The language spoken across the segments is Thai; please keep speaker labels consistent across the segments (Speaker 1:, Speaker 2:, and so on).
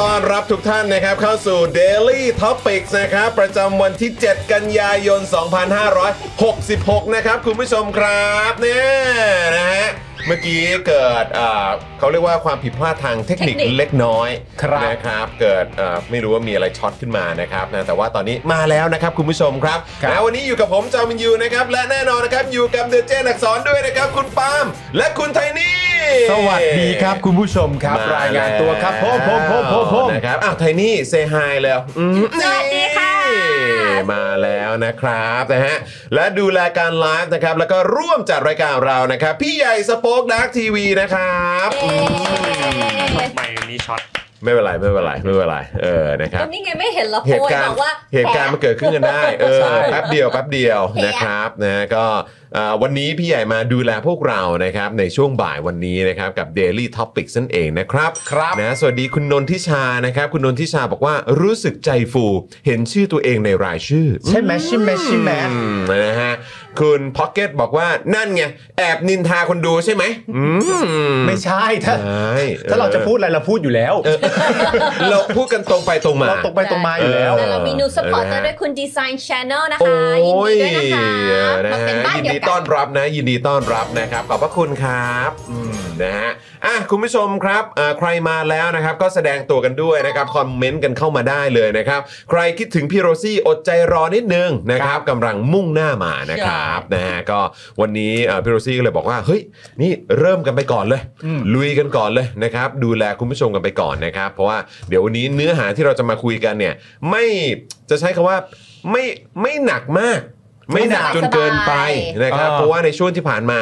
Speaker 1: ต้อนรับทุกท่านนะครับเข้าสู่ Daily Topics นะครับประจำวันที่ 7 กันยายน 2566 นะครับคุณผู้ชมครับเนี่ยนะฮะเมื่อกี้เกิดเอ่อเขาเรียกว่าความผิดพลาดทางเทคนิคเล็กน้อย
Speaker 2: ครับ
Speaker 1: นะครับเกิดเอ่อไม่รู้ว่ามีอะไรช็อตขึ้นมานะครับนะแต่ว่าตอนนี้มาแล้วนะครับคุณผู้ชมครับ
Speaker 2: ครับ
Speaker 1: แล้ววันนี้อยู่กับผมจอมินยูนะครับและแน่นอนนะครับอยู่กับเดอะเจนอักษรด้วยนะครับคุณปาล์มและคุณไทนี่
Speaker 3: สวัสดีครับคุณผู้ชมครับ
Speaker 1: ม
Speaker 3: รายงานตัวครับผมผมผมผมผม
Speaker 1: นะครับอ้าวไทนี่เซฮายแล้วอืม
Speaker 4: สวัสดีค่ะ
Speaker 1: นี่มาแล้วนะครับนะฮะและดูแลการไลฟ์นะครับ แล้วก็ร่วมจัดรายการเรานะครับ พี่ใหญ่สป็อคดักทีวีนะครับอืม
Speaker 5: ไม่มีช็อต
Speaker 1: ไม่เป็นไรไม่เป็นไรไม่เป็นไรเออนะครับ
Speaker 6: แล้วนี่ไงไม่เห็นละ
Speaker 1: เห
Speaker 6: โพ
Speaker 1: ตุ
Speaker 6: ย
Speaker 1: การ
Speaker 6: บ
Speaker 1: ณ์
Speaker 6: อกว่า
Speaker 1: เหตุการณ์มันเกิดขึ้นกันได้เออ
Speaker 2: ใช่
Speaker 1: แป๊บเดียวแป๊บเดียวนะครับนะก็อ่าวันนี้พี่ใหญ่มาดูแลพวกเรานะครับในช่วงบ่ายวันนี้นะครับกับ Daily Topics นั่นเองนะครับ
Speaker 2: ครับ
Speaker 1: นะสวัสดีคุณนนทิชานะครับคุณนนทิชาบอกว่ารู้สึกใจฟูเห็นชื่อตัวเองในรายชื่อ
Speaker 3: ใช่ไหมใช่ไหมใช่ไหม
Speaker 1: อืมนะฮะคุณพ็อกเก็ตบอกว่านั่นไงแอบนินทาคนดูใช่ไหมอืม
Speaker 3: ไม่ใช่ถ้า
Speaker 1: ใช่
Speaker 3: ถ้าเราจะพูดอะไรเราพูดอยู่แล้ว
Speaker 1: เราพูดกันตรงไปตรงมา
Speaker 3: เราตรงไปตรงมาอยู่แล้ว
Speaker 1: เออ
Speaker 6: แต่เรามีนูสปอร์ตเตอร์ด้วยคุณดีไซน์ชแนลนะคะยินดีด้วยนะคะ
Speaker 1: โอ้ย
Speaker 6: มาเป็นบ้าน
Speaker 1: ยิน
Speaker 6: เดีย
Speaker 1: ดี
Speaker 6: วกั
Speaker 1: ต้อน นรับนะ ยินดีต้อนรับนะครับ ขอบพระคุณครับอืมนะฮะอ่ะคุณผู้ชมครับอ่าใครมาแล้วนะครับ ก็แสดงตัวกันด้วยนะครับ คอมเมนต์กันเข้ามาได้เลยนะครับ ใครคิดถึงพี่โรซี่อดใจรอนิดนึงนะครับกำลังมุ่งหน้ามานะครับนะฮะก็วันนี้อ่าพี่โรซี่ก็เลยบอกว่าเฮ้ยนี่เริ่มกันไปก่อนเลย ลุยกันก่อนเลยนะครับ ดูแลคุณผู้ชมกันไปก่อนนะครับ เพราะว่าเดี๋ยววันนี้เนื้อหาที่เราจะมาคุยกันเนี่ย ไม่จะใช้คำว่าไม่ไม่หนักมาก ไม่หนักจนเกินไปนะครับ
Speaker 3: อ่า
Speaker 1: เพราะว่าในช่วงที่ผ่านมา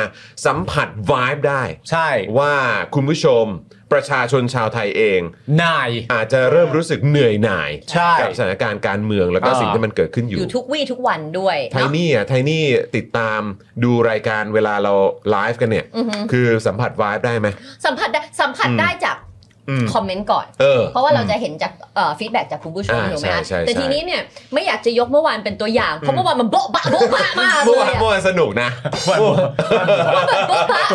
Speaker 1: สัมผัสวายได้
Speaker 3: ใช่
Speaker 1: ว่าคุณผู้ชมประชาชนชาวไทยเอง
Speaker 3: นาย
Speaker 1: อาจจะเริ่มรู้สึกเหนื่อยหน่าย
Speaker 3: ใช่
Speaker 1: กับสถานการณ์การเมืองแล้วก็
Speaker 3: อ่า
Speaker 1: สิ่งที่มันเกิดขึ้นอ
Speaker 6: อยู่ ยู่ทุกวี่ทุกวันด้วย
Speaker 1: ไท
Speaker 6: เนาะ
Speaker 1: นี่อ่ะไทนี่ติดตามดูรายการเวลาเราไลฟ์กันเนี่ย
Speaker 6: อือหือ
Speaker 1: คือสัมผัสวายได้ไหม
Speaker 6: สัมผัสได้สัมผัส
Speaker 1: อืม
Speaker 6: ได้จาก
Speaker 1: อืม
Speaker 6: คอมเมนต์ก่อน
Speaker 1: เออ
Speaker 6: เพราะว่าเราจะเห็นจากฟีดแบ็จากคุณผู้ชม
Speaker 1: อ่า
Speaker 6: ถูกไหมคะ
Speaker 1: ใช่ใช่ใช่
Speaker 6: แต่ทีนี้เนี่ยไม่อยากจะยกเมื่อวานเป็นตัวอย่าง เพราะเมื่อวานมันโบ๊ะบะโบ๊ะบะมากเล
Speaker 1: เมื่อวาย นเมื่อวานสนุกนะ
Speaker 6: โบ๊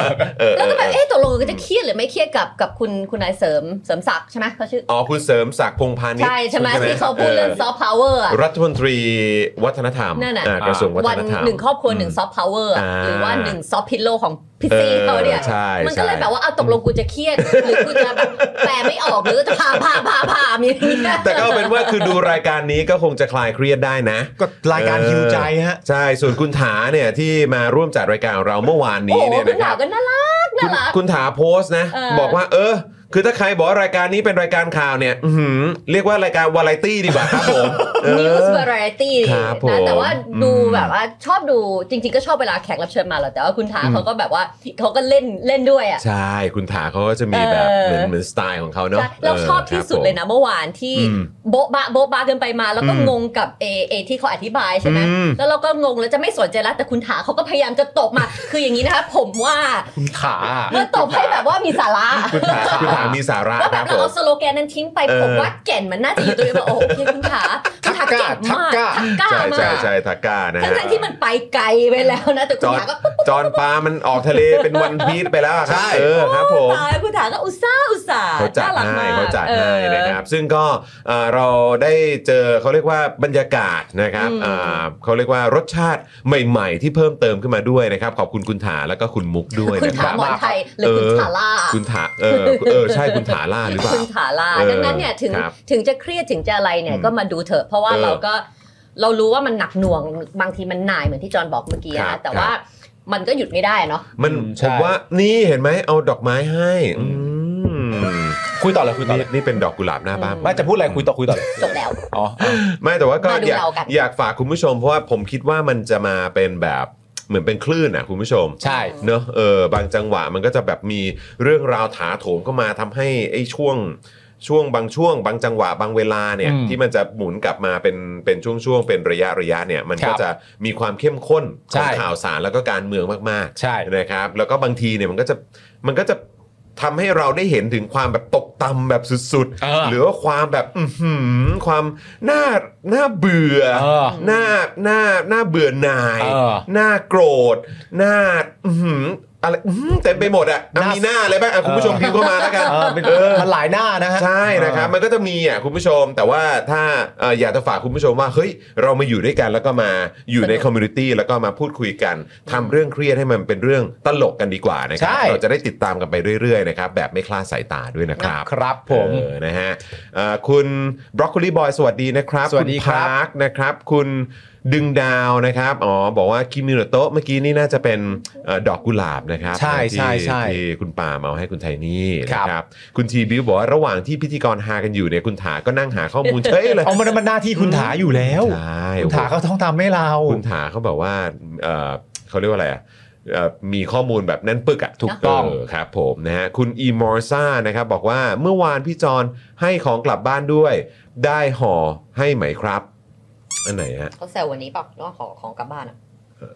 Speaker 6: ะบะ
Speaker 1: เออเอ
Speaker 6: แล้ว
Speaker 1: อ
Speaker 6: ก็แบ
Speaker 1: เอบ อ
Speaker 6: เอ๊ะตกลงจะเครียดหรือไม่เครียดกับกับคุณคุณนายเสริมเสริมศักดิ์ใช่ไหมเขาชื่อ
Speaker 1: อ๋อคุณเสริมศักดิ์พงษ์พาณิชย์
Speaker 6: ใช่ใช่ไหมที่เขาพูดเรื่องซอฟต์พาวเวอร์
Speaker 1: รัฐมนตรีวัฒนธรรม
Speaker 6: นั่นน่ะ
Speaker 1: อ่ากระทรวงวัฒ
Speaker 6: วัน
Speaker 1: นธรรม
Speaker 6: หนึ่งครอบครัวหนึ่งซอฟต์พาวเวอร์
Speaker 1: อ่า
Speaker 6: หรือว่าหนึ่งซอฟต์พิลโลของพี่ซี
Speaker 1: เออ
Speaker 6: เขาเนี่ย
Speaker 1: ใช่
Speaker 6: มันก็เลย
Speaker 1: ใช่
Speaker 6: แบบว่าเอาตกลงกูจะเครียด หรือกูจะแบบแปลไม่ออกหรือจะพาพาพาพามีอย่างเงี้ย
Speaker 1: แต่ก็เอาเป็นว่าคือดูรายการนี้ก็คงจะคลายเครียดได้นะ
Speaker 3: ก็รายการฮิวใจฮะ
Speaker 1: ใช่ส่วนคุณถาเนี่ยที่มาร่วมจัดรายการเราเมื่อวาน
Speaker 6: โอ้
Speaker 1: นี้
Speaker 6: โห
Speaker 1: เนี่ย
Speaker 6: คุณ
Speaker 1: นะค
Speaker 6: หา
Speaker 1: รับ
Speaker 6: วก็น่ารักน่ารัก
Speaker 1: คุณถาโพสต์นะ
Speaker 6: เออ
Speaker 1: บอกว่าเออ
Speaker 7: คือถ้าใครบอกว่ารายการนี้เป็นรายการข่าวเนี่ยอื้อหือเรียกว่ารายการวาไรตี้ดีกว่าครับผม เออ
Speaker 6: News Variety
Speaker 7: ครับผม
Speaker 6: นะแต่ว่าดู
Speaker 7: อืม
Speaker 6: แบบว่าชอบดูจริง ๆ ก็ชอบเวลาแขกรับเชิญมาแหล้วแต่ว่าคุณทา
Speaker 7: อืม
Speaker 6: เขาก็แบบว่าเขาก็เล่นเล่นด้วยอ่ะ
Speaker 7: ใช่คุณถาเขาก็จะมีแบบ
Speaker 6: เออ
Speaker 7: เหมือนเหมือนสไตล์ของเขาเนาะ
Speaker 6: ใช่เราชอบที่สุดเลย
Speaker 7: ครั
Speaker 6: นะเมื่อวานที่
Speaker 7: อืม
Speaker 6: โบ๊ะบะโบ๊ะบะเกินไปมาแล้วก็
Speaker 7: อืม
Speaker 6: งงกับเอเอที่เขาอธิบายใช่ไหม
Speaker 7: อืม
Speaker 6: แล้วเราก็งงแล้วจะไม่สนใจแล้วแต่คุณถาเขาก็พยายามจะตบมา คืออย่างนี้นะคะผมว่า
Speaker 3: คุณขา
Speaker 6: เมื่อตบให้แบบว่ามีสาระ
Speaker 7: บผมคุณถาคุณถามีสาระ
Speaker 6: แล้ว
Speaker 7: ค
Speaker 6: แบ
Speaker 7: รั
Speaker 6: บบ เรา
Speaker 7: ผม
Speaker 6: เอาสโลแกนนั้นทิ้งไป
Speaker 7: เออ
Speaker 6: ผมว่าแก่นมันน่าจะอยู่ตรงนี้ว่าโอ้โหโอเคคุณถาคุณถาเก่งมาก
Speaker 3: ทักกะ
Speaker 6: ทักกะ
Speaker 7: ใช่
Speaker 6: มา
Speaker 7: ใช่
Speaker 6: ก
Speaker 7: ใช่ทาก้านะฮะ
Speaker 6: ทั้งๆที่มันไปไกลไปแล้วนะ แต่
Speaker 7: จ
Speaker 6: คุณ
Speaker 7: อน
Speaker 6: ถาก็ปุ๊บ
Speaker 7: จอนปลามันออกทะเลเป็นวันพีชไปแล้วอะครับ
Speaker 3: ใช่
Speaker 7: เออครับผม
Speaker 6: ตายคุณถาก็อุตส่าห์อุตส่าห์
Speaker 7: เขาจัด
Speaker 6: น่รักม
Speaker 7: ให้
Speaker 6: ก
Speaker 7: เขาจัดให้
Speaker 6: เออ
Speaker 7: นะครับ ซึ่งก็เอ่อเราได้เจอเขาเรียกว่าบรรยากาศนะครับ
Speaker 6: อืม
Speaker 7: อ่าเขาเรียกว่ารสชาติใหม่ ๆ ที่เพิ่มเติมขึ้นมาด้วยนะครับ ขอบคุณคุณถาแล้วก็คุณมุกด้วย
Speaker 6: คุณ
Speaker 7: นะค
Speaker 6: ถา
Speaker 7: รับ
Speaker 6: หมอนไทยหรือคุณถาล่า
Speaker 7: เออคุณถาเออเออใช่คุณถาล่าหรือเปล่า
Speaker 6: คุณถาล่า
Speaker 7: เออ
Speaker 6: ดังนั้นเนี่ยถึง
Speaker 7: ครับ
Speaker 6: ถึงจะเครียดถึงจะอะไรเนี่ย
Speaker 7: อืม
Speaker 6: ก็มาดูเถอะ เพราะว่า
Speaker 7: เออ
Speaker 6: เราก็เรารู้ว่ามันหนักหน่วงบางทีมันหน่ายเหมือนที่จอห์นบอกเมื่อกี้
Speaker 7: ครั
Speaker 6: นะ
Speaker 7: บ
Speaker 6: แต่ว่ามันก็หยุดไม่ได้เนาะ
Speaker 7: มัน
Speaker 3: อืม
Speaker 7: ผม
Speaker 3: ใช่
Speaker 7: ว่านี่เห็นไหมเอาดอกไม้ให้อืม
Speaker 3: คุยต่อเลยคุยต่อเล
Speaker 7: นี่
Speaker 3: ย
Speaker 7: นี่เป็นดอกกุหลาบหน้าบ้าน
Speaker 3: ไม่จะพูดอะไรคุยต่อคุยต่อเลย
Speaker 6: จบแล้ว
Speaker 3: อ๋อ
Speaker 7: ไม่แต่ว่าก็
Speaker 6: มาดู
Speaker 7: อยาก
Speaker 6: เรากัน
Speaker 7: อยากฝากคุณผู้ชมเพราะว่าผมคิดว่ามันจะมาเป็นแบบเหมือนเป็นคลื่นอ่ะคุณผู้ชม
Speaker 3: ใช่
Speaker 7: เนอะเออบางจังหวะมันก็จะแบบมีเรื่องราวถาโถมเข้ามาทำให้ไอ้ช่วงช่วงบางช่วง บางจังหวะบางเวลาเนี่ย
Speaker 3: อืม
Speaker 7: ที่มันจะหมุนกลับมาเป็นเป็นช่วงๆเป็นระยะระยะเนี่ยมัน
Speaker 3: ครั
Speaker 7: ก็
Speaker 3: บ
Speaker 7: จะมีความเข้มข้นข
Speaker 3: ใช่
Speaker 7: องข่าวสารแล้วก็การเมืองมากๆ
Speaker 3: ใช่
Speaker 7: นะครับ แล้วก็บางทีเนี่ยมันก็จะมันก็จะทำให้เราได้เห็นถึงความแบบตกต่ำแบบสุดๆ
Speaker 3: เออ
Speaker 7: หรือว่าความแบบอื้อหือความน่าน่าเบื่อ
Speaker 3: เออ
Speaker 7: น่าน่าน่าเบื่อหน่าย
Speaker 3: เออ
Speaker 7: น่าโกรธน่าอื้อหืออะไรอื้อหือเต็มไปหมดอ่ะอ่ะ
Speaker 3: น่ามี
Speaker 7: มีหน้าอะไรบ้างอ่ะคุณผู้ชมพิมพ์เข้ามาแล้ว กัน
Speaker 3: เออเป็น
Speaker 7: เออ
Speaker 3: มันหลายหน้านะฮะ
Speaker 7: ใช่นะครับ มันก็จะมีอ่ะคุณผู้ชม แต่ว่าถ้าเอ่ออยากจะฝากคุณผู้ชมว่าเฮ้ยเรามาอยู่ด้วยกันแล้วก็มาอยู่ใน
Speaker 6: สนุก
Speaker 7: คอมมูนิตี้แล้วก็มาพูดคุยกันทำเรื่องเครียดให้มันเป็นเรื่องตลกกันดีกว่านะครั
Speaker 3: ใช่
Speaker 7: เราจะได้ติดตามกันไปเรื่อยๆนะครับแบบไม่คลาดสายตาด้วยนะครับ
Speaker 3: ครับผม
Speaker 7: เออนะฮะเอ่อคุณบรอกโคลีบอยสวัสดีนะครับ
Speaker 3: สวัสดีครับ
Speaker 7: ณพาร์คนะครับ คุณดึงดาวนะครับ อ๋อ บอกว่าคิมิโนโตะเมื่อกี้นี่น่าจะเป็นเอ่อดอกกุหลาบนะครับ
Speaker 3: ใช่ใช่
Speaker 7: ที่
Speaker 3: ใช่
Speaker 7: ที่คุณปาล์มเอาให้คุณไทนี่นะ
Speaker 3: ครับ
Speaker 7: ครับ คุณทีบิวบอกว่าระหว่างที่พิธีกรหากันอยู่เนี่ยคุณถาก็นั่งหาข้อมูลเฉยเลย
Speaker 3: เอามันมันหน้าที่คุณถาอยู่แล้ว
Speaker 7: ใช่
Speaker 3: คุณถาเขาต้องทำให้เรา
Speaker 7: คุณถาเขาแบบว่าเอ่อเขาเรียกว่าอะไรอะเอ่อมีข้อมูลแบบแน่นปึกอะ
Speaker 3: ถูกต้อง
Speaker 7: เครับผมนะฮะคุณอีมอร์ซ่านะครับบอกว่าเมื่อวานพี่จอนให้ของกลับบ้านด้วย ได้ห่อให้ไหมครับ อันไหนฮะ
Speaker 6: เขาแซววันนี้เปล่ะเนาะของของกลับบ้านอะ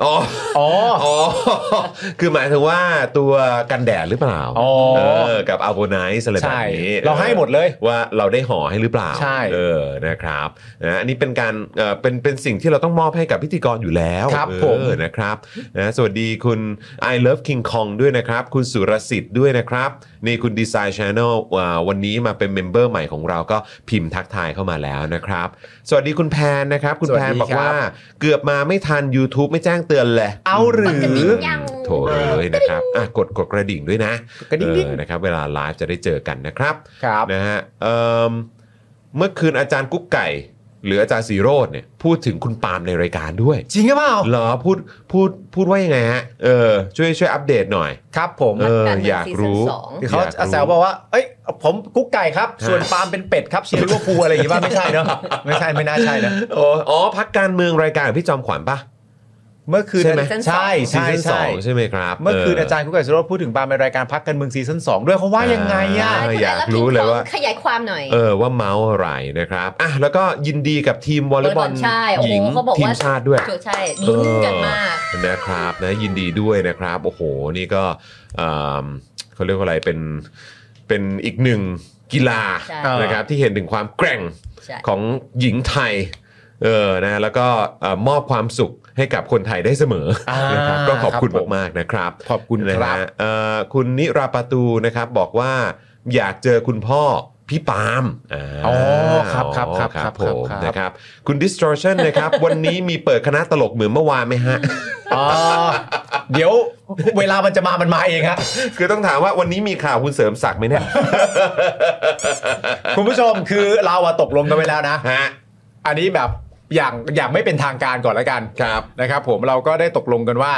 Speaker 7: อ๋อ
Speaker 3: อ๋อ
Speaker 7: อ๋อ คือหมายถึงว่าตัวกันแดดหรือเปล่า
Speaker 3: อ๋อ
Speaker 7: เออกับอัลโบไนซ์อะไรแบบ
Speaker 3: ใช่
Speaker 7: นี้
Speaker 3: เราให้หมดเลย
Speaker 7: ว่าเราได้ห่อให้หรือเปล่า
Speaker 3: ใช่
Speaker 7: เออนะครับนะอันนี้เป็นการเอ่อเป็นเป็นสิ่งที่เราต้องมอบให้กับพิธีกรอยู่แล้ว
Speaker 3: ครับ
Speaker 7: เออ
Speaker 3: ผม
Speaker 7: นะครับนะสวัสดีคุณ I love King Kong ด้วยนะครับ คุณสุรสิทธิ์ด้วยนะครับ นี่คุณ Design Channel อ่าวันนี้มาเป็นเมมเบอร์ใหม่ของเราก็พิมพ์ทักทายเข้ามาแล้วนะครับ สวัสดีคุณแพนนะครับ คุณแพน
Speaker 3: สวัสดีครับ
Speaker 7: บอกว่าเกือบมาไม่ทัน YouTube ไม่แจ้งเตือนเลย
Speaker 3: เอาหรื
Speaker 6: ปกติยัง
Speaker 7: โถเอ้ยนะครับอ่ะกดกดกระดิ่งด้วยนะ
Speaker 3: กระดิ่งดิ้ง
Speaker 7: เออนะครับเวลาไลฟ์จะได้เจอกันนะครับ
Speaker 3: ครับ
Speaker 7: นะฮะเอิ่มเมื่อคืนอาจารย์กุ๊กไก่ หรืออาจารย์สีโรดเนี่ยพูดถึงคุณปาล์มในรายการด้วย
Speaker 3: จริงหรือเปล่า
Speaker 7: เหรอพูดพูดพูดว่ายังไงฮะเออช่วยช่วยอัปเดตหน่อย
Speaker 3: ครับผม
Speaker 7: เออ
Speaker 6: นัดกัน
Speaker 7: อยากรู้
Speaker 6: ในซีซั่นสอง
Speaker 3: เขา
Speaker 7: อยกรู้
Speaker 3: แซวบอกว่า เอ้ย ผมกุ๊กไก่ครับ ส่วน
Speaker 7: ฮะ
Speaker 3: ปาล์มเป็นเป็ดครับเชียร์ลิเวอร์พูลอะไรอย่างงี้ป่ะไม่ใช่เนอะไม่ใช่ไม่น่าใช่นะ
Speaker 7: โอ้อ๋อพักการเมืองรายการของพี่จอมขวัญปะ
Speaker 3: เมื่อคืน
Speaker 7: ใช่ไหม
Speaker 3: ใช่ใช่
Speaker 7: ซีซั่นสอ
Speaker 3: ใช่
Speaker 7: งใช่ไหมครับ
Speaker 3: เมื่อคืนอาจารย์กุ๊กไก่สโรจน์พูดถึงปาล์มในรายการพักการเมืองซีซั่นสองด้วยเขาว่ายังไงอ่ะ
Speaker 7: า
Speaker 6: คุณ
Speaker 7: อยากรู้เลยว่า
Speaker 6: ขยายความหน่อย
Speaker 7: เออว่าเมาส์อะไรนะครับอ่ะแล้วก็ยินดีกับทีมวอลเลย์บอ
Speaker 6: ว
Speaker 7: ล
Speaker 6: อลเลย์บอลชายโอ้โห
Speaker 7: หญิง
Speaker 6: เขาบอก
Speaker 7: ทีม
Speaker 6: ว่า
Speaker 7: ชาติด้วย
Speaker 6: ใช่ลุ้นกันมาก
Speaker 7: เออนะครับนะยินดีด้วยนะครับ โอ้โห นี่ก็เอิ่มเขาเรียกว่าอะไรเป็นเป็นอีกหนึ่งกีฬา
Speaker 6: ใช่
Speaker 7: นะครับที่เห็นถึงความแกร่ง
Speaker 6: ใช่
Speaker 7: ของหญิงไทยเออนะแล้วก็เอ่อมอบความสุขให้กับคนไทยได้เสมอ
Speaker 3: อ่าน
Speaker 7: นะครับก็ขอบคุณมากๆนะครับ
Speaker 3: ขอบคุณ
Speaker 7: นะครับ ฮะเอ่อคุณนิราปาตูนะครับบอกว่าอยากเจอคุณพ่อพี่ปาล์มอ่า
Speaker 3: อ๋อครับครับครับ
Speaker 7: ค
Speaker 3: ครั
Speaker 7: รับบ ผม
Speaker 3: ครับ
Speaker 7: นะครับ คุณ distortion นะครับ วันนี้มีเปิดคณะตลกเหมือนเมื่อวานไหมฮะ
Speaker 3: อ๋อเดี๋ยวเวลามันจะมามันมาเองฮะ
Speaker 7: คือต้องถามว่าวันนี้มีข่าวคุณเสริมศักดิ์ไหมเนี่ย
Speaker 3: คุณผู้ชมคือเราอะตกลงกันไปแล้วนะ
Speaker 7: ฮะ
Speaker 3: อันนี้แบบอย่างอย่างไม่เป็นทางการก่อนละกัน
Speaker 7: ครับ
Speaker 3: นะครับ ผมเราก็ได้ตกลงกันว่า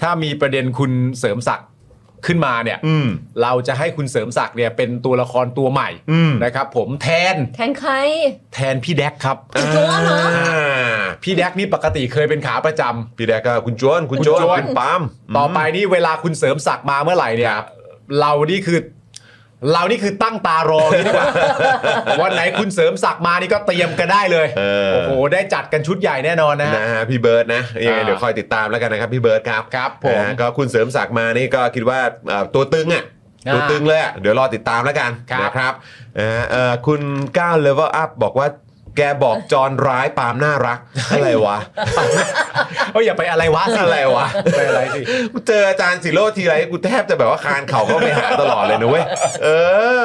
Speaker 3: ถ้ามีประเด็นคุณเสริมศักดิ์ ขึ้นมาเนี่ย
Speaker 7: อืม
Speaker 3: เราจะให้คุณเสริมศักดิ์เนี่ยเป็นตัวละครตัวใหม่
Speaker 7: อืม
Speaker 3: นะครับผมแทน
Speaker 6: แทนใคร
Speaker 3: แทนพี่แดกครับ
Speaker 6: คุณโจ้เนอะ
Speaker 7: อ่า
Speaker 3: พี่แดกนี่ปกติเคยเป็นขาประจำ
Speaker 7: พี่แดกก็คุณโจวนคุณโจวน
Speaker 3: คุณโจน
Speaker 7: คุณปาล์ม
Speaker 3: ต่อไปนี่เวลาคุณเสริมศักดิ์มาเมื่อไหร่เนี่ยเรานี่คือ เรานี่คือตั้งตารออย่างนี้ดีกว่า วันไหนคุณเสริมศักดิ์มานี่ก็เตรียมกันได้เลย
Speaker 7: เออ
Speaker 3: โอ้โหได้จัดกันชุดใหญ่แน่นอนนะฮะ
Speaker 7: นะฮะพี่เบิร์ดนะยังไง
Speaker 3: อ่า
Speaker 7: เดี๋ยวคอยติดตามแล้วกันนะครับพี่เบิร์ดครับ
Speaker 3: ครับผม
Speaker 7: นะฮะก็คุณเสริมศักดิ์มานี่ก็คิดว่าเอ่อตัวตึงอ่ะ
Speaker 3: อ่า
Speaker 7: ตัวตึงเลยอะเดี๋ยวรอติดตามแล้วกัน
Speaker 3: ครับ
Speaker 7: นะครับนะฮะเอ่อคุณก้าวเลเวลอัพบอกว่าแกบอกจอนร้ายปาล์มน่ารัก อะไรวะ
Speaker 3: เอ้ยอย่าไปอะไรวะสิ
Speaker 7: อะไรวะ
Speaker 3: ไปอะไรสิ
Speaker 7: กูเจออาจารย์สิโรจน์ทีไรกูแทบจะแบบว่าคานเข่าเข้าไปหาตลอดเลยนะเว้ย เอ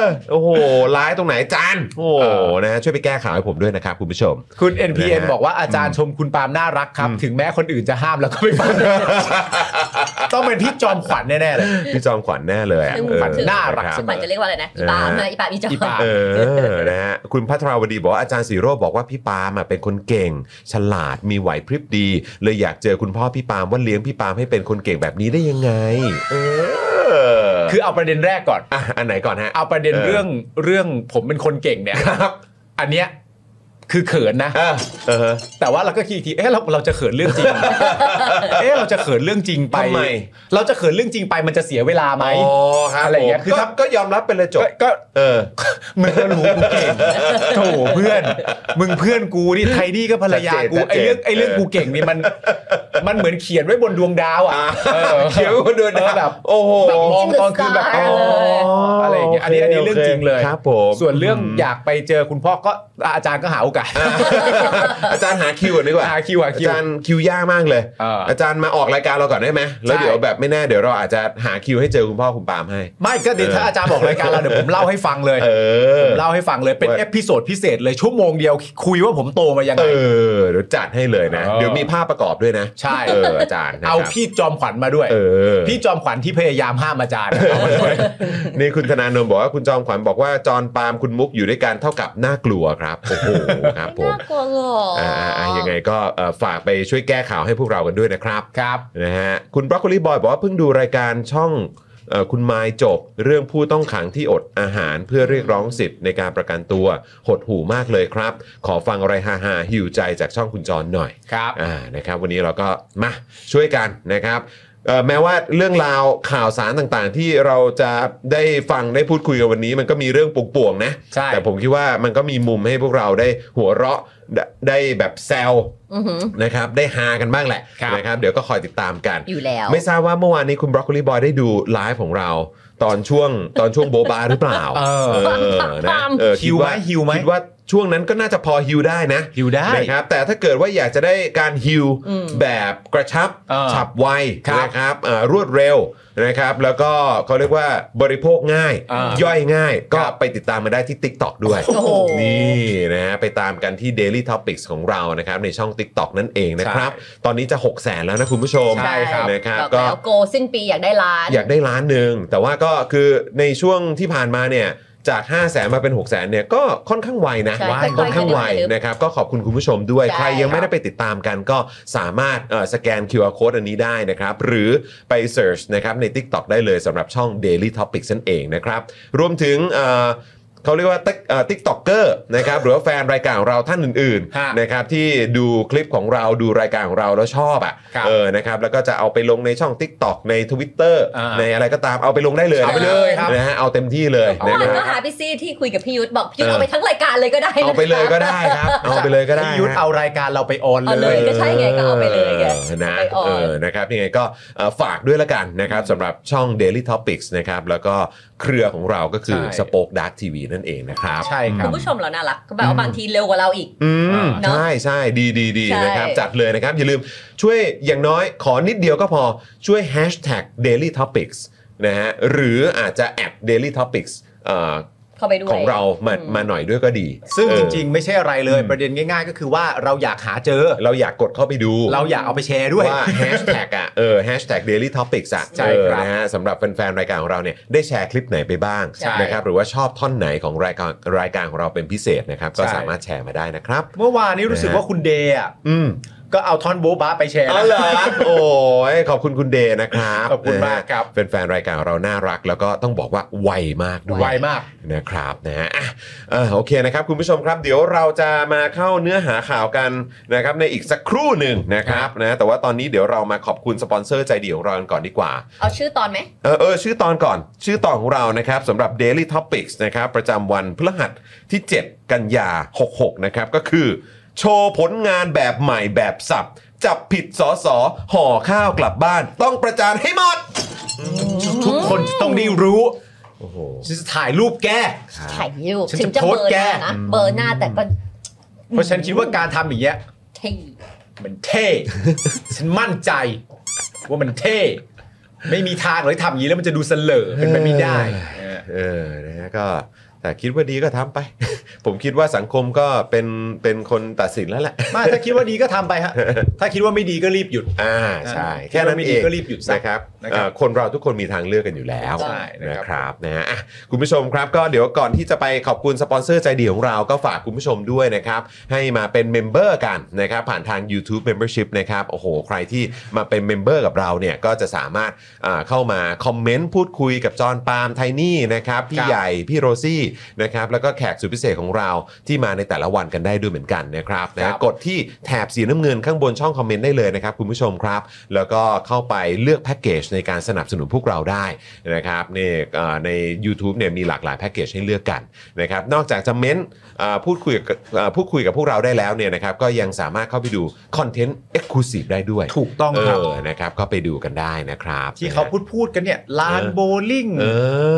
Speaker 7: อ โอ้โห ร้ายตรงไหนจานโอ้โห นะฮะช่วยไปแก้ข่าวให้ผมด้วยนะครับคุณผู้ชม
Speaker 3: คุณ NPN
Speaker 7: นะฮะ
Speaker 3: บอกว่าอาจารย์ชมคุณปาล์มน่ารักครับ ถึงแม้คนอื่นจะห้ามแล้วก็ไม่ฟัง ต้องเป็นพี่จอมขวัญแน่ ๆ เลย
Speaker 7: พี่จอมขวัญแน่เลยอะ
Speaker 6: ซึ่ง
Speaker 7: เออ
Speaker 6: ถึง
Speaker 3: น่ารัก
Speaker 7: ะคบ
Speaker 6: ปันจะเรียกว่าอะไรนะ อีปามนะอีปามอีจอ
Speaker 3: อีปาม
Speaker 7: เออ นะฮะ คุณพัทราวดีบอกว่าอาจารย์สีโรจน์บอกว่าพี่ปาล์มอะเป็นคนเก่ง ฉลาด มีไหวพริบดี เลยอยากเจอคุณพ่อพี่ปาล์มว่าเลี้ยงพี่ปาล์มให้เป็นคนเก่งแบบนี้ได้ยังไง เออ
Speaker 3: คือเอาประเด็นแรกก่อน
Speaker 7: อ่ะอันไหนก่อนฮะ
Speaker 3: เอาประเด็น
Speaker 7: เออ
Speaker 3: เรื่องเรื่องผมเป็นคนเก่งเนี่ย
Speaker 7: ครับ
Speaker 3: อันเนี้ยคือเขินนะ
Speaker 7: เออเออ
Speaker 3: แต่ว่าเราก็คิดอีกทีเอ๊ะเราเราจะเขินเรื่อง จริง เอ๊ะเราจะเขินเรื่องจริงไป
Speaker 7: ทำไม
Speaker 3: เราจะเขินเรื่องจริงไปมันจะเสียเวลาไหม
Speaker 7: อ๋อครับ
Speaker 3: อะไรอย่างเงี้ย
Speaker 7: ผม
Speaker 3: คือ
Speaker 7: ก็
Speaker 3: ถ้า
Speaker 7: ก็ยอมรับไปเลยจบ
Speaker 3: ก็ก็
Speaker 7: เออ
Speaker 3: มึงก็รู้กูเก่ง โถเพื่อน มึงเพื่อนกูนี่ไทนี่ก็ภรรยากู
Speaker 7: ชัดเจน
Speaker 3: ไอ้เรื่องไอ้เรื่อง
Speaker 7: เออ
Speaker 3: กูเก่งนี่มัน มันเหมือนเขียนไว้บนดวงดาวอ่ะเออ
Speaker 7: เขียวโดน
Speaker 3: เออ
Speaker 7: แบ
Speaker 3: แบบ
Speaker 7: บโอ้โห
Speaker 3: แบบมองตอนคือแบบ
Speaker 6: อ๋อ
Speaker 3: อะไรอย่างเงี้ยอันนี้อันนี้เรื่องจริงเลย
Speaker 7: ครับผม
Speaker 3: ส่วนเรื่องอยากไปเจอคุณพ่อก็อาจารย์ก็หาโอกาส
Speaker 7: อาจารย์หาคิวก่อนดีกว่า
Speaker 3: หาคิวหาคิว
Speaker 7: อาจารย์คิวยากมากเลย
Speaker 3: เอออ
Speaker 7: อาจารย์มาออกรายการเราก่อนได้ไหมแล้ว
Speaker 3: ใช่
Speaker 7: เดี๋ยวแบบไม่แน่เดี๋ยวเราอาจจะหาคิวให้เจอคุณพ่อคุณปาล์มให้
Speaker 3: ไม่ก็เดี๋ยวถ้าอาจารย์บอกรายการเราเดี๋ยวผมเล่าให้ฟังเลย
Speaker 7: เออ
Speaker 3: ผมเล่าให้ฟังเลยเป็น
Speaker 7: เออ
Speaker 3: เอพิโซดพิเศษเลยชั่วโมงเดียวคุยว่าผมโตมายัง
Speaker 7: เอ
Speaker 3: ไง
Speaker 7: อเดี๋ยวจัดให้เลยนะ
Speaker 3: เออ
Speaker 7: เดี๋ยวมีภาพประกอบด้วยนะ
Speaker 3: ใช่
Speaker 7: เอออาจารย์นะครับ
Speaker 3: เอาพี่จอมขวัญมาด้วย
Speaker 7: เออ
Speaker 3: พี่จอมขวัญที่พยายามห้ามอาจารย์เอามาด้วย
Speaker 7: นี่คุณธนาโนมบอกว่าคุณจอมขวัญบอกว่าจอนปาล์มคุณมุกอยู่ด้วยกันเท่ากับน่ากลัวครับโอ้โหครับผ
Speaker 6: ไม่
Speaker 7: ม
Speaker 6: น่ากลัวหรอก
Speaker 7: อ่าอ่ายังไงก็เอ่อฝากไปช่วยแก้ข่าวให้พวกเรากันด้วยนะครับ
Speaker 3: ครับ
Speaker 7: นะฮะคุณบรอกโคลีบอยบอกว่าเพิ่งดูรายการช่องเอ่อคุณไมายจบ เรื่องผู้ต้องขังที่อดอาหารเพื่อเรียกร้องสิทธิ์ในการประกันตัว หดหู่มากเลยครับ ขอฟังอะไรฮาฮาๆหิวใจจากช่องคุณจรหน่อย
Speaker 3: ครับ
Speaker 7: อ่านะครับวันนี้เราก็มาช่วยกันนะครับเอ่อแม้ว่าเรื่องราวข่าวสารต่างๆ ที่เราจะได้ฟังได้พูดคุยกันวันนี้ มันก็มีเรื่องป่วงๆนะ
Speaker 3: ใช่
Speaker 7: แต่ผมคิดว่ามันก็มีมุมให้พวกเราได้หัวเราะได้ได้แบบแซว
Speaker 6: อือหือ
Speaker 7: นะครับได้ฮากันบ้างแหละ
Speaker 3: ครับ
Speaker 7: นะครับเดี๋ยวก็คอยติดตามกัน
Speaker 6: อยู่แล้ว
Speaker 7: ไม่ทราบว่าเมื่อวานนี้คุณบรอกโคลีบอยได้ดูไลฟ์ของเรา ตอนช่วง ตอนช่วงโบบาหรือเปล่า
Speaker 3: เออ
Speaker 7: เออนะเออ
Speaker 3: ฮิวไหมฮิวไหม
Speaker 7: คิดว่าช่วงนั้นก็น่าจะพอฮิวได้นะ
Speaker 3: อยู่ได้
Speaker 7: นะครับแต่ถ้าเกิดว่าอยากจะได้การฮิว
Speaker 6: อืม
Speaker 7: แบบกระชับ
Speaker 3: เออ
Speaker 7: ฉับไว
Speaker 3: ครับ
Speaker 7: นะครับเอ่อรวดเร็วนะครับ แล้วก็เขาเรียกว่าบริโภคง่าย
Speaker 3: เออย่
Speaker 7: อยง่ายก็
Speaker 3: ครับ
Speaker 7: ไปติดตามมาได้ที่ TikTok ด้วย
Speaker 6: โอ้โห
Speaker 7: นี่นะฮะไปตามกันที่ Daily Topics ของเรานะครับ ในช่อง TikTok นั่นเองนะครับ ตอนนี้จะ 6 0แสนแล้วนะคุณผู้ชม
Speaker 3: ใช่ครับ
Speaker 7: นะครับ
Speaker 6: บอก
Speaker 7: ก็
Speaker 6: แล้วโกสิ้นปีอยากได้ล้าน
Speaker 7: อยากได้ล้านหนึ่ง แต่ว่าก็คือในช่วงที่ผ่านมาเนี่ย จาก 5 0 0แสนมาเป็น 6 0แสนเนี่ยก็ค่อนข้างไวนะ
Speaker 6: ใช่ค่อยๆ
Speaker 7: ค่อนข้างไว
Speaker 6: ค่อยๆ
Speaker 7: นะครับ ก็ขอบคุณคุณผู้ชมด้วย
Speaker 6: ใช่
Speaker 7: ใครยั
Speaker 6: ครับ
Speaker 7: งไม่ได้ไปติดตามกันก็สามารถเอ่อสแกน QR Code อันนี้ได้นะครับ หรือไป Search นะครับใน TikTok ได้เลยสำหรับช่อง Daily Topics นั่นเองนะครับ รวมถึงเอ่อเขาเรียกว่าติ๊กต็อกเกอร์นะครับหรือว่าแฟนรายการของเราท่านอื่น
Speaker 3: ฮะ
Speaker 7: ๆนะครับที่ดูคลิปของเราดูรายการของเราแล้วชอบอ่ะ
Speaker 3: ครับ
Speaker 7: เออนะครับแล้วก็จะเอาไปลงในช่อง TikTok ใน Twitter
Speaker 3: อ่า
Speaker 7: ในอะไรก็ตามเอาไปลงได้เลย
Speaker 3: เอาไปเลยครับ
Speaker 7: นะฮะเอาเต็มที่เลย
Speaker 6: เมื่อ
Speaker 7: นะ
Speaker 6: วาน
Speaker 7: ค
Speaker 6: ก็
Speaker 7: รับ
Speaker 6: หาพี่ซี่ที่คุยกับพี่ยุทธบอกพี่ยุทธ
Speaker 7: เออ
Speaker 6: เอาไปทั้งรายการเลยก็ได้นะ
Speaker 7: เอาไปเลยก็ได้ครับ เอาไปเลยก็ได้
Speaker 3: พี่ยุทธ
Speaker 7: ฮะ
Speaker 3: เอารายการเราไปออน
Speaker 6: เอา
Speaker 3: เล
Speaker 6: เลย ย ก็ใช่ไงก็เอาไปเลยไง
Speaker 7: ออนะ
Speaker 6: เอาไปออน
Speaker 7: เออนะครับยังไงก็เอ่อฝากด้วยละกันนะครับสำหรับช่อง Daily Topics นะครับแล้วก็เครือของเราก็คือ
Speaker 3: ใช่
Speaker 7: สป็อคดักทีวีนั่นเองนะครับ
Speaker 3: ใช่ครั
Speaker 6: คุ
Speaker 3: บ
Speaker 6: ณผู้ชมเราน่ารักก็แบบว่าบางทีเร็วกว่าเราอีก
Speaker 7: อืม
Speaker 6: เนอะ
Speaker 7: ใช่ใช่ดีดีดี
Speaker 6: ใช่
Speaker 7: นะครับ จัดเลยนะครับ อย่าลืมช่วยอย่างน้อยขอนิดเดียวก็พอช่วย Hashtag Daily Topics นะฮะหรืออาจจะแอด Daily Topics เอ่อ
Speaker 6: เข้าไปด้วย
Speaker 7: ของเรามามาหน่อยด้วยก็ดี
Speaker 3: ซึ่ง
Speaker 7: เออ
Speaker 3: จริง ๆ ไม่ใช่อะไรเลยประเด็นง่าย ๆ ก็คือว่าเราอยากหาเจอ
Speaker 7: เราอยากกดเข้าไปดู
Speaker 3: เราอยากเอาไปแชร์ด้วย
Speaker 7: ว่าแฮชแท็กอ่ะเออแฮชแท็กเดลี่ท็อปิกส์อ่ะ
Speaker 3: ใช่
Speaker 7: เออ
Speaker 3: ครับ
Speaker 7: นะฮะสำหรับแฟนๆ รายการของเราเนี่ยได้แชร์คลิปไหนไปบ้าง
Speaker 3: ใช่
Speaker 7: นะครับหรือว่าชอบท่อนไหนของรายการรายการของเราเป็นพิเศษนะครับ ก็
Speaker 3: ใช่
Speaker 7: สามารถแชร์มาได้นะครับ
Speaker 3: เมื่อวานนี้รู้สึกว่าคุณเดย์อะ
Speaker 7: อืม
Speaker 3: ก็เอาท่อนบูบ้าไปแชร์
Speaker 7: อ๋อ
Speaker 3: นะ
Speaker 7: เหรอโอ้ยขอบคุณคุณเดย์นะครับ
Speaker 3: ขอบคุณมากครับ
Speaker 7: เป็นแฟนๆรายการเราน่ารัก แล้วก็ต้องบอกว่าไวมากด้วย
Speaker 3: ไวมาก
Speaker 7: นะครับนะฮะอ่ะเอ่อโอเคนะครับคุณผู้ชมครับ เดี๋ยวเราจะมาเข้าเนื้อหาข่าวกันนะครับในอีกสักครู่หนึ่งนะครับนะแต่ว่าตอนนี้เดี๋ยวเรามาขอบคุณสปอนเซอร์ใจดีของเรากันก่อนดีกว่า
Speaker 6: เอาชื่อตอนไหม
Speaker 7: เออเออชื่อตอนก่อนชื่อตอนของเรานะครับสำหรับ Daily Topics นะครับประจำวันพฤหัสที่ 7 กันยา 66 นะครับ ก็คือ โชว์ผลงานแบบใหม่แบบสับ จับผิดสอสอห่อข้าวกลับบ้าน ต้องประจานให้หมด
Speaker 3: ทุกคนจะต้องได้รู้
Speaker 7: โอ้โห
Speaker 3: ฉันจะถ่ายรูปแก
Speaker 6: ถ่ายรูป
Speaker 3: ฉันจะ
Speaker 6: ถึงจะ
Speaker 3: โพ
Speaker 6: เบอ
Speaker 3: สต์
Speaker 6: ร์ห
Speaker 3: แก
Speaker 6: น้านะ เบอร์หน้าแต่ก็
Speaker 3: เพราะฉันคิดว่าการทำอย่างเงี้ย
Speaker 6: เท่
Speaker 3: มันเท่ ฉันมั่นใจ ว่ามันเท่ ไม่มีทางเลยทำอย่างนี้แล้วมันจะดูเสลอเป็นไปไม่ได้เออ
Speaker 7: เออ นะฮะ ก็ แต่คิดว่าดีก็ทำไป ผมคิดว่าสังคมก็เป็น เป็นคนตัดสินแล้วแหละ
Speaker 3: ไมาถ้าคิดว่าดีก็ทำไปฮะ ถ้าคิดว่าไม่ดีก็รีบหยุด
Speaker 7: อ่า ใช่
Speaker 3: คิดว่า
Speaker 7: แค่นั้น
Speaker 3: ไม่ดี
Speaker 7: เอง
Speaker 3: ก็รีบหยุดซะ
Speaker 7: นะครับ
Speaker 3: นะครับ
Speaker 7: เอ่อคนเราทุกคนมีทางเลือกกันอยู่แล้ว
Speaker 3: ใช่
Speaker 7: นะ
Speaker 3: นะครับ
Speaker 7: ครับ นะฮะอ่ะคุณผู้ชมครับ ก็เดี๋ยวก่อนที่จะไปขอบคุณสปอนเซอร์ใจดีของเรา ก็ฝากคุณผู้ชมด้วยนะครับ ให้มาเป็นเมมเบอร์กันนะครับ ผ่านทาง YouTube Membership นะครับ โอ้โห ใครที่มาเป็นเมมเบอร์กับเราเนี่ย ก็จะสามารถอ่าเข้ามาคอมเมนต์พูดคุยกับจอห์นปาล์มไทนี่นะครับ พี่
Speaker 3: ครับ
Speaker 7: ใหญ่ พี่โรซี่นะครับ แล้วก็แขกสุดพิเศษของเราที่มาในแต่ละวันกันได้ด้วยเหมือนกันนะครับนะ
Speaker 3: ครั
Speaker 7: ฮะ
Speaker 3: บ
Speaker 7: กดที่แถบสีน้ำเงินข้างบนช่องคอมเมนต์ได้เลยนะครับ คุณผู้ชมครับ แล้วก็เข้าไปเลือกแพ็กเกจในการสนับสนุนพวกเราได้นะครับนี่เอ่อใน u t u b e เนี่ยมีหลากหลายแพ็กเกจให้เลือกกันนะครับนอกจากจะเม้นต์เอ่อพูดคุยกับเอ่อพูดคุยกับพวกเราได้แล้วเนี่ยนะครับก็ยังสามารถเข้าไปดูคอนเทนต์เอ็กซ์คลูซีฟได้ด้วย
Speaker 3: ถูกต้อง
Speaker 7: เอ
Speaker 3: ครับ
Speaker 7: อนะครับก็ไปดูกันได้นะครับ
Speaker 3: ที่เขาพูดพูดกันเนี่ยลานโบลิ่ง
Speaker 7: เอ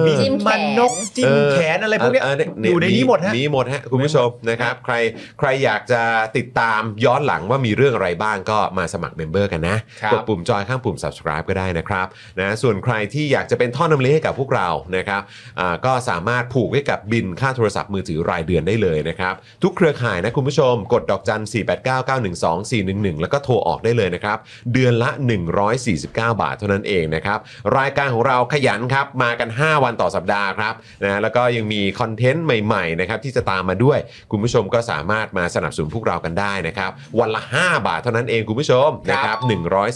Speaker 7: อ
Speaker 3: มีมันนกจิ้มแขนอะไรพวกเนี้ย
Speaker 7: เ
Speaker 3: อยู่ในนี้หมดฮะ
Speaker 7: มีหมดฮะคุณผู้ชมนะครับ ใครใครอยากจะติดตามย้อนหลังว่ามีเรื่องอะไรบ้างก็มาสมัครเมมเบอร์กันนะ
Speaker 3: ครับ
Speaker 7: กดปุ่มจอยข้างปุ่ม subscribe ก็ได้นะครับนะส่วนใครที่อยากจะเป็นท่อนำเลี้ยงให้กับพวกเรานะครับอ่าก็สามารถผูกไว้กับบินค่าโทรศัพท์มือถือรายเดือนได้เลยนะครับ ทุกเครือข่ายนะคุณผู้ชม กดดอกจัน 4 8 9 9 1 2 4 1 1 แล้วก็โทรออกได้เลยนะครับ เดือนละ 149 บาทเท่านั้นเองนะครับ รายการของเราขยันครับ มากัน 5 วันต่อสัปดาห์ครับนะแล้วก็ยังมีคอนเทนต์ใหม่ๆนะครับที่จะตามมาด้วย คุณผู้ชมก็สามารถมาสนับสนุนพวกเรากันได้นะครับ วันละ 5 บาทเท่านั้นเองคุณผู้ชมนะครับ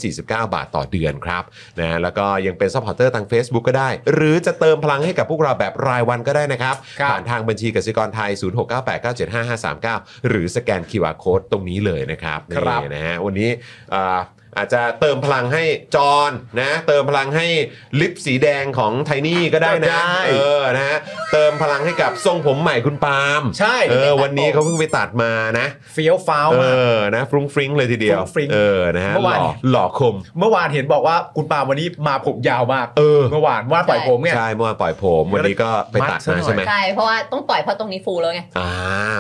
Speaker 7: 149 บาทต่อเดือนครับนะแล้วก็ยังเป็นซัพพอร์เตอร์ทาง Facebook ก็ได้ หรือจะเติมพลังให้กับพวกเราแบบรายวันก็ได้นะครับ
Speaker 3: ครับ
Speaker 7: ผ่านทางบัญชีกสิกรไทย 0698975539 หรือสแกน QR Code ตรงนี้เลยนะครับ
Speaker 3: ครับ
Speaker 7: นี่นะฮะวันนี้อ่าอาจจะเติมพลังให้จอนนะ เติมพลังให้ลิปสีแดงของไทนี่ก็ได้นะเออนะฮะเติมพลังให้กับทรงผมใหม่คุณปาล์ม
Speaker 3: ใช่
Speaker 7: เออวันนี้เขาเพิ่งไปตัดมานะ
Speaker 3: เฟี้ยวฟ้าว
Speaker 7: เอ
Speaker 3: มาก
Speaker 7: อนะฟรุ้งฟริ้งเลยทีเดียว
Speaker 3: ฟรุ้งฟริ้ง
Speaker 7: เออนะฮะ
Speaker 3: เมื่
Speaker 7: ห
Speaker 3: อ
Speaker 7: ล่
Speaker 3: วาน
Speaker 7: อหล่อคม
Speaker 3: เมื่อวานเห็นบอกว่าคุณปาวันนี้มาผมยาวมาก
Speaker 7: เออ
Speaker 3: เมื่อวานว่าปล่อยผมเนี่ย
Speaker 7: ใช่เมื่อวานปล่อยผมวันนี้ก็ไปตัดมาใช่ไหม
Speaker 6: ใช่เพราะว่าต้องปล่อยเพราะตรงนี้ฟูแล้วไง
Speaker 7: อ่า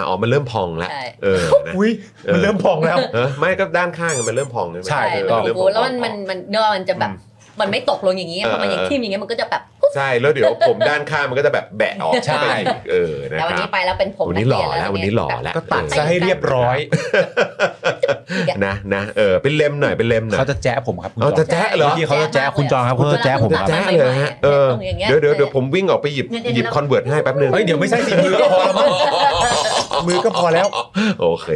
Speaker 7: อ๋อมันเริ่มพองแล้ว
Speaker 6: ใช่
Speaker 7: เออนะ
Speaker 3: อุ้ย
Speaker 7: เออ
Speaker 3: มันเริ่มพองแล้ว
Speaker 7: เออไม่ก็ด้านข้างอะมันเริ่มพองใช่ไหม
Speaker 3: ใช่
Speaker 6: ใช่มัน
Speaker 7: เออเริ่ม
Speaker 6: ฟู
Speaker 7: พอง
Speaker 6: แล้วมันมันมันเนื้อมันจะแบบมันไม่ตกลงอย่างนี้
Speaker 7: เออ
Speaker 6: เพราะมันยัง
Speaker 7: เออ
Speaker 6: ทิ่มอย่างเงี้ยมันก็จะแบบ
Speaker 7: ใช่แล้วเดี๋ยวผมด้านข้างมันก็จะแบบแบะออก
Speaker 3: ใช่
Speaker 7: ไปอีกเออนะ
Speaker 6: แต่วัน
Speaker 7: ครั
Speaker 6: นี้
Speaker 7: บ
Speaker 6: ไปแล้วเป็นผม
Speaker 7: วันนี้หล่อ
Speaker 6: เย
Speaker 7: แล้ววันนี้หล่อแล้ว
Speaker 3: ก็ตัดซะให้เรียบร้อย
Speaker 7: เออนะนะเออเป็นเล็มหน่อยเป็นเล็มหน่อย
Speaker 3: เขาจะแจ๊ะผมครับคุณจ
Speaker 7: เอา
Speaker 3: อ
Speaker 7: จะ
Speaker 3: น
Speaker 7: แจ๊ะเหรอ
Speaker 3: ที่เขาจะแจ๊ะคุณจองครับเขาจะแจ๊ะผมครับ
Speaker 7: แจ๊ะเลยฮะเออเดี๋ยวเดี๋ยวเดี๋ยวผมวิ่งออกไปหยิบหยิบคอนเวิร์ตให้แป๊บนึง
Speaker 3: เฮ้ยเดี๋ยวไม่ใช่สิมือก็พอแล้วมั้งมือก็พอแล้ว
Speaker 7: โอเค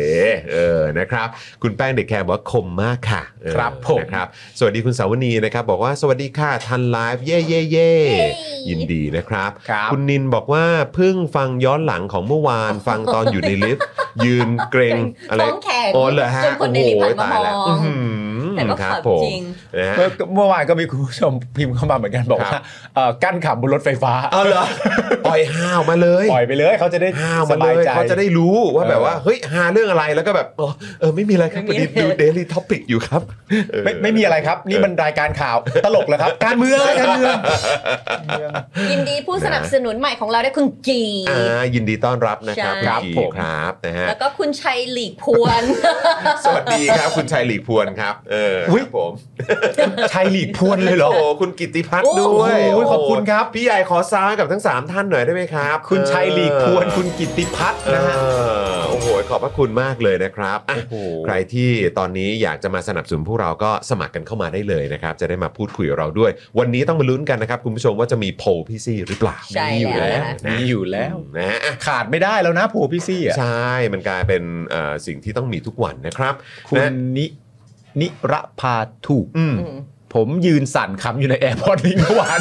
Speaker 7: เออ นะครับ คุณแป้งเด็กแคร์บอกว่าคมมากค่ะเออ
Speaker 3: ครับผม
Speaker 7: นะครับ สวัสดีคุณสาวนีนะครับ บอกว่าสวัสดีค่ะ ทันไลฟ์ เย่เย่เย่ยินดีนะครับ
Speaker 3: ครับ
Speaker 7: ณนินบอกว่าเพิ่งฟังย้อนหลังของเมื่อวาน ฟังตอนอยู่ในลิฟต์ ยืนเกรงอะไร
Speaker 6: ท้องแข็ง
Speaker 7: โอ้เหรอฮะ
Speaker 6: จนคนในลิฟต์หันมามอง
Speaker 7: โโหตยแล้วอื้อหือ
Speaker 6: แต่ก็
Speaker 7: ค
Speaker 6: ข
Speaker 7: รับผ
Speaker 6: ำ
Speaker 7: ม
Speaker 6: จริง
Speaker 7: นะฮะ
Speaker 3: เมื่อเมื่อวานก็มีคุณผู้ชมพิมพ์เข้ามาเหมือนกันบอก
Speaker 7: ครั
Speaker 3: ว่า
Speaker 7: บ
Speaker 3: เอ่อกั้นขำบนรถไฟฟ้า
Speaker 7: เอาเหรอ ปล่อยห้าวมาเลย
Speaker 3: ปล่อยไปเลยเขาจะได้
Speaker 7: ห้าว
Speaker 3: ส
Speaker 7: มาเล
Speaker 3: บาย
Speaker 7: ย
Speaker 3: ใจ
Speaker 7: เขาจะได้รู้ว่า
Speaker 3: เออ
Speaker 7: แบบว่า เฮ้ยหาเรื่องอะไรแล้วก็แบบอ๋อเออไม่มีอะไรครับพ
Speaker 6: ไม่
Speaker 7: อ
Speaker 6: มี
Speaker 7: ดีดูเดลี่ท็อปิกอยู่ครับเออ
Speaker 3: ไม่ไม่มีอะไรครับ นี่มันรายการข่าวตลกเหรอครับ การเมืองการเมืองการเมือง
Speaker 6: ยินดีผู้สนับสนุนใหม่ของเราได้วยคุณจี
Speaker 7: อ่ายินดีต้อนรับนะครับ
Speaker 6: ใช่
Speaker 7: คุณกี
Speaker 3: ครับผม
Speaker 7: ครับนะฮะ
Speaker 6: แล้วก็คุณชัยหลีกพวน
Speaker 7: สวัสดีครับ คุณชัยหลีกพวนครับเอออ
Speaker 3: อุ๊ย
Speaker 7: ครับผม
Speaker 3: ชัยหลีกพวนเลยเหรอ
Speaker 7: โอ้โหคุณกิตติพัฒน์
Speaker 6: โอ้โห
Speaker 7: ด้วย
Speaker 3: โอ้ยขอบคุณครับ
Speaker 7: พี่ใหญ่ขอซ้ายกับทั้ง 3 ท่านหน่อยได้ไหมครับ
Speaker 3: คุณชัยหลีกพวน
Speaker 7: เออ
Speaker 3: คุณกิตติพัฒน์
Speaker 7: เอ
Speaker 3: นะฮะ
Speaker 7: อโอ้โหขอบพระคุณมากเลยนะครับอ่ะ
Speaker 3: โอ้โห
Speaker 7: ใครที่ตอนนี้อยากจะมาสนับสนุนพวกเราก็สมัครกันเข้ามาได้เลยนะครับ จะได้มาพูดคุยกับเราด้วย วันนี้ต้องมาลุ้นกันนะครับ คุณผู้ชมว่าจะมีโพลพี่ซี่หรือเปล่า
Speaker 6: ใช่
Speaker 3: มีอยู่
Speaker 6: แล้
Speaker 3: แล้ว ว
Speaker 6: นะ
Speaker 3: มีอยู่แล้ว
Speaker 7: นะฮะอ่ะ
Speaker 3: ขาดไม่ได้แล้วนะผัวพี่ซี่อ่ะ
Speaker 7: ใช่ มันกลายเป็นเอ่อสิ่งที่ต้องมีทุกวันนะครับ
Speaker 3: คุณ
Speaker 7: นะ
Speaker 3: นิ นิรพาถูก
Speaker 7: อืม
Speaker 6: อืม
Speaker 3: ผมยืนสั่นขำอยู่ในแอร์พอร์ตลิงเมื่อวาน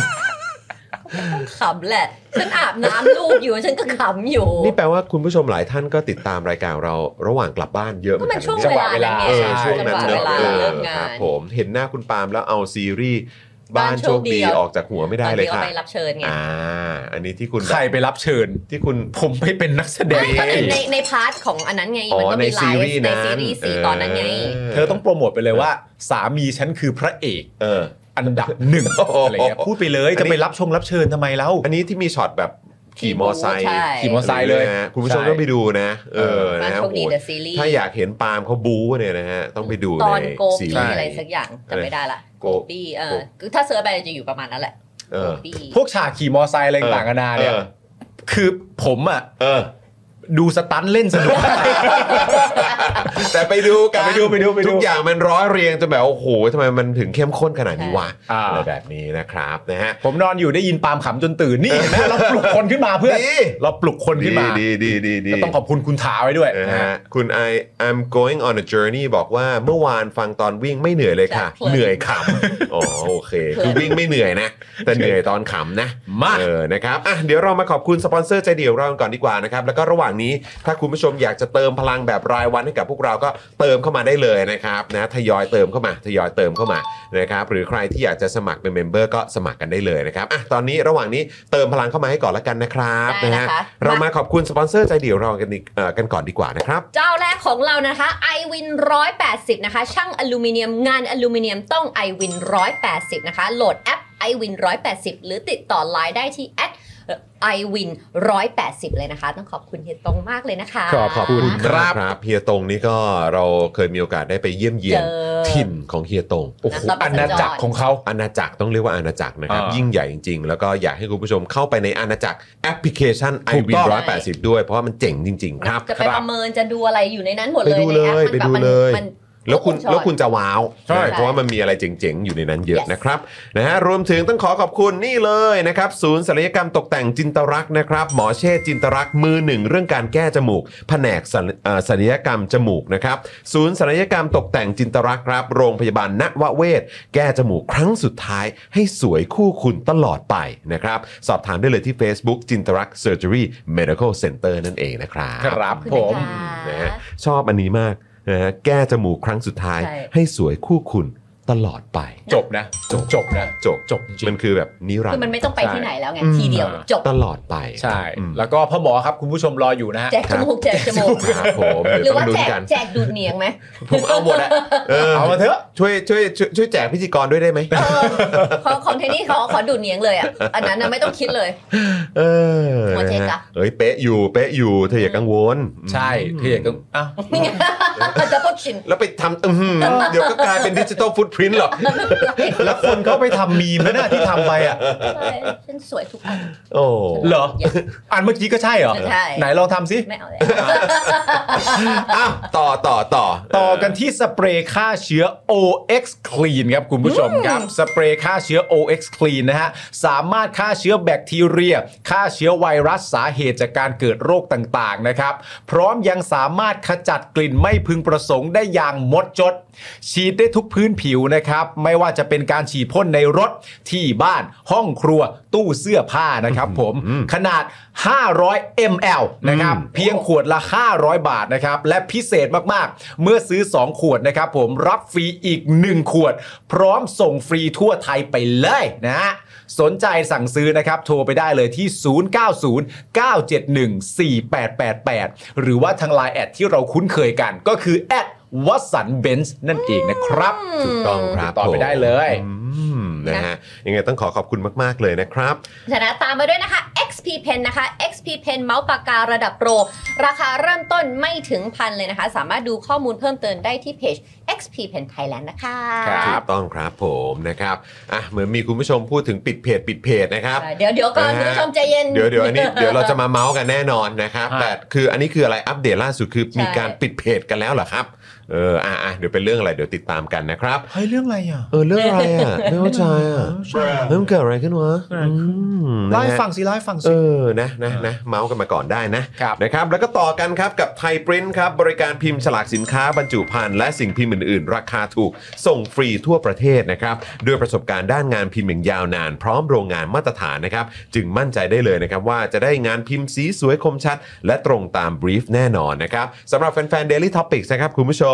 Speaker 6: ขำแหละ ฉันอาบน้ำลูกอยู่ฉันก็ขำอยู่
Speaker 7: นี่แปลว่าคุณผู้ชมหลายท่านก็ติดตามรายการเราระหว่างกลับบ้านเยอะ
Speaker 6: ก็มันช่วง
Speaker 7: หมือกัะ
Speaker 6: เวลานั้นไง
Speaker 7: เออ
Speaker 6: ใช่
Speaker 7: ช่วงนั้นเน
Speaker 6: จั
Speaker 7: อะ
Speaker 6: งหวะเว
Speaker 7: เอ
Speaker 6: ลา
Speaker 7: อ
Speaker 6: เลิกงาน
Speaker 7: ครับผมเห็นหน้าคุณปาล์มแล้วเอาซีรีส์บ้าน
Speaker 6: บ้าน
Speaker 7: โชคดี
Speaker 6: โชคดี
Speaker 7: ออกจากหัวไม่ได้เลย
Speaker 6: ตอนที่
Speaker 7: ค่ะ
Speaker 6: อาไปรับเชิญไง
Speaker 7: อ่า อันนี้ที่คุณ
Speaker 3: ใครไปรับเชิญ
Speaker 7: ที่คุณ
Speaker 3: ผมไปเป็นนักแสดง
Speaker 6: ก็คือในในพาร์ทของอันนั้นไง
Speaker 7: อ๋อ
Speaker 6: มันก็
Speaker 7: ใน
Speaker 6: มีไล
Speaker 7: ซี
Speaker 6: ฟ์
Speaker 7: รีส์
Speaker 6: ใน
Speaker 7: นั้น
Speaker 6: ซีรีส์สี่ตอนนั้นไง
Speaker 3: เธอต้องโปรโมทไปเลยว่า สามีฉันคือพระเอก
Speaker 7: เออ
Speaker 3: อันดับหนึ่ง
Speaker 7: โอ้โห
Speaker 3: อะไรเงี้ยพูดไปเลยจะไปรับชงรับเชิญทำไมแล้ว
Speaker 7: อันนี้ที่มีช็อตแบบขี่มอไซค์
Speaker 6: ใช่
Speaker 3: ขี่มอไซค์เลย
Speaker 7: นะฮะคุณผู้ชมต้องไปดูนะ เออ
Speaker 6: บ้า
Speaker 7: นะ
Speaker 6: น
Speaker 7: ฮะ
Speaker 6: โชคดี
Speaker 7: โอ้โห
Speaker 6: เดอะซีรีส์
Speaker 7: ถ้าอยากเห็นปาล์มเขาบู๊เนี่ยนะฮะต้องไปดู
Speaker 6: ต
Speaker 7: ใน
Speaker 6: อนโก
Speaker 7: ซี
Speaker 6: บี้
Speaker 7: รีส์
Speaker 6: อะไรสักอย่างจำไม่ได้ละ
Speaker 7: โก
Speaker 6: โก
Speaker 7: บ
Speaker 6: บี้เอ
Speaker 7: โก
Speaker 6: อบ คือถ้าเสิร์ชไปจะอยู่ประมาณนั้นแหละ
Speaker 7: เอ
Speaker 6: โก
Speaker 7: อ
Speaker 6: บี้
Speaker 3: พวกฉากขี่มอไซค์อะไรต่างๆนานาเนี่ย
Speaker 7: ออ
Speaker 3: คือผมอ่ะ
Speaker 7: เออ
Speaker 3: ดูสตันเล่นสนุก
Speaker 7: แต่ไปดูกัน
Speaker 3: แต่ไปดูไปดูไปดู
Speaker 7: ทุกอย่างมันร้อยเรียงจนแบบโอ้โหทำไมมันถึงเข้มข้นขนาดนี้วะ
Speaker 3: อ่า
Speaker 7: อะไรแบบนี้นะครับนะฮะ
Speaker 3: ผมนอนอยู่ได้ยินปาล์มขำจนตื่นนี่เห็นไหมเราปลุกคนขึ้นมาเพื่อน
Speaker 7: ดี
Speaker 3: เราปลุกคนขึ้นมา
Speaker 7: ดีดีดีดี
Speaker 3: ก็ต้องขอบคุณคุณถาไว้ด้วย
Speaker 7: นะฮะคุณ I I'm going on a journey บอกว่าเมื่อวานฟังตอนวิ่งไม่เหนื่อยเลยค่ะ เหนื่อยขำอ๋อโอเค คือวิ่งไม่เหนื่อยนะ แต่เหนื่อยตอนขำนะ
Speaker 3: มา
Speaker 7: เออ นะครับ อ่ะ เดี๋ยวเรามาขอบคุณสปอนเซอร์ใจเดียวเรากันก่อนดีกว่านะครับ แล้วก็ระหว่างนี้ถ้าคุณผู้ชมอยากจะเติมพลังแบบรายวันให้กับพวกเราก็เติมเข้ามาได้เลยนะครับนะทยอยเติมเข้ามาทยอยเติมเข้ามานะครับ หรือใครที่อยากจะสมัครเป็นเมมเบอร์ก็สมัครกันได้เลยนะครับ อ่ะ ตอนนี้ระหว่างนี้เติมพลังเข้ามาให้ก่อนละกันนะครับ
Speaker 6: ได้
Speaker 7: นะ
Speaker 6: นะ
Speaker 7: ฮะ
Speaker 6: คะ
Speaker 7: เรามาขอบคุณสปอนเซอร์ใจเดียวเรากันอีกเอ่อกันก่อนดีกว่านะครับ
Speaker 6: เจ้าแรกของเรานะคะ iWin 180 นะคะ ช่างอลูมิเนียมงานอลูมิเนียมต้อง iWin 180 นะคะ โหลดแอป iWin 180 หรือติดต่อไลน์ได้ที่ iWin 180 เลยนะคะ ต้องขอบคุณเฮียตรงมากเลยนะคะ
Speaker 7: ขอบขอบคุณ
Speaker 3: ค
Speaker 7: มา
Speaker 3: รั
Speaker 7: ก
Speaker 3: บ
Speaker 7: ครับเฮียตงนี่ก็เราเคยมีโอกาสได้ไปเยี่ยมเยียน
Speaker 6: เจอ
Speaker 7: ถิ่นของเฮียตง
Speaker 3: โอ้โห
Speaker 6: เราไป
Speaker 3: อา
Speaker 6: สัญจร
Speaker 3: ณาจักรของเขา
Speaker 7: อาณาจักรต้องเรียกว่าอาณาจักรนะครับ
Speaker 3: อ่า
Speaker 7: ยิ่งใหญ่จริงๆ แล้วก็อยากให้คุณผู้ชมเข้าไปในอาณาจักรแอปพลิเคชัน
Speaker 3: ถู
Speaker 7: i
Speaker 3: ก
Speaker 7: w ิน
Speaker 3: ต้อง
Speaker 7: 180 ด้วย เพราะว่ามันเจ๋งจริง ๆ ครับ
Speaker 6: จะไป
Speaker 7: ค
Speaker 6: ป
Speaker 7: รับ
Speaker 6: ระเมินจะดูอะไรอยู่ในนั้นหมดเลย
Speaker 7: ไปดูเลย
Speaker 6: ในแอปมัน
Speaker 7: ไป
Speaker 6: แบบ
Speaker 7: ดู
Speaker 6: มัน
Speaker 7: เลย
Speaker 6: มัน
Speaker 7: แล้วคุณ
Speaker 6: ชอบ
Speaker 7: แล้วคุณจะว้าว
Speaker 3: ใช่
Speaker 7: นะเพราะว่ามันมีอะไรเจ๋งๆ อยู่ในนั้นเยอะ
Speaker 6: Yes
Speaker 7: นะครับนะฮะรวมถึงต้องขอขอบคุณนี่เลยนะครับ ศูนย์ศัลยกรรมตกแต่งจินตรักษณ์นะครับ หมอเช่จินตรักษณ์มือหนึ่งเรื่องการแก้จมูก แผนกศัลเอ่อศัลยกรรมจมูกนะครับ ศูนย์ศัลยกรรมตกแต่งจินตรักษณ์ครับโรงพยาบาลณวเวศแก้จมูกครั้งสุดท้ายให้สวยคู่คุณตลอดไปนะครับ สอบถามได้เลยที่ Facebook จินตรักเซอร์เจอรี่เมดิคอลเซ็นเตอร์นั่นเองนะครับ
Speaker 3: ครับ
Speaker 6: คุณ
Speaker 3: ผม
Speaker 6: นะคะ
Speaker 7: นะฮะชอบอันนี้มากนะฮะแก้จมูกครั้งสุดท้าย
Speaker 6: ใช่
Speaker 7: ให้สวยคู่คุณตลอดไป
Speaker 3: จบนะ
Speaker 7: จบ
Speaker 3: จบนะ
Speaker 7: จบ
Speaker 3: จบจริง
Speaker 7: มันคือแบบนิรัน
Speaker 6: คือ
Speaker 7: ด
Speaker 6: มัน
Speaker 7: ร์
Speaker 6: ไม่ต้องไปที่ไหนแล้วไง
Speaker 7: อืม
Speaker 6: ทีเดียวจบ
Speaker 7: ตลอดไป
Speaker 3: ใช่
Speaker 7: อืม
Speaker 3: แล้วก็พ่อหมอครับคุณผู้ชมรออยู่นะฮะ
Speaker 6: แจกจมูกแจกจมูก
Speaker 7: ครับผม
Speaker 6: หรื
Speaker 7: เดี๋ย
Speaker 6: อ
Speaker 7: วต้อ
Speaker 6: ว่าง
Speaker 7: ลุ้
Speaker 6: แจ
Speaker 7: น
Speaker 6: ก
Speaker 7: กัน
Speaker 6: แจกดูดเหนียงไหม
Speaker 7: ผมเอาหมดอะเออ
Speaker 3: เอามาเถอะ
Speaker 7: ช่วยช่วยช่วยช่วยแจกพิธีกรด้วยได้ไหม
Speaker 6: เออขอของเทนี่ขอขอดูดเหนียงเลยอ่ะอันนั้นน่ะไม่ต้องคิดเลย
Speaker 7: เออ
Speaker 6: หัวใจ
Speaker 7: นะ
Speaker 6: จ้ะ
Speaker 7: ฮะเอ้ยเป๊ะอยู่เป๊ะอยู่เธออย่ากังวล
Speaker 3: ใช่เท่ก็อ้าว
Speaker 6: จะพูดชิน
Speaker 7: แล้วไปทำอื้อหือเดี๋ยวก็กลายเป็นดิจิ t a ลฟุตพิ้นหรอก
Speaker 3: แล้วคนเขาไปทำมีมนะเนี่ยที่ทำไปอ่ะ
Speaker 6: ใช่ฉันสวยทุกอัน
Speaker 7: โอ้
Speaker 3: เหรอ
Speaker 6: Yes
Speaker 3: อันเมื่อกี้ก็ใช่เหรอ
Speaker 6: ใช่
Speaker 3: ไหนลองทำสิ
Speaker 6: ไม่เอาแล้ว
Speaker 7: อ้าวต่อต่อต่อ
Speaker 3: ต่อกันที่สเปรย์ฆ่าเชื้อ OX Clean ครับคุณผู้ชมครับ สเปรย์ฆ่าเชื้อ OX Clean นะฮะ สามารถฆ่าเชื้อแบคทีเรีย ฆ่าเชื้อไวรัสสาเหตุจากการเกิดโรคต่างๆนะครับ พร้อมยังสามารถขจัดกลิ่นไม่พึงประสงค์ได้อย่างหมดจด ฉีดได้ทุกพื้นผิวนะครับ ไม่ว่าจะเป็นการฉีดพ่นในรถที่บ้านห้องครัวตู้เสื้อผ้านะครับผมขนาด 500 ml นะครับเพียง ขวดละ 500 บาทนะครับ และพิเศษมาก ๆ เมื่อซื้อ 2 ขวดนะครับ ผมรับฟรีอีก 1 ขวด พร้อมส่งฟรีทั่วไทยไปเลยนะฮะสนใจสั่งซื้อนะครับ โทรไปได้เลยที่ 0909714888 หรือว่าทางไลน์แอดที่เราคุ้นเคยกัน ก็คือแอดวัสันเบนซ์นั่นเองนะครับ
Speaker 7: ถูกต้องครับ
Speaker 3: ต่อไปได้เลย
Speaker 7: อืมนะฮะยังไงต้องขอขอบคุณมาก ๆ เลยนะครับ
Speaker 6: ชนะตามมาด้วยนะคะ XP Pen นะคะ XP Pen เมาส์ปากการะดับโปร ราคาเริ่มต้นไม่ถึงพันเลยนะคะ สามารถดูข้อมูลเพิ่มเติมได้ที่เพจ XP Pen Thailand นะคะ
Speaker 3: ครับ
Speaker 7: ถูกต้องครับผมนะครับอ่ะเหมือนมีคุณผู้ชมพูดถึงปิดเพจปิดเพจนะครับ
Speaker 6: เดี๋ยวเดี๋ยวก่อน
Speaker 7: นะ
Speaker 6: คุณ
Speaker 7: ฮะ
Speaker 6: ผู้ชมใจเย็น
Speaker 7: เดี๋ยวเดี๋ยวอันนี้เดี๋ยวเราจะมาเมาส์กันแน่นอนนะครับ
Speaker 3: ฮะ
Speaker 7: แต่คืออันนี้คืออะไรอัปเดตล่าสุดคือมี
Speaker 6: ใช่
Speaker 7: การปิดเพจกันแล้วเหรอครับเอออ่ะอ่ะเดี๋ยวเป็นเรื่องอะไรเดี๋ยวติดตามกันนะครับ
Speaker 3: เฮ้ยเรื่องอะไรอ่ะ
Speaker 7: เออเรื่องอะไรอ่ะไม่เข้าใจอ่ะเริ่มนเกิดอะไรขึ้นวะอืมนะ
Speaker 3: ไล่า
Speaker 7: ฮะ
Speaker 3: ให้ฟังสิไล่าให้ฟัง
Speaker 7: เอ
Speaker 3: สิ
Speaker 7: อ นะ นะ นะ เมาส์กันมาก่อนได้นะครับ นะครับ แล้วก็ต่อกันครับกับไทยปริ้นครับ บริการพิมพ์ฉลากสินค้าบรรจุภัณฑ์และสิ่งพิมพ์ อื่น ๆ ราคาถูกส่งฟรีทั่วประเทศนะครับด้วยประสบการณ์ด้านงานพิมพ์อย่างยาวนาน พร้อมโรงงานมาตรฐานนะครับจึงมั่นใจได้เลยนะครับว่าจะได้งานพิมพ์สีสวยคมชัด และตรงตามบรีฟแน่นอนนะครับสำหรับแฟน ๆ Daily Topics นะครับคุณผู้ชม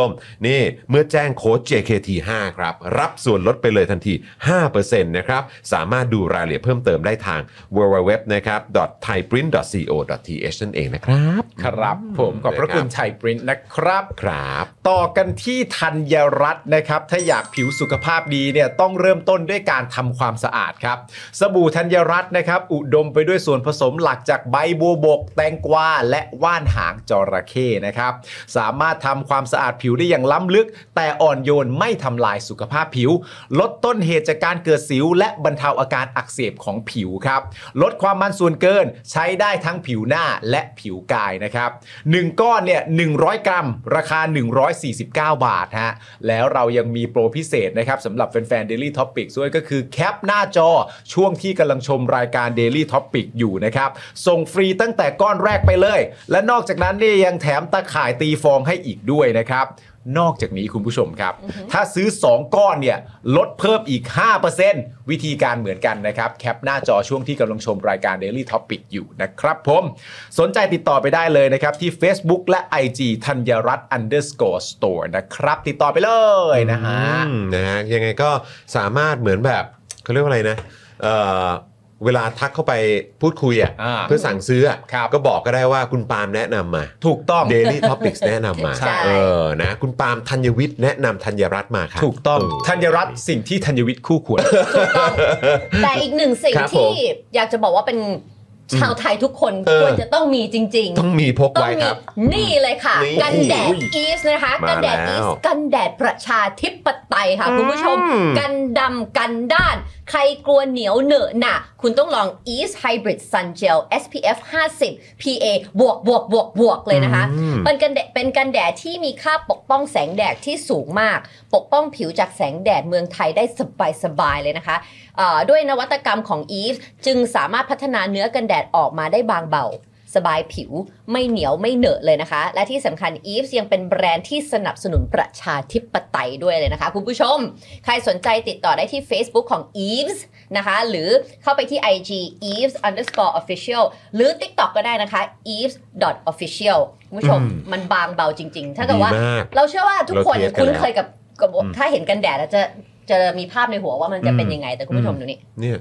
Speaker 7: นี่เมื่อแจ้งโค้ด JKT5 ครับ รับส่วนลดไปเลยทันที 5%นะครับ สามารถดูรายละเอียดเพิ่มเติมได้ทาง www นะครับ thaiprint.co.th นั่นเองนะครับ
Speaker 3: ครับผมขอบพระคุณชัยปริ้นท์นะครับ
Speaker 7: ครับ
Speaker 3: ต่อกันที่ธัญรัตน์นะครับ ถ้าอยากผิวสุขภาพดีเนี่ยต้องเริ่มต้นด้วยการทำความสะอาดครับ สบู่ธัญรัตน์นะครับ อุดมไปด้วยส่วนผสมหลักจากใบบัวบก แตงกวาและว่านหางจระเข้นะครับ สามารถทำความสะอาดผิวได้อย่างล้ำลึก แต่อ่อนโยนไม่ทำลายสุขภาพผิว ลดต้นเหตุจากการเกิดสิว และบรรเทาอาการอักเสบของผิวครับ ลดความมันส่วนเกินใช้ได้ทั้งผิวหน้าและผิวกายนะครับ 1 ก้อนเนี่ย100 กรัม ราคา 149 บาทฮะ แล้วเรายังมีโปรพิเศษนะครับสำหรับแฟนๆ Daily Topic ด้วยก็คือแคปหน้าจอช่วงที่กำลังชมรายการ Daily Topic อยู่นะครับ ส่งฟรีตั้งแต่ก้อนแรกไปเลย และนอกจากนั้นเนี่ยยังแถมตะข่ายตีฟองให้อีกด้วยนะครับ นอกจากนี้คุณผู้ชมครับ ถ้าซื้อ 2 ก้อนเนี่ยลดเพิ่มอีก 5%วิธีการเหมือนกันนะครับ แคปหน้าจอช่วงที่กำลังชมรายการ Daily Topic อยู่นะครับผม สนใจติดต่อไปได้เลยนะครับ ที่ Facebook และ IG ธัญรัตน์ underscore store นะครับ ติดต่อไปเลยนะฮะ
Speaker 7: อืมนะฮะยังไงก็สามารถเหมือนแบบเขาเรียกว่าอะไรนะเอ่อเวลาทักเข้าไปพูดคุยอะ
Speaker 3: อ่า
Speaker 7: เพื่อสั่งซื้ออะ
Speaker 3: ครับ
Speaker 7: ก็บอกก็ได้ว่าคุณปาล์มแนะนำมา
Speaker 3: ถูกต้อง
Speaker 7: Daily Topics แนะนำมา
Speaker 6: ใช่
Speaker 7: เออนะคุณปาล์มธัญวิทย์แนะนำธัญรัตน์มาครับ
Speaker 3: ถูกต้อง
Speaker 7: เ
Speaker 3: ธัญรัตน์สิ่งที่ธัญวิทย์คู่ควร
Speaker 6: แต่อีกหนึ่งสิ่ง
Speaker 7: ครับผม
Speaker 6: ที่อยากจะบอกว่าเป็นชาวไทยทุกคนควรจะต้องมีจริง ๆ
Speaker 7: ต้องมีพก
Speaker 6: ต้อ
Speaker 7: ไว้
Speaker 6: งมี
Speaker 7: ครับ
Speaker 6: นี่เลยค่ะ
Speaker 7: นี่
Speaker 6: กันแดด
Speaker 7: อุ้ย
Speaker 6: อีฟนะคะ
Speaker 7: มา
Speaker 6: กันแดด
Speaker 7: แล้
Speaker 6: อี
Speaker 7: ว
Speaker 6: ฟกันแดดประชาธิปไตยค่ะ คุณผู้ชม กันดำกันด้าน ใครกลัวเหนียวเหนอะหนะคุณต้องลอง East Hybrid Sun Gel SPF 50 PA บวกบวกบวกบวกเลยนะคะ
Speaker 7: อืม
Speaker 6: เป็นกันแดดเป็นกันแดดที่มีค่าปกป้องแสงแดดที่สูงมาก ปกป้องผิวจากแสงแดดเมืองไทยได้สบายสบายๆเลยนะคะเอ่อด้วยนวัตกรรมของ Eve จึงสามารถพัฒนาเนื้อกันแดดออกมาได้บางเบา สบายผิวไม่เหนียวไม่เหนอะเลยนะคะ และที่สำคัญ Eves ยังเป็นแบรนด์ที่สนับสนุนประชาธิปไตยด้วยเลยนะคะ คุณผู้ชม ใครสนใจติดต่อได้ที่ Facebook ของ Eves นะคะ หรือเข้าไปที่ IG Eves underscore official หรือ TikTok ก็ได้นะคะ Eves dot official คุณผู้ชมมันบางเบาจริงๆ ถ้าเกิดว่า
Speaker 7: ดีมาก
Speaker 6: เราเชื่อว่าทุกคน
Speaker 7: เราเทสกันแล้ว
Speaker 6: คุ้นเคยกับกับถ้าเห็นกันแดดแล้วจะจะมีภาพในหัวว่ามันจะเป็นยังไงแต่คุณผู้ชมดูนี่
Speaker 7: เนี่ย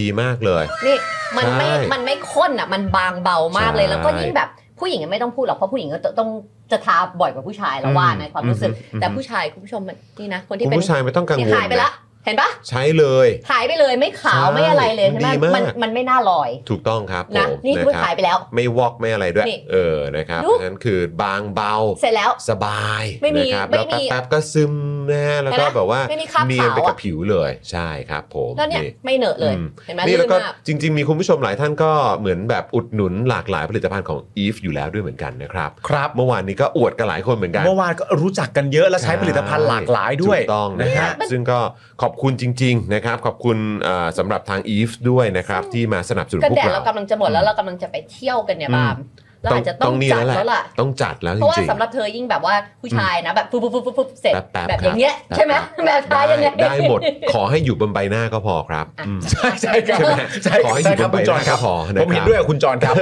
Speaker 7: ดีมากเลย
Speaker 6: นี่มันไม่
Speaker 7: ใช่
Speaker 6: มันไม่ข้นอ่ะ มันบางเบามากเลย
Speaker 7: ใช่
Speaker 6: แล้วก็ยิ่งแบบผู้หญิงอะไม่ต้องพูดหรอก เพราะผู้หญิงก็ต้องจะทาบ่อยกว่าผู้ชายแล้วว่าในความรู้สึก
Speaker 7: อืมอืม
Speaker 6: แต่ผู้ชายคุณผู้ชมมันนี่นะ คน
Speaker 7: คุ
Speaker 6: ที่
Speaker 7: ณ
Speaker 6: เป็น
Speaker 7: ผู้ชายไม่ต้องกัง
Speaker 6: เนี่ยว
Speaker 7: ล
Speaker 6: หายไปละ เห็นปะ
Speaker 7: ใช้เลย
Speaker 6: หายไปเลยไม่ขาว
Speaker 7: ใช่
Speaker 6: ไม่อะไรเลยใช่ไหม
Speaker 7: ดีมาก
Speaker 6: มันมันไม่น่าลอย
Speaker 7: ถูกต้องครับ
Speaker 6: นะ
Speaker 7: ผม
Speaker 6: นี่
Speaker 7: นะ
Speaker 6: คุณ
Speaker 7: ค
Speaker 6: หา
Speaker 7: รั
Speaker 6: ย
Speaker 7: บ
Speaker 6: ไปแล้ว
Speaker 7: ไม่วอกไม่อะไรด้วย
Speaker 6: นี่
Speaker 7: เออนะครับ
Speaker 6: ดู
Speaker 7: เพราะฉะนั้นคือบางเบา
Speaker 6: เสร็จแล้ว
Speaker 7: สบาย
Speaker 6: ไม่มี
Speaker 7: นะครับ
Speaker 6: ไม่
Speaker 7: แล้ว
Speaker 6: มี
Speaker 7: แป๊บๆก็ซึมนะฮะแล้วก็
Speaker 6: เห็นไหม
Speaker 7: แบบว่า
Speaker 6: ไม่มีคราบ
Speaker 7: เนียนไป
Speaker 6: ขาวอะ
Speaker 7: กับผิวเลยใช่ครับผม
Speaker 6: แล้วเนี่ยไม่เหนอะเลย
Speaker 7: อืม
Speaker 6: เห็นไหม
Speaker 7: นี่
Speaker 6: ลื่
Speaker 7: แล้ว
Speaker 6: น
Speaker 7: ก็
Speaker 6: มาก
Speaker 7: จริง ๆ มีคุณผู้ชมหลายท่านก็เหมือนแบบอุดหนุนหลากหลายผลิตภัณฑ์ของ Eve อยู่แล้วด้วยเหมือนกันนะครับ
Speaker 3: ครับ
Speaker 7: เมื่อวานนี้ก็อวดกันหลายคนเหมือนกัน
Speaker 3: เมื่อวานก็รู้จักกันเยอะและใช้ผลิตภัณฑ์หลากหลายด้วย
Speaker 7: ถูกต้องนะฮะซึ่งก็ขอบคุณจริง ๆ นะครับ ขอบคุณเอ่อสำหรับทาง Eve ด้วยนะครับ ที่มาสนับสนุน
Speaker 6: กัน
Speaker 7: พว
Speaker 6: แด
Speaker 7: ก
Speaker 6: ด
Speaker 7: เรา
Speaker 6: เรากำลังจะหมดแล้วเรากำลังจะไปเที่ยวกันเนี่ย
Speaker 7: อืม
Speaker 6: บามเราอาจจะต้อง
Speaker 7: นี่
Speaker 6: จัดแล้วล่ะ
Speaker 7: ต้องจัดแล้วจ
Speaker 6: เพราะว่า
Speaker 7: ริงๆ
Speaker 6: สำหรับเธอยิ่งแบบว่าผู้ชายนะแบบปุ๊บปุ๊บปุ๊บปุ๊บเสร็จ
Speaker 7: แป๊บๆ
Speaker 6: แบบ
Speaker 7: ค
Speaker 6: อ
Speaker 7: รับ
Speaker 6: ย่างเงี้ย
Speaker 7: แป๊บๆ
Speaker 6: ใช่ไหมแบบท้ายยังไง
Speaker 7: ได้หมด ขอให้อยู่บนใบหน้าก็พอครับ
Speaker 6: อ่ะ
Speaker 7: อืม
Speaker 3: ใช่ใช่ครับ
Speaker 7: ใช่ไหม
Speaker 3: ใช่
Speaker 7: ขอให้
Speaker 3: ใช่ครับ
Speaker 7: อยู่บน
Speaker 3: คุณจอนครับ
Speaker 7: ใบหน้าพอนะครับ
Speaker 3: ผมเห็นด้วยกับคุณจอนครับ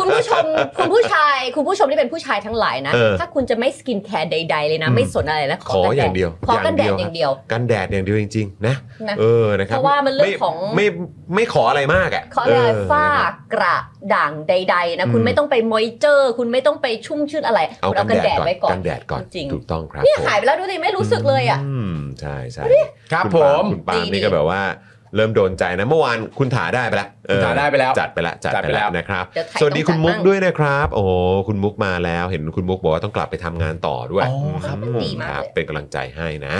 Speaker 6: คุณผู้คุณผู้ชมคุณผู้ชายคุณผู้ชมที่เป็นผู้ชายทั้งหลายนะ
Speaker 7: เออ
Speaker 6: ถ้าคุณจะไม่สกินแคร์ใด ๆ เลยนะ
Speaker 7: อืม
Speaker 6: ไม่สนอะไรนะ
Speaker 7: ขออย่างเดียว
Speaker 6: ขอกันแดดอย่างเดียว
Speaker 7: ครับกันแดดอย่างเดียวจริงๆ นะ
Speaker 6: นะ
Speaker 7: เออนะครับ
Speaker 6: เพราะว่ามันเรื่อง
Speaker 7: ไ
Speaker 6: ของ
Speaker 7: ไม่ไม่ขออะไรมากอ่ะ
Speaker 6: ขออะไร
Speaker 7: เ
Speaker 6: ฝ้ากระด่างใด ๆ นะ คุณ
Speaker 7: อืม
Speaker 6: ไม่ต้องไปมอยเจอร์คุณไม่ต้องไปชุ่มชื่นอะไร
Speaker 7: เอา
Speaker 6: คุณ
Speaker 7: กั
Speaker 6: เอา
Speaker 7: น
Speaker 6: กัน
Speaker 7: แด
Speaker 6: แดด
Speaker 7: ดก่อน
Speaker 6: ไว้ก่อน
Speaker 7: กันแดดก่อน
Speaker 6: จริง
Speaker 7: ถูกต้องครับ
Speaker 6: เนี่ยหาย
Speaker 7: ผม
Speaker 6: ไปแล้วดูดิไม่รู้สึกเลยอ่ะ
Speaker 7: มใช่ใช่
Speaker 3: ครับ
Speaker 7: ณ
Speaker 3: ผ
Speaker 7: ปาม คุณปาล์ม
Speaker 6: ดี
Speaker 7: นี่
Speaker 6: ดี
Speaker 7: ก็แบบว่าเริ่มโดนใจนะเมื่อวานคุณถาได้ไปละเออ
Speaker 3: คุณถาได้ไปแล้ว
Speaker 7: จัดไปละจัด
Speaker 3: จัด
Speaker 7: ไป
Speaker 3: ไปแล้
Speaker 7: แล้ว
Speaker 3: ว
Speaker 7: นะครับ
Speaker 6: เดี๋ยวไทย
Speaker 7: สวัสดี
Speaker 6: ต้องจั
Speaker 7: คุณ
Speaker 6: ด
Speaker 7: มุก
Speaker 6: บ้าง
Speaker 7: ด้วยนะครับโอ้โหคุณมุกมาแล้วเห็นคุณมุกบอกว่าต้องกลับไปทำงานต่อด้วย
Speaker 3: อ๋อครับ
Speaker 7: อื
Speaker 6: ดีมาก
Speaker 7: ครับ
Speaker 6: เลย
Speaker 7: เป็นกำลังใจให้นะ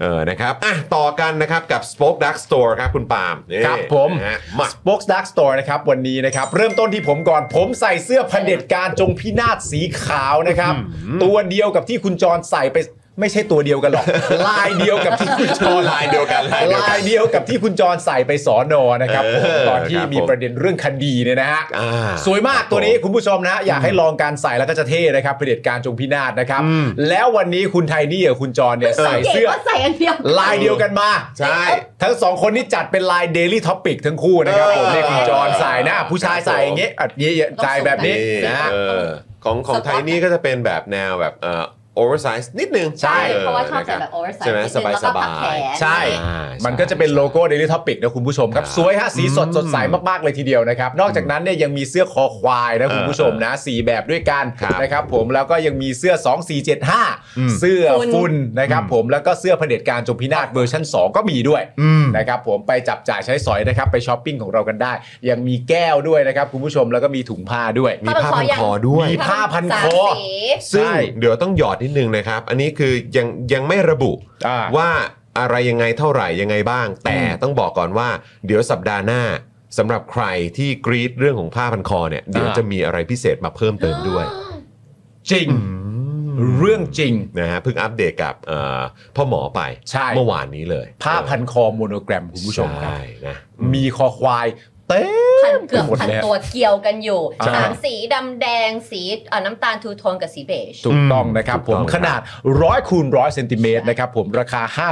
Speaker 7: เออนะครับอ่ะต่อกันนะครับกับ Spoke Dark Store ครับคุณปาล์มนี่
Speaker 3: ครับผม
Speaker 7: นะฮะมา
Speaker 3: Spokes Dark Store นะครับวันนี้นะครับ เริ่มต้นที่ผมก่อนผมใส่เสื้อเผด็จการจงพินาศสีขาวนะครับ ตัวเดียวกับที่คุณจรใส่ไป ไม่ใช่ตัวเดียวกันหรอก ลายเดียวกับที่คุณจร
Speaker 1: ลายเดียวกันลายเดียวกัน
Speaker 3: ลายเดียวกับที่คุณจรใส่ไปสอนอนะครับ
Speaker 1: เออ
Speaker 3: ผมตอนที่
Speaker 1: ครับ
Speaker 3: มีประเด็นเรื่องคดีเนี่ยนะฮะ
Speaker 1: อ่า
Speaker 3: สวยมา
Speaker 1: ค
Speaker 3: ก
Speaker 1: รับ
Speaker 3: ตัวนี้
Speaker 1: ผม
Speaker 3: คุณผู้ชมนะ อยากให้ลองการใส่แล้วก็จะเท่นะครับเผด็จการจงพินาศนะครับ
Speaker 1: อืม
Speaker 3: แล้ววันนี้คุณไทนี่กับคุณจรเนี่ยใส่
Speaker 6: เก๋
Speaker 3: เสื้อ
Speaker 6: ว่าใส่อันเดียว
Speaker 3: ลายเดียวกันมา
Speaker 1: ใช่
Speaker 3: ทั้งสองคนนี่จัดเป็นลาย Daily Topic ทั้งคู่นะครับ
Speaker 1: เออ
Speaker 3: ผมเนี่ยคุณจรสายหน้าผู้ชายสายอย่างเงี้ยอัดเงี้ย
Speaker 6: ต้อง
Speaker 3: ใจแบบนี้นะ
Speaker 1: เออของของไทยนี่ก็จะเป็นแบบแนวแบบเอ่อโอเวอร์ไซส์นิดนึง
Speaker 3: ใช่
Speaker 6: เพราะว่าชอบใส่แบบ
Speaker 1: นะค
Speaker 6: oversize
Speaker 1: ใช่ไหม
Speaker 6: นิดนึง
Speaker 1: สบาย
Speaker 6: แล้ว
Speaker 1: ส
Speaker 6: ก็
Speaker 1: บา
Speaker 6: ปักแข
Speaker 1: ย
Speaker 6: น
Speaker 3: ใช่
Speaker 1: ใช่
Speaker 3: มันก็จะเป็นโลโก้ Daily Topic นะคุณผู้ชมครับ
Speaker 1: ครับ
Speaker 3: สวยฮะ สีสดสดใสมากๆเลยทีเดียวนะครับ นอกจากนั้นเนี่ยยังมีเสื้อคอควายนะคุณผู้ชมนะสี่แบบด้วยกัน
Speaker 1: ครับ
Speaker 3: นะครับผมแล้วก็ยังมีเสื้อ
Speaker 1: อืม
Speaker 3: 2475 เสื้อฝุ่นนะครับผมแล้วก็เสื้อเผด็จการจงพินาศเวอร์ชัน2 ก็มีด้วย
Speaker 1: อืม
Speaker 3: นะครับผมไปจับจ่ายใช้สอยนะครับ ไปช้อปปิ้งของเรากันได้ ยังมีแก้วด้วยนะครับคุณผู้ชมแล้วก็มีถุงผ้าด้วย
Speaker 1: มีผ้าพันคอด้วย
Speaker 3: มี ผ้าพันคอ
Speaker 6: สามสี
Speaker 1: ซึ่ง
Speaker 3: ใช่
Speaker 1: เดี๋ยวต้องหยอดนิดนึงนะครับ อันนี้คือยังยังไม่ระบุ
Speaker 3: อ่า
Speaker 1: ว่าอะไรยังไงเท่าไหร่ยังไงบ้าง แต่
Speaker 3: อืม
Speaker 1: ต้องบอกก่อนว่า เดี๋ยวสัปดาห์หน้าสำหรับใครที่กรีดเรื่องของผ้าพันคอเนี่ยเดี๋ยว
Speaker 3: อ่า
Speaker 1: จะมีอะไรพิเศษมาเพิ่มเติมด้วย
Speaker 3: จริง เรื่องจริง
Speaker 1: นะฮะเพิ่งอัปเดตกับเอ่อพ่อหมอไป
Speaker 3: ใช่
Speaker 1: เมื่อวานนี้เลย
Speaker 3: ผ้าพันคอโมโนแกรมคุณผู้ชมครับ
Speaker 1: ใช่นะ
Speaker 3: มีคอควายเต็
Speaker 6: พัน
Speaker 3: มไป
Speaker 6: เกือบ
Speaker 3: หมด
Speaker 6: พัน
Speaker 3: แล้ว
Speaker 6: ตัวเกี่ยวกันอยู่
Speaker 3: ใช่
Speaker 6: สามสีดำแดงสีเอ่อน้ำตาลทูโทนกับสีเบจ
Speaker 3: ถูกต้องนะครับผม
Speaker 1: ถูกต้อง
Speaker 3: ขนาด 100คูณ100เซนติเมตรนะครับผมราคา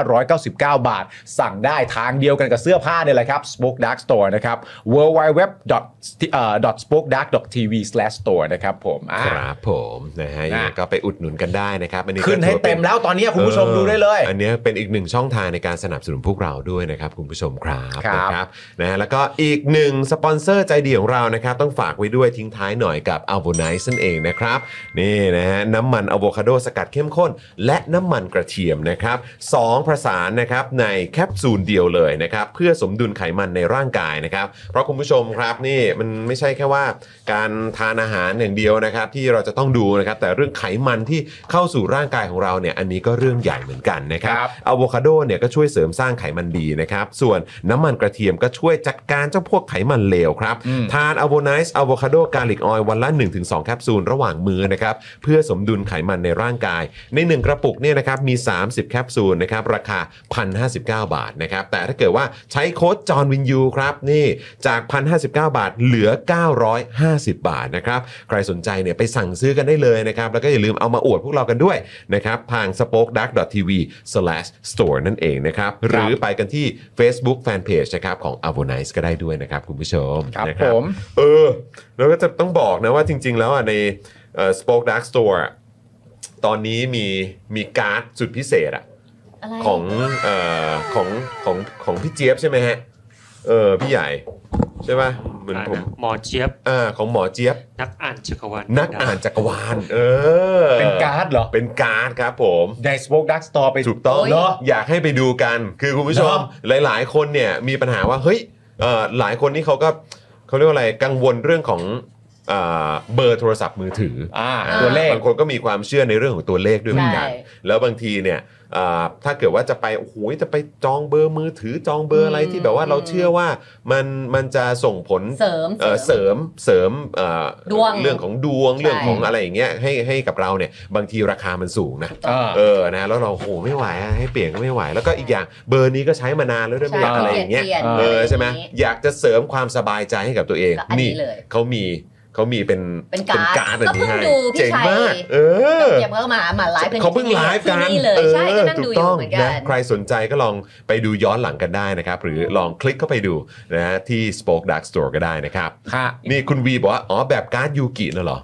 Speaker 3: 599 บาท สั่งได้ทางเดียวกันกับเสื้อผ้าเนี่ยแหละครับ Spoke Dark Store นะครับ w w w s p o k e d a r k t v s t o r e นะครับผมอ่า
Speaker 1: ครับผมนะฮะยังไง
Speaker 3: นะ
Speaker 1: ก็ไปอุดหนุนกันได้นะครับ อันนี้ก็
Speaker 3: ขึ้นให้
Speaker 1: ถือว่า
Speaker 3: เต็
Speaker 1: ป็
Speaker 3: ม
Speaker 1: น
Speaker 3: แล้วตอนนี้คุณผู้ชมดูได้เลย
Speaker 1: อันนี้เป็นอีกหนึ่งช่องทางในการสนับสนุนพวกเราด้วยนะครับ คุณผู้ชมครับ
Speaker 3: ครับ
Speaker 1: นะครับนะฮะแล้วก็อีกหนึ่งสปอนเซอร์ใจดีของเรานะครับ ต้องฝากไว้ด้วยทิ้งท้ายหน่อยกับ a l v o n i c e นั่นเองนะครับ นี่นะฮะน้ำมันอะโวคาโดสกัดเข้มข้น และน้ำมันกระเทียมนะครับสองประสานนะครับในแคปซูลเดียวเลยนะครับ เพื่อสมดุลไขมันในร่างกายนะครับ เพราะคุณผู้ชมครับนี่มันไม่ใช่แค่ว่าการทานอาหารอย่างเดียวนะครับ ที่เราจะต้องดูนะครับ แต่เรื่องไขมันที่เข้าสู่ร่างกายของเราเนี่ยอันนี้ก็เรื่องใหญ่เหมือนกันนะครับ
Speaker 3: ครับ
Speaker 1: อะโวคาโดเนี่ยก็ช่วยเสริมสร้างไขมันดีนะครับ ส่วนน้ำมันกระเทียมก็ช่วยจัดการเจ้าพวกไขมันเลวครับ ทานอ v โว n i c e อะโวคาโดกาลิกออยวันละ 1-2 แคปซูลระหว่างมื้อนะครับ เพื่อสมดุลไขมันในร่างกาย ใน 1 กระปุกเนี่ยนะครับมี 30 แคปซูลนะครับ ราคา 1,059 บาทนะครับ แต่ถ้าเกิดว่าใช้โค้ดจอห์นวินยูครับ นี่จาก 1,059 บาทเหลือ 950 บาทนะครับ ใครสนใจเนี่ยไปสั่งซื้อกันได้เลยนะครับ แล้วก็อย่าลืมเอามาอวดพวกเรากันด้วยนะครับทาง spokedark.tv/store นั่นเองนะครับ หรือไปกันที่ Facebook Fanpage นะครับของ a v o n i c e ก็ได้ด้วยนะครับ คุณผู้ชม
Speaker 3: ครับ
Speaker 1: นะ
Speaker 3: ผม
Speaker 1: เออ แล้วก็จะต้องบอกนะว่าจริง ๆ แล้วอ่ะในเอ่อ Spoke Dark Store อ่ะตอนนี้มีมีการ์ดสุดพิเศษอ่ะ
Speaker 6: อะไร
Speaker 1: ของเอ่อของของของพี่เจี๊ยบใช่ไหมฮะ เออพี่ใหญ่ ใช่ป่ะเหมือนผม
Speaker 8: หมอเจี๊ยบ
Speaker 1: เอ่าของหมอเจี๊ยบ
Speaker 8: นักอ่านจักรวาล
Speaker 1: นักอ่านจักรวาล เออ
Speaker 3: เป็นการ์ดเหรอ
Speaker 1: เป็นการ์ดครับผม
Speaker 3: ใน Spoke Dark Store ไป
Speaker 1: ถูกต้อง
Speaker 3: โอ้ย
Speaker 1: เนาะอยากให้ไปดูกันคือคุณผู้ชม
Speaker 3: เนาะ
Speaker 1: หลาย ๆ คนเนี่ยมีปัญหาว่าเฮ้ยเอ่อหลายคนนี่เขาก็เขาเรียกว่าอะไรกังวลเรื่องของเอ่อเบอร์โทรศัพท์มือถืออา
Speaker 3: ตัวเลข
Speaker 1: บางคนก็มีความเชื่อในเรื่องของตัวเลขด้วยเหมือนกัน
Speaker 6: ใช่
Speaker 1: แล้วบางทีเนี่ยเอ่อถ้าเกิดว่าจะไปโอ้โหจะไปจองเบอร์มือถือจองเบอร์อะไรที่แบบว่าเราเชื่อว่ามันมันจะส่งผล
Speaker 6: เสริม
Speaker 1: เอ่อเสริมเสริมเอ่อ
Speaker 6: ดวง
Speaker 1: เรื่องของดวง
Speaker 6: ใช่
Speaker 1: เรื่องของอะไรอย่างเงี้ยให้ให้กับเราเนี่ยบางทีราคามันสูงนะ
Speaker 3: อ่า
Speaker 1: เออนะแล้วเราโหไม่ไหวอะให้เปลี่ยนก็ไม่ไหว แล้วก็อีกอย่างเบอร์นี้ก็ใช้มานานแล้วด้วยไม่อยา
Speaker 6: ใช่
Speaker 1: กอะไรอย่างเงี้ย
Speaker 6: ปลี่น
Speaker 1: เอ
Speaker 6: ปลี่
Speaker 1: อนใช่ไหม
Speaker 6: อย่างนี้
Speaker 1: อยากจะเสริมความสบายใจให้กับตัวเอง
Speaker 6: ก็อันนี้เลย
Speaker 1: เขามีเขามีเป็น
Speaker 6: เป็นการ์ด
Speaker 1: การ์ดแบบ
Speaker 6: ก็
Speaker 1: นี้
Speaker 6: เพิ่ง
Speaker 1: ให้
Speaker 6: ดูพี่
Speaker 1: เจ๋ง
Speaker 6: ชัย
Speaker 1: มากเออ
Speaker 6: เดี๋ยวก็มามาไลฟ์ป็น
Speaker 1: เขาเพิ่งไลฟ์กัน
Speaker 6: ที่นี่เลยใช่ก็นั่ง
Speaker 1: ถูก
Speaker 6: ดูอยู่
Speaker 1: ต้อง
Speaker 6: เหมือนกั
Speaker 1: นะ
Speaker 6: น
Speaker 1: ใครสนใจก็ลองไปดูย้อนหลังกันได้นะครับ หรือลองคลิกเข้าไปดูนะฮะที่ Spoke Dark Store ก็ได้นะครับ
Speaker 3: ฮะ
Speaker 1: นี่คุณวีบอกว่า อ๋อ แบบการ์ดยูกิน่ะเหรอ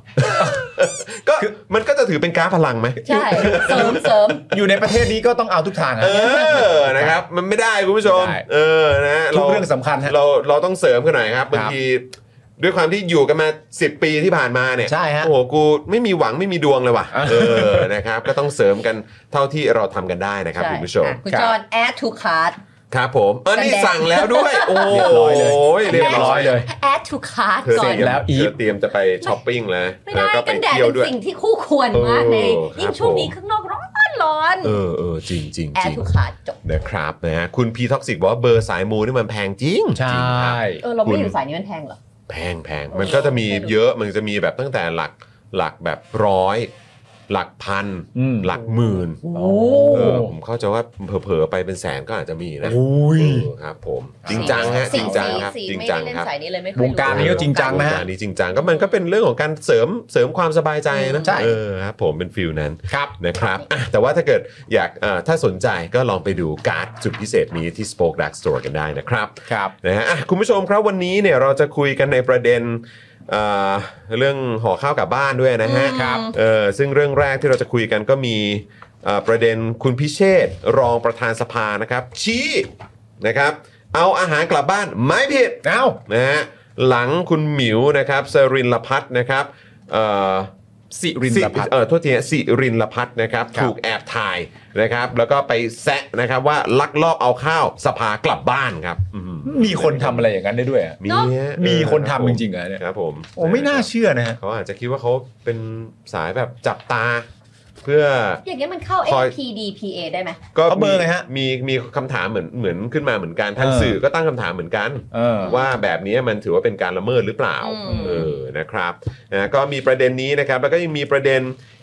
Speaker 1: ก็มันก็จะถือเป็นการ์ดพลังไหม
Speaker 6: ใช่ เสริมเสริม
Speaker 3: อยู่ในประเทศนี้ก็ต้องเอาทุกทางอะ
Speaker 1: เออ นะครับ มันไม่ได้คุณผู้ชม
Speaker 3: ไม่ได้
Speaker 1: เออ นะ
Speaker 3: ทุกเรื่องสำคัญฮะ
Speaker 1: เรา เราต้องเสริมกันหน่อยครับ
Speaker 3: ครับ
Speaker 1: บางทีด้วยความที่อยู่กันมา 10 ปีที่ผ่านมาเนี่ย
Speaker 3: ใช่ฮะ
Speaker 1: โอ้โห กูไม่มีหวังไม่มีดวงเลยว่ะ เออ นะครับ ก็ต้องเสริมกันเท่าที่เราทำกันได้นะครับ
Speaker 6: ใช่
Speaker 1: คุณผู้ชม
Speaker 6: อ่ะคุณ
Speaker 3: ครับ
Speaker 6: จอห์น add to cart
Speaker 1: ครับผม เออ นี่
Speaker 6: แดงๆ
Speaker 1: สั่งแล้วด้วย โอ้ย
Speaker 3: เรียบร้อยเลย
Speaker 1: เรียบร้อย
Speaker 3: แดงๆเลย
Speaker 6: add to cart
Speaker 1: เธอ
Speaker 6: ก่อ
Speaker 1: เต
Speaker 6: น
Speaker 1: รียม
Speaker 3: แล้วอีฟ
Speaker 1: เธอเตรียมจะไปช้อปปิ้งแล้ว
Speaker 6: ไม่
Speaker 1: เธ
Speaker 6: ได้
Speaker 1: อก็ไป
Speaker 6: กันแดด
Speaker 1: เที่ยว
Speaker 6: เป็น
Speaker 1: ด้วย
Speaker 6: สิ่งที่คู่ควรมากใน
Speaker 1: เออ
Speaker 6: ยิ่
Speaker 1: ครั
Speaker 6: ง
Speaker 1: บ
Speaker 6: ช่วง
Speaker 1: ผม
Speaker 6: นี้ข้างนอกร้อนร้อน
Speaker 1: เออเออจริงจริง
Speaker 6: แอ
Speaker 1: จริ
Speaker 6: ร์
Speaker 1: ง
Speaker 6: ทุกคาจบ
Speaker 1: นะครับนะฮะคุณพีท็อกซิกบอกว่าเบอร์สายมูนี่มันแพงจริง
Speaker 3: ใช
Speaker 1: จริงครั่ บ
Speaker 6: เออ เรา
Speaker 1: คุ
Speaker 6: ไม่
Speaker 1: ณ
Speaker 6: อยู่สายนี้มันแพงเหรอ
Speaker 1: แพงแพงมันก็จะมีเยอะมันจะมีแบบตั้งแต่หลักหลักแบบร้อย หลักพัน
Speaker 3: อืม
Speaker 1: หลักหมื่น
Speaker 6: โอ้
Speaker 1: เออผมเข้าใจว่าเผลอๆไปเป็นแสนก็อาจจะมีนะ
Speaker 3: อุ้ย
Speaker 1: เออครับผมจริงจังฮะจ
Speaker 6: สี
Speaker 1: ริงจังครับ
Speaker 6: สี
Speaker 1: จริง
Speaker 6: ไม่
Speaker 1: จั
Speaker 6: ได้
Speaker 1: ง
Speaker 6: เล่น
Speaker 1: ครับ
Speaker 6: สายนี้เลยไม่ค่อยว
Speaker 3: งการนี้ก็จริงจังนะฮะ
Speaker 1: อันนี้จริงจังก็มันก็เป็นเรื่องของการเสริมเสริมความสบายใจนะ
Speaker 3: ใช่
Speaker 1: เออครับผมเป็นฟิลนั้น
Speaker 3: ครับ
Speaker 1: นะครับอ่ะแต่ว่าถ้าเกิดอยากเอ่อถ้าสนใจก็ลองไปดูการ์ดสุดพิเศษนี้ที่ Spoke Dark Store กันได้นะครับ
Speaker 3: ครับ
Speaker 1: นะฮะอ่ะคุณผู้ชมครับวันนี้เนี่ยเราจะคุยกันในประเด็นเอ่อเรื่องห่อข้าวกลับบ้านด้วยนะฮะ
Speaker 3: ครับ
Speaker 1: เออซึ่งเรื่องแรกที่เราจะคุยกันก็มีเอ่อประเด็นคุณพิเชษฐ์รองประธานสภานะครับ ชี้นะครับเอาอาหารกลับบ้านไม่ผิด
Speaker 3: เอ้า
Speaker 1: นะฮะหลังคุณหมิวนะครับสรินลพัฒน์นะครับเอ่อ
Speaker 3: สิรินลพัฒน์
Speaker 1: เออโทษทีฮะสิรินลพัฒน์นะครับ
Speaker 3: ครับ
Speaker 1: ถูกแอบถ่ายนะครับ แล้วก็ไปแซะนะครับว่าลักลอบเอาข้าวสภากลับบ้านครับอืม
Speaker 3: มีคนทำอะไรอย่างนั้นได้ด้วยเหรอ
Speaker 1: มีฮะ
Speaker 3: มีคนทำ
Speaker 1: เออ
Speaker 3: จริงๆเหรอเนี่ย
Speaker 1: ครับผม
Speaker 3: โอ้ไม่น่าเชื่อนะฮะ
Speaker 1: เขาอาจจะคิดว่าเขาเป็นสายแบบจับตา เพื่อ
Speaker 6: อย่างเงี้ยมันเข้า
Speaker 1: คอย
Speaker 6: SPDPA ได้ไหม
Speaker 1: ก็
Speaker 3: เขาเบอร์ไงฮะ
Speaker 1: มีมีคำถามเหมือนเหมือนขึ้นมาเหมือนกันทาง
Speaker 3: เออ
Speaker 1: สื่อก็ตั้งคำถามเหมือนกัน
Speaker 3: เออ
Speaker 1: ว่าแบบนี้มันถือว่าเป็นการละเมิดหรือเปล่า
Speaker 6: อืม
Speaker 1: เออ นะครับนะก็มีประเด็นนี้นะครับ แล้วก็ยังมีประเด็น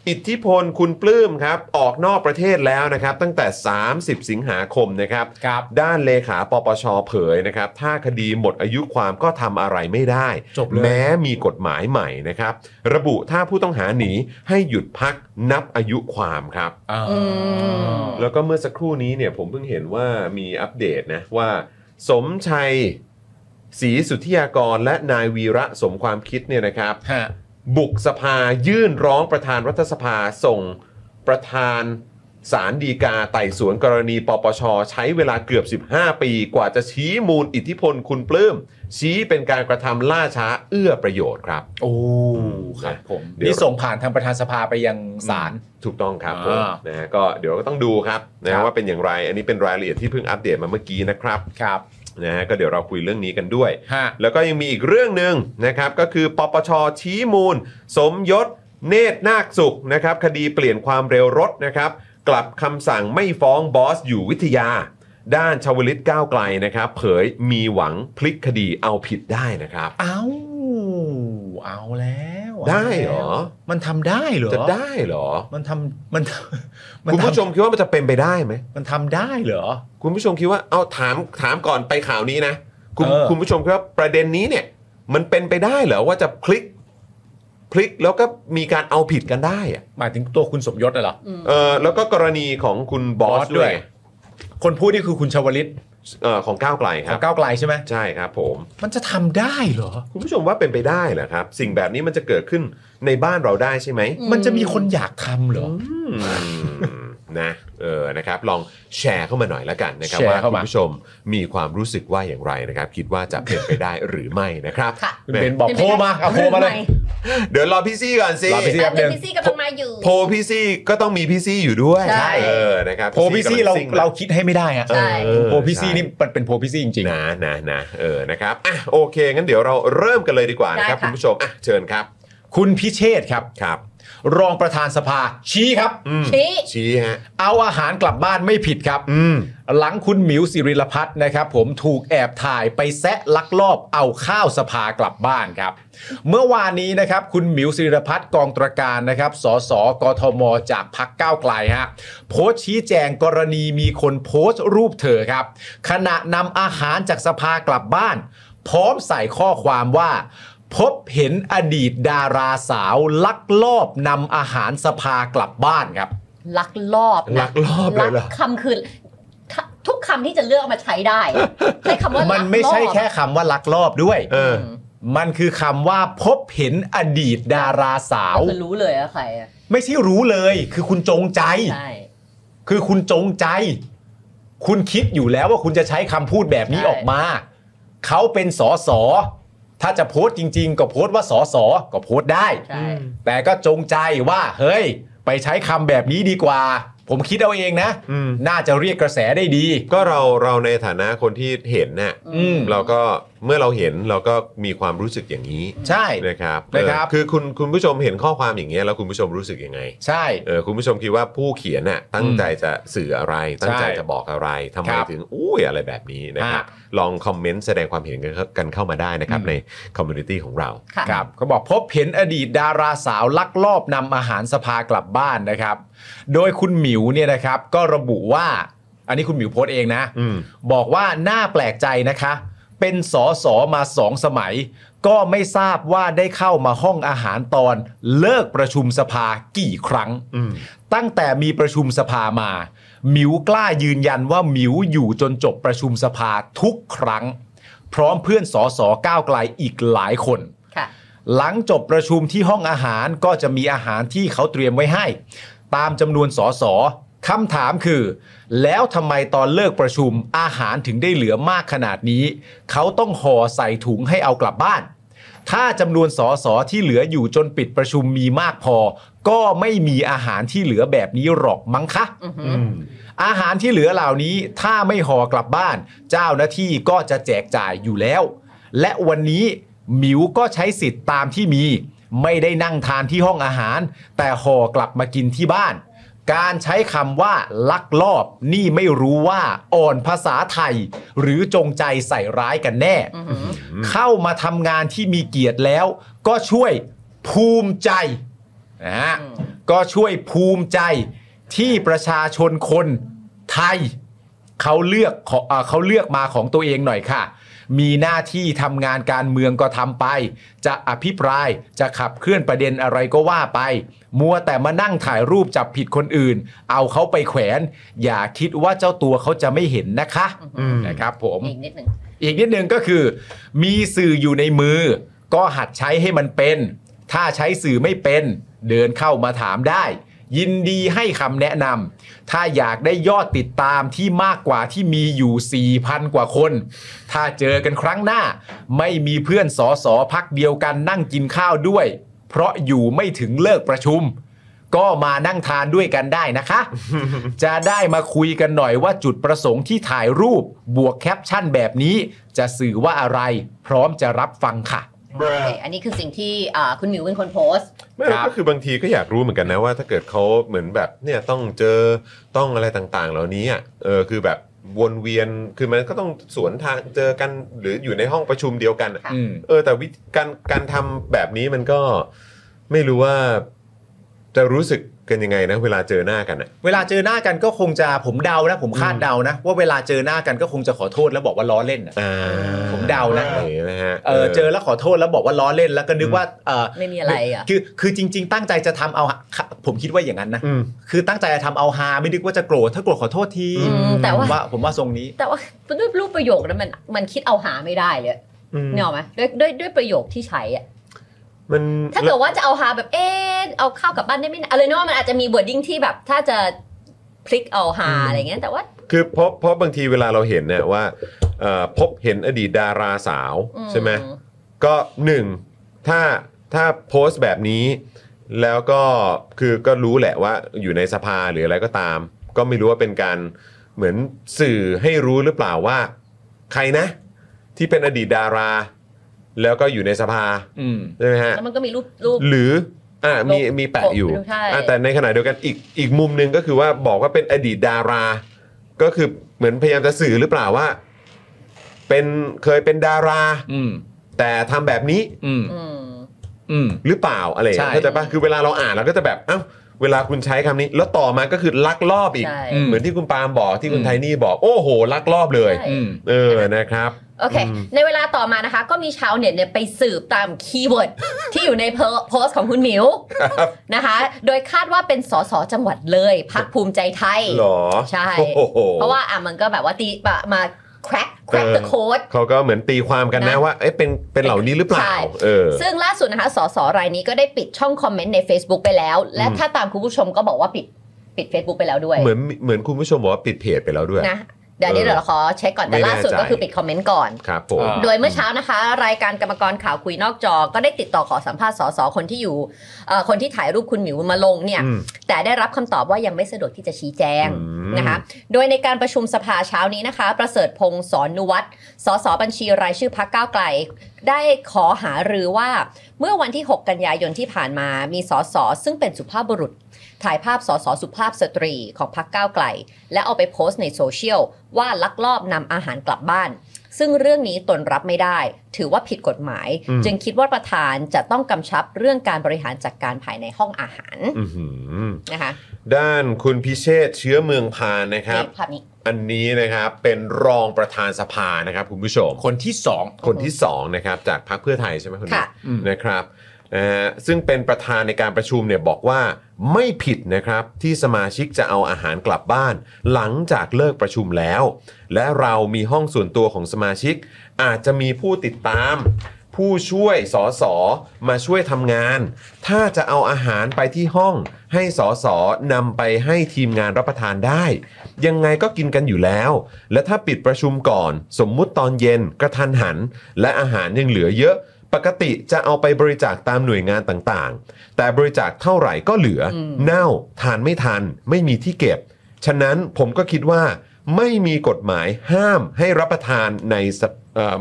Speaker 1: อิทธิพลคุณปลื้มครับ ออกนอกประเทศแล้วนะครับ ตั้งแต่ 30 สิงหาคมนะครับ
Speaker 3: ครับ
Speaker 1: ด้านเลขาปปชเผยนะครับ ถ้าคดีหมดอายุความก็ทำอะไรไม่ได้
Speaker 3: จบเลย
Speaker 1: แม้มีกฎหมายใหม่นะครับ ระบุถ้าผู้ต้องหาหนีให้หยุดพักนับอายุความครับ
Speaker 3: อ่า
Speaker 6: อืม
Speaker 1: แล้วก็เมื่อสักครู่นี้เนี่ยผมเพิ่งเห็นว่ามีอัปเดตนะว่า สมชัยศรีสุทธิยากรและนายวีระสมความคิดเนี่ยนะครับ
Speaker 3: ฮะ
Speaker 1: บุกสภายื่นร้องประธานรัฐสภาส่งประธานสารดีกาไต่สวนกรณีปปช ใช้เวลาเกือบ 15 ปี กว่าจะชี้มูลอิทธิพลคุณปลื้มชี้เป็นการกระทำล่าช้าเอื้อประโยชน์ครับ
Speaker 3: โอ้ ครับผม นี่ส่งผ่านทางประธานสภาไปยังศาล
Speaker 1: ถูกต้องครับผม
Speaker 3: อ่า
Speaker 1: นะฮะก็เดี๋ยวก็ต้องดูครับนะ
Speaker 3: ครั
Speaker 1: ฮะ
Speaker 3: บ
Speaker 1: ว่าเป็นอย่างไร อันนี้เป็นรายละเอียดที่เพิ่งอัปเดตมาเมื่อกี้นะครับ
Speaker 3: ครับ
Speaker 1: นะฮะก็เดี๋ยวเราคุยเรื่องนี้กันด้วย
Speaker 3: ฮะ
Speaker 1: แล้วก็ยังมีอีกเรื่องหนึ่งนะครับก็คือปปชชี้มูล สมยศ เนตรนาคสุขนะครับคดีเปลี่ยนความเร็วรถนะครับกลับคำสั่งไม่ฟ้องบอสอยู่วิทยา ด้านชาวลิตก้าวไกลนะครับ เผยมีหวังพลิกคดีเอาผิดได้นะครับ
Speaker 3: เอาเอาแล้ว
Speaker 1: ได้เหรอ
Speaker 3: มันทำได้เหรอ
Speaker 1: จะได้เหรอ
Speaker 3: มันทำมันมัน
Speaker 1: คุณผู้ช
Speaker 3: ทำ
Speaker 1: มคิดว่ามันจะเป็นไปได้ไหม
Speaker 3: มันทำได้เหรอ
Speaker 1: คุณผู้ชมคิดว่าเอาถามถามก่อนไปข่าวนี้นะ คุณ
Speaker 3: เออ
Speaker 1: คุณผู้ชมคิดว่าประเด็นนี้เนี่ย มันเป็นไปได้เหรอว่าจะพลิก พลิกแล้วก็มีการเอาผิดกันได้อะ
Speaker 3: หมายถึงตัวคุณสมยศน่ะเหรอ
Speaker 1: เออแล้วก็กรณีของคุณบอส
Speaker 3: บอสด้
Speaker 1: ด้ว
Speaker 3: วย ย คนพูดนี่คือคุณชวลิต
Speaker 1: เออของก้าวไกลค
Speaker 3: ขอ
Speaker 1: รั
Speaker 3: ง
Speaker 1: บ
Speaker 3: ก้าวไกลใช่ไหม
Speaker 1: ใช่ครับผม
Speaker 3: มันจะทำได้เหรอ
Speaker 1: คุณผู้ชมว่าเป็นไปได้เหรอครับ สิ่งแบบนี้มันจะเกิดขึ้นในบ้านเราได้ใช่ไหม
Speaker 6: อื
Speaker 3: มันจะมีคนอยากทำเหรอ
Speaker 1: อืม นะเออนะครับ ลองแชร์เข้ามาหน่อยละกันนะครับ
Speaker 3: แชร์
Speaker 1: ว่า
Speaker 3: เข้า
Speaker 1: คุ
Speaker 3: มา
Speaker 1: ณผู้ชมมีความรู้สึกว่าอย่างไรนะครับ คิดว่าจะเป็นไปได้หรือไม่นะครับ
Speaker 6: ค่ะ
Speaker 3: คุณ
Speaker 1: แหม่
Speaker 3: เบนบอกโพลมาเอาโพลมาเลย
Speaker 1: เดี๋ยวรอพี่ซี่ก่อนสิ
Speaker 3: รอพี่ซี่
Speaker 6: อ่ะเป็นพี่ซี่กำลังมาอยู่
Speaker 1: โพลพี่ซี่ก็ต้องมีพี่ซี่อยู่ด้วย
Speaker 6: ใช่
Speaker 1: เออนะครับ
Speaker 3: โพลพี่ซี่เรา
Speaker 1: กำลังซิ่ง
Speaker 3: เราคิดให้ไม่ได้อะ
Speaker 6: ใช่
Speaker 1: เออ
Speaker 3: โพลพี่ซี่
Speaker 1: ใช่
Speaker 3: นี่มันเป็นโพลพี่ซี่จริง
Speaker 1: นะนะนะเออนะครับอ่ะโอเคงั้นเดี๋ยวเราเริ่มกันเลยดีกว่านะครับ
Speaker 6: ได้ค่ะ
Speaker 1: คุณผู้ชมอ่ะเชิญครับ
Speaker 3: ๆ คุณพิเชษครับ
Speaker 1: ครับ
Speaker 3: รองประธานสภาชี้ครับ
Speaker 1: อืม
Speaker 6: ชี้
Speaker 1: ชี้ฮะ
Speaker 3: เอาอาหารกลับบ้านไม่ผิดครับ
Speaker 1: อืม
Speaker 3: หลังคุณหมิวสิริลพัฒน์นะครับ ผมถูกแอบถ่ายไปแซะลักลอบเอาข้าวสภากลับบ้านครับ เมื่อวานนี้นะครับ คุณหมิวสิริลพัฒน์กองตระการนะครับสสกทม จากพักก้าวไกลฮะโพสต์ชี้แจงกรณีมีคนโพสต์รูปเธอครับ ขณะนำอาหารจากสภากลับบ้าน พร้อมใส่ข้อความว่า พบเห็นอดีตดาราสาว ลักลอบนำอาหารสภากลับบ้านครับ
Speaker 6: ลักลอบนะ
Speaker 1: ลักลอบเลยเหรอ
Speaker 6: กคำคือถ้าทุกคำที่จะเลือกเอามาใช้ได้ใช้คำว่า
Speaker 3: มั
Speaker 6: ลั
Speaker 3: น
Speaker 6: กลอบ
Speaker 3: ไม่ใช่แค่คำว่าลักลอบด้วย
Speaker 1: เออ
Speaker 3: มันคือคำว่าพบเห็นอดีตดาราสาว
Speaker 6: คือรู้เลยอะใครอะ
Speaker 3: ไม่ใช่รู้เลย คือคุณจงใจ
Speaker 6: ใช่
Speaker 3: คือคุณจงใจ คุณคิดอยู่แล้วว่าคุณจะใช้คำพูดแบบนี้ออกมา เขาเป็นสอสอถ้าจะโพสต์จริง ๆ ก็โพสต์ว่าสอสอก็โพสต์ได้
Speaker 6: ใช่
Speaker 3: แต่ก็จงใจว่า เฮ้ย ไปใช้คำแบบนี้ดีกว่า ผมคิดเอาเองนะ
Speaker 1: อืม
Speaker 3: น่าจะเรียกกระแสได้ดี
Speaker 1: ก็เราเราในฐานะคนที่เห็นเนี่ย
Speaker 3: อืม
Speaker 1: เราก็
Speaker 7: เมื่อเราเห็นเราก็มีความรู้สึกอย่างนี้
Speaker 3: ใช่
Speaker 7: นะครับ
Speaker 3: นะครับ
Speaker 7: เออคือคุณคุณผู้ชมเห็นข้อความอย่างเงี้ยแล้วคุณผู้ชมรู้สึกยังไง
Speaker 3: ใช่
Speaker 7: เออคุณผู้ชมคิดว่าผู้เขียนน่ะตั้งใจจะสื่ออะไร ตั้งใจจะบอกอะไรทำไม
Speaker 3: ครับ
Speaker 7: ถึงอุ้ยอะไรแบบนี้นะครับ ลองคอมเมนต์แสดงความเห็นกันเข้ากันเข้ามาได้นะครับ
Speaker 3: อืม
Speaker 7: ในคอมมูนิตี้ของเรา
Speaker 6: ค่ะ
Speaker 3: ครับเขาบอกพบเห็นอดีตดาราสาวลักลอบนำอาหารสภากลับบ้านนะครับ โดยคุณหมิวเนี่ยนะครับ ก็ระบุว่า อันนี้คุณหมิวโพสต์เองนะ
Speaker 7: อืม
Speaker 3: บอกว่าน่าแปลกใจนะคะ เป็นสอสอมาสองสมัย ก็ไม่ทราบว่าได้เข้ามาห้องอาหารตอนเลิกประชุมสภากี่ครั้ง
Speaker 7: อืม
Speaker 3: ตั้งแต่มีประชุมสภามา หมิวกล้ายืนยันว่าหมิวอยู่จนจบประชุมสภาทุกครั้ง พร้อมเพื่อนสอสอก้าวไกลอีกหลายคน
Speaker 6: ค่ะ
Speaker 3: หลังจบประชุมที่ห้องอาหารก็จะมีอาหารที่เขาเตรียมไว้ให้ ตามจำนวนสอสอคำถามคือ แล้วทำไมตอนเลิกประชุมอาหารถึงได้เหลือมากขนาดนี้ เขาต้องห่อใส่ถุงให้เอากลับบ้าน ถ้าจำนวนสอสอที่เหลืออยู่จนปิดประชุมมีมากพอ ก็ไม่มีอาหารที่เหลือแบบนี้หรอกมั้งคะ
Speaker 6: อือหือ
Speaker 3: อาหารที่เหลือเหล่านี้ถ้าไม่ห่อกลับบ้าน เจ้าหน้าที่ก็จะแจกจ่ายอยู่แล้ว และวันนี้หมิวก็ใช้สิทธิ์ตามที่มี ไม่ได้นั่งทานที่ห้องอาหาร แต่ห่อกลับมากินที่บ้าน การใช้คำว่า ลักลอบนี่ไม่รู้ว่าอ่อนภาษาไทย หรือจงใจใส่ร้ายกันแน่ เข้ามาทำงานที่มีเกียรติแล้ว ก็ช่วยภูมิใจนะฮะ
Speaker 6: อืม
Speaker 3: ก็ช่วยภูมิใจที่ประชาชนคนไทย เขาเลือกขอเอ่อเขาเลือกมาของตัวเองหน่อยค่ะ มีหน้าที่ทำงานการเมืองก็ทำไป จะอภิปรายจะขับเคลื่อนประเด็นอะไรก็ว่าไป มัวแต่มานั่งถ่ายรูปจับผิดคนอื่น เอาเขาไปแขวน อย่าคิดว่าเจ้าตัวเขาจะไม่เห็นนะคะ
Speaker 7: อืม
Speaker 3: นะครับผม
Speaker 6: อีกนิดหนึ่ง
Speaker 3: อีกนิดนึงก็คือ มีสื่ออยู่ในมือ ก็หัดใช้ให้มันเป็น ถ้าใช้สื่อไม่เป็น เดินเข้ามาถามได้ ยินดีให้คำแนะนำถ้าอยากได้ยอดติดตามที่มากกว่าที่มีอยู่ 4,000 กว่าคน ถ้าเจอกันครั้งหน้า ไม่มีเพื่อนสอสอพักเดียวกันนั่งกินข้าวด้วย เพราะอยู่ไม่ถึงเลิกประชุม ก็มานั่งทานด้วยกันได้นะคะ จะได้มาคุยกันหน่อยว่าจุดประสงค์ที่ถ่ายรูปบวกแคปชั่นแบบนี้ จะสื่อว่าอะไร พร้อมจะรับฟังค่ะ
Speaker 6: โอเคอันนี้คือสิ่งที่อ่าคุณหมิวเป็นคนโพสต์
Speaker 7: ไม่
Speaker 3: ครับ
Speaker 7: ก็คือบางทีก็อยากรู้เหมือนกันนะว่า ถ้าเกิดเขาเหมือนแบบเนี่ยต้องเจอต้องอะไรต่างๆ เหล่านี้อ่ะเออคือแบบวนเวียนคือมันก็ต้องสวนทางเจอกันหรืออยู่ในห้องประชุมเดียวกันอะ
Speaker 3: อืม
Speaker 7: เออแต่วิธีการการทำแบบนี้มันก็ไม่รู้ว่า จะรู้สึกกันยังไงนะ เวลาเจอหน้ากันอ่ะ
Speaker 3: เวลาเจอหน้ากันก็คงจะผมเดานะ ผมคาดเดานะ ว่าเวลาเจอหน้ากันก็คงจะขอโทษแล้วบอกว่าล้อเล่นน่ะ
Speaker 7: อ่า
Speaker 3: ผมเดานะ
Speaker 7: อย่างงี้นะฮะ
Speaker 3: เออเจอแล้วขอโทษแล้วบอกว่าล้อเล่นแล้วก็นึกว่าเออ
Speaker 6: ไม่มีอะไรอ่ะ
Speaker 3: คือคือจริง ๆ ตั้งใจจะทำเอาผมคิดว่าอย่างนั้นนะ
Speaker 7: อืม
Speaker 3: คือตั้งใจจะทำเอาฮาไม่นึกว่าจะโกรธถ้าโกรธขอโทษที
Speaker 6: อืมแต่ว่า
Speaker 3: ผมว่าผมว่าทรงนี้
Speaker 6: แต่ว่าด้วยรูปประโยคนั้นมันมันคิดเอาหาไม่ได้เลย
Speaker 7: อืม
Speaker 6: เนี่ยหรอกไหมด้วยด้วยด้วยประโยคที่ใช้อะ
Speaker 7: มัน
Speaker 6: ถ้าเกิดว่าจะเอาหาแบบเอ๊ะเอาข้าวกลับบ้านได้ไหมนะอะไรเนาะมันอาจจะมีบอร์ดิ้งที่แบบถ้าจะพลิกเอาหาอะไรเงี้ยแต่ว่า
Speaker 7: คือเพราะเพราะบางทีเวลาเราเห็นเนี่ยว่าเอ่อพบเห็นอดีตดาราสาว
Speaker 6: อืม
Speaker 7: ใช่ไหมก็หนึ่งถ้าถ้าโพสต์แบบนี้ แล้วก็คือก็รู้แหละว่าอยู่ในสภาหรืออะไรก็ตาม ก็ไม่รู้ว่าเป็นการเหมือนสื่อให้รู้หรือเปล่าว่า ใครนะ ที่เป็นอดีตดารา แล้วก็อยู่ในสภา
Speaker 3: อืม
Speaker 7: ใช่ไหมฮะ
Speaker 6: แล้วมันก็มีรูปรูป
Speaker 7: หรืออ่ามี
Speaker 6: ลบ
Speaker 7: มีแปะอยู่
Speaker 6: ลบใช่
Speaker 7: อ่ะแต่ในขณะเดียวกันอีกอีกมุมหนึ่งก็คือว่าบอกว่าเป็นอดีตดารา ก็คือเหมือนพยายามจะสื่อหรือเปล่าว่า เป็นเคยเป็นดารา
Speaker 3: อืม
Speaker 7: แต่ทำแบบนี้
Speaker 3: อืม
Speaker 6: อืม
Speaker 3: อืม
Speaker 7: หรือเปล่าอะไรอย่างเงี้ย
Speaker 3: ใช่
Speaker 7: เข้าใจปะคือเวลาเราอ่านเราก็จะแบบเอ้าเวลาคุณใช้คำนี้ แล้วต่อมาก็คือลักลอบอีก
Speaker 6: ใช่
Speaker 7: เหมือนที่คุณปาล์มบอกที่คุณไทนี่บอกโอ้โห ลักลอบเลย
Speaker 6: ใช่
Speaker 3: อืม
Speaker 7: เออนะครับ
Speaker 6: โอเค ในเวลาต่อมานะคะ ก็มีชาวเน็ตเนี่ยไปสืบตามคีย์เวิร์ด ที่อยู่ในเพโพสต์ของคุณหมิว
Speaker 7: ครับ
Speaker 6: นะคะ โดยคาดว่าเป็นสสจังหวัดเลย พักภูมิใจไทย
Speaker 7: หรอ
Speaker 6: ใช่
Speaker 7: โอ้โห
Speaker 6: เพราะว่าอ่ะมันก็แบบว่าตีมามาแคร็กแคร็ก
Speaker 7: เออ
Speaker 6: เดอะโค้ด
Speaker 7: เขาก็เหมือนตีความกันนะ
Speaker 6: นะ
Speaker 7: ว่าเอ๊ะเป็นเป็นเหล่านี้หรือเปล่า
Speaker 6: ใช่
Speaker 7: เออ
Speaker 6: ซึ่งล่าสุดนะคะ สสรายนี้ก็ได้ปิดช่องคอมเมนต์ใน Facebook ไปแล้ว และ
Speaker 7: อืม
Speaker 6: ถ้าตามคุณผู้ชมก็บอกว่าปิดปิด Facebook ไปแล้วด้วย
Speaker 7: เหมือนเหมือนคุณผู้ชมบอกว่าปิดเพจไปแล้วด้วย
Speaker 6: นะ เดี๋ยวนี้
Speaker 7: เออ
Speaker 6: เดี๋ยวเราขอเช็คก่อนแต่
Speaker 7: ไม่แน่
Speaker 6: ล่าสุด
Speaker 7: ใจ
Speaker 6: ก็คือปิดคอมเมนต์ก่อน
Speaker 7: ครับผม
Speaker 3: อ่า
Speaker 6: โดยเมื่อเช้านะคะ รายการกรรมกรข่าวคุยนอกจอ ก็ได้ติดต่อขอสัมภาษณ์สสคนที่อยู่เอ่อคนที่ถ่ายรูปคุณหมิวมาลงเนี่ย
Speaker 7: อืม
Speaker 6: แต่ได้รับคำตอบว่ายังไม่สะดวกที่จะชี้แจง
Speaker 7: อืม
Speaker 6: นะคะ โดยในการประชุมสภาเช้านี้นะคะ ประเสริฐพงศ์สอนนุวัตรสสบัญชีรายชื่อพักก้าวไกล ได้ขอหารือว่าเมื่อวันที่ 6 กันยายนที่ผ่านมามีสสซึ่งเป็นสุภาพบุรุษ ถ่ายภาพสสสุภาพสตรีของพักก้าวไกล และเอาไปโพสต์ในโซเชียลว่าลักลอบนำอาหารกลับบ้าน ซึ่งเรื่องนี้ตนรับไม่ได้ ถือว่าผิดกฎหมาย
Speaker 7: อืม
Speaker 6: จึงคิดว่าประธานจะต้องกำชับเรื่องการบริหารจัดการภายในห้องอาหาร
Speaker 7: อื้อหือ
Speaker 6: นะคะ
Speaker 7: ด้านคุณพิเชษเชื้อเมืองพานนะครับ
Speaker 6: นี่ภาพนี้
Speaker 7: อันนี้นะครับเป็นรองประธานสภานะครับคุณผู้ชม
Speaker 3: คนที่สอง
Speaker 7: คนที่2นะครับจากพรรคเพื่อไทยใช่ไหมคุณ
Speaker 6: ค่ะ
Speaker 3: อืม
Speaker 7: นะครับนะฮะซึ่งเป็นประธานในการประชุมเนี่ยบอกว่าไม่ผิดนะครับที่สมาชิกจะเอาอาหารกลับบ้าน หลังจากเลิกประชุมแล้ว และเรามีห้องส่วนตัวของสมาชิก อาจจะมีผู้ติดตาม ผู้ช่วยสอสอมาช่วยทำงาน ถ้าจะเอาอาหารไปที่ห้อง ให้สอสอนำไปให้ทีมงานรับประทานได้ ยังไงก็กินกันอยู่แล้ว และถ้าปิดประชุมก่อน สมมุติตอนเย็นกระทันหัน และอาหารยังเหลือเยอะ ปกติจะเอาไปบริจาคตามหน่วยงานต่างๆ แต่บริจาคเท่าไหร่ก็เหลืออเน่าทานไม่ทัน ไม่มีที่เก็บ ฉะนั้นผมก็คิดว่า ไม่มีกฎหมายห้ามให้รับประทานในสภเอ่อ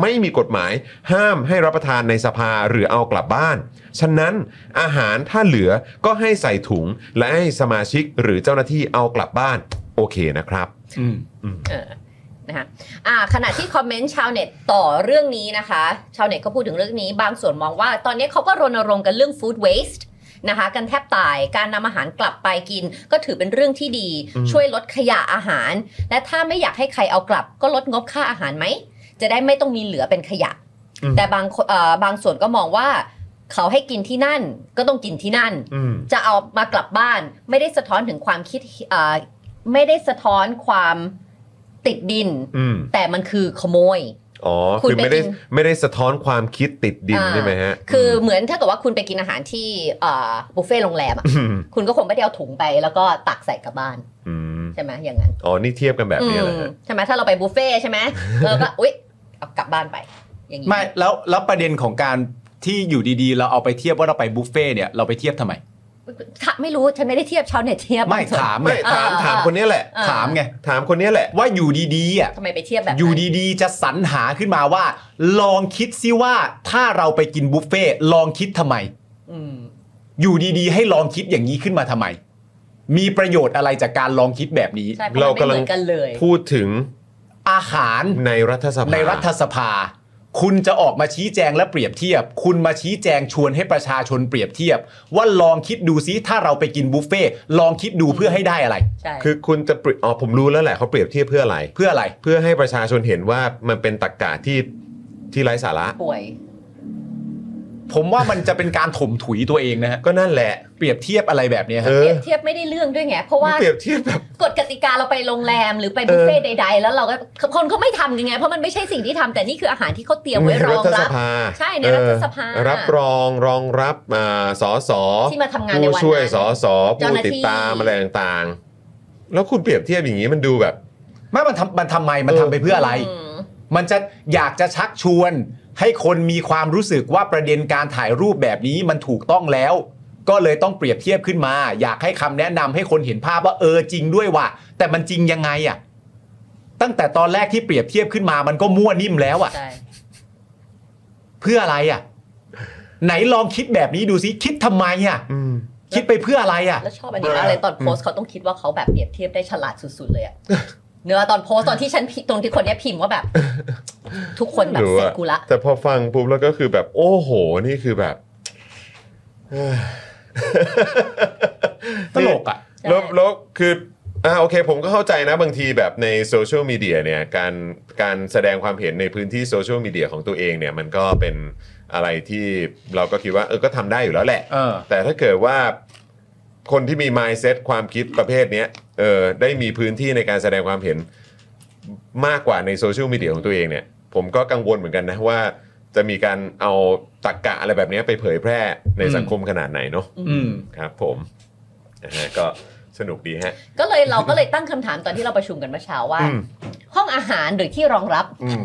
Speaker 7: ไม่มีกฎหมาย ห้ามให้รับประทานในสภาหรือเอากลับบ้าน ฉะนั้นอาหารถ้าเหลือก็ให้ใส่ถุง และให้สมาชิกหรือเจ้าหน้าที่เอากลับบ้าน โอเคนะครับ
Speaker 3: อืม
Speaker 6: เออนะคะอ่าขณะที่คอมเมนต์ชาวเน็ตต่อเรื่องนี้นะคะ ชาวเน็ตก็พูดถึงเรื่องนี้ บางส่วนมองว่า ตอนนี้เขาก็รณรงค์กันเรื่อง food waste นะคะ กันแทบตายการนำอาหารกลับไปกิน ก็ถือเป็นเรื่องที่ดี ช่วยลดขยะอาหาร และถ้าไม่อยากให้ใครเอากลับ ก็ลดงบค่าอาหารไหม จะได้ไม่ต้องมีเหลือเป็นขยะ
Speaker 7: อืม
Speaker 6: แต่บางคนเอ่อบางส่วนก็มองว่า เขาให้กินที่นั่นก็ต้องกินที่นั่น
Speaker 7: อืม
Speaker 6: จะเอามากลับบ้านไม่ได้สะท้อนถึงความคิดเอ่อไม่ได้สะท้อนความติดดิน
Speaker 7: อืม
Speaker 6: แต่มันคือขโมย
Speaker 7: อ๋อ
Speaker 6: คุณ
Speaker 7: คือไม่
Speaker 6: ไปกิ
Speaker 7: ได้
Speaker 6: น
Speaker 7: ไม่ได้สะท้อนความคิดติดดิน
Speaker 6: อ่า
Speaker 7: ใช่ไหมฮะ
Speaker 6: คือเหมือนถ้าเกิดว่าคุณไปกินอาหารที่เอ่อบุฟเฟ่ต์โรงแรมอะ
Speaker 7: ม
Speaker 6: คุณก็คงไม่ได้เอาถุงไปแล้วก็ตักใส่กลับบ้าน
Speaker 7: อืม
Speaker 6: ใช่ไหมอย่างนั้น
Speaker 7: อ๋อนี่เทียบกันแบบนี้เหรอ
Speaker 6: อื
Speaker 7: ฮะ
Speaker 6: มใช่ไหมถ้าเราไปบุฟเฟ่ต์ใช่ไหมเออก็อุ๊ยเอากลับบ้านไป อย่างนี้
Speaker 3: ไม่แล้วแล้วประเด็นของการที่อยู่ดีๆ เราเอาไปเทียบว่าเราไปบุฟเฟ่ต์เนี่ยเราไปเทียบทำไม
Speaker 6: ถ้าไม่รู้ฉันไม่ได้เทียบชาวเน็ตเทียบ
Speaker 3: ไม่ ถามไง
Speaker 7: ไม่ถามถามคนนี้แหละ
Speaker 6: เออ
Speaker 3: ถามไง
Speaker 7: ถามคนนี้แหละ
Speaker 3: ว่าอยู่ดีๆอ่ะ
Speaker 6: ทำไมไปเทียบแบบนั้น
Speaker 3: อยู่ดีๆ จะสรรหาขึ้นมาว่า ลองคิดซิว่าถ้าเราไปกินบุฟเฟ่ต์ลองคิดทำไม
Speaker 6: อืม
Speaker 3: อยู่ดีๆ ให้ลองคิดอย่างนี้ขึ้นมาทำไม มีประโยชน์อะไรจากการลองคิดแบบนี้
Speaker 6: ใช่เพราะมันไม่เหมือนกันเลย
Speaker 7: พูดถึง
Speaker 3: อาหาร
Speaker 7: ในรัฐสภา
Speaker 3: ในรัฐสภา คุณจะออกมาชี้แจงและเปรียบเทียบ คุณมาชี้แจงชวนให้ประชาชนเปรียบเทียบ ว่าลองคิดดูซิถ้าเราไปกินบุฟเฟ่ต์ลองคิดดูเพื่อให้ได้อะไร
Speaker 6: ใช่
Speaker 7: คือคุณจะเปรีอ๋อผมรู้แล้วแหละเขาเปรียบเทียบเพื่ออะไร
Speaker 3: เพื่ออะไร
Speaker 7: เพื่อให้ประชาชนเห็นว่ามันเป็นตรกกะที่ที่ไร้สาระ
Speaker 6: ป่วย
Speaker 3: ผมว่ามันจะเป็นการถมถุยตัวเองนะฮะ
Speaker 7: ก็นั่นแหละ
Speaker 3: เปรียบเทียบอะไรแบบเนี้ย
Speaker 7: เอ
Speaker 3: ฮะ
Speaker 6: เป
Speaker 7: อ
Speaker 6: รียบเทียบไม่ได้เรื่องด้วยไง เพราะว่า
Speaker 7: เปรียบเทียบแบบ
Speaker 6: กฎกติกาเราไปโรงแรมหรือไปบุฟเฟ่ต์ใด ๆ แล้วเราก็คนเขาไม่ทำยังไง เพราะมันไม่ใช่สิ่งที่ทำแต่นี่คืออาหารที่เขาเตรียมไว้รอง
Speaker 7: ในฐ
Speaker 6: รั
Speaker 7: ส
Speaker 6: บ
Speaker 7: ภา
Speaker 6: ใช่ในรัฐสภา
Speaker 7: เออรับรองรองรับอ่าสอสอ
Speaker 6: ที่มาทำงานใน
Speaker 7: ผู้
Speaker 6: วัน
Speaker 7: ช่วย
Speaker 6: นั้น
Speaker 7: สอสอ
Speaker 6: เจ้า
Speaker 7: ผู้
Speaker 6: หน้าที่
Speaker 7: ติดตามอะไรต่างๆ แล้วคุณเปรียบเทียบอย่างนี้มันดูแบบ
Speaker 3: ไม่มันทำมันทำไมมันทำไปเพื่ออะไร
Speaker 6: อืม
Speaker 3: มันจะอยากจะชักชวน ให้คนมีความรู้สึกว่าประเด็นการถ่ายรูปแบบนี้มันถูกต้องแล้ว ก็เลยต้องเปรียบเทียบขึ้นมา อยากให้คำแนะนำให้คนเห็นภาพว่าเออจริงด้วยว่ะแต่มันจริงยังไงอะตั้งแต่ตอนแรกที่เปรียบเทียบขึ้นมามันก็มั่วนิ่มแล้วอะ
Speaker 6: ใช่
Speaker 3: เพื่ออะไรอะไหนลองคิดแบบนี้ดูสิคิดทำไมอะ
Speaker 7: อืม
Speaker 3: คิดไปเพื่ออะไรอะ
Speaker 6: แล้วชอบอันนี้มากเลยตอนโพสต์เขาต้องคิดว่าเขาแบบเปรียบเทียบได้ฉลาดสุดๆเลยอะเนื้อตอนโพสต์ตอนที่ฉันพิตรงที่คนเนี้ยพิมพ์ว่าแบบ ทุกคนแบบ
Speaker 7: หรือ
Speaker 6: เสร็
Speaker 7: ว่า
Speaker 6: จกูละ
Speaker 7: แต่พอฟังปุ๊บแล้วก็คือแบบ โอ้โห นี่คือแบบเอ้ย
Speaker 3: ตลกอะ
Speaker 6: ใช่
Speaker 7: แล้วแล้วคืออ่าโอเค ผมก็เข้าใจนะบางทีแบบในโซเชียลมีเดียเนี่ยการการแสดงความเห็นในพื้นที่โซเชียลมีเดียของตัวเองเนี่ย มันก็เป็นอะไรที่เราก็คิดว่าเออก็ทำได้อยู่แล้วแหละ
Speaker 3: เออ
Speaker 7: แต่ถ้าเกิดว่าคนที่มี mindset ความคิดประเภทเนี้ยเออได้มีพื้นที่ในการแสดงความเห็นมากกว่าในโซเชียลมีเดียของตัวเองเนี่ย ผมก็กังวลเหมือนกันนะว่าจะมีการเอาตรกกะอะไรแบบเนี้ยไปเผยแพร่ในสังคมขนาดไหนเนาะ
Speaker 3: อืม
Speaker 7: ครับผมนะฮะก็ สนุกดีฮะ
Speaker 6: ก็เลยเราก็เลยตั้งคำถามตอนที่เราประชุมกันเมื่อเช้าว่า
Speaker 7: อืม
Speaker 6: ห้องอาหารหรือที่รองรับ
Speaker 7: อืม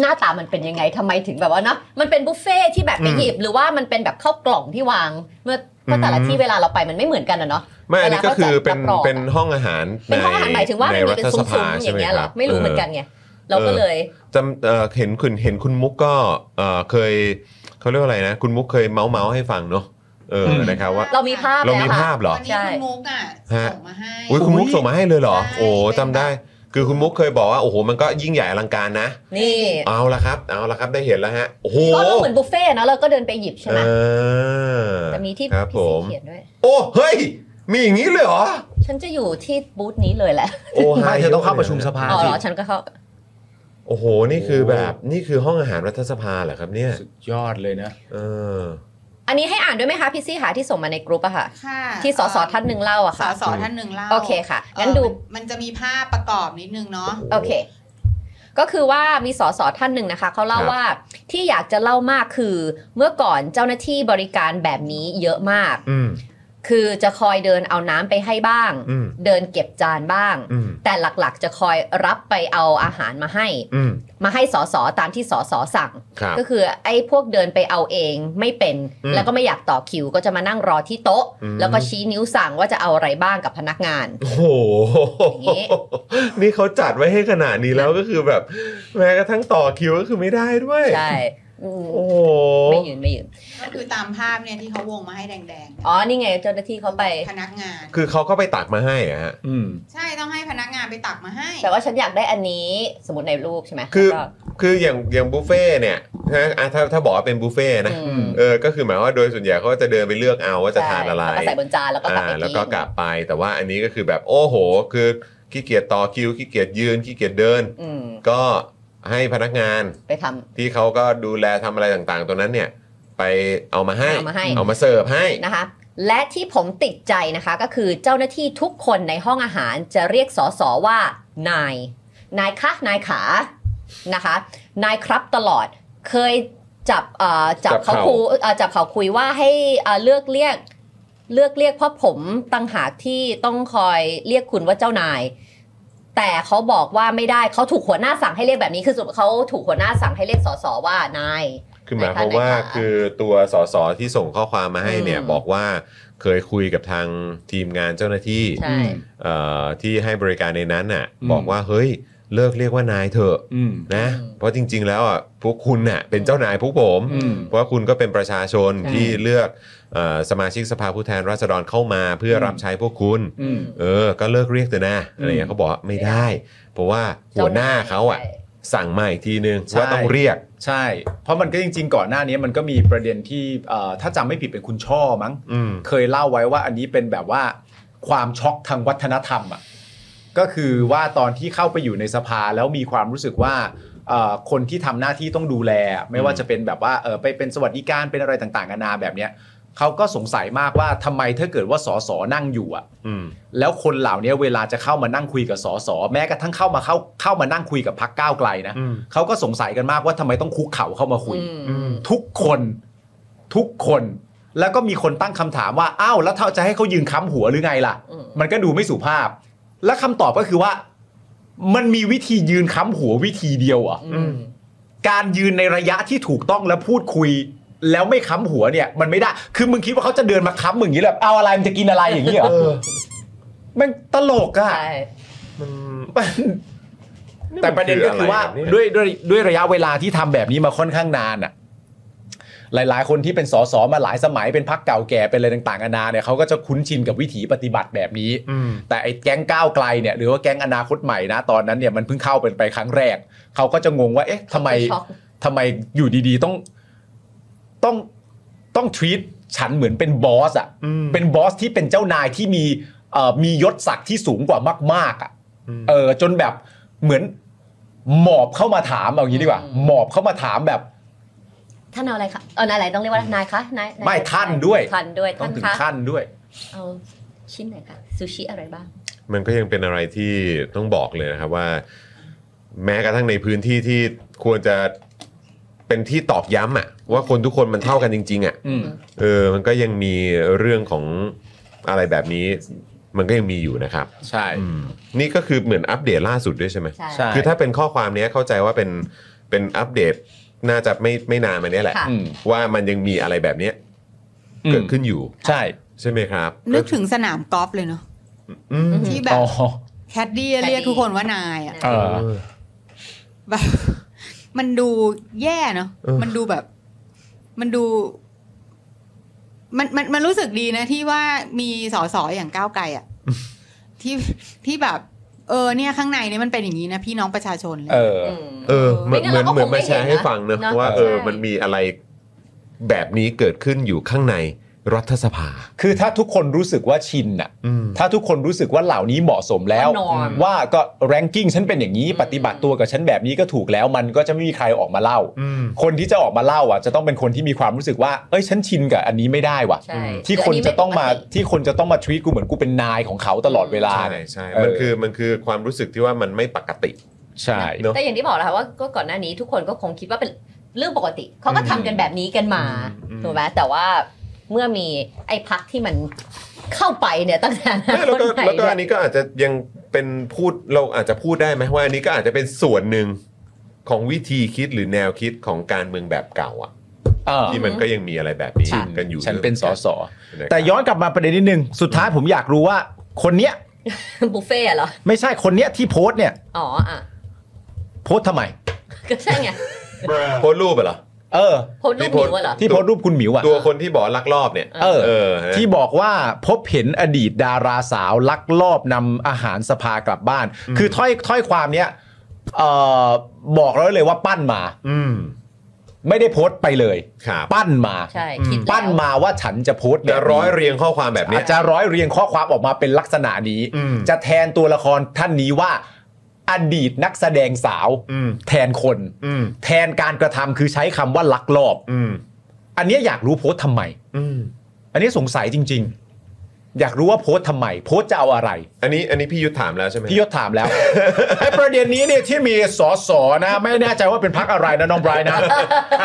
Speaker 6: หน้าตามันเป็นยังไงทำไมถึงแบบว่าเนาะมันเป็นบุฟเฟ่ที่แบบไป
Speaker 7: อืม
Speaker 6: หยิบหรือว่ามันเป็นแบบข้าวกล่องที่วาง เมื่อเพราะแต่ละ
Speaker 7: อืม
Speaker 6: ที่เวลาเราไปมันไม่เหมือนกันนะเนาะ
Speaker 7: ไม่อันนี้ก็คือเป็น
Speaker 6: เวลาเขาจัดรับรองอะ
Speaker 7: เป็นห้องอาหารใน
Speaker 6: เป็นห้องอาหารหมายถึงว่า
Speaker 7: ใน
Speaker 6: มันมี
Speaker 7: รั
Speaker 6: เป็น
Speaker 7: ฐส
Speaker 6: ซุ้
Speaker 7: ภาม
Speaker 6: ๆอ
Speaker 7: ใช่
Speaker 6: ย่าง
Speaker 7: ไหม
Speaker 6: เงี้ย
Speaker 7: ค
Speaker 6: เหร
Speaker 7: รั
Speaker 6: อบ ไม่รู้เหมือนกันไงเราก็เลย
Speaker 7: จำเอ่อเห็นคุณเห็นคุณมุกก็เอ่อเคยเขาเรียกว่าอะไรนะ คุณมุกเคยเมาส์เมาส์ๆให้ฟังเนอะเอออ
Speaker 3: ม
Speaker 7: นะครับว่า
Speaker 6: เรามีภาพ
Speaker 7: เรา
Speaker 6: แล้ว
Speaker 7: มี
Speaker 6: ค่ะ
Speaker 7: ภาพเหรอ
Speaker 9: วันนี้คุณมุกอ่ะ
Speaker 7: ฮะ
Speaker 9: ส่งมาให้
Speaker 7: อุ้ยคุณมุกส่งมาให้เลยเหรอ
Speaker 9: ใช่
Speaker 7: โอ้จำได้ คือคุณมุกเคยบอกว่าโอ้โหมันก็ยิ่งใหญ่อลังการนะ
Speaker 6: นี่
Speaker 7: เอาละครับ เอาละครับได้เห็นแล้วฮะ โอ้โห
Speaker 6: ก็เราเหมือนบุฟเฟ่ต์นะเราก็เดินไปหยิบใช่ไหม
Speaker 7: เออ
Speaker 6: แต่มีที่
Speaker 7: ครับ
Speaker 6: พี่
Speaker 7: ผ
Speaker 6: ซี
Speaker 7: ม
Speaker 6: เขียนด้วย
Speaker 7: โอ้เฮ้ย มีอย่างนี้เลยเหรอ
Speaker 6: ฉันจะอยู่ที่บูธนี้เลยแหละ
Speaker 7: โอ้
Speaker 3: ไม่เธอต้องเข้าประชุมสภา
Speaker 6: อ๋อ
Speaker 3: สิ
Speaker 6: เหรอฉันก็เข้า
Speaker 7: โอ้โห นี่คือแบบนี่คือห้องอาหารรัฐสภาเหรอครับเนี่ย
Speaker 3: สุดยอดเลยนะ
Speaker 7: เออ
Speaker 6: อันนี้ให้อ่านด้วยไหมคะพี่ซี่หาที่ส่งมาในกรุ๊ปอะค่ะ
Speaker 9: ค่ะ
Speaker 6: ที่สสท่านหนึ่งเล่าอะ
Speaker 9: ส
Speaker 6: ค่ะ
Speaker 9: สท่านหนึ่งเล่า
Speaker 6: โอเคค่ะ
Speaker 9: เอ่อ
Speaker 6: งั้นดู
Speaker 9: มันจะมีภาพประกอบนิดนึงเนาะ
Speaker 6: โอเค ก็คือว่ามีสสท่านหนึ่งนะคะ เขาเล่า
Speaker 7: ครับ
Speaker 6: ว่าที่อยากจะเล่ามากคือ เมื่อก่อนเจ้าหน้าที่บริการแบบนี้เยอะมาก
Speaker 7: อืม
Speaker 6: คือจะคอยเดินเอาน้ำไปให้บ้าง
Speaker 7: อืม
Speaker 6: เดินเก็บจานบ้าง
Speaker 7: อืม
Speaker 6: แต่หลักๆ จะคอยรับไปเอาอาหารมาให้
Speaker 7: อืม
Speaker 6: มาให้สสตามที่สสสั่ง
Speaker 7: ครับ
Speaker 6: ก็คือไอ้พวกเดินไปเอาเองไม่เป็น
Speaker 7: อืม
Speaker 6: แล้วก็ไม่อยากต่อคิวก็จะมานั่งรอที่โต๊ะ
Speaker 7: อืม
Speaker 6: แล้วก็ชี้นิ้วสั่งว่าจะเอาอะไรบ้างกับพนักงาน
Speaker 7: โอ้โห
Speaker 6: อย่างนี้
Speaker 7: นี่เขาจัดไว้ให้ขนาดนี้แล้วก็คือแบบ แม้กระทั่งต่อคิวก็คือไม่ได้ด้วย
Speaker 6: ใช่อืม
Speaker 7: โอ้โห
Speaker 6: ไม่ยืนไม่ยืน
Speaker 9: ก็คือตามภาพเนี่ยที่เขาวงมาให้แดงๆ
Speaker 6: อ๋อนี่ไงเจ้าหน้าที่เขาไป
Speaker 9: พนักงาน
Speaker 7: คือเขาก็ไปตักมาให้อะฮะ
Speaker 3: อืม
Speaker 9: ใช่ต้องให้พนักงานไปตักมาให้
Speaker 6: แต่ว่าฉันอยากได้อันนี้สมมติในรูปใช่ไหม
Speaker 7: คือ
Speaker 6: แล้วก็
Speaker 7: คืออย่างอย่างบุฟเฟ่ต์เนี่ยนะอ่ะถ้าถ้าบอกว่าเป็นบุฟเฟ่ต์นะ
Speaker 6: อืม
Speaker 7: เออก็คือหมายความว่าโดยส่วนใหญ่เขาก็จะเดินไปเลือกเอาว่าจะทานอะไร
Speaker 6: ใช่แล้วก็ใส่บนจานแล้วก็กลับ
Speaker 7: อ่า
Speaker 6: ไป
Speaker 7: แล้ว
Speaker 6: กิ
Speaker 7: ก็
Speaker 6: น
Speaker 7: กลับไปแต่ว่าอันนี้ก็คือแบบโอ้โห คือขี้เกียจต่อคิวขี้เกียจยืนขี้เกียจเดิน
Speaker 6: อืม
Speaker 7: ก็ให้พนักงาน
Speaker 6: ไปทำ
Speaker 7: ที่เขาก็ดูแลทำอะไรต่างๆ ตัวนั้นเนี่ย ไปเอามาให้
Speaker 6: เอามาให้
Speaker 7: เอามาเสิร์ฟให้
Speaker 6: นะคะ และที่ผมติดใจนะคะก็คือเจ้าหน้าที่ทุกคนในห้องอาหารจะเรียกสอสอว่านาย นายคะนายขานะคะ นายครับตลอดเคยจับเอ่อจับ
Speaker 7: จับ
Speaker 6: เขา
Speaker 7: เขา
Speaker 6: คุยเอ่อจับเขาคุยว่าให้เอ่อเลือกเรียกเลือกเรียกเพราะผมต่างหากที่ต้องคอยเรียกคุณว่าเจ้านาย แต่เขาบอกว่าไม่ได้เขาถูกหัวหน้าสั่งให้เรียกแบบนี้คือสรุดเขาถูกหัวหน้าสั่งให้เรียกสอสอว่านาย
Speaker 7: คือหมายความว่า
Speaker 6: ไหนคะ
Speaker 7: คือตัวสสที่ส่งข้อความมาให้เนี่ย
Speaker 6: อืม
Speaker 7: บอกว่าเคยคุยกับทางทีมงานเจ้าหน้าที่
Speaker 6: ใช่
Speaker 7: เอ่อที่ให้บริการในนั้นน่ะ
Speaker 3: อืม
Speaker 7: บอกว่าเฮ้ยเลิกเรียกว่านายเถอะ
Speaker 3: อืม
Speaker 7: นะ
Speaker 6: อืม
Speaker 7: เพราะจริง ๆ แล้วอ่ะพวกคุณน่ะเป็นเจ้านายพวกผม
Speaker 3: อืม
Speaker 7: เพราะคุณก็เป็นประชาชน
Speaker 6: ใช่
Speaker 7: ที่เลือกเออสมาชิกสภาผู้แทนราษฎรเข้ามาเพื่ออ
Speaker 3: ม
Speaker 7: รับใช้พวกคุณ
Speaker 3: อืม
Speaker 7: เออ ก็เลิกเรียกเถอะนะอะไรอย่างเงี้ยเขาบอกว่าไม่ได้ เพราะว่าหัวหน้าเขาอ่ะ สั่งมาอีกทีนึง
Speaker 3: ใช่
Speaker 7: ว่าต้องเรียก
Speaker 3: ใช่ เพราะมันก็จริง ๆ ก่อนหน้านี้มันก็มีประเด็นที่เอ่อถ้าจำไม่ผิดเป็นคุณช่อมั้ง
Speaker 7: อืม
Speaker 3: เคยเล่าไว้ว่าอันนี้เป็นแบบว่าความช็อกทางวัฒนธรรมอ่ะก็คือว่าตอนที่เข้าไปอยู่ในสภาแล้วมีความรู้สึกว่าเอ่อคนที่ทำหน้าที่ต้องดูแล ไม่ว่าจะเป็นแบบว่าเออไปเป็นสวัสดิการเป็นอะไรต่างๆนานาแบบเนี้ยเขาก็สงสัยมากว่าทำไมถ้าเกิดว่าสสนั่งอยู่อ่ะ
Speaker 7: อืม
Speaker 3: แล้วคนเหล่านี้เวลาจะเข้ามานั่งคุยกับสสแม้กระทั่งเข้ามาเข้าเข้ามานั่งคุยกับพักก้าวไกลนะ
Speaker 7: อืม
Speaker 3: เขาก็สงสัยกันมากว่าทำไมต้องคุกเข่าเข้ามาคุย
Speaker 6: อืม
Speaker 3: ทุกคนทุกคน แล้วก็มีคนตั้งคำถามว่าอ้าวแล้วถ้าจะให้เขายืนค้ำหัวหรือไงล่ะ
Speaker 6: อืม
Speaker 3: มันก็ดูไม่สุภาพ และคำตอบก็คือว่า มันมีวิธียืนค้ำหัววิธีเดียวเหรอ่ะ
Speaker 6: อืม
Speaker 3: การยืนในระยะที่ถูกต้องและพูดคุย แล้วไม่ค้ำหัวเนี่ย มันไม่ได้ คือมึงคิดว่าเขาจะเดินมาค้ำมึงอย่างนี้แบบเอาอะไรมันจะกินอะไรอย่างนี้เหรอ
Speaker 7: เออ
Speaker 3: มันตลกอ่ะ
Speaker 6: ใช่
Speaker 7: มัน
Speaker 3: แต่ประเด็นก็คือว่า
Speaker 7: มัน
Speaker 3: ด้วยด้วยด้วยระยะเวลาที่ทำแบบนี้มาค่อนข้างนานอ่ะ หลาย ๆ คนที่เป็นสสมาหลายสมัยเป็นพักเก่าแก่เป็นอะไรต่างๆนานาเนี่ยเขาก็จะคุ้นชินกับวิถีปฏิบัติแบบนี้
Speaker 7: อืม
Speaker 3: แต่ไอ้แก๊งก้าวไกลเนี่ยหรือว่าแก๊งอนาคตใหม่นะตอนนั้นเนี่ยมันเพิ่งเข้าเป็นไปครั้งแรก เขาก็จะงงว่า เอ๊ะทำไม
Speaker 6: ช็อก
Speaker 3: ทำไมอยู่ดีๆต้องต้องต้องท e ีตฉันเหมือนเป็นบอสอ่ะ
Speaker 7: อืม
Speaker 3: เป็นบอสที่เป็นเจ้านายที่มีเอ่อมียศศักดิ์ที่สูงกว่ามาก ๆอ่ะ
Speaker 7: อืม
Speaker 3: เออจนแบบเหมือนหมอบเข้ามาถามเอาอย่างนี้ดีกว่า หมอบเข้ามาถามแบบ
Speaker 6: ท่านเอาอะไรคะเออนายอะไรต้องเรียกว่านายคะนายนาย
Speaker 3: ไม่ท่านด้วย
Speaker 6: ท่านด้วย
Speaker 3: ต้อ
Speaker 6: ท่าง น
Speaker 3: ถึง
Speaker 6: คะ
Speaker 3: ขั้นด้วย
Speaker 6: เอาชิ้นไหนคะซูชิอะไรบ้าง
Speaker 7: มันก็ยังเป็นอะไรที่ต้องบอกเลยนะครับว่า แม้กระทั่งในพื้นที่ที่ควรจะเป็นที่ตอกย้ำอะว่าคนทุกคนมันเท่ากันจริงๆอะ
Speaker 3: อืม
Speaker 7: เออ มันก็ยังมีเรื่องของอะไรแบบนี้ มันก็ยังมีอยู่นะครับ
Speaker 3: ใช่
Speaker 7: อืมนี่ก็คือเหมือนอัปเดตล่าสุดด้วยใช่ไหม
Speaker 6: ใช่
Speaker 3: ใช่
Speaker 7: คือถ้าเป็นข้อความเนี้ยเข้าใจว่าเป็นเป็นอัปเดตน่าจะไม่ไม่นานมาเนี้ยแหละ
Speaker 6: ค่ะ
Speaker 3: อืม
Speaker 7: ว่ามันยังมีอะไรแบบเนี้ยเกิดขึ้นอยู่
Speaker 3: ใช่
Speaker 7: ใช่ไหมครับ
Speaker 9: นึกถึงสนามกอล์ฟเลยเนาะ
Speaker 7: อืม
Speaker 9: ที่แบบ
Speaker 3: อ๋อ
Speaker 9: แคดดี้เรียกทุกคนว่านายอ่ะ
Speaker 3: เออ
Speaker 9: แบบ มันดูแย่เนาะมันดูแบบ มันดู มันมันมันรู้สึกดีนะ ที่ว่ามีสอสออย่างก้าวไกลอ่ะที่ที่แบบ เออเนี่ยข้างในเนี่ยมันเป็นอย่างนี้นะพี่น้องประชาชนเลย
Speaker 3: เออ
Speaker 6: ม
Speaker 7: เออเหมือน
Speaker 6: ไม่
Speaker 7: เห
Speaker 6: งั้
Speaker 7: มือน น
Speaker 6: เราก็
Speaker 7: เหมือนมาแชร์
Speaker 6: คงไม่เห็นนะ
Speaker 7: ให้ฟังนะ
Speaker 6: เนอะ
Speaker 7: ว่าเออ
Speaker 6: ใช่
Speaker 7: มันมีอะไรแบบนี้เกิดขึ้นอยู่ข้างในรัฐสภา
Speaker 3: คือถ้าทุกคนรู้สึกว่าชินน่ะ
Speaker 7: อืม
Speaker 3: ถ้าทุกคนรู้สึกว่าเหล่านี้เหมาะสมแล้ว
Speaker 6: ว่า norm
Speaker 3: ว่าก็แรงกิ้งฉันเป็นอย่างนี้ ปฏิบัติตัวกับฉันแบบนี้ก็ถูกแล้ว มันก็จะไม่มีใครออกมาเล่า
Speaker 7: อืม
Speaker 3: คนที่จะออกมาเล่าอ่ะจะต้องเป็นคนที่มีความรู้สึกว่า เอ้ยฉันชินกับอันนี้ไม่ได้ว่ะ
Speaker 6: ใช่
Speaker 3: ที่คนจะต้องมาที่คนจะต้องมาทวีตกูเหมือนกูเป็นนายของเขาตลอดเวลา
Speaker 7: ใช่
Speaker 3: เนี่ย
Speaker 7: ใช่
Speaker 3: เ
Speaker 7: มันคือมันคือความรู้สึกที่ว่ามันไม่ปกติ
Speaker 3: ใช่
Speaker 7: เนอะ
Speaker 6: แต่อย่างที่บอกแหล้วว่าก็ก่อนหน้านี้ทุกคนก็คงคิดว่าเป็นเรื่องปกติ เขาก็ทำกันแบบนี้กันมาถูกไหมแต่ว่าเมื่อมีไอ้พักที่มันเข้าไปเนี่ยตั้งแต่
Speaker 7: ไม่แล้วก็
Speaker 6: คนไหน
Speaker 7: แล้วก็อัน
Speaker 6: เนี่ย
Speaker 7: นี้ก็อาจจะยังเป็นพูดเราอาจจะพูดได้ไหมว่าอันนี้ก็อาจจะเป็นส่วนหนึ่งของวิธีคิดหรือแนวคิดของการเมืองแบบเก่าอ่ะ
Speaker 3: เออ
Speaker 7: ที่มันก็ยังมีอะไรแบบนี้กันอยู่
Speaker 3: ฉันเป็นสอสอ
Speaker 7: นะครับ
Speaker 3: แต่ย้อนกลับมาประเด็นนิดนึงสุดท้ายผมอยากรู้ว่าคนเนี้ย
Speaker 6: บุฟเฟ่ต์อะเหรอ
Speaker 3: ไม่ใช่คนเนี้ยที่โพสต์เนี่ย
Speaker 6: อ๋ออ่ะ
Speaker 3: โพสต์ทำไม
Speaker 6: ก็ใช่ไง
Speaker 7: โพสต์รูปเหรอ
Speaker 3: เออ
Speaker 6: โพสต์รูปหมิวอะเหรอ
Speaker 3: ที่โพสต์รูปคุณหมิวอ่ะ
Speaker 7: ตัวคนที่บอกลักรอบเนี่ย
Speaker 3: เออ
Speaker 7: เออ
Speaker 3: ที่บอกว่าพบเห็นอดีตดาราสาวลักลอบนำอาหารสภากลับบ้าน คือถ้อยถ้อยความเนี้ยเอ่อบอกแล้วเลยว่าปั้นมา
Speaker 7: อืม
Speaker 3: ไม่ได้โพสต์ไปเลย
Speaker 7: ครับ
Speaker 3: ปั้นมา
Speaker 6: ใช่คิดแล้ว
Speaker 3: ปั้นมาว่าฉันจะโพสต์แบ
Speaker 7: จะ
Speaker 3: บ
Speaker 7: ร้อย
Speaker 3: นี้
Speaker 7: เรียงข้อความแบบเนี้
Speaker 3: อาย จจะร้อยเรียงข้อความออกมาเป็นลักษณะนี้
Speaker 7: อืม
Speaker 3: จะแทนตัวละครท่านนี้ว่า อดีตนักแสดงสาว
Speaker 7: อืม
Speaker 3: แทนคน
Speaker 7: อืม
Speaker 3: แทนการกระทำคือใช้คำว่าลักลอบ
Speaker 7: อืม
Speaker 3: อันเนี้ยอยากรู้โพสต์ทำไม
Speaker 7: อืม
Speaker 3: อันนี้สงสัยจริง ๆ อยากรู้ว่าโพสต์ทำไม โพสต์จะเอาอะไร
Speaker 7: อันนี้อันนี้พี่ยุทธถามแล้วใช่ไหม
Speaker 3: พี่ยศถามแล้ว ไอ้ประเด็นนี้เนี่ยที่มีสอสอนะ ไม่แน่ใจว่าเป็นพักอะไรนะน้องไบรท์นะ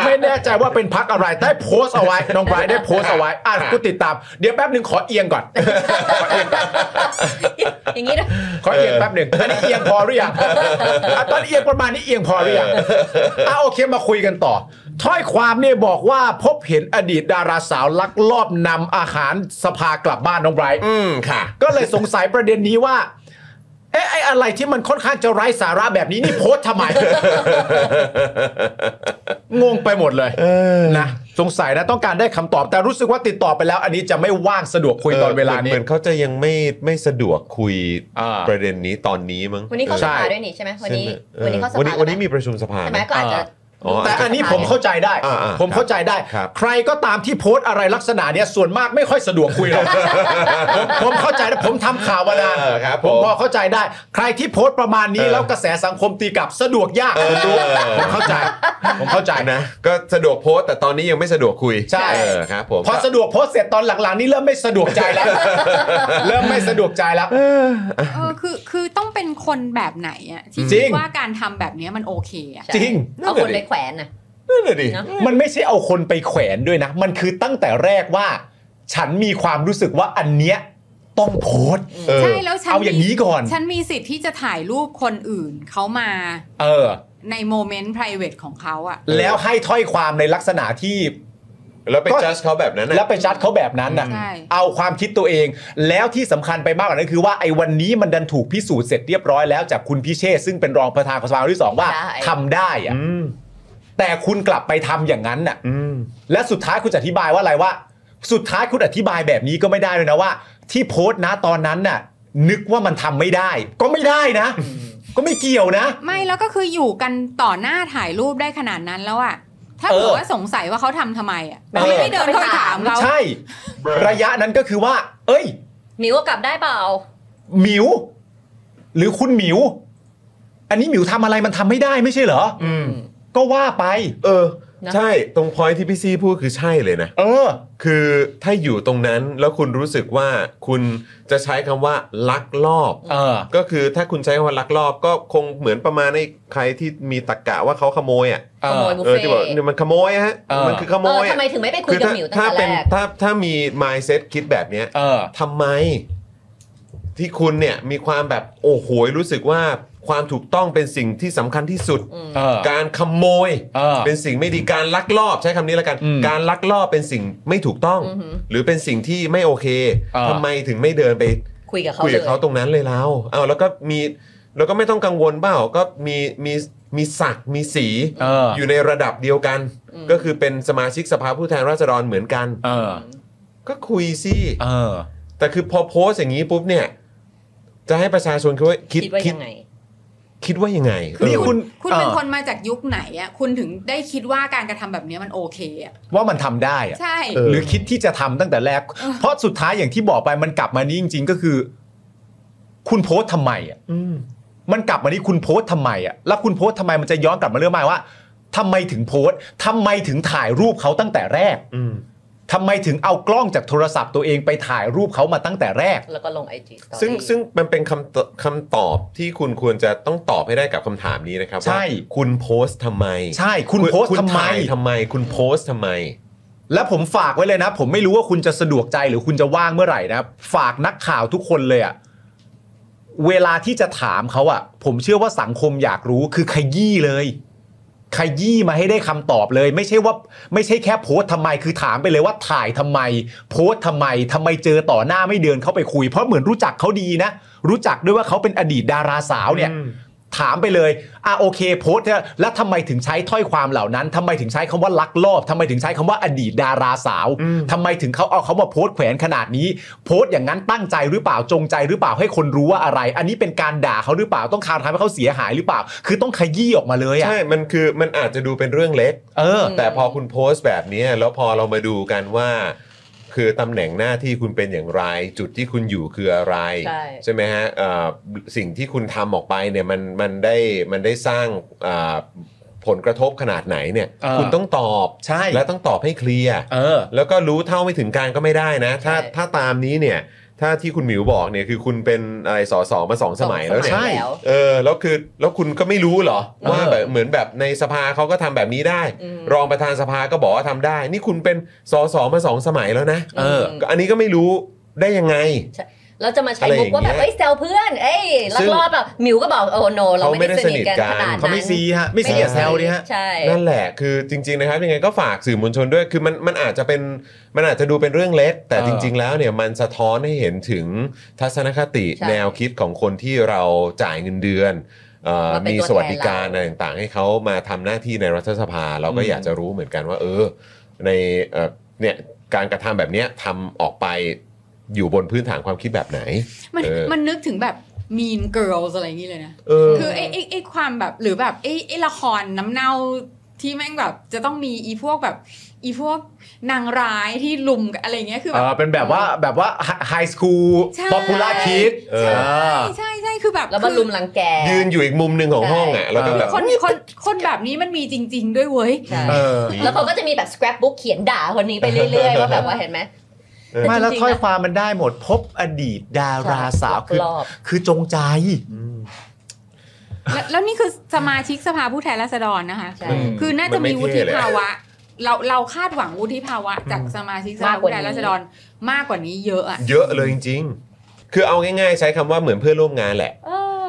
Speaker 3: ไม่แน่ใจว่าเป็นพักอะไรได้โพสต์เอาไว้น้องไบรท์ได้โพสต์เอาไว้อ่ะกูติดตามเดี๋ยวแป๊บหนึ่งขอเอียง ก่อน
Speaker 6: อย่างนี้นะ
Speaker 3: ขอเอียงแป๊บหนึ่งอันนี้เอียงพอหรือยังอ่ะตอนเอียงประมาณนี้เอียงพอหรือยังอ่ะโอเคมาคุยกันต่อ ถ้อยความเนี่ยบอกว่าพบเห็นอดีตดาราสาวลักลอบนำอาหารสภากลับบ้านน้องไบรท์
Speaker 7: อืมค่ะ
Speaker 3: ก็เลยสงสัยประเด็นนี้ว่า เอ๊ะไอ้อะไรที่มันค่อนข้างจะไร้สาระแบบนี้นี่โพสต์ ทำไม งงไปหมดเลยนะสงสัยนะต้องการได้คำตอบแต่รู้สึกว่าติดต่อไปแล้ว อันนี้จะไม่ว่างสะดวกคุยตอนเวลานี้
Speaker 7: เหมือนเขาจะยังไม่ไม่สะดวกคุย
Speaker 3: อ่า
Speaker 7: ประเด็นนี้ตอนนี้มั้ง
Speaker 6: วันนี้เขาส
Speaker 3: ใช่
Speaker 6: ภาด้วยนี่ใช่ไหมวันนี้
Speaker 7: ใช่ไหม
Speaker 6: วันนี้เขาส
Speaker 7: ออวันนี้
Speaker 6: ภา
Speaker 7: วันนี้มีประชุมสภา
Speaker 6: ใช่
Speaker 7: ไห
Speaker 6: ไหม
Speaker 7: ม
Speaker 6: ก็อาจจะ
Speaker 7: อ๋อ
Speaker 3: แต่อันนี้ผมเข้าใจได้
Speaker 7: อ่าอ่า
Speaker 3: ผมเข้าใจได้
Speaker 7: ครับ
Speaker 3: ใครก็ตามที่โพสต์อะไรลักษณะเนี้ยส่วนมากไม่ค่อยสะดวกคุยหรอก ผมผมเข้าใจนะผมทำข่าวมานาน
Speaker 7: เออครับ
Speaker 3: ผ
Speaker 7: ผม ม
Speaker 3: พอเข้าใจได้ ใครที่โพสต์ประมาณนี้
Speaker 7: เออ
Speaker 3: แล้วกระแสสังคมตีกลับสะดวกยากผมเข้าใจ ผมเข้าใจ
Speaker 7: นะก็สะดวกโพสต์แต่ตอนนี้ยังไม่สะดวกคุย
Speaker 3: ใช่
Speaker 7: เออครับผม
Speaker 3: พอสะดวกโพสต์เสร็จตอนหลังๆ นี่เริ่มไม่สะดวกใจแล้ว เริ่มไม่สะดวกใจแล้ว
Speaker 9: เออคือคือต้องเป็นคนแบบไหนอะที่
Speaker 3: จริ
Speaker 9: คิด
Speaker 3: ง
Speaker 9: ว่าการทำแบบเนี้ยมันโอเคอะ
Speaker 6: ใช่
Speaker 3: จริง
Speaker 6: เอาคนไปแขวนน่ะ
Speaker 7: นั่นแหละดิ
Speaker 6: เนอะ
Speaker 3: มันไม่ใช่เอาคนไปแขวนด้วยนะ มันคือตั้งแต่แรกว่า ฉันมีความรู้สึกว่าอันเนี้ยต้องโพสต์
Speaker 7: เออ
Speaker 9: ใช่แล้วฉัน
Speaker 3: เอาอย่าง
Speaker 9: มี
Speaker 3: นี้ก่อน
Speaker 9: ฉันมีสิทธิ์ที่จะถ่ายรูปคนอื่นเขามา
Speaker 3: เออ
Speaker 9: ในโมเมนต์ p r i v a t ของเขาอะ
Speaker 3: แล้วให้ถ้อยความในลักษณะที่
Speaker 7: แล้วไป
Speaker 3: ก็
Speaker 7: จัดเขาแบบนั้นนะ
Speaker 3: แล้วไปจัดเขาแบบนั้นนะ
Speaker 9: ใช่
Speaker 3: เอาความคิดตัวเอง แล้วที่สำคัญไปมากกว่านั้นคือว่าไอ้วันนี้มันดันถูกพิสูจน์เสร็จเรียบร้อยแล้วจากคุณพิเชษซึ่งเป็นรองประธานกสภาที่สองว่า
Speaker 6: ใช่
Speaker 3: ทำได้อะ
Speaker 7: อืม
Speaker 3: แต่คุณกลับไปทำอย่างนั้นน่ะ
Speaker 7: อืม
Speaker 3: และสุดท้ายคุณจะอธิบายว่าอะไรว่า สุดท้ายคุณอธิบายแบบนี้ก็ไม่ได้เลยนะว่า ที่โพสต์นะตอนนั้นน่ะ นึกว่ามันทำไม่ได้ ก็ไม่ได้นะ ก็ไม่เกี่ยวนะ
Speaker 9: ไม่แล้วก็คืออยู่กันต่อหน้าถ่ายรูปได้ขนาดนั้นแล้วอะถ้า
Speaker 3: เออ
Speaker 9: เกิดว่าสงสัยว่าเขาทำทำไมอะ
Speaker 3: เออ
Speaker 9: ไม่ได้เดินเข้าไปถามเขา
Speaker 3: ใช่ ระยะนั้นก็คือว่า เอ้ย
Speaker 6: หมิวก็กลับได้เปล่า
Speaker 3: หมิว หรือคุณหมิว อันนี้หมิวทำอะไรมันทำไม่ได้ไม่ใช่เหรออก็ว่าไป
Speaker 7: เออ
Speaker 6: นะ
Speaker 7: ใช่ตรงพอยที่พี่ซีพูดคือใช่เลยนะ
Speaker 3: เออ
Speaker 7: คือถ้าอยู่ตรงนั้นแล้วคุณรู้สึกว่าคุณจะใช้คำว่าลักลอบ
Speaker 3: เออ
Speaker 7: ก็คือถ้าคุณใช้คำว่าลักลอบก็คงเหมือนประมาณในใครที่มีตะกกะว่าเขาขโมยอ่ะ
Speaker 3: เอ
Speaker 6: ข
Speaker 3: อ
Speaker 6: โมยบุฟ
Speaker 7: เออ
Speaker 6: เฟ่
Speaker 7: ที่บอกเนี่ยมันขโมยฮะ
Speaker 3: เออ
Speaker 7: มันคือขโม
Speaker 6: เออย ทำ
Speaker 7: อะ
Speaker 6: ไมถึงไม่ไปคุยกับ
Speaker 7: ถ้า
Speaker 6: หมิวตั้ง
Speaker 7: ถ้า
Speaker 6: แต่
Speaker 7: เป็น
Speaker 6: แรก
Speaker 7: ถ้าถ้ามี mindset คิดแบบเนี้ย
Speaker 3: เออ
Speaker 7: ทำไม ที่คุณเนี่ยมีความแบบโอ้โหยรู้สึกว่าความถูกต้องเป็นสิ่งที่สำคัญที่สุด
Speaker 3: เออ
Speaker 7: การขโมย
Speaker 3: เออ
Speaker 7: เป็นสิ่งไม่ดีการลักลอบใช้คำนี้แล้วกัน
Speaker 3: อืม
Speaker 7: การลักลอบเป็นสิ่งไม่ถูกต้อง หรือเป็นสิ่งที่ไม่โอเค
Speaker 3: เออ
Speaker 7: ทำไมถึงไม่เดินไป
Speaker 6: คุยกับเขา
Speaker 7: คุย
Speaker 6: เล
Speaker 7: กับ
Speaker 6: ย
Speaker 7: เขาตรงนั้นเลยแล้วเอาแล้วก็มีแล้วก็ไม่ต้องกังวลเปล่าก็มีมีมีศักดิ์มีสี
Speaker 3: เอออ
Speaker 7: ยู่ในระดับเดียวกัน
Speaker 6: อืม
Speaker 7: ก็คือเป็นสมาชิกสภาผู้แทนราษฎรเหมือนกัน
Speaker 3: เออ
Speaker 7: ก็คุยสิ
Speaker 3: เออ
Speaker 7: แต่คือพอโพสต์อย่างนี้ปุ๊บเนี่ย จะให้ประชาชนเขาคิด
Speaker 6: คิดว่า
Speaker 7: คิ
Speaker 6: ยั
Speaker 7: ด
Speaker 6: งไง
Speaker 7: คิดว่ายังไง
Speaker 9: คือ
Speaker 7: เออ
Speaker 9: คุณคุณเป็น
Speaker 3: เออ
Speaker 9: คนมาจากยุคไหนอ่ะคุณถึงได้คิดว่าการกระทำแบบเนี้ยมันโอเคอ่ะ
Speaker 3: ว่ามันทำได้อะ
Speaker 9: ใช่
Speaker 7: เออ
Speaker 3: หรือคิดที่จะทำตั้งแต่แรก เพราะสุดท้ายอย่างที่บอกไปมันกลับมานี่จริง ๆ ก็คือ คุณโพสต์ทำไมอ่ะมันกลับมานี่คุณโพสต์ทำไมอ่ะแล้วคุณโพสต์ทำไมมันจะย้อนกลับมาเรื่องใหม่ว่าทำไมถึงโพสต์ทำไมถึงถ่ายรูปเขาตั้งแต่แรก
Speaker 7: อืม
Speaker 3: ทำไมถึงเอากล้องจากโทรศัพท์ตัวเองไปถ่ายรูปเขามาตั้งแต่แรก
Speaker 6: แล้วก็ลงไอจี
Speaker 7: ซึ่งซึ่งมันเป็นคำตคำตอบที่คุณควรจะต้องตอบให้ได้กับคำถามนี้นะครับ
Speaker 3: ใช่
Speaker 7: ว่าคุณโพสต์ทำไม
Speaker 3: ใช่ คุณโพสต์
Speaker 7: คุณ
Speaker 3: ทำไม
Speaker 7: ถ่ายทำไม คุณโพสต์ทำไม
Speaker 3: และผมฝากไว้เลยนะ ผมไม่รู้ว่าคุณจะสะดวกใจหรือคุณจะว่างเมื่อไหร่นะฝากนักข่าวทุกคนเลยอะเวลาที่จะถามเขาอะผมเชื่อว่าสังคมอยากรู้คือขยี้เลย ขยี้มาให้ได้คำตอบเลย ไม่ใช่ว่าไม่ใช่แค่โพสต์ทำไมคือถามไปเลยว่าถ่ายทำไม โพสต์ทำไมทำไมเจอต่อหน้าไม่เดินเข้าไปคุย เพราะเหมือนรู้จักเขาดีนะ รู้จักด้วยว่าเขาเป็นอดีตดาราสาวเนี่ย ถามไปเลยอ่ะโอเคโพสต์เนี่ยแล้วทำไมถึงใช้ถ้อยความเหล่านั้นทำไมถึงใช้คำว่าลักลอบทำไมถึงใช้คำว่าอดีตดาราสาวทำไมถึงเขาเอาเขามาโพสต์แขวนขนาดนี้ โพสต์อย่างนั้นตั้งใจหรือเปล่าจงใจหรือเปล่าให้คนรู้ว่าอะไร อันนี้เป็นการด่าเขาหรือเปล่าต้องการทำให้เขาเสียหายหรือเปล่า คือต้องขยี้ออกมาเลยอ่ะ
Speaker 7: ใช่ มันคือ มันอาจจะดูเป็นเรื่องเล็ก
Speaker 3: เออ
Speaker 7: แต่พอคุณโพสต์แบบนี้ แล้วพอเรามาดูกันว่า คือตำแหน่งหน้าที่คุณเป็นอย่างไร จุดที่คุณอยู่คืออะไร
Speaker 6: ใช่
Speaker 7: ใช่ไหมฮะเอ่อสิ่งที่คุณทำออกไปเนี่ย มัน มันได้ มันได้สร้างเอ่อผลกระทบขนาดไหนเนี่ย
Speaker 3: เออ
Speaker 7: คุณต้องตอบ
Speaker 3: ใช่
Speaker 7: และต้องตอบให้เคลียร์
Speaker 3: เออ
Speaker 7: แล้วก็รู้เท่าไม่ถึงการก็ไม่ได้นะ ถ้า
Speaker 6: ใช่
Speaker 7: ถ้าตามนี้เนี่ย ถ้าที่คุณหมิวบอกเนี่ย คือคุณเป็นอะไรสอสอมาสองสมัยแล้วเนี่ย
Speaker 3: ใช่
Speaker 6: ว
Speaker 7: เออแล้วคือแล้วคุณก็ไม่รู้เหรอ
Speaker 3: เออ
Speaker 7: ว่าแบบเหมือนแบบในสภาเขาก็ทำแบบนี้ได้
Speaker 6: อืม
Speaker 7: รองประธานสภาก็บอกว่าทำได้ นี่คุณเป็นสสมาสองสมัยแล้วนะ
Speaker 3: เออ
Speaker 7: ก็อันนี้ก็ไม่รู้ได้ยังไง
Speaker 6: เราจะมาใช้
Speaker 7: อะไรอ
Speaker 6: มุ
Speaker 7: ย่าก ง
Speaker 6: ว่าแบบ
Speaker 7: เงี้ย
Speaker 6: เอ้ยแซวเพื่อน เอ้ยลั
Speaker 7: ซึ่
Speaker 6: ก
Speaker 7: ง
Speaker 6: ลอบแบบหมิวก็บอกโอ้โนเราไม่ได้สนิทกันข
Speaker 7: เขาไม่ได้สนิทกั
Speaker 6: นาด
Speaker 7: น
Speaker 6: นั้น
Speaker 3: เขาไม่ซีฮะไม่ซีอย่าแซวดิฮะ
Speaker 6: ใช่
Speaker 7: นั่นแหละคือจริง ๆนะครับยังไงก็ฝากสื่อมวลชนด้วยคือมันมันอาจจะเป็นมันอาจจะดูเป็นเรื่องเล็ก แต่
Speaker 3: เออ
Speaker 7: จริง ๆ แล้วเนี่ยมันสะท้อนให้เห็นถึงทัศนคติ
Speaker 6: ใช่
Speaker 7: แนวคิดของคนที่เราจ่ายเงินเดือนเอ่อ
Speaker 6: มาเป็น
Speaker 7: มี
Speaker 6: ตัว
Speaker 7: สวัสดิการ
Speaker 6: แทน
Speaker 7: อะ
Speaker 6: เรา
Speaker 7: ไรต่างๆ ให้เขามาทำหน้าที่ในรัฐสภา เราก็อยากจะรู้เหมือนกันว่า เออ ในเอ่อเนี่ยการกระทำแบบเนี้ยทำออกไปอยู่บนพื้นฐานความคิดแบบไหน
Speaker 9: มัน
Speaker 7: เออ
Speaker 9: มันนึกถึงแบบ mean girls อะไรอย่างนี้เลยนะ
Speaker 7: เออ
Speaker 9: คือไอ้ไอ้ไอ้ความแบบหรือแบบไอ้ไอ้ละครน้ำเน่าที่แม่งแบบจะต้องมีอีพวกแบบ อีพวกนางร้ายที่ลุมอะไรอย่างเงี้ยคือ
Speaker 3: เอ
Speaker 9: แบบ
Speaker 3: อเป็นแบบว่าแบบว่าไฮสคูล
Speaker 9: ใช่
Speaker 3: ป๊อปปูล่าคิด
Speaker 7: เออ
Speaker 9: ใช่ใช่ใช่คือแบบ
Speaker 6: แล้วมา
Speaker 9: คือ
Speaker 6: ลุมรังแก
Speaker 7: ยืนอยู่อีกมุมหนึ่งของห้องอ่ะแล้วก็แบบ
Speaker 9: คนคนคนแบบนี้มันมีจริง ๆ ด้วยเว้ย
Speaker 6: ใช่
Speaker 3: เออ
Speaker 6: แล้วเขาก็จะมีแบบ scrapbook เขียนด่าคนนี้ไปเรื่อยๆ ว่าแบบว่าเห็นไหม
Speaker 3: ไม่แล้ว
Speaker 6: จริงๆนะ
Speaker 3: ถ้อยความมันได้หมดพบอดีตดาราสาว
Speaker 6: ใช่
Speaker 3: คือ
Speaker 6: รอบ
Speaker 3: คือจงใจ
Speaker 9: แล้วแล้วนี่คือสมาชิกสภาผู้แทนราษฎรนะคะ
Speaker 6: ใช่
Speaker 3: อืม
Speaker 9: คือน่าจะ
Speaker 7: มันไม่
Speaker 9: มีวุฒิ
Speaker 7: เท่เลยอะ
Speaker 9: ภาวะ เราเราคาดหวังวุฒิภาวะ จากสมาชิกสภาผู้แทนราษฎรมากกว่านี้เยอะอะ
Speaker 7: เยอะเลยจริง ๆ คือเอาง่ายๆ ใช้คำว่าเหมือนเพื่อนร่วมงานแหละ
Speaker 6: เออ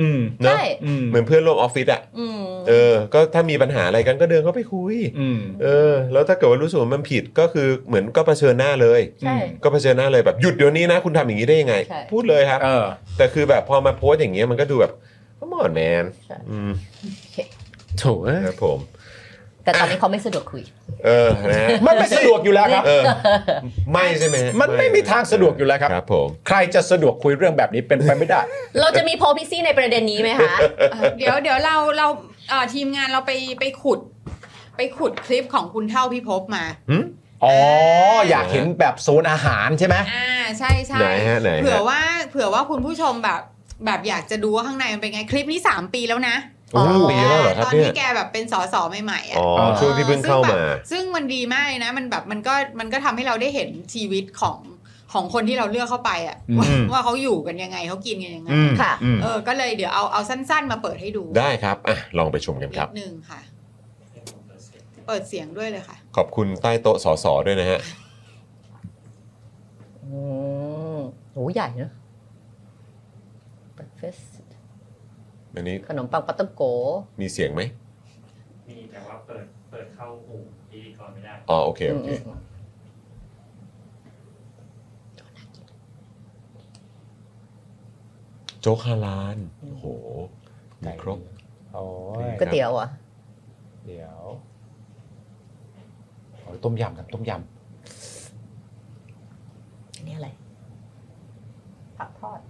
Speaker 3: อืม
Speaker 7: เนอะ
Speaker 6: ใช่
Speaker 3: อืม
Speaker 7: เหมือนเพื่อนร่วมออฟฟิศอะ
Speaker 6: อืม
Speaker 7: เออ ก็ถ้ามีปัญหาอะไรกันก็เดินเข้าไปคุย
Speaker 3: อืม
Speaker 7: เออ แล้วถ้าเกิดว่ารู้สึกว่ามันผิดก็คือเหมือนก็เผชิญหน้าเลย
Speaker 6: ใช่
Speaker 7: ก็เผชิญหน้าเลยแบบหยุดเดี๋ยวนี้นะ คุณทำอย่างนี้ได้ยังไง
Speaker 6: ใช่
Speaker 7: พูดเลยครับ
Speaker 3: เออ
Speaker 7: แต่คือแบบพอมาโพสต์อย่างเงี้ยมันก็ดูแบบก็มอนแมนอืม
Speaker 3: โถ
Speaker 7: ครับผม
Speaker 6: แต่ตอนนี้เขาไม่สะดวกคุย
Speaker 7: เออนะฮะ
Speaker 3: มันไม่สะดวกอยู่แล้วครับ
Speaker 7: เออ ไม่ใช่ไหม
Speaker 3: มันไม่มีทางสะดวกอยู่แล้วครับ
Speaker 7: ครับผม
Speaker 3: ใครจะสะดวกคุยเรื่องแบบนี้เป็นไปไม่ได้
Speaker 6: เราจะมีโพพิซี่ในประเด็นนี้ไหมคะ
Speaker 9: เอ่อเดี๋ยวเดี๋ยวเราเราเอ่อทีมงานเราไปไปขุด ไปขุดคลิปของคุณเท่าพิภพมา
Speaker 3: อ๋อ อยากเห็นแบบโซนอาหารใช่ไหม
Speaker 9: อ่าใช่ใช่
Speaker 7: ไหนฮะไหนฮะ
Speaker 9: เผื่อว่าเผื่อว่าคุณผู้ชมแบบแบบอยากจะดูว่าข้างในมันเป็นไงคลิปนี้ 3 ปีแล้วนะ
Speaker 7: โอ้โหปีแล้วเหรอค
Speaker 9: ต
Speaker 7: รับ
Speaker 9: อน
Speaker 7: เนี่
Speaker 9: ที่
Speaker 7: ย
Speaker 9: แกแบบเป็นสสใหม่ๆอ่ะ
Speaker 7: อ๋อช่วงที่เพิ่งเข้ามา
Speaker 9: ซึ่งแบบซึ่งมันดีมากเลยนะ มันแบบมันก็มันก็ทำให้เราได้เห็นชีวิตของของคนที่เราเลือกเข้าไปอ่ะว่า
Speaker 7: อืม
Speaker 9: ว่าเขาอยู่กันยังไงเขากินกันยังไง
Speaker 7: อืม
Speaker 6: ค่ะ
Speaker 7: อืม
Speaker 9: เออก็เลยเดี๋ยวเอาเอาสั้น ๆ มาเปิดให้ดู
Speaker 7: ได้ครับอ่ะลองไปชมกันครับ
Speaker 9: นิดนึงค่ะ เปิดเสียงด้วยเลยค่ะ
Speaker 7: ขอบคุณใต้โต๊ะสอสอด้วยนะฮะ
Speaker 6: อืมโหใหญ่นะ breakfast
Speaker 7: อันนี้
Speaker 6: ขนมปังปัตตองโก
Speaker 7: มีเสียงไหม
Speaker 8: มีแต่ว่าเปิดเปิดเข้าอู่พิธีกรไม่ได้
Speaker 7: อ๋อโอเคโอเค โจ๊กฮาลานโอ้โหมีครบ
Speaker 10: โอ้ย
Speaker 7: ค
Speaker 6: ก๋ว
Speaker 7: บ
Speaker 6: ยเตี๋ยวเหรอ่ะ
Speaker 10: เดี๋ยวโอ้ยต้มยำครับต้มย
Speaker 6: อันนี้อะไร ผักทอด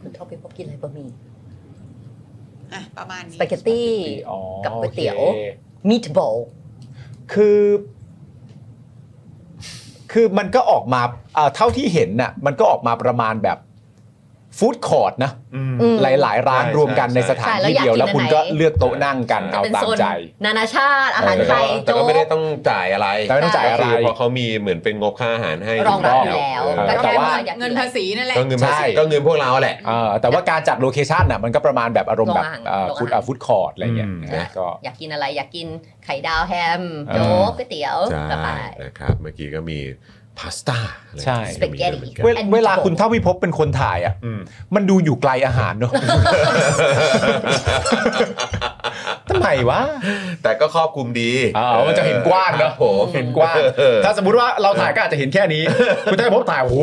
Speaker 6: คุณท็อปปี้พบกินอะไรบะหมี่
Speaker 9: อ่ะประมาณ
Speaker 6: ส
Speaker 9: นี้
Speaker 6: ปาเกตตี้
Speaker 10: ำอ๋อ
Speaker 6: กับก๋วยเตี๋ยว
Speaker 10: โอค
Speaker 6: มีทบอล
Speaker 3: คือ คือมันก็ออกมาเอ่อเท่าที่เห็นน่ะมันก็ออกมาประมาณแบบฟู้ดคอร์ดนะ
Speaker 7: อืม
Speaker 3: หลาย ๆ ร้าน
Speaker 7: ใช่
Speaker 3: รวมกัน
Speaker 7: ใช่
Speaker 3: ในสถาน
Speaker 6: ใช่
Speaker 3: ที่เดียว
Speaker 6: แล้
Speaker 3: แล้ว
Speaker 6: อ
Speaker 3: ว
Speaker 6: ยากกิน
Speaker 3: คุณ
Speaker 6: อัน
Speaker 3: ก็
Speaker 6: ไหน
Speaker 3: เลือกโต๊ะนั่งกัน
Speaker 7: ใช่
Speaker 3: เอา
Speaker 6: เป็น
Speaker 3: ตา
Speaker 6: โซ
Speaker 3: ม
Speaker 6: น
Speaker 3: ใจ
Speaker 6: นานาชาติ อาหาร
Speaker 7: แต่
Speaker 6: ไทย
Speaker 7: ก็แต่
Speaker 6: โจ๊
Speaker 7: ก็ไม่ได้
Speaker 6: ก
Speaker 7: ต้องจ่ายอะไร
Speaker 3: แต่ไม่ต้องจ่ายอะไร
Speaker 7: คืเพราะเขามีเหมือนเป็นงบค่าอาหารให้
Speaker 6: รองรับอยู่แล้ว
Speaker 7: เออ
Speaker 6: ก็
Speaker 9: ก็
Speaker 6: แค่
Speaker 9: แค่
Speaker 6: ว่า
Speaker 9: ว่าเงินภาษีนั่นแหละ
Speaker 7: ก็เงินภาษี
Speaker 3: ใช่
Speaker 7: ก็เงินพวกเราแหละ
Speaker 3: เออแต่ว่าการจัดโลเคชันน่ะมันก็ประมาณแบบอารมณ์แบบ
Speaker 6: โรงอาหารโรงอาหาร
Speaker 3: ฟู้ดฟู้ดคอร์ดอะไรเงี้ย
Speaker 7: อืม
Speaker 3: นะก็
Speaker 6: อยากกินอะไร อยากกินไข่ดาวแฮม
Speaker 3: เออ
Speaker 6: โจ๊กก๋วยเตี๋ยว
Speaker 7: ใช่
Speaker 6: กระป๋าย
Speaker 7: นะครับ เมื่อกี้ก็มีพาสต้าอะไร
Speaker 3: ใช่
Speaker 7: ก็มีด้วยหมือนกัน
Speaker 3: เวลเวลาคุณเท่าวิภพเป็นคนถ่ายอ่ะ
Speaker 7: อืม
Speaker 3: มันดูอยู่ไกลอาหารเน อะทำไมวะ
Speaker 7: แต่ก็ครอบคลุมดี
Speaker 3: อ๋อมันจะเห็นกว้างเน
Speaker 7: ค
Speaker 3: อะ
Speaker 7: รับผม
Speaker 3: เห็นกว้าง
Speaker 7: เออ
Speaker 3: ถ้าสมมติว่าเราถ่ายก็อาจจะเห็นแค่นี้ คุณเท่าวิภพถ่ายโอ้โห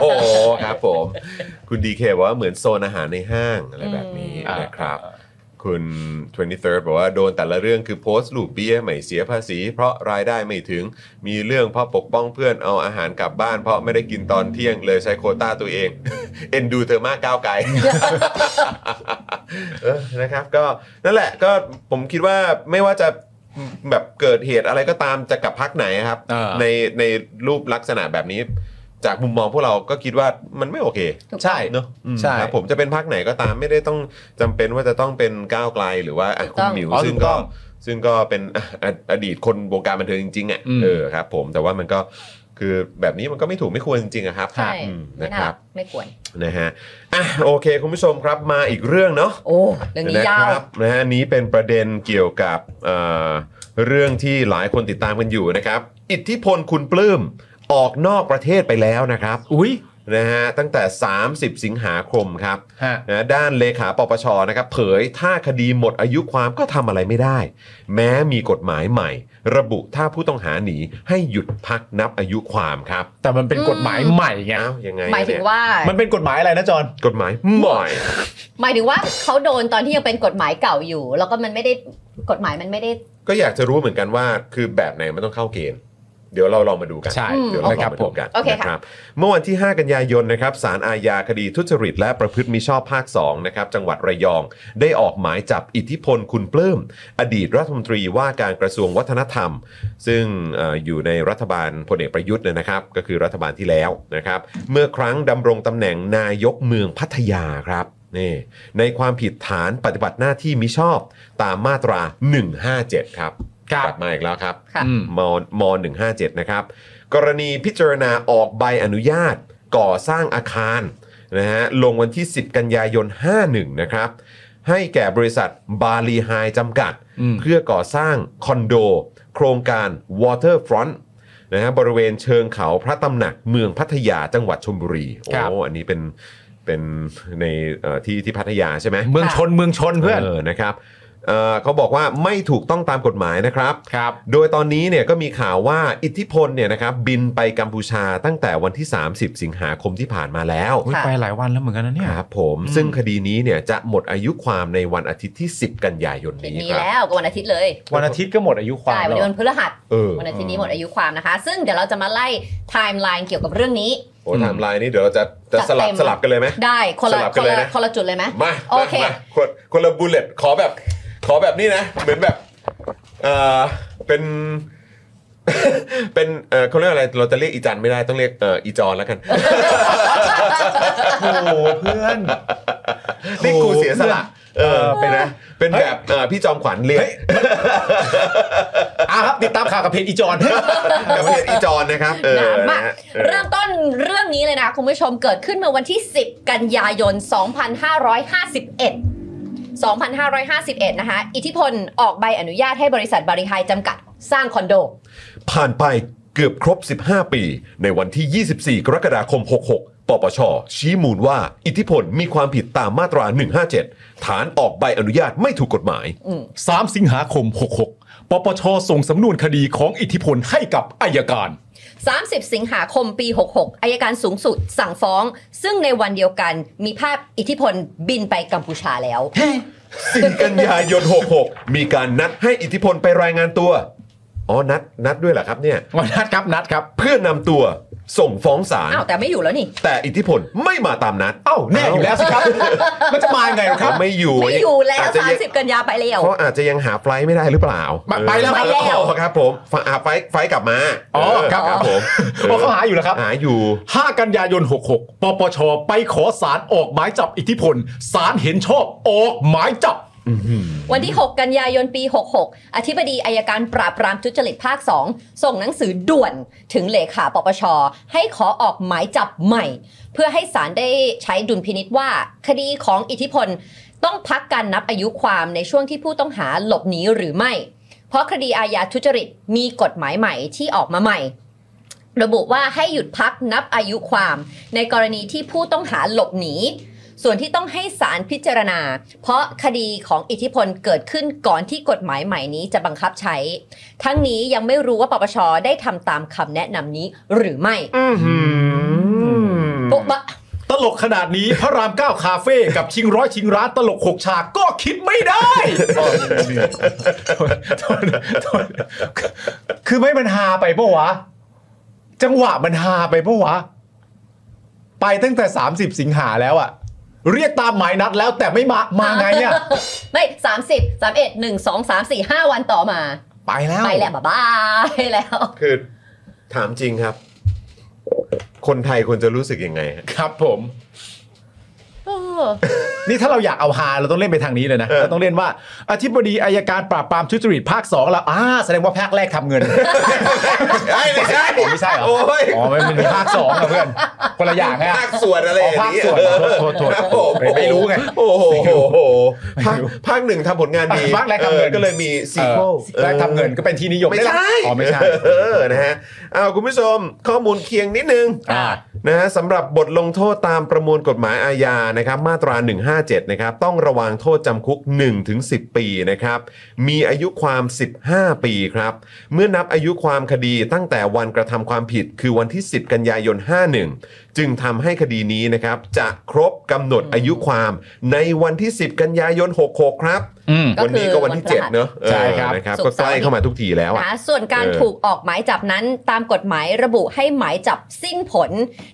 Speaker 7: โอ้โหครับผม คุณดีเคบอกว่าเหมือนโซนอาหารในห้างอะไรแบบนี้
Speaker 6: อืม
Speaker 7: นะครับ คุณ 23 บอกว่าโดนแต่ละเรื่องคือโพสต์รูปเบียร์ไม่เสียภาษี เพราะรายได้ไม่ถึงมีเรื่องเพราะปกป้องเพื่อนเอาอาหารกลับบ้าน เพราะไม่ได้กินตอนเที่ยงเลยใช้โควต้าตัวเอง เอ็นดูเธอมากก้าวไกล เออนะครับก็นั่นแหละก็ผมคิดว่าไม่ว่าจะแบบเกิดเหตุอะไรก็ตามจะกับพักไหนครับ
Speaker 3: เออ
Speaker 7: ในในรูปลักษณะแบบนี้ จากมุมมองพวกเราก็คิดว่ามันไม่โอเค
Speaker 3: ใช่
Speaker 7: เนอะอืม
Speaker 3: ใช่
Speaker 7: ครับผมจะเป็นพักไหนก็ตามไม่ได้ต้องจำเป็นว่าจะต้องเป็นก้าวไกลหรือว่าอ่ะ
Speaker 6: ถูก
Speaker 7: คุ
Speaker 6: ต้
Speaker 7: ณ
Speaker 6: อง
Speaker 7: หมิว
Speaker 3: อ๋อ
Speaker 7: ซึ่ง
Speaker 3: ถูกต้
Speaker 7: ก็
Speaker 3: อง
Speaker 7: ซึ่งก็เป็น อ่ะอ่ะอดีตคนวงการบันเทิงจริงๆอ่ะ
Speaker 3: อืม
Speaker 7: เออครับ ผมแต่ว่ามันก็คือแบบนี้มันก็ไม่ถูกไม่ควรจริงๆอะครับ
Speaker 6: ใช่
Speaker 7: อืม
Speaker 6: ไม่
Speaker 7: นะ
Speaker 6: น่า
Speaker 7: ครับ
Speaker 6: ไม่ควร
Speaker 7: นะฮะอ่ะโอเค คุณผู้ชมครับมาอีกเรื่องเนาะ
Speaker 6: โอ้ เรื่องนี้ยาว
Speaker 7: นะครับนะฮะอันนี้เป็นประเด็นเกี่ยวกับเอ่อเรื่องที่หลายคนติดตามกันอยู่นะครับ อิทธิพลคุณปลื้มออกนอกประเทศไปแล้วนะครับ
Speaker 3: อุ้ย
Speaker 7: นะฮะตั้งแต่ 30 สิงหาคมครับ
Speaker 3: ฮะ
Speaker 7: นะด้านเลขาปปชนะครับเผยถ้าคดีหมดอายุความก็ทำอะไรไม่ได้ แม้มีกฎหมายใหม่ ระบุถ้าผู้ต้องหาหนีให้หยุดพักนับอายุความครับ
Speaker 3: แต่มันเป็นกฎหมายใหม่ไง
Speaker 7: อ้าวยังไง
Speaker 6: หมายถึง
Speaker 7: เนี่
Speaker 6: ว่า
Speaker 3: มันเป็นกฎหมายอะไรนะจอน
Speaker 7: กฎหมายใหม่
Speaker 6: หมายถึงว่าเขาโดนตอนที่ยังเป็นกฎหมายเก่าอยู่ แล้วก็มันไม่ได้กฎหมายมันไม่ได้
Speaker 7: ก็อยากจะรู้เหมือนกันว่าคือแบบไหนมันต้องเข้าเกณฑ์เดี๋ยวเราลองมาดูกัน
Speaker 3: ใช่
Speaker 6: อืม
Speaker 7: เดี๋ยวเรา
Speaker 3: นะครับ
Speaker 7: มา
Speaker 3: ผ
Speaker 7: ดู
Speaker 3: ม
Speaker 7: กัน
Speaker 6: โอเค
Speaker 7: นะ
Speaker 6: ค่ะ
Speaker 7: ครับเมื่อวันที่ 5 กันยายนนะครับสารอาญาคดีทุจริตและประพฤติมิชอบภาค 2 นะครับ จังหวัดระยอง ได้ออกหมายจับอิทธิพลคุณปลื้ม อดีตรัฐมนตรีว่าการกระทรวงวัฒนธรรม ซึ่งเอออยู่ในรัฐบาลพลเอกประยุทธ์เนยนะครับ ก็คือรัฐบาลที่แล้วนะครับ เมื่อครั้งดำรงตำแหน่งนายกเมืองพัทยาครับนี่ในความผิดฐานปฏิบัติหน้าที่มิชอบตามมาตรา 157 ครับ
Speaker 3: ครับ
Speaker 7: กลับมาอีกแล้วครับ
Speaker 6: ค่ะ
Speaker 3: อืม
Speaker 7: มม157 นะครับ กรณีพิจารณาออกใบอนุญาตก่อสร้างอาคารนะฮะลงวันที่ 10 กันยายน 51 นะครับ ให้แก่บริษัทบาลีไฮจำกัด
Speaker 3: อืม
Speaker 7: เพื่อก่อสร้างคอนโด โครงการ Waterfront นะฮะบริเวณเชิงเขาพระตำหนักเมืองพัทยาจังหวัดชลบุรี โอ้
Speaker 3: ครับ
Speaker 7: อันนี้เป็นเป็นในเอ่อที่ที่พัทยาใช่ไหม
Speaker 3: เมืองชนเมืองชนเพื่อน
Speaker 7: เออนะครับเอ่อเขาบอกว่าไม่ถูกต้องตามกฎหมายนะครับ
Speaker 3: ครับ
Speaker 7: โดยตอนนี้เนี่ยก็มีข่าวว่าอิทธิพลเนี่ยนะครับบินไปกัมพูชาตั้งแต่วันที่ 30 สิงหาคมที่ผ่านมาแล้ว
Speaker 3: อุ๊ย
Speaker 6: ค่ะ
Speaker 3: ไปหลายวันแล้วเหมือนกันนะเนี่ย
Speaker 7: ครับผม ซึ่งคดีนี้เนี่ยจะหมดอายุความในวันอาทิตย์ที่ 10 กันยายน
Speaker 6: ที
Speaker 7: นี้
Speaker 6: นี้
Speaker 7: ครับ
Speaker 6: แล้วก็วันอาทิตย์เลย
Speaker 3: วันอาทิตย์ก็หมดอายุความ
Speaker 6: ใช่วัน
Speaker 3: แล้ว
Speaker 6: นี้วันพฤหัส
Speaker 7: เออ
Speaker 6: วันอาทิตย์นี้หมดอายุความนะคะ ซึ่งเดี๋ยวเราจะมาไล่ไทม์ไลน์เกี่ยวกับเรื่องนี้
Speaker 7: โอ้ไทม์ไลน์นี้เดี๋ยวเราจะจะ
Speaker 6: จัด
Speaker 7: สลับ
Speaker 6: เต็ม
Speaker 7: สลับกันเลยไหม
Speaker 6: ได้คนละ
Speaker 7: สลับ
Speaker 6: ค
Speaker 7: กั
Speaker 6: น น
Speaker 7: เลย
Speaker 6: ละ
Speaker 7: นะ
Speaker 6: คนละจุดเลยไหม
Speaker 7: มา
Speaker 6: โอเค
Speaker 7: มามาคนคนละบุลเลตขอแบบขอแบบนี้นะ เหมือนแบบเออเป็น เป็นเออเขาเรียกอะไรเราจะเรียกอีจันไม่ได้ต้องเรียกเอออีจอนแล้วกัน
Speaker 3: โอ้โหเพื่อน
Speaker 7: นี่กูเสียสละเออเป็นนะเป็นแบบเอ่อพี่จอมขวัญเรียก
Speaker 3: อ่ะครับ ติดตามข่าวกับเพจอีจอน
Speaker 7: กับเรียนอีจอนนะครับเออ
Speaker 6: นะมา
Speaker 7: นะฮะเออ
Speaker 6: เริ่มต้นเรื่องนี้เลยนะคะคุณผู้ชมเกิดขึ้นเมื่อวันที่ 10 กันยายน 2551 2551 นะคะ อิทธิพลออกใบอนุญาตให้บริษัทบริไฮจำกัด สร้างคอนโด
Speaker 7: ผ่านไป เกือบครบ 15 ปี ในวันที่ 24 กรกฎาคม 66 ปปช ชี้มูลว่าอิทธิพลมีความผิดตามมาตรา 157 ฐานออกใบอนุญาตไม่ถูกกฎหมาย
Speaker 3: 3 สิงหาคม 66 ปปช ส่งสำนวนคดีของอิทธิพลให้กับอายการ
Speaker 6: 30 สิงหาคมปี 66อายการสูงสุดสั่งฟ้อง ซึ่งในวันเดียวกันมีภาพอิทธิพลบินไปกัมพูชาแล้ว
Speaker 7: 4 กันยายน 66 มีการนัดให้อิทธิพลไปรายงานตัว อ๋อ นัด นัดด้วยเหรอครับเนี่ย
Speaker 3: วันนัดครับนัดครับ
Speaker 7: เพื่อนำตัวส่งฟ้องศาล
Speaker 6: อ้าว แต่ไม่อยู่แล้วนี่
Speaker 7: แต่อิทธิพลไม่มาตามนัด
Speaker 3: เอ้าแน่อยู่แล้วสิครับ มันจะมายังไงล่ะครับ
Speaker 7: ไม่อยู่
Speaker 6: ไม่อยู่แล้ว
Speaker 7: าจจะยัง
Speaker 6: 30 กันยาไปแล้ว
Speaker 7: เขาอาจจะยังหาไฟล์ไม่ได้หรือเปล่า
Speaker 3: ไปไปแล้ว
Speaker 7: เออ
Speaker 3: ไปแล้ว
Speaker 7: อ๋อครับผมไฟล์อ่าไฟล์ไฟล์กลับมา
Speaker 3: อ๋อครับ
Speaker 7: เครับผม
Speaker 3: เพราะเขาหาอยู่แล้วครับ
Speaker 7: หาอยู่
Speaker 3: 5 กันยายน 66 ปปช ไปขอสารออกหมายจับอิทธิพล สารเห็นชอบออกหมายจับ
Speaker 6: วันที่ 6 กันยายนปี 66 อธิบดีอายการปราบปรามทุจริตภาค 2 ส่งหนังสือด่วนถึงเลขาปปช ให้ขอออกหมายจับใหม่ เพื่อให้ศาลได้ใช้ดุลพินิษว่า คดีของอิทธิพลต้องพักการนับอายุความในช่วงที่ผู้ต้องหาหลบหนีหรือไม่ เพราะคดีอาญาทุจริตมีกฎหมายใหม่ที่ออกมาใหม่ ระบุว่าให้หยุดพักนับอายุความ ในกรณีที่ผู้ต้องหาหลบหนี ส่วนที่ต้องให้ศาลพิจารณา เพราะคดีของอิทธิพลเกิดขึ้นก่อนที่กฎหมายใหม่นี้จะบังคับใช้ ทั้งนี้ยังไม่รู้ว่าปปชได้ทำตามคำแนะนำนี้หรือไม่โป๊ะบะ
Speaker 3: ตลกขนาดนี้พระรามเก้าคาเฟ่กับชิงร้อยชิงร้านตลกหกฉากก็คิดไม่ได้ คือไม่มันฮาไปปะวะ จังหวะมันฮาไปปะวะ ไปตั้งแต่ 30 สิงหาแล้วอะเรียกตามหมายนัดแล้วแต่ไม่มามาไงเนี่ย
Speaker 6: ไม่30 31 1 2 3 4 5 วันต่อมา
Speaker 3: ไปแล้ว
Speaker 6: ไปแล้วบ๊ายบาย แล้ว
Speaker 7: คือถามจริงครับ คนไทยควรจะรู้สึกยังไงฮะ
Speaker 3: ครับผม นี่ถ้าเราอยากเอาฮาเราต้องเล่นไปทางนี้เลยนะเราต้องเล่นว่าอธิบดีอายการปราบปรามทุจริตภาค2แล้วอ่าแสดงว่าภาคแรกทำเงิน
Speaker 7: ไอ้ไม่ใช่
Speaker 3: ไม่ใช่เหรอ
Speaker 7: โอ้ย
Speaker 3: อ๋อมันเป็นภาคสองอะเพื่อนคนละอย่างไง
Speaker 7: ภาคส่วนอะไรอย่งนี้
Speaker 3: ภาคส่วน
Speaker 7: เออ
Speaker 3: โทษโทษ
Speaker 7: ครับ
Speaker 3: โท
Speaker 7: ผ
Speaker 3: ษไม่รู้ไง
Speaker 7: โอ้โห
Speaker 3: ไม่
Speaker 7: ภาค
Speaker 3: รู้
Speaker 7: ภาคหนึ่งทำผลงานดี
Speaker 3: ภาคแรกทำเงิน
Speaker 7: ออก็เลยมีซีโค
Speaker 3: แรกทำเงินก็เป็นที่นิยม
Speaker 7: ไม่ใช่
Speaker 3: ด้ละอ๋อไม่ใช่
Speaker 7: เออนะฮะเอาคุณผู้ชมข้อมูลเคียงนิดนึง
Speaker 3: อ่า
Speaker 7: นะฮะสำหรับบทลงโทษตามประมวลกฎหมายอาญานะครับมาตรา 157 นะครับ ต้องระวังโทษจำคุก 1-10 ปีนะครับ มีอายุความ 15 ปีครับ เมื่อนับอายุความคดีตั้งแต่วันกระทำความผิดคือวันที่ 10 กันยายน 51 จึงทำให้คดีนี้นะครับ จะครบกำหนดอายุความในวันที่ 10 กันยายน 66 ครับ
Speaker 3: อืม
Speaker 6: ก็คือ
Speaker 7: วันนี้ก็วันที่
Speaker 6: วันพฤหัส
Speaker 7: 7 เนอะเออ
Speaker 3: ใช่ครับ
Speaker 7: นะครับก็ใกล้เข้ามาทุกทีแล้วอะ
Speaker 6: นะส่วนการ
Speaker 7: เออ
Speaker 6: ถูกออกหมายจับนั้นตามกฎหมายระบุให้หมายจับสิ้นผล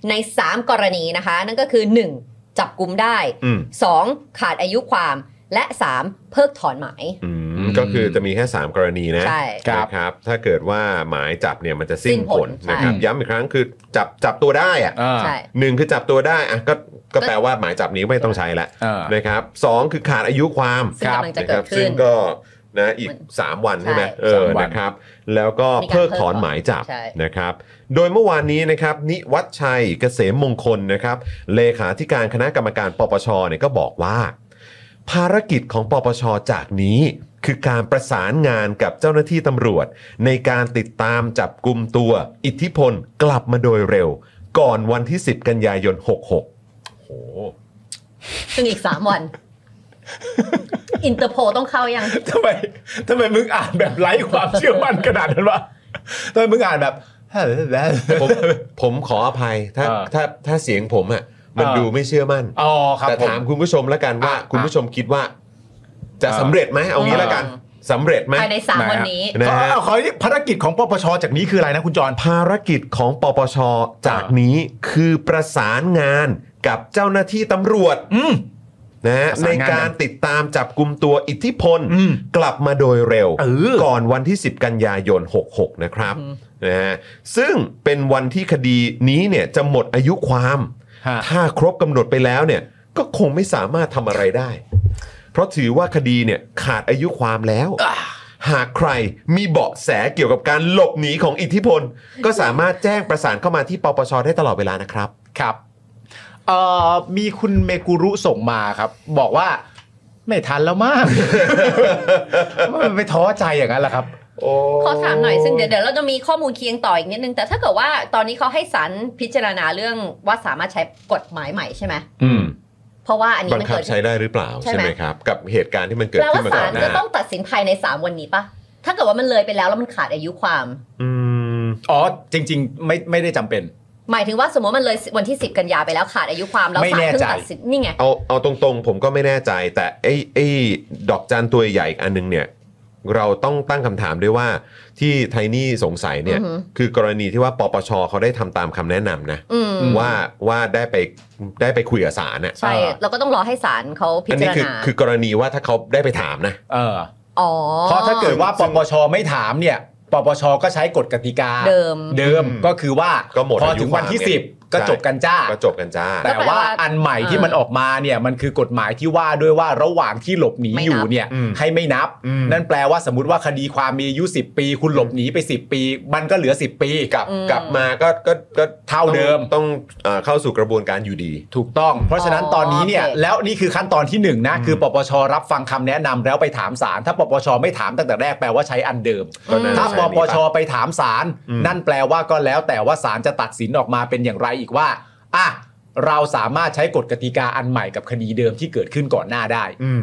Speaker 6: ใน 3 กรณีนะคะ นั่นก็คือ 1. จับกุมได้
Speaker 7: อืม
Speaker 6: 2. ขาดอายุความและ 3. เพิกถอนหมาย
Speaker 7: อืมก็คือจะมีแค่ 3 กรณีนะ
Speaker 6: ใช่
Speaker 7: นะครับ ถ้าเกิดว่าหมายจับเนี่ยมันจะสิ้น
Speaker 6: สิ้น
Speaker 7: ผ
Speaker 6: ผล
Speaker 7: ลนะครับ
Speaker 6: ใช่
Speaker 7: ย้ำอีกครั้งคือจับจับตัวได้อะ
Speaker 3: อ่า
Speaker 6: ใช่
Speaker 7: หนึ่งคือจับตัวได้อะก็ก็แปลว่าหมายจับนี้ไม่ต้องใช้ละ
Speaker 3: อ่าน
Speaker 7: นะครับสองคือขาดอายุความ
Speaker 6: ซึ่งกำลังจะเกิด
Speaker 7: ครับ
Speaker 6: ขึ้น
Speaker 7: ซึ่งก็นะอีก 3 วัน
Speaker 6: ใช่
Speaker 7: ใช่ไหมเอ
Speaker 3: สา
Speaker 7: อ
Speaker 3: มวัน
Speaker 7: นะครับ แล้วก็
Speaker 6: มีการ
Speaker 7: เพิกถอน
Speaker 6: เพิกถอน
Speaker 7: หมายจับ
Speaker 6: ใช่
Speaker 7: นะครับ โดยเมื่อวานนี้นะครับนิวัฒชัยเกษมมงคลนะครับ เลขาธิการคณะกรรมการปปชเนี่ยก็บอกว่า ภารกิจของปปชจากนี้ คือการประสานงานกับเจ้าหน้าที่ตำรวจ ในการติดตามจับกลุ่มตัว อิทธิพลกลับมาโดยเร็ว ก่อนวันที่ 10 กันยายน 66 โห
Speaker 6: ซึ่งอีก 3 วัน อินเตอร์โพต้องเข้ายัง
Speaker 3: ทำไมทำไมมึงอ่านแบบไร้ความเชื่อมั่นขนาดนั้นวะทำไมมึงอ่านแบบ
Speaker 7: ผมผมขออภัยถ้า
Speaker 3: เออ
Speaker 7: ถ้าถ้าเสียงผมอะ่ะมัน
Speaker 3: เออ
Speaker 7: ดูไม่เชื่อมั่น
Speaker 3: อ๋อครับ
Speaker 7: แต่
Speaker 3: ผม
Speaker 7: ถามคุณผู้ชมแล้วกันว่า
Speaker 3: อ่ะ
Speaker 7: คุณผู้ชมคิดว่า จะ
Speaker 3: อ่ะ
Speaker 7: สำเร็จไหมเอางี้
Speaker 6: อ่า
Speaker 7: แล้วกันสำเร็จไหม
Speaker 6: ภายใน
Speaker 3: ไหน
Speaker 6: 3
Speaker 3: อะ
Speaker 6: วันนี้
Speaker 7: นะฮะ
Speaker 3: เอาขออีกภารกิจของปปชจากนี้คืออะไรนะคุณจร
Speaker 7: ภารกิจของปปชจากนี้คือประสานงานกับเจ้าหน้าที่ตำรวจ
Speaker 3: อืม
Speaker 7: นะฮะ
Speaker 3: ประ
Speaker 7: ใน
Speaker 3: สานงาน
Speaker 7: การติดตามจับกลุ่มตัวอิทธิพล
Speaker 3: อืม
Speaker 7: กลับมาโดยเร็ว
Speaker 3: เออ
Speaker 7: ก่อนวันที่ 10 กันยายน 66 นะครับนะฮะซึ่งเป็นวันที่คดีนี้เนี่ยจะหมดอายุความ
Speaker 3: ฮะ
Speaker 7: ถ้าครบกำหนดไปแล้วเนี่ยก็คงไม่สามารถทำอะไรได้ เพราะถือว่าคดีเนี่ยขาดอายุความแล้ว หากใครมีเบาะแสเกี่ยวกับการหลบหนีของอิทธิพล ก็สามารถแจ้งประสานเข้ามาที่ปปชได้ตลอดเวลานะครับ
Speaker 3: ครับเอ่อมีคุณเมกุรุส่งมาครับ บอกว่า ไม่ทันแล้วมาก มันไปท้อใจอย่างนั้นแหละครับ
Speaker 1: โอ้
Speaker 6: ขอถามหน่อยซึ่งเดี๋ยวเดี๋ยวเราจะมีข้อมูลเคียงต่ออีกนิดนึง แต่ถ้าเกิดว่าตอนนี้เขาให้ศาลพิจารณาเรื่องว่าสามารถใช้กฎหมายใหม่ใช่ไหม
Speaker 3: อืม
Speaker 6: เพราะว่าอันนี้
Speaker 1: บัง
Speaker 6: มัน
Speaker 1: คับ
Speaker 6: เกิด
Speaker 1: ใช้ได้หรือเปล่า
Speaker 6: ใช่
Speaker 1: ใช่
Speaker 6: ไหม
Speaker 1: ไหมครับ กับเหตุการณ์ที่มันเกิด
Speaker 6: แป
Speaker 1: ขึ้
Speaker 6: ลว่าน
Speaker 1: มา
Speaker 6: ศา
Speaker 1: ก่อ
Speaker 6: ล
Speaker 1: นหน้า
Speaker 6: จะต้องตัดสินภายในสามวันนี้ปะถ้าเกิดว่ามันเลยไปแล้วแล้วมันขาดอายุความ
Speaker 1: อืม
Speaker 3: อ๋อ จริง ๆ ไม่ไม่ได้จำเป็น
Speaker 6: หมายถึงว่าสมมติมันเลยวันที่ 10 กันยาไปแล้วขาดอายุความแล้ว
Speaker 3: ไม่
Speaker 6: ศาล
Speaker 3: แน่
Speaker 6: เพิ่
Speaker 3: ใจ
Speaker 6: งตัดสินนี่ไง
Speaker 1: เอาเอาตรงๆ ผมก็ไม่แน่ใจ แต่ไอ้ไอ้ดอกจันตัวใหญ่อีกอันนึงเนี่ย เราต้องตั้งคำถามด้วยว่าที่ไทนี่สงสัยเนี่ย
Speaker 6: อือหือ
Speaker 1: คือกรณีที่ว่าปปชเขาได้ทำตามคำแนะนำนะ
Speaker 6: อืม
Speaker 1: ว่าว่าได้ไปได้ไปคุยกับศาลน่ะ
Speaker 6: ใช่เราก็ต้องรอให้ศาลเขาพิ
Speaker 1: อัน
Speaker 6: จา
Speaker 1: นี้
Speaker 6: ร
Speaker 1: คือ
Speaker 6: ณา
Speaker 1: คือกรณีว่าถ้าเขาได้ไปถามนะ
Speaker 3: เออ
Speaker 6: อ๋อ
Speaker 3: เพราะถ้าเกิดว่าปปชไม่ถามเนี่ยปปชก็ใช้กฎกติกา
Speaker 6: เดิม
Speaker 3: เดิมก็คือว่า
Speaker 1: ก็หมด
Speaker 3: พอ
Speaker 1: อายุ
Speaker 3: ถึงวันที่
Speaker 1: ความไง
Speaker 3: 10 ก็จบกันจ้า
Speaker 1: ก็จบกันจ้า
Speaker 6: ก็
Speaker 3: แต่
Speaker 6: แปล
Speaker 3: ว่า
Speaker 6: ว่า
Speaker 3: อันใหม่ที่
Speaker 6: อ่ามั
Speaker 3: มันออกมาเนี่ยมันคือกฎหมายที่ว่าด้วยว่าระหว่างที่หลบหนี
Speaker 6: ไม่นับ
Speaker 3: อยู่เนี่ย
Speaker 1: อืม
Speaker 3: ให้ไม่นับ
Speaker 1: อืม
Speaker 3: นั่นแปลว่าสมมติว่าคดีความมีอายุ10 ปี คุณหลบหนีไป 10 ปี มันก็เหลือ 10 ปี
Speaker 1: กลับ
Speaker 6: อืม
Speaker 1: กลับมาก็ก็ก็
Speaker 3: เท่าเดิม
Speaker 1: ต้องต้องเอ่อเข้าสู่กระบวนการอยู่ดี
Speaker 3: ถูกต้อง เพราะฉะนั้นตอนนี้เนี่ย
Speaker 6: โอเค
Speaker 3: แล้วนี่คือขั้นตอนที่หนึ่งนะคือปปชรับฟังคำแนะนำแล้วไปถามศาลถ้าปปชไม่ถามตั้งแต่แรกแปลว่าใช้อันเดิม
Speaker 1: ก็น่าจะ
Speaker 3: ถ้า
Speaker 1: ใช่
Speaker 3: ป
Speaker 1: นี่
Speaker 3: ป
Speaker 1: ปะ
Speaker 3: ชไปถามศาล
Speaker 1: อืม
Speaker 3: นั่นแปลว่าก็แล้วแต่ว่าศาลจะตัดสินออกมาเป็นอย่างไรอีกว่าอ่ะเราสามารถใช้กฎกติกาอันใหม่กับคดีเดิมที่เกิดขึ้นก่อนหน้าได้
Speaker 1: อืม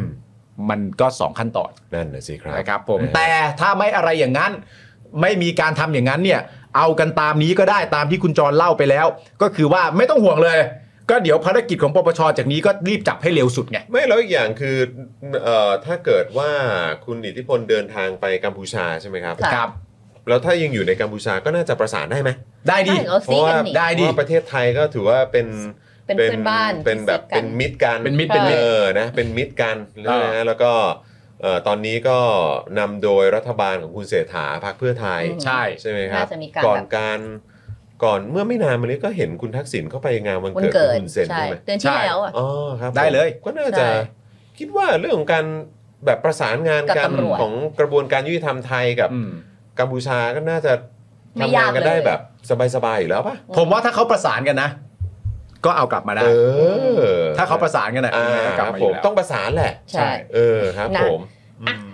Speaker 3: มันก็สองขั้นตอน
Speaker 1: นั่นนะสิครับ
Speaker 3: นะครับผม
Speaker 1: นะฮะ
Speaker 3: แต่ถ้าไม่อะไรอย่างนั้น ไม่มีการทำอย่างนั้นเนี่ย เอากันตามนี้ก็ได้ตามที่คุณจรเล่าไปแล้ว ก็คือว่าไม่ต้องห่วงเลย ก็เดี๋ยวภารกิจของปปชจากนี้ก็รีบจับให้เร็วสุดไง
Speaker 1: ไม่แล้วอีกอย่างคือเอ่อถ้าเกิดว่าคุณอิทธิพลเดินทางไปกัมพูชาใช่ไหมครับ
Speaker 6: ค่ะ
Speaker 3: ครับ
Speaker 1: แล้วถ้ายังอยู่ในกัมพูชาก็น่าจะประสานได้ไหม
Speaker 3: ได้ดิ
Speaker 6: ใช่เรา
Speaker 1: เพ
Speaker 6: ซี
Speaker 1: ราะ
Speaker 6: กั
Speaker 1: ว่าน
Speaker 6: นี่
Speaker 3: ได้ดิ
Speaker 1: เพราะว่าประเทศไทยก็ถือว่าเป็น
Speaker 6: เป็นเพื่อนบ้าน
Speaker 1: เป็นแบบ
Speaker 6: ที่
Speaker 1: เป็นมิ
Speaker 6: ซีกัน
Speaker 1: ตรกัน
Speaker 3: เป็นมิตรเป็นมิตร
Speaker 1: เออนะเป็นมิตรกัน
Speaker 3: เออ
Speaker 1: นะฮะแล้วก็เอ่อตอนนี้ก็นำโดยรัฐบาลของคุณเศรษฐาพรรคเพื่อไทย
Speaker 3: ใช่
Speaker 1: ใช่ไหมครับ
Speaker 6: น่าจะมีการ
Speaker 1: ก่อน
Speaker 6: แบบ
Speaker 1: การก่อนเมื่อไม่นานมานี้ก็เห็นคุณทักษิณเข้าไปงานวัน
Speaker 6: วัน
Speaker 1: เกิด
Speaker 6: เกิ
Speaker 1: ขอ
Speaker 6: ด
Speaker 1: งคุณเซน
Speaker 6: ใช่
Speaker 1: ใช่ไหม
Speaker 6: เดือนที่แล้วอ่ะ
Speaker 1: อ๋อครับผม
Speaker 3: ได้เลย
Speaker 1: ก็น่าจะ
Speaker 6: ใช่
Speaker 1: คิดว่าเรื่องของการแบบประสานงาน
Speaker 6: กับ
Speaker 1: กัน
Speaker 6: ตำรวจ
Speaker 1: ของกระบวนการยุติธรรมไทยกับ
Speaker 3: อืม
Speaker 1: กัมพูชาก็น่าจะทำงาย
Speaker 6: ไม่าน ก
Speaker 1: กัน
Speaker 6: เล
Speaker 1: ได้
Speaker 6: ย
Speaker 1: แบบสบายๆอยู่แล้วป่ะ
Speaker 3: ผมว่าถ้าเขาประสานกันนะ ก็เอากลับมาได้
Speaker 1: เออ
Speaker 3: ถ้าเขาประสานกันนะ
Speaker 1: อ่า
Speaker 3: ยังไง
Speaker 1: ค
Speaker 3: ก็กลับ
Speaker 1: รับ
Speaker 3: มาอ
Speaker 1: ผ
Speaker 3: ยู่
Speaker 1: ม
Speaker 3: แล้ว
Speaker 1: ต้องประสานแหละ
Speaker 6: ใช่
Speaker 1: เออครับ
Speaker 6: นะ
Speaker 1: ผม
Speaker 6: อ่ะ
Speaker 1: อืม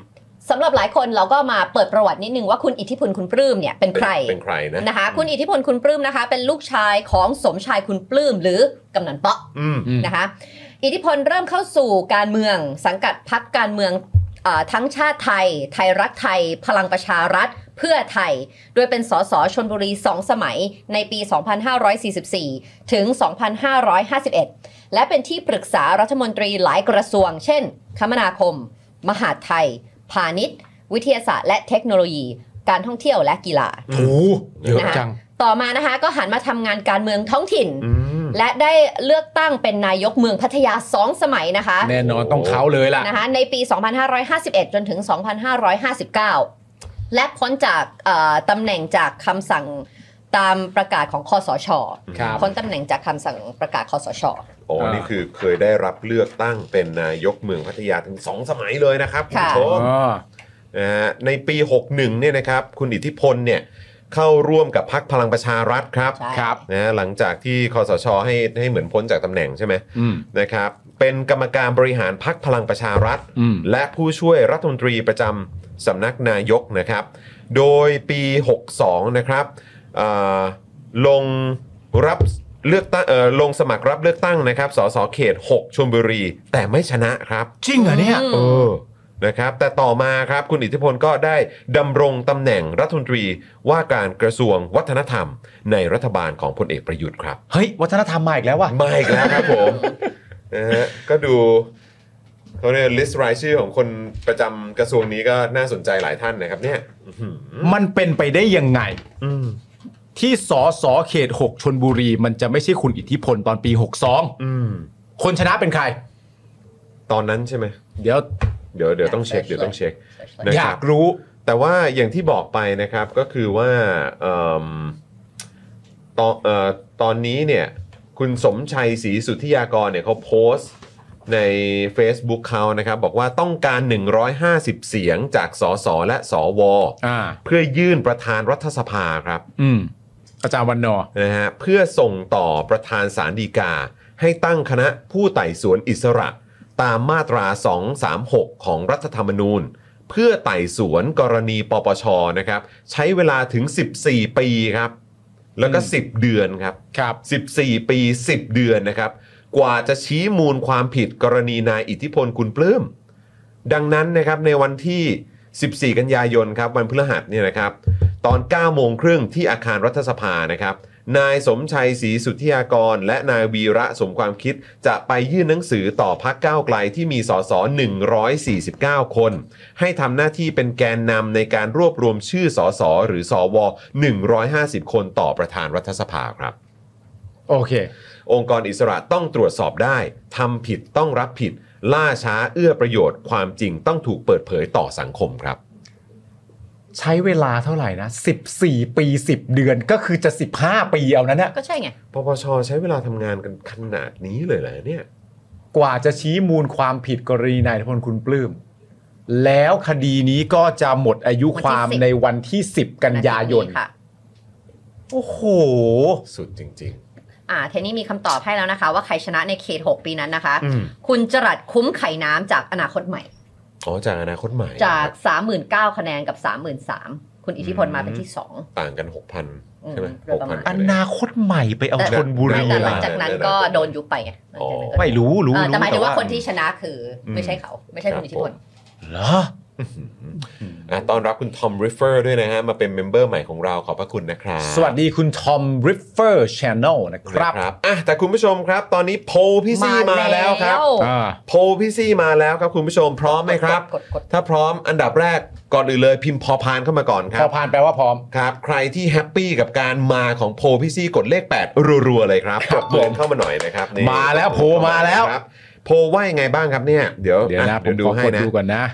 Speaker 6: สำหรับหลายคนเราก็มาเปิดประวัตินิดนึงว่าคุณอิทธิพลคุณปลื้มเนี่ยเป็นใคร
Speaker 1: เป็นใครนะ
Speaker 6: นะคะ คุณอิทธิพลคุณปลื้มนะคะ เป็นลูกชายของสมชายคุณปลื้มหรือกำนันเปาะ
Speaker 1: อืม
Speaker 6: นะคะอิทธิพลเริ่มเข้าสู่การเมืองสังกัดพักการเมืองเอ่อทั้งชาติไทย ไทยรักไทย พลังประชารัฐ เพื่อไทย โดยเป็นสสชนบุรี 2 สมัยในปี 2544 ถึง 2551 และเป็นที่ปรึกษารัฐมนตรีหลายกระทรวง เช่น คมนาคม มหาดไทย พาณิชย์ วิทยาศาสตร์และเทคโนโลยี การท่องเที่ยวและกีฬา
Speaker 11: โอ้เยอะ
Speaker 6: นะคะ
Speaker 11: จัง
Speaker 6: ต่อมานะคะก็หันมาทำงานการเมืองท้องถิ่น และได้เลือกตั้งเป็นนายกเมืองพัทยาสองสมัยนะคะ
Speaker 3: แน่นอนต้องเขาเลยล่ะ
Speaker 6: นะคะในปี 2551 จนถึง 2559 และพ้นจากเอ่อตำแหน่งจากคำสั่งตามประกาศของคอสช
Speaker 3: ครับ
Speaker 6: พ้นตำแหน่งจากคำสั่งประกาศคอสช
Speaker 1: โอ้
Speaker 3: อ่านี่
Speaker 1: นี่คือเคยได้รับเลือกตั้งเป็นนายกเมืองพัทยาถึงสองสมัยเลยนะครับณ
Speaker 6: ค่ะ
Speaker 1: ผู้ชม
Speaker 3: อ๋อ
Speaker 1: นะฮะในปี 61เนี่ยนะครับคุณอิทธิพลเนี่ยเข้าร่วมกับพักพลังประชารัฐครับ
Speaker 6: ใช่
Speaker 3: ครับ
Speaker 1: นะฮะหลังจากที่คอสชให้ให้เหมือนพ้นจากตำแหน่งใช่ไหม
Speaker 3: อืม
Speaker 1: นะครับเป็นกรรมการบริหารพักพลังประชารัฐ
Speaker 3: อืม
Speaker 1: และผู้ช่วยรัฐมนตรีประจำสำนักนายกนะครับ โดยปี 62 นะครับเอ่อลงรับเลือกตั้งเอ่อลงสมัครรับเลือกตั้งนะครับสสเขต 6ชลบุรี แต่ไม่ชนะครับ
Speaker 3: จริงเหรอเนี่ย
Speaker 6: อืม
Speaker 1: เออ นะครับ แต่ต่อมาครับ คุณอิทธิพลก็ได้ดำรงตำแหน่งรัฐมนตรีว่าการกระทรวงวัฒนธรรม ในรัฐบาลของพลเอกประยุทธ์ครับ
Speaker 3: เฮ้ย วัฒนธรรมมาอีกแล้วว่ะ
Speaker 1: มาอีกแล้วครับผมนะฮะก็ดูเขาเนี่ยลิสต์รายชื่อของคนประจำกระทรวงนี้ก็น่าสนใจหลายท่านนะครับเนี่ย
Speaker 3: มันเป็นไปได้ยังไง
Speaker 1: อืม
Speaker 3: ที่สอสอเขต 6ชนบุรี มันจะไม่ใช่คุณอิทธิพลตอนปี
Speaker 1: อืม
Speaker 3: 62 คนชนะเป็นใคร
Speaker 1: ตอนนั้นใช่ไหม
Speaker 3: เดี๋ยว
Speaker 1: เดี๋ยวเดี๋ยวต้องเช็ค เดี๋ยวต้องเช็ค ได้ครับ
Speaker 3: อยากรู้
Speaker 1: แต่ว่าอย่างที่บอกไปนะครับก็คือว่าเอิ่มตอนเอ่อตอนนี้เนี่ยคุณสมชัยศรีสุทธิยากรเนี่ยเขาโพสต์ใน Facebook เขานะครับ บอกว่าต้องการ 150 เสียงจากสสและสว
Speaker 3: อ่า
Speaker 1: เพื่อยื่นประธานรัฐสภาครับ
Speaker 3: อืม อาจารย์วันนอร์
Speaker 1: นะฮะเพื่อส่งต่อประธานสารดีกา ให้ตั้งคณะผู้ไต่สวนอิสระ ตามมาตรา 236 ของรัฐธรรมนูญ เพื่อไต่สวนกรณีปปชนะครับใช้เวลาถึง 14 ปีครับแล้วก็ 10 เดือนครับ
Speaker 3: ครับ
Speaker 1: 14 ปี 10 เดือนนะครับ กว่าจะชี้มูลความผิดกรณีนายอิทธิพลคุณปลื้ม ดังนั้นนะครับในวันที่ 14 กันยายนครับวันพฤหัสเนี่ยนะครับ ตอน 9 โมงครึ่งที่อาคารรัฐสภานะครับ นายสมชัยศรีสุทธิยากร และนายวีระสมความคิดจะไปยื่นหนังสือต่อพักก้าวไกลที่มีสส149 คน ให้ทำหน้าที่เป็นแกนนำในการรวบรวมชื่อสสหรือสว150 คนต่อประธานรัฐสภาครับ
Speaker 3: โอเค
Speaker 1: องค์กรอิสระต้องตรวจสอบได้ ทำผิดต้องรับผิด ล่าช้าเอื้อประโยชน์ ความจริงต้องถูกเปิดเผยต่อสังคมครับ
Speaker 3: ใช้เวลาเท่าไหร่นะ 14 ปี 10 เดือนก็คือจะ 15 ปีเอานั้นนะ
Speaker 6: ก็ใช่ไง
Speaker 1: ปปชใช้เวลาทำงานกันขนาดนี้เลยเหรอเนี่ย
Speaker 3: กว่าจะชี้มูลความผิดกรณีนายอิทธิพลคุณปลื้ม แล้วคดีนี้ก็จะหมดอายุความ
Speaker 6: วันที่สิบ
Speaker 3: ในวันที่ 10 กันยายน
Speaker 6: ค่ะ
Speaker 3: โอ้โห
Speaker 1: สุดจริง
Speaker 6: อ่าเทนนี่มีคำตอบให้แล้วนะคะ ว่าใครชนะในเขต 6 ปีนั้นนะคะ
Speaker 3: อืม
Speaker 6: คุณจรัดคุ้มไข่น้ำจากอนาคตใหม่
Speaker 1: ๆ อ๋อจากอนาคตใหม่
Speaker 6: จาก
Speaker 1: ครับ
Speaker 6: 39,000คะแนนกับ 33,000คุณอิทธิพลมาเป็นที่
Speaker 1: ต่างกัน 6,000 ใช่ไหม
Speaker 6: อืม
Speaker 1: หกพัน
Speaker 6: ประมาณ
Speaker 3: อนาคตใหม่ไปเอาชนบุ
Speaker 6: 2
Speaker 3: รี
Speaker 6: แต่หลัง
Speaker 3: อะ
Speaker 6: จากนั้นก็โดนยุบไปไงหลังจากนั้นก็
Speaker 3: ไม่รู้รู้
Speaker 6: เออ
Speaker 3: รู้
Speaker 6: แต่หมายถึงว่าคนที่ชนะคืออไม่ใช่เขา ไม่ใช่คุณอิทธิพล
Speaker 3: เหรอ
Speaker 1: อ่ะต้อนรับคุณทอมริฟเฟอร์ด้วยนะฮะ มาเป็นเมมเบอร์ใหม่ของเราขอบพระคุณนะครับ
Speaker 3: สวัสดีคุณทอมริฟเฟอร์ชานอลนะค
Speaker 1: ครั
Speaker 3: รั
Speaker 1: บบ อ่ะแต่คุณผู้ชมครับ ตอนนี้โพลพี่ซี่มาแล้วครับ
Speaker 3: อ่า
Speaker 1: โพลพี่ซี่มาแล้วครับคุณผู้ชมพร้อมไหมครับ
Speaker 6: กดกด
Speaker 1: ถ้าพร้อมอันดับแรกก่อนอื่นเลยพิมพ์พอพานเข้ามาก่อนค
Speaker 3: พ
Speaker 1: รั
Speaker 3: อบ พานแปลว่าพร้อม
Speaker 1: ครับ ใครที่แฮปปี้กับการมาของโพลพี่ซี่กดเลข 8 รัวๆเลยครับ
Speaker 3: ค
Speaker 1: ก
Speaker 3: รับ
Speaker 1: ดเมือ
Speaker 3: ผม
Speaker 1: เข้ามาหน่อยนะครับนี่
Speaker 3: มาแล้วโพลมาแล้ว
Speaker 1: ครับโพลว่ายังไงบ้างครับเนี่ย เดี๋ยว
Speaker 3: เดี๋ยวนะ
Speaker 1: อ่
Speaker 3: ผม
Speaker 1: ดู
Speaker 3: ขอ
Speaker 1: ให้
Speaker 3: กด
Speaker 1: นะ
Speaker 3: ดูก่อนนะ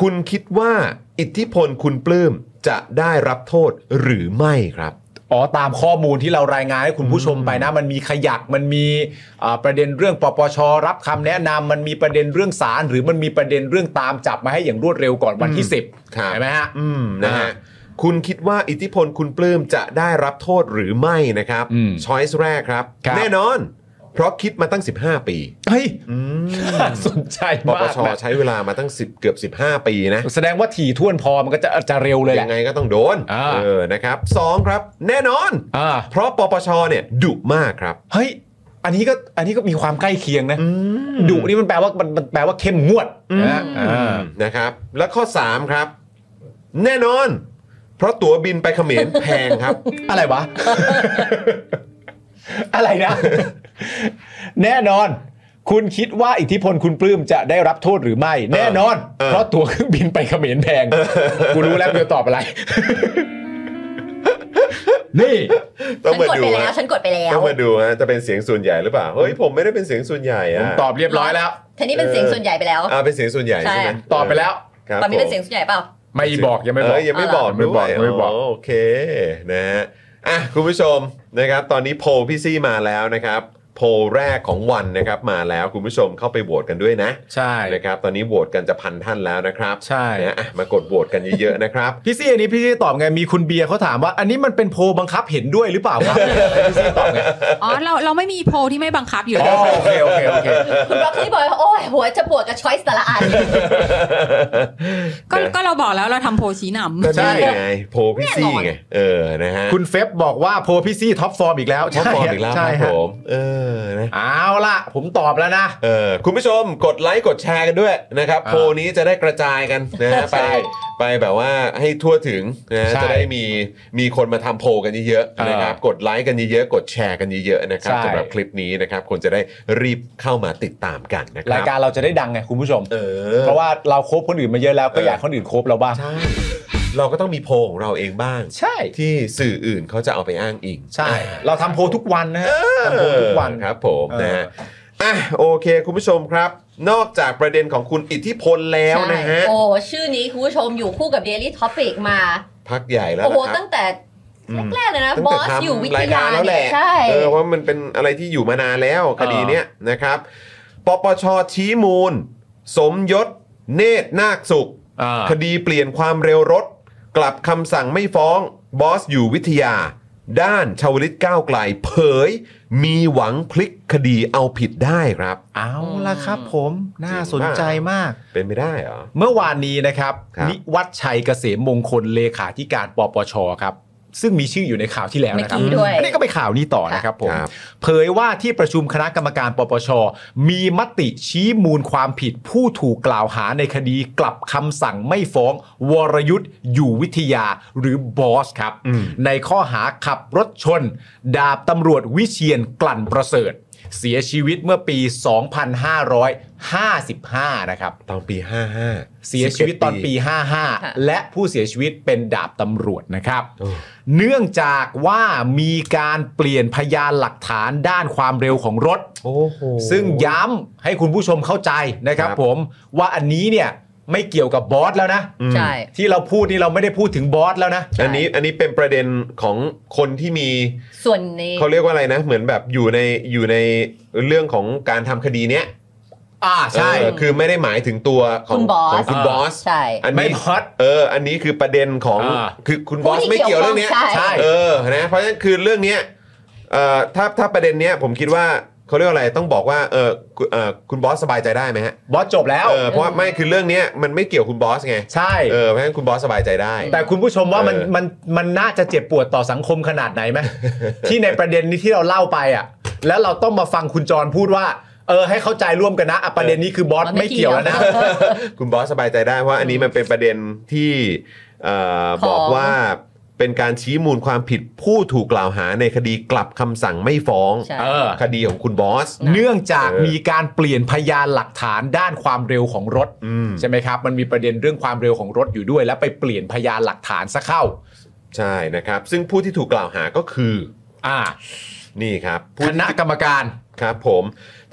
Speaker 1: คุณคิดว่าอิทธิพลคุณปลื้มจะได้รับโทษหรือไม่ครับ
Speaker 3: อ๋อตามข้อมูลที่เรารายงานให้คุณผู้ชมไปนะ มันมีขยักมันมีเอ่อประเด็นเรื่องปปชรับคำแนะนำมันมีประเด็นเรื่องศาลหรือมันมีประเด็นเรื่องตามจับมาให้อย่างรวดเร็วก่อนวันที่
Speaker 1: ครับ
Speaker 3: 10ใช่ไหมฮะ
Speaker 1: อืมนะฮะ
Speaker 3: อ่า
Speaker 1: คุณคิดว่าอิทธิพลคุณปลื้มจะได้รับโทษหรือไม่นะครับ
Speaker 3: อืม
Speaker 1: ช้อยส์แรกครับ
Speaker 3: ครับ
Speaker 1: แน่นอน เพราะคิดมาตั้ง 15 ปี
Speaker 3: เฮ้ย
Speaker 1: อืม
Speaker 3: น่าสนใจ
Speaker 1: ปป
Speaker 3: มาก
Speaker 1: ช
Speaker 3: นะ
Speaker 1: ใช้เวลามาตั้ง 10 เกือบ 15 ปีนะ
Speaker 3: แสดงว่าถี่ท่วนพอมันก็จะจะเร็วเลยแห
Speaker 1: ยั
Speaker 3: ละ
Speaker 1: งไงก็ต้องโดน
Speaker 3: อ่า
Speaker 1: เออนะครับสองครับ แน่นอน
Speaker 3: อ่า
Speaker 1: เพราะปปชเนี่ยดุมากครับ
Speaker 3: เฮ้ยอันนี้ก็อันนี้ก็มีความใกล้เคียงนะดุนี่มันแปลว่ามันมันแปลว่าเข้มงวดนะอ่า
Speaker 1: นะครับ และข้อ 3 ครับ แน่นอน เพราะตั๋วบินไปเขมร แพงครับ
Speaker 3: อะไร วะ อะไรนะ แน่นอน คุณคิดว่าอิทธิพลคุณปลื้มจะได้รับโทษหรือไม่ แน่นอน เพราะตั๋วเครื่องบินไปเขมรแพง กูรู้แล้วกูจะตอบอะไร นี่
Speaker 1: ต้อง
Speaker 6: ฉัน
Speaker 1: มาก
Speaker 6: ด
Speaker 1: ดู
Speaker 6: ไปแล้ว
Speaker 1: ฮะ
Speaker 6: ฉันกดไปแล้ว
Speaker 1: ต้องมาดูฮะจะเป็นเสียงส่วนใหญ่หรือเปล่าเฮ้ยผมไม่ได้เป็นเสียงส่วนใหญ่
Speaker 3: ผม
Speaker 1: อะ
Speaker 3: ตอบเรียบร้อยแล้ว
Speaker 6: เทนนี่เป็นเสียงส่วนใหญ่ไปแล้ว
Speaker 1: อ่าเป็นเสียงส่วนใหญ่ใช่ไหม
Speaker 6: ใช่
Speaker 3: ตอบไปแล้ว
Speaker 1: ครับ
Speaker 6: ตอนนี้เป็น
Speaker 1: ผม
Speaker 6: เสียงส่วนใหญ่เปล่า
Speaker 3: ไม่บอกยังไม่บอก
Speaker 1: เยังไม่บอก
Speaker 3: ไม่บอกยังไม่บอก
Speaker 1: ด้วยโอเคนะฮะอ่ะคุณผู้ชมนะครับ ตอนนี้โพลพี่ซี่มาแล้วนะครับ โพลแรกของวันนะครับมาแล้วคุณผู้ชมเข้าไปโหวตกันด้วยนะ
Speaker 3: ใช่
Speaker 1: นะครับ ตอนนี้โหวตกันจะพันท่านแล้วนะครับ
Speaker 3: ใช่
Speaker 1: นะอ่ะมากดโหวตกันเยอะๆนะครับ
Speaker 3: พี่ซี่อันนี้พี่ซี่ตอบไงมีคุณเบียร์เขาถามว่า อันนี้มันเป็นโพลบังคับเห็นด้วยหรือเปล่าครับ พี่ซี่ตอบไง
Speaker 9: อ๋อเราเราไม่มีโพลที่ไม่บังคับอยู่
Speaker 3: อ๋
Speaker 9: แล้
Speaker 3: อ
Speaker 9: ว
Speaker 3: โอเคโอเคโอเค
Speaker 6: คุณบล็อกซี่บอกว่าโอ้ยหัวจะปวดกับช้อยส์แต่ละอัน
Speaker 9: ก็ก็เราบอกแล้วเราทำโพลชี้นำ
Speaker 1: ก็นี่ไงโพลพี่ซี่ไงเออนะฮะ
Speaker 3: คุณเฟบบอกว่าโพลพี่ซี่ท็อปฟอร์มอีกแล้ว
Speaker 1: ท็อปฟอร์มอีกแล้วค
Speaker 3: ใช่
Speaker 1: รับ
Speaker 3: ฮะ
Speaker 1: ผมเออนะ
Speaker 3: เอาล่ะ ผมตอบแล้วนะ
Speaker 1: เออคุณผู้ชมกดไลค์กดแชร์กันด้วยนะครับ
Speaker 3: อ่า
Speaker 1: โพลนี้จะได้กระจายกันนะฮะ
Speaker 3: ใช่
Speaker 1: ไปไปแบบว่าให้ทั่วถึงนะฮะ
Speaker 3: ใช่
Speaker 1: จะได้มีมีคนมาทำโพลกันเยอะ
Speaker 3: เออ
Speaker 1: ๆนะครับกดไลค์กันเยอะๆกดแชร์กันเยอะๆนะครับ
Speaker 3: ใช่
Speaker 1: สำหรับคลิปนี้นะครับคนจะได้รีบเข้ามาติดตามกันนะค
Speaker 3: รา
Speaker 1: รั
Speaker 3: ยการเราจะได้ดังไงคุณผู้ชม
Speaker 1: เออ
Speaker 3: เพราะว่าเราโคบคนอื่นมาเยอะแล้ว
Speaker 1: เอ
Speaker 3: ก็
Speaker 1: อ
Speaker 3: อ
Speaker 1: อ
Speaker 3: ยากคนอื่นโคบเราบ้าง
Speaker 1: ใช่เราก็ต้องมีโพลของเราเองบ้าง
Speaker 3: ใช่
Speaker 1: ที่สื่ออื่นเขาจะเอาไปอ้างอิง
Speaker 3: ใช่ เราทำโพลทุกวันนะฮะทำโพลทุกวัน
Speaker 1: ครับผม
Speaker 3: เออ
Speaker 1: นะฮะอ่ะโอเคคุณผู้ชมครับ นอกจากประเด็นของคุณอิทธิพลแล้วนะฮะ
Speaker 6: ใช่โอ้ ชื่อนี้คุณผู้ชมอยู่คู่กับ Daily Topic มา
Speaker 1: พักใหญ่แล้ว
Speaker 6: โอ้
Speaker 1: นะ
Speaker 6: โห
Speaker 1: ครับ
Speaker 6: ตั้งแต่
Speaker 1: อืม
Speaker 6: แรกๆเลยนะ
Speaker 1: ตั้ง
Speaker 6: บอ
Speaker 1: แต่
Speaker 6: ส
Speaker 1: ทำ
Speaker 6: อยู่วิ
Speaker 1: รายกาย
Speaker 6: ทาร
Speaker 1: แล้วแห
Speaker 6: เนี่ย
Speaker 1: ละ
Speaker 6: ใช่
Speaker 1: เออเพราะมันเป็นอะไรที่อยู่มานานแล้วคดีเนี้ยนะครับปปชชี้มูล สมยศ เนตรนาคสุข
Speaker 3: อ่า
Speaker 1: คดีเปลี่ยนความเร็วรถ กลับคำสั่งไม่ฟ้องบอสอยู่วิทยา
Speaker 7: ด้านชาวลิตก้าวไกลเผย มีหวังพลิกคดีเอาผิดได้ครับ
Speaker 3: เอาละครับผมน่าสนใจมาก
Speaker 7: เป็นไม่ได้เหรอ
Speaker 3: เมื่อวานนี้นะครับ
Speaker 7: ครับ
Speaker 3: นิวัฒน์ชัยเกษมมงคลเลขาธิการปปชครับ ซึ่งมีชื่ออยู่ในข่าวที่แล้วนะครั
Speaker 6: เมื่อกี้ด้วย
Speaker 3: อันนี้ก็ไปข่าวนี้ต่อนะครับผม
Speaker 7: ครับ
Speaker 3: เผยว่าที่ประชุมคณะกรรมการปปช มีมติชี้มูลความผิดผู้ถูกกล่าวหาในคดีกลับคำสั่งไม่ฟ้อง วรยุทธ์อยู่วิทยาหรือบอสครับ ในข้อหาขับรถชน ดาบตำรวจวิเชียนกลั่นประเสริฐ เสียชีวิตเมื่อปี 2555 นะครับ
Speaker 7: ตอนปี 55
Speaker 3: เสียชีวิตตอนปี
Speaker 6: ค่ะ
Speaker 3: 55 และผู้เสียชีวิตเป็นดาบตำรวจนะครับ
Speaker 7: โอ้
Speaker 3: เนื่องจากว่ามีการเปลี่ยนพยานหลักฐานด้านความเร็วของรถ
Speaker 7: โอ้โห
Speaker 3: ซึ่งย้ำให้คุณผู้ชมเข้าใจนะครับ
Speaker 7: ครับ
Speaker 3: ผมว่าอันนี้เนี่ยไม่เกี่ยวกับบอสแล้วนะ
Speaker 7: อืม
Speaker 6: ใช่
Speaker 3: ที่เราพูดนี่เราไม่ได้พูดถึงบอสแล้วนะ
Speaker 7: อันนี้อันนี้เป็นประเด็นของคนที่มี
Speaker 6: ส่วนนี้
Speaker 7: เขาเรียกว่าอะไรนะ เหมือนแบบอยู่ในอยู่ในเรื่องของการทำคดีเนี้ย
Speaker 3: อ่าใช่
Speaker 7: เออคือไม่ได้หมายถึงตัวของ
Speaker 6: คุณบอส
Speaker 7: ของคุณบอส
Speaker 6: ใช่
Speaker 7: อัน
Speaker 3: ไม่
Speaker 7: นี้
Speaker 3: บอส
Speaker 7: เออ อันนี้คือประเด็นของ
Speaker 3: อ่า
Speaker 7: คือคุณบอส
Speaker 6: ผู้ที่
Speaker 7: ไม่เกี่ยวเรื่องเนี้ย
Speaker 6: เกี่ยวข้องใช่
Speaker 7: เออนะเพราะฉะนั้นคือเรื่องเนี้ยเอ่อถ้าถ้าประเด็นเนี้ยผมคิดว่าเขาเรียกว่าอะไรต้องบอกว่าเออคุณเออคุณบอสสบายใจได้ไหมฮะ
Speaker 3: บอสจบแล้ว
Speaker 7: เออเพราะว่าไม่คือเรื่องเนี้ยมันไม่เกี่ยวคุณบอสไง
Speaker 3: ใช่
Speaker 7: เออเพราะฉะนั้นคุณบอสสบายใจได้
Speaker 3: แต่คุณผู้ชมว่ามัน
Speaker 7: เออ
Speaker 3: มันมันน่าจะเจ็บปวดต่อสังคมขนาดไหนไหม ที่ในประเด็นนี้ที่เราเล่าไปอ่ะ แล้วเราต้องมาฟังคุณจรพูดว่า เออให้เข้าใจร่วมกันนะอ่ะประเด็นนี้คือบอส
Speaker 6: มันไม่
Speaker 3: ไม่เกี่ยวแล้วนะ
Speaker 6: เกี่ยว
Speaker 7: คุณบอสสบายใจได้เพราะอันนี้มันเป็นประเด็นที่เอ่อ
Speaker 6: ของ
Speaker 7: บอกว่าเป็นการชี้มูลความผิดผู้ถูกกล่าวหาในคดีกลับคำสั่งไม่ฟ้อง
Speaker 6: ใช่
Speaker 3: เออ
Speaker 7: คดีของคุณบอส
Speaker 3: เนื่องจาก
Speaker 7: เออ
Speaker 3: มีการเปลี่ยนพยานหลักฐานด้านความเร็วของรถ
Speaker 7: อืม
Speaker 3: ใช่ไหมครับ มันมีประเด็นเรื่องความเร็วของรถอยู่ด้วย แล้วไปเปลี่ยนพยานหลักฐานซะเข้า
Speaker 7: ใช่นะครับ ซึ่งผู้ที่ถูกกล่าวหาก็คือ
Speaker 3: อ่า
Speaker 7: นี่ครับผู้
Speaker 3: ค
Speaker 7: ที่
Speaker 3: ณะกรรมการ
Speaker 7: ครับผม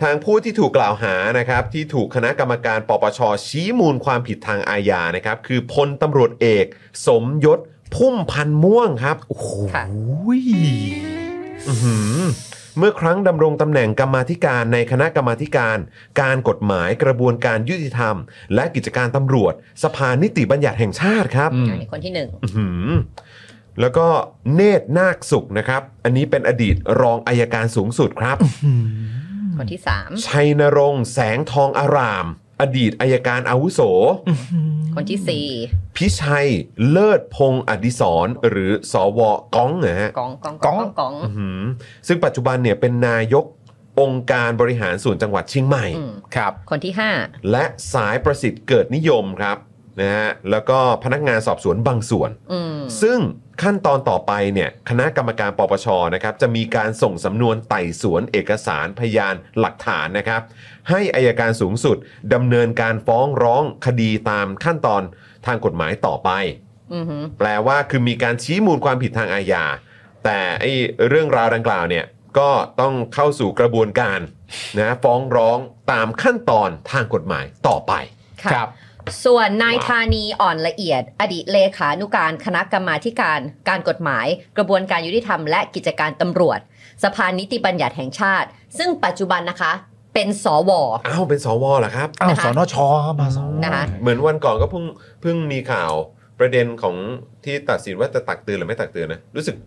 Speaker 7: ทางผู้ที่ถูกกล่าวหานะครับที่ถูกคณะกรรมการปปชชี้มูลความผิดทางอาญานะครับคือพลตำรวจเอก สมยศพุ่มพันธ์ม่วงครับโอ้โห
Speaker 6: ค่ะ
Speaker 7: อื้อหือเมื่อครั้งดำรงตำแหน่งกรรมาธิการในคณะกรรมาธิการ การกฎหมายกระบวนการยุติธรรม และกิจการตำรวจ สภานิติบัญญัติแห่งชาติครับ
Speaker 3: อืม
Speaker 6: อันนี้คนที่หนึ่ง
Speaker 7: อื้อหือแล้วก็เนตรนาคสุขนะครับ อันนี้เป็นอดีตรองอายการสูงสุดครับ
Speaker 6: คนที่สาม
Speaker 7: ชัยนรงค์แสงทองอาราม อดีตอายการอาวุโส
Speaker 6: คนที่สี่
Speaker 7: พิชัยเลิศพงศ์อดิศรณ์หรือสวก้องนะฮะ
Speaker 6: กองกองกองกอง
Speaker 7: อื้อหือซึ่งปัจจุบันเนี่ยเป็นนายกองค์การบริหารส่วนจังหวัดเชียงใหม่
Speaker 6: อืม
Speaker 3: ครับ
Speaker 6: คนที่ห้า
Speaker 7: และสายประสิทธิ์เกิดนิยมครับนะฮะแล้วก็พนักงานสอบสวนบางส่วน
Speaker 6: อืม
Speaker 7: ซึ่งขั้นตอนต่อไปเนี่ยคณะกรรมการปปชนะครับจะมีการส่งสำนวนไต่สวนเอกสารพยานหลักฐานนะครับ ให้อายการสูงสุดดำเนินการฟ้องร้องคดีตามขั้นตอนทางกฎหมายต่อไป
Speaker 6: อือหือ
Speaker 7: แปลว่าคือมีการชี้มูลความผิดทางอาญาแต่ไอ้เรื่องราวดังกล่าวเนี่ยก็ต้องเข้าสู่กระบวนการนะฟ้องร้องตามขั้นตอนทางกฎหมายต่อไป
Speaker 6: ค่ะ
Speaker 3: ครับ
Speaker 6: ส่วนนาย
Speaker 7: ว้าว
Speaker 6: ธานีอ่อนละเอียด อดีตเลขานุการคณะกรรมาธิการการกฎหมาย กระบวนการยุติธรรมและกิจการตำรวจ สภานิติบัญญัติแห่งชาติ ซึ่งปัจจุบันนะคะ เป็นสว
Speaker 7: อ้าวเป็นสวเหรอครับ
Speaker 10: อ้าว
Speaker 6: นะคะ
Speaker 10: สนชมาสอง
Speaker 6: นะคะ
Speaker 7: เหมือนวันก่อนก็เพิ่งเพิ่งมีข่าวประเด็นของที่ตัดสินว่าจะตักเตือนหรือไม่ตักเตือนนะรู้สึก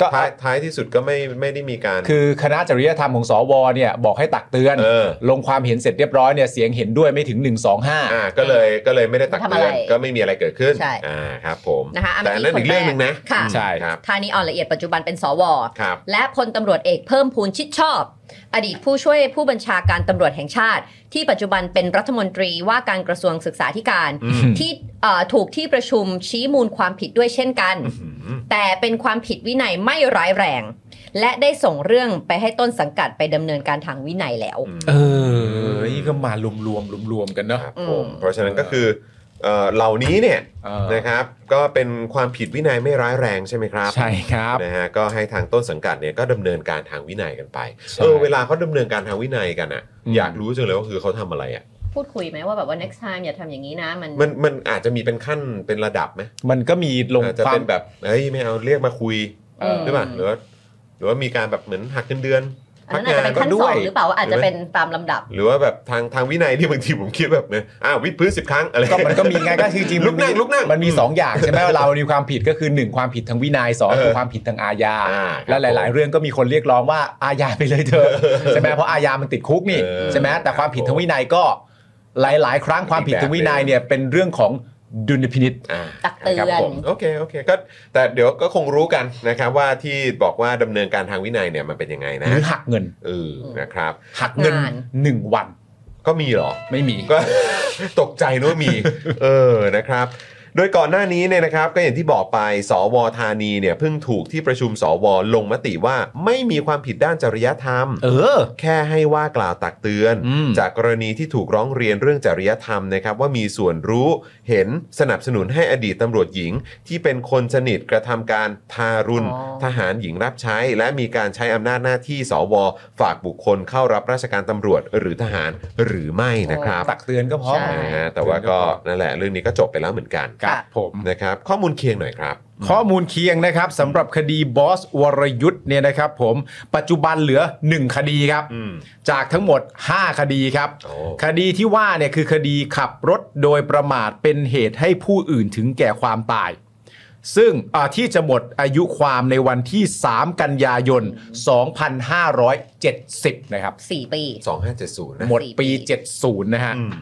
Speaker 3: ก็
Speaker 7: ท้ายท้ายที่สุดก็ไม่ไม่ได้มีการ
Speaker 3: คือคณะจริยธรรมของสวเนี่ยบอกให้ตักเตือน
Speaker 7: เออ
Speaker 3: ลงความเห็นเสร็จเรียบร้อยเนี่ยเสียงเห็นด้วยไม่ถึง 125
Speaker 7: อ่าก็เลยก็เลยไม่ได้ตักเตือน
Speaker 6: ทำอะไร
Speaker 7: ก็ไม่มีอะไรเกิดขึ้น
Speaker 6: ใช่
Speaker 7: อ่าครับ ผม
Speaker 6: นะคะ
Speaker 7: แต่นั่น
Speaker 6: ค
Speaker 7: อีกเรื่องหนึ่งนะ
Speaker 6: ค่ะ
Speaker 3: ใช่
Speaker 7: ครับ
Speaker 6: ธานีอ่อนละเอียดปัจจุบันเป็นสว
Speaker 7: ครับ
Speaker 6: และพลตำรวจเอกเพิ่มพูนชิดชอบ อดีตผู้ช่วยผู้บัญชาการตำรวจแห่งชาติ ที่ปัจจุบันเป็นรัฐมนตรีว่าการกระทรวงศึกษาธิการ
Speaker 7: อืม
Speaker 6: ที่เอ่อถูกที่ประชุมชี้มูลความผิดด้วยเช่นกัน
Speaker 7: อืม
Speaker 6: แต่เป็นความผิดวินัยไม่ร้ายแรง และได้ส่งเรื่องไปให้ต้นสังกัดไปดำเนินการทางวินัยแล้ว
Speaker 3: เออนี่ก็มารวมรวมรวมรวมๆกันเนอะ
Speaker 7: ครับผม
Speaker 6: อืม
Speaker 7: เพราะฉะนั้นก็คือเอ่อเหล่านี้เนี่ย
Speaker 3: เออ
Speaker 7: นะครับ ก็เป็นความผิดวินัยไม่ร้ายแรงใช่ไหมครับ
Speaker 3: ใช่ครับ
Speaker 7: นะฮะก็ให้ทางต้นสังกัดเนี่ยก็ดำเนินการทางวินัยกันไป
Speaker 3: ใช่
Speaker 7: เออเวลาเขาดำเนินการทางวินัยกันอ่ะ
Speaker 3: อืม
Speaker 7: อยากรู้จังเลยว่าคือเขาทำอะไรอ่ะ
Speaker 6: พูดคุยไหมว่าแบบว่า next time อย่าทำอย่างนี้นะมัน
Speaker 7: มันมันอาจจะมีเป็นขั้นเป็นระดับไหม
Speaker 3: มันก็มีลง
Speaker 7: อาจจะ
Speaker 3: ควา
Speaker 7: เป็
Speaker 3: ม
Speaker 7: นแบบเฮ้ยไม่เอาเรียกมาคุย
Speaker 3: เออ
Speaker 7: หรือเปล่าหรือว่าหรือว่ามีการแบบเหมือนหักเงินเดือน
Speaker 6: อันนั้นอาจจะเป็นขั้นสองหรือเปล่าว่าอาจจะเป็นตามลำดับ
Speaker 7: หรือว่าแบบทางทางวินัยที่บางทีผมคิดแบบเนี่ยอ้าววิดพื้นสิบครั้งอะไร
Speaker 3: ก็มันก็มีไงก็คือจริงๆ
Speaker 7: ลุกนั่งลุกนั่ง
Speaker 3: มันมี 2 อย่างใช่ไหมเรา มีความผิดก็คือ 1 ความผิดทางวินัยสอง
Speaker 7: เออ
Speaker 3: คือความผิดทางอาญา
Speaker 7: อ่าครับ
Speaker 3: และหลาย ๆ เรื่องก็มีคนเรียกร้องว่าอาญาไปเลยเถอะ ใช่ไหมเพราะอาญามันติดคุกนี่
Speaker 7: เออ
Speaker 3: ใช่ไหมแต่ความผิดทางวินัยก็หลาย ๆ ครั้งความผิดทางวินัย
Speaker 7: อีกแบบหนึ่ง
Speaker 3: เนี่ยเป็นเรื่องของดุลพินิษ
Speaker 7: อ่า
Speaker 6: ตักเตือน
Speaker 7: ครับผมโอเคโอเคก็แต่เดี๋ยวก็คงรู้กันนะครับว่าที่บอกว่าดำเนินการทางวินัยเนี่ยมันเป็นยังไงนะ
Speaker 3: หรือหักเงิน
Speaker 7: เออนะครับ
Speaker 3: หักเงิน
Speaker 6: งาน
Speaker 3: หนึ่งวัน
Speaker 7: ก็มีเหรอ
Speaker 3: ไม่มี
Speaker 7: ก็ ตกใจนึกว่ามี เออนะครับ โดยก่อนหน้านี้เนี่ยนะครับ ก็อย่างที่บอกไปสวธานีเนี่ยเพิ่งถูกที่ประชุมสวลงมติว่าไม่มีความผิดด้านจริยธรรม
Speaker 3: เออ
Speaker 7: แค่ให้ว่ากล่าวตักเตือน
Speaker 3: อืม
Speaker 7: จากกรณีที่ถูกร้องเรียนเรื่องจริยธรรมนะครับว่ามีส่วนรู้เห็นสนับสนุนให้อดีตตำรวจหญิง ที่เป็นคนสนิทกระทำการทารุณ
Speaker 6: อ๋อ
Speaker 7: ทหารหญิงรับใช้ และมีการใช้อำนาจหน้าที่สวฝากบุคคลเข้ารับราชการตำรวจหรือทหารหรือไม่นะครับ
Speaker 3: ตักเตือนก็พอ
Speaker 6: ใช่
Speaker 7: นะฮะแต่ว่าก็นั่นแหละเรื่องนี้ก็จบไปแล้วเหมือนกัน
Speaker 3: ครับผม
Speaker 7: นะครับข้อมูลเคียงหน่อยครับ
Speaker 3: ข้อมูลเคียงนะครับสำหรับคดีบอสวรยุทธ์เนี่ยนะครับผมปัจจุบันเหลือ 1 คดีครับ
Speaker 7: อืม
Speaker 3: จากทั้งหมด 5 คดีครับ
Speaker 7: โอ้
Speaker 3: คดีที่ว่าเนี่ยคือคดีขับรถโดยประมาทเป็นเหตุให้ผู้อื่นถึงแก่ความตาย ซึ่งอ่าที่จะหมดอายุความในวันที่ 3 กันยายน 2570 นะครับ
Speaker 6: สี่ปี
Speaker 7: 2570นะ
Speaker 3: หมดปี
Speaker 6: สี่ปี
Speaker 3: 70 นะฮะ
Speaker 7: อืม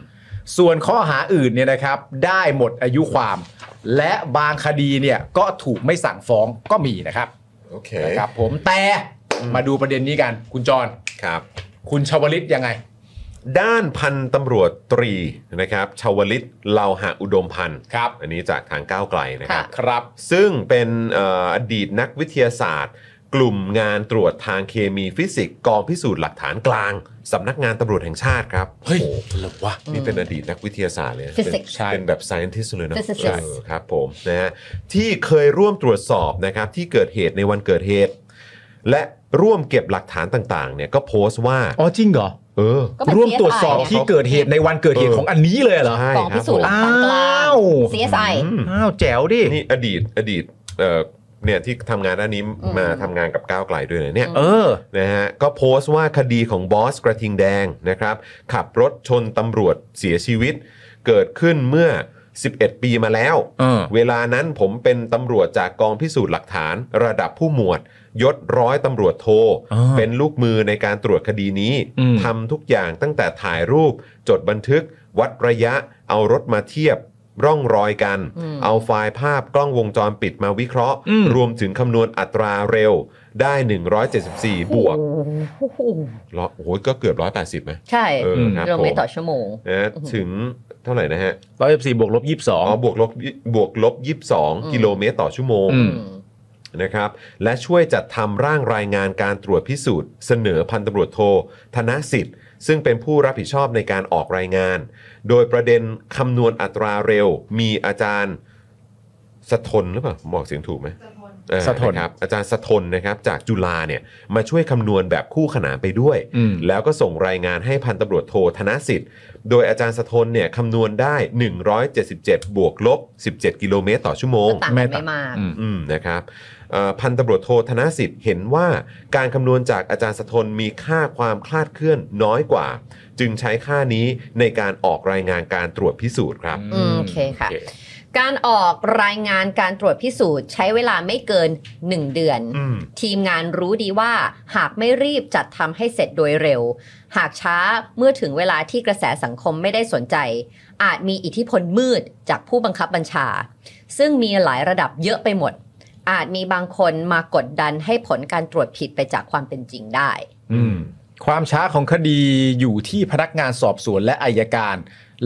Speaker 3: ส่วนข้อหาอื่นเนี่ยนะครับ ได้หมดอายุความ และบางคดีเนี่ยก็ถูกไม่สั่งฟ้องก็มีนะครับ
Speaker 7: โอเค
Speaker 3: นะครับผมแต่มาดูประเด็นนี้กัน คุณจร
Speaker 7: ครับ
Speaker 3: คุณชวลิตยังไง
Speaker 7: ด้านพันตำรวจตรีนะครับชาวลิตเลาหะอุดมพันธ์
Speaker 3: ครับ
Speaker 7: อันนี้จากทางก้าวไกลนะครับ
Speaker 3: ครับ
Speaker 7: ซึ่งเป็นเอ่ออดีตนักวิทยาศาสตร์ กลุ่มงานตรวจทางเคมีฟิสิกส์กองพิสูจน์หลักฐานกลางสำนักงานตำรวจแห่งชาติครับ
Speaker 3: เฮ้ย
Speaker 7: โอ้โห
Speaker 3: หรือวะ
Speaker 7: นี่เป็นอดีตนักวิทยาศาสตร์เลยนะ
Speaker 6: Physics
Speaker 3: ใช่
Speaker 7: เป็นแบบ scientist เลยเนอะ
Speaker 6: Physicist
Speaker 7: ใช่ครับผมนะฮะที่เคยร่วมตรวจสอบนะครับที่เกิดเหตุในวันเกิดเหตุ และร่วมเก็บหลักฐานต่างๆเนี่ยก็โพสต์ว่า
Speaker 3: อ๋อจริงเหรอ
Speaker 7: เออ
Speaker 6: ก็เป็น
Speaker 3: ร่วมตรวจสอบ
Speaker 6: CSI
Speaker 3: ที่เกิดเหตุในวันเกิดเหตุ
Speaker 7: เออ
Speaker 3: ของอันนี้เลยเหรอ
Speaker 7: ใช่
Speaker 6: กอง
Speaker 7: ค
Speaker 6: พิ
Speaker 7: รับ
Speaker 6: สูจน์ห
Speaker 7: ผ
Speaker 6: ลักฐาน
Speaker 7: ม
Speaker 6: กลาง
Speaker 3: อ้าว
Speaker 6: CSI
Speaker 7: อืม
Speaker 3: อ้าวแจ๋วดิ
Speaker 7: นี่อดีตอดีตเอ่อเนี่ยที่ทำงานด้านนี้
Speaker 6: อืม
Speaker 7: มาทำงานกับก้าวไกลด้วยนะเนี่ย
Speaker 3: เออ
Speaker 7: นะฮะก็โพสต์ว่าคดีของบอสกระทิงแดงนะครับขับรถชนตำรวจเสียชีวิต เกิดขึ้นเมื่อ 11 ปีมาแล้ว
Speaker 3: เออ
Speaker 7: เวลานั้นผมเป็นตำรวจจากกองพิสูจน์หลักฐาน ระดับผู้หมวด ยศร้อยตำรวจโท
Speaker 3: อ่า
Speaker 7: เป็นลูกมือในการตรวจคดีนี้
Speaker 3: อืม
Speaker 7: ทำทุกอย่างตั้งแต่ถ่ายรูป จดบันทึก วัดระยะ เอารถมาเทียบ ร่องรอยกัน
Speaker 6: อืม
Speaker 7: เอาไฟล์ภาพกล้องวงจรปิดมาวิเคราะห์
Speaker 3: อืม
Speaker 7: รวมถึงคำนวณอัตราเร็วได้ 174 บวก
Speaker 6: โอ้โห
Speaker 7: ร้อยโอ้โหก็เกือบร้อยแปดสิบ180ไหม
Speaker 6: ใช่
Speaker 7: เออครับ
Speaker 6: กิโล
Speaker 7: ผ
Speaker 6: เมต
Speaker 7: ม
Speaker 6: รต่อชั่วโมง
Speaker 7: นะถึงเท่าไหร่นะฮะ
Speaker 3: ร้อยสิบสี่บวกลบยี่สิบสอง
Speaker 7: อ๋อบวกลบบวกลบยี่สอง
Speaker 6: อืม
Speaker 7: กิโลเมตรต่อชั่วโมง
Speaker 3: อืม
Speaker 7: นะครับ และช่วยจัดทำร่างรายงานการตรวจพิสูจน์ เสนอพันตำรวจโทธนสิทธิ์ ซึ่งเป็นผู้รับผิดชอบในการออกรายงาน โดยประเด็นคำนวณอัตราเร็ว มีอาจารย์สะทนหรือเปล่าผมบอกเสียงถูกไหมเออ
Speaker 3: สะทน
Speaker 7: ครับอาจารย์สะทนนะครับจากจุฬาเนี่ยมาช่วยคำนวณแบบคู่ขนานไปด้วย
Speaker 3: อืม
Speaker 7: แล้วก็ส่งรายงานให้พันตำรวจโทธนสิทธิ์ โดยอาจารย์สะทนเนี่ยคำนวณได้ 177 บวกลบ 17 กิโลเมตรต่อชั่วโมง
Speaker 6: ต่างกันไม่มาก
Speaker 3: อืม
Speaker 7: อืมนะครับเอ่อพันตำรวจโทธนสิทธิ์เห็นว่าการคำนวณจากอาจารย์สะทนมีค่าความคลาดเคลื่อนน้อยกว่า จึงใช้ค่านี้ในการออกรายงานการตรวจพิสูจน์ครับ
Speaker 6: อืมโอเคค่ะ การออกรายงานการตรวจพิสูจน์ ใช้เวลาไม่เกิน 1 เดือน
Speaker 7: อืม
Speaker 6: ทีมงานรู้ดีว่าหากไม่รีบจัดทำให้เสร็จโดยเร็ว หากช้าเมื่อถึงเวลาที่กระแสสังคมไม่ได้สนใจ อาจมีอิทธิพลมืดจากผู้บังคับบัญชา ซึ่งมีหลายระดับเยอะไปหมด อาจมีบางคนมากดดันให้ผลการตรวจผิดไปจากความเป็นจริงได้
Speaker 3: อืมความช้าของคดีอยู่ที่พนักงานสอบสวนและอายการ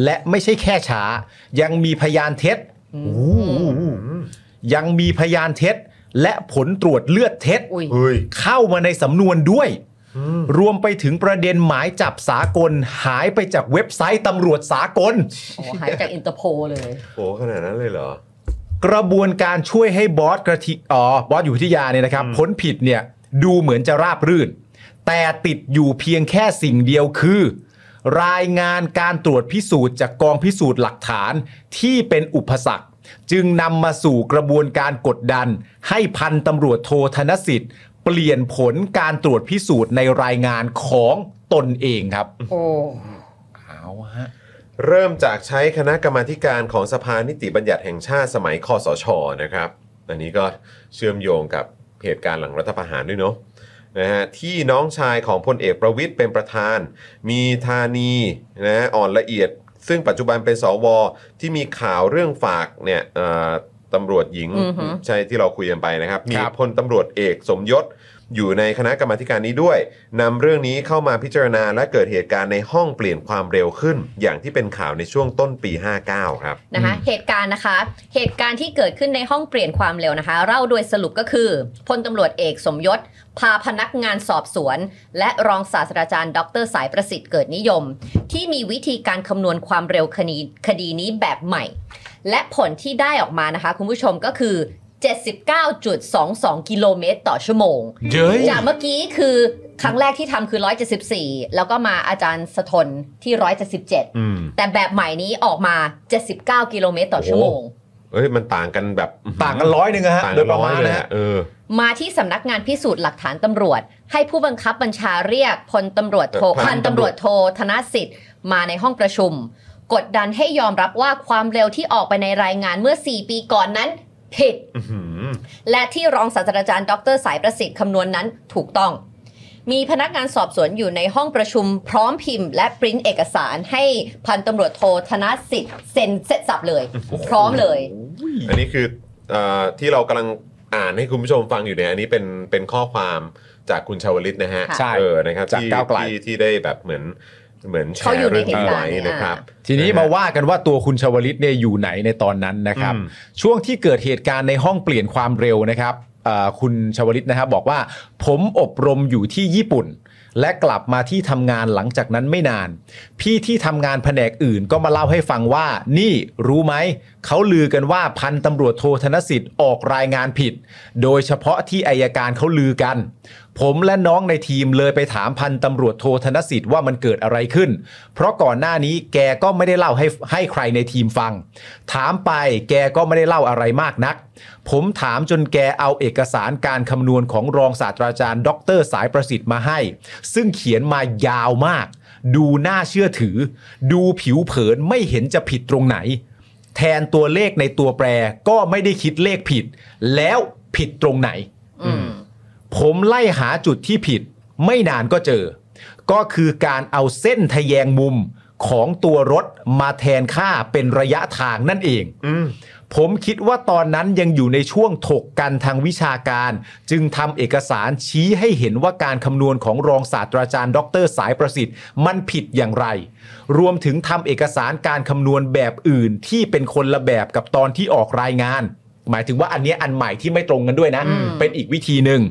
Speaker 3: และไม่ใช่แค่ช้า ยังมีพยานเท็จยังมีพยานเท็จ และผลตรวจเลือดเท็จ
Speaker 6: อุ้ย
Speaker 3: เข้ามาในสำนวนด้วย รวมไปถึงประเด็นหมายจับสากล หายไปจากเว็บไซต์ตำรวจสากล
Speaker 6: โอ้หายจากอินเตอร์โพลเลย
Speaker 7: โหขนาดนั้นเลยเหรอ
Speaker 3: กระบวนการช่วยให้บอสกระทิอ๋อบอสอยู่วิทยาเนี่ยนะครับพ้นผิดเนี่ยดูเหมือนจะราบรื่น แต่ติดอยู่เพียงแค่สิ่งเดียวคือ รายงานการตรวจพิสูจน์จากกองพิสูจน์หลักฐานที่เป็นอุปสรรค จึงนำมาสู่กระบวนการกดดัน ให้พันตำรวจโทธนสิทธิ์ เปลี่ยนผลการตรวจพิสูจน์ในรายงานของตนเองครับ
Speaker 4: โอ้
Speaker 3: เอาฮะ
Speaker 7: เริ่มจากใช้คณะกรรมาธิการของสภานิติบัญญัติแห่งชาติสมัยคอสชนะครับ อันนี้ก็เชื่อมโยงกับเหตุการณ์หลังรัฐประหารด้วยเนาะนะฮะที่น้องชายของพลเอกประวิทย์เป็นประธาน มีธานีนะฮะอ่อนละเอียด ซึ่งปัจจุบันเป็นสวที่มีข่าวเรื่องฝากเนี่ยเอ่อตำรวจหญิง
Speaker 6: อือหือ
Speaker 7: ใช่ที่เราคุยกันไปนะครับ มี
Speaker 3: ครับ
Speaker 7: พลตำรวจเอกสมยศ อยู่ในคณะกรรมาธิการนี้ด้วยนำเรื่องนี้เข้ามาพิจารณาและเกิดเหตุการณ์ในห้องเปลี่ยนความเร็วขึ้น อย่างที่เป็นข่าวในช่วงต้นปี 59 ครับ
Speaker 6: นะคะเหตุการณ์นะคะ เหตุการณ์ที่เกิดขึ้นในห้องเปลี่ยนความเร็วนะคะ เล่าโดยสรุปก็คือพลตำรวจเอกสมยศ พาพนักงานสอบสวน และรองศาสตราจารย์ ดร สายประสิทธิ์เกิดนิยม ที่มีวิธีการคำนวณความเร็วคดีคดีนี้แบบใหม่ และผลที่ได้ออกมานะคะคุณผู้ชมก็คือ 79.22 กิโลเมตรต่อชั่วโมง
Speaker 3: เย้ย
Speaker 6: จากเมื่อกี้คือครั้งแรกที่ทำคือ 174 แล้วก็มาอาจารย์สะทนที่ 177
Speaker 7: อืม
Speaker 6: แต่แบบใหม่นี้ออกมา 79 กิโลเมตรต่อชั่วโมง
Speaker 7: เอ้ยมันต่างกันแบบ
Speaker 3: ต่างกันร้อยหนึ่งอะฮะ
Speaker 7: ต่าง
Speaker 3: โด
Speaker 7: กั
Speaker 3: ย
Speaker 7: น
Speaker 3: ประ
Speaker 7: ร้อ
Speaker 3: มาย ณ
Speaker 7: เลย
Speaker 3: นะ
Speaker 7: อะ
Speaker 3: ฮะ
Speaker 7: เออ
Speaker 6: มาที่สำนักงานพิสูจน์หลักฐานตำรวจ ให้ผู้บังคับบัญชาเรียกพลตำรวจโท
Speaker 7: พัน
Speaker 6: พันตำรวจโทธนสิทธิ์ มาในห้องประชุม กดดันให้ยอมรับว่าความเร็วที่ออกไปในรายงานเมื่อ 4 ปีก่อนนั้น ผิด
Speaker 7: อื้อหือ
Speaker 6: และที่รองศาสตราจารย์ ดรสายประสิทธิ์คำนวณนนั้นถูกต้อง มีพนักงานสอบสวนอยู่ในห้องประชุมพร้อมพิมพ์ และปริ้นเอกสารให้พันตำรวจโทธนสิทธิ์เซ็นเสร็จสับเลย พร้อมเลย
Speaker 7: อันนี้คือเอ่อที่เรากำลังอ่านให้คุณผู้ชมฟังอยู่เนี่ยอันนี้เป็นเป็นข้อความจากคุณชาวลิตนะฮะ
Speaker 6: ค่ะ
Speaker 3: ใช่
Speaker 7: เออนะครับ
Speaker 3: จาก
Speaker 7: ที่
Speaker 3: ก้าวไกล
Speaker 7: ที่ที่ได้แบบเหมือนเหมือนแช
Speaker 6: เขาอยู่
Speaker 7: ร์
Speaker 6: ใน
Speaker 7: เรื่องนี้
Speaker 6: เหตุการ
Speaker 7: ไว้
Speaker 6: ณ์เนี่ย
Speaker 7: นะครับ
Speaker 3: ทีนี้มาว่ากันว่าตัวคุณชวลิตเนี่ยอยู่ไหนในตอนนั้นนะครับ
Speaker 7: อืม
Speaker 3: ช่วงที่เกิดเหตุการณ์ในห้องเปลี่ยนความเร็วนะครับเอ่อคุณชวลิตนะครับบอกว่า ผมอบรมอยู่ที่ญี่ปุ่น และกลับมาที่ทำงานหลังจากนั้นไม่นาน พี่ที่ทำงานแผนกอื่นก็มาเล่าให้ฟังว่า นี่รู้ไหมเขาลือกันว่าพันตำรวจโทธนสิทธิ์ออกรายงานผิด โดยเฉพาะที่อายการเขาลือกัน ผมและน้องในทีมเลยไปถามพันตำรวจโทธนสิทธิ์ว่ามันเกิดอะไรขึ้น เพราะก่อนหน้านี้แกก็ไม่ได้เล่าให้ให้ใครในทีมฟัง ถามไปแกก็ไม่ได้เล่าอะไรมากนัก ผมถามจนแกเอาเอกสารการคำนวณของรองศาสตราจารย์ ดรสายประสิทธิ์มาให้ ซึ่งเขียนมายาวมาก ดูน่าเชื่อถือ ดูผิวเผินไม่เห็นจะผิดตรงไหน แทนตัวเลขในตัวแปรก็ไม่ได้คิดเลขผิด แล้วผิดตรงไหน
Speaker 6: อืม
Speaker 3: ผมไล่หาจุดที่ผิด ไม่นานก็เจอ ก็คือการเอาเส้นทะแยงมุมของตัวรถมาแทนค่าเป็นระยะทางนั่นเอง ผมคิดว่าตอนนั้นยังอยู่ในช่วงถกกันทางวิชาการ จึงทำเอกสารชี้ให้เห็นว่าการคำนวณของรองศาสตราจารย์ ดร สายประสิทธิ์ มันผิดอย่างไร รวมถึงทำเอกสารการคำนวณแบบอื่นที่เป็นคนละแบบกับตอนที่ออกรายงาน หมายถึงว่าอันเนี้ยอันใหม่ที่ไม่ตรงกันด้วยนะ
Speaker 6: อืม
Speaker 3: เป็นอีกวิธีหนึ่ง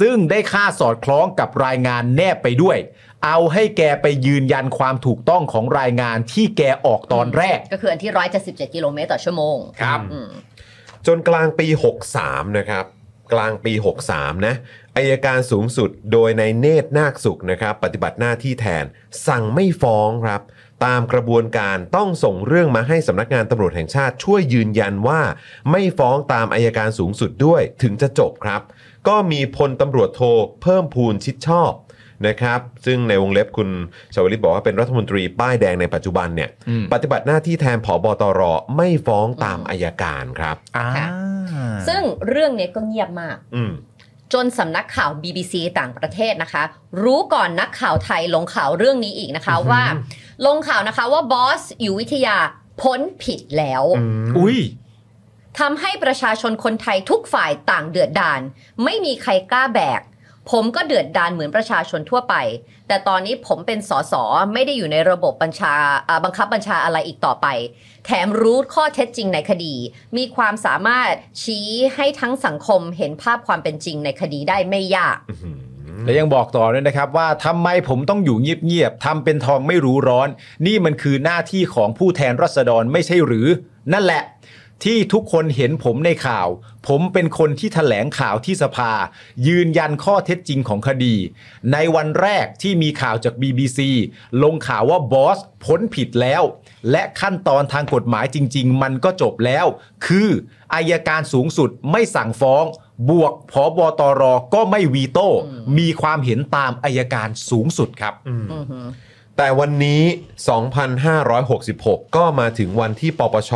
Speaker 3: ซึ่งได้ค่าสอดคล้องกับรายงานแนบไปด้วย เอาให้แกไปยืนยันความถูกต้องของรายงานที่แกออกตอนแรก
Speaker 6: ก็คืออันที่ 177 กิโลเมตรต่อชั่วโมง
Speaker 3: ครับ
Speaker 6: อืม
Speaker 7: จนกลางปี 63 นะครับ กลางปี 63 นะอายการสูงสุดโดยในายเนตรนาคสุขนะครับ ปฏิบัติหน้าที่แทน สั่งไม่ฟ้องครับ ตามกระบวนการต้องส่งเรื่องมาให้สำนักงานตำรวจแห่งชาติช่วยยืนยันว่า ไม่ฟ้องตามอายการสูงสุดด้วยถึงจะจบครับ ก็มีพลตำรวจโทเพิ่มพูนชิดชอบนะครับ ซึ่งในวงเล็บคุณชวลิตบอกว่าเป็นรัฐมนตรีป้ายแดงในปัจจุบันเนี่ย
Speaker 3: อืม
Speaker 7: ปฏิบัติหน้าที่แทนผอบตรไม่ฟ้องตามอายการครับ
Speaker 3: อ่า
Speaker 6: ค่ะ ซึ่งเรื่องเนี้ยก็เงียบมาก
Speaker 7: อืม
Speaker 6: จนสำนักข่าว BBC ต่างประเทศนะคะ รู้ก่อนนักข่าวไทยลงข่าวเรื่องนี้อีกนะคะว่า ลงข่าวนะคะว่าบอสอยู่วิทยาพ้นผิดแล้ว
Speaker 3: อุ้ย
Speaker 6: ทำให้ประชาชนคนไทยทุกฝ่ายต่างเดือดดาน ไม่มีใครกล้าแบก ผมก็เดือดดานเหมือนประชาชนทั่วไป แต่ตอนนี้ผมเป็นสสไม่ได้อยู่ในระบบบัญชาอ่าบังคับบัญชาอะไรอีกต่อไป แถมรู้ข้อเท็จจริงในคดี มีความสามารถชี้ให้ทั้งสังคมเห็นภาพความเป็นจริงในคดีได้ไม่ยาก
Speaker 3: และยังบอกต่อด้วยนะครับว่าทำไมผมต้องอยู่เงียบๆทำเป็นทองไม่รู้ร้อน นี่มันคือหน้าที่ของผู้แทนรัษฎรไม่ใช่หรือ นั่นแหละ ที่ทุกคนเห็นผมในข่าว ผมเป็นคนที่แถลงข่าวที่สภา ยืนยันข้อเท็จจริงของคดี ในวันแรกที่มีข่าวจาก BBC ลงข่าวว่าบอสพ้นผิดแล้ว และขั้นตอนทางกฎหมายจริง ๆ มันก็จบแล้ว คืออายการสูงสุดไม่สั่งฟ้อง บวกพอบอตรก็ไม่วีโต้ มีความเห็นตามอายการสูงสุดครับ
Speaker 7: แต่วันนี้ 2,566 ก็มาถึงวันที่ปปช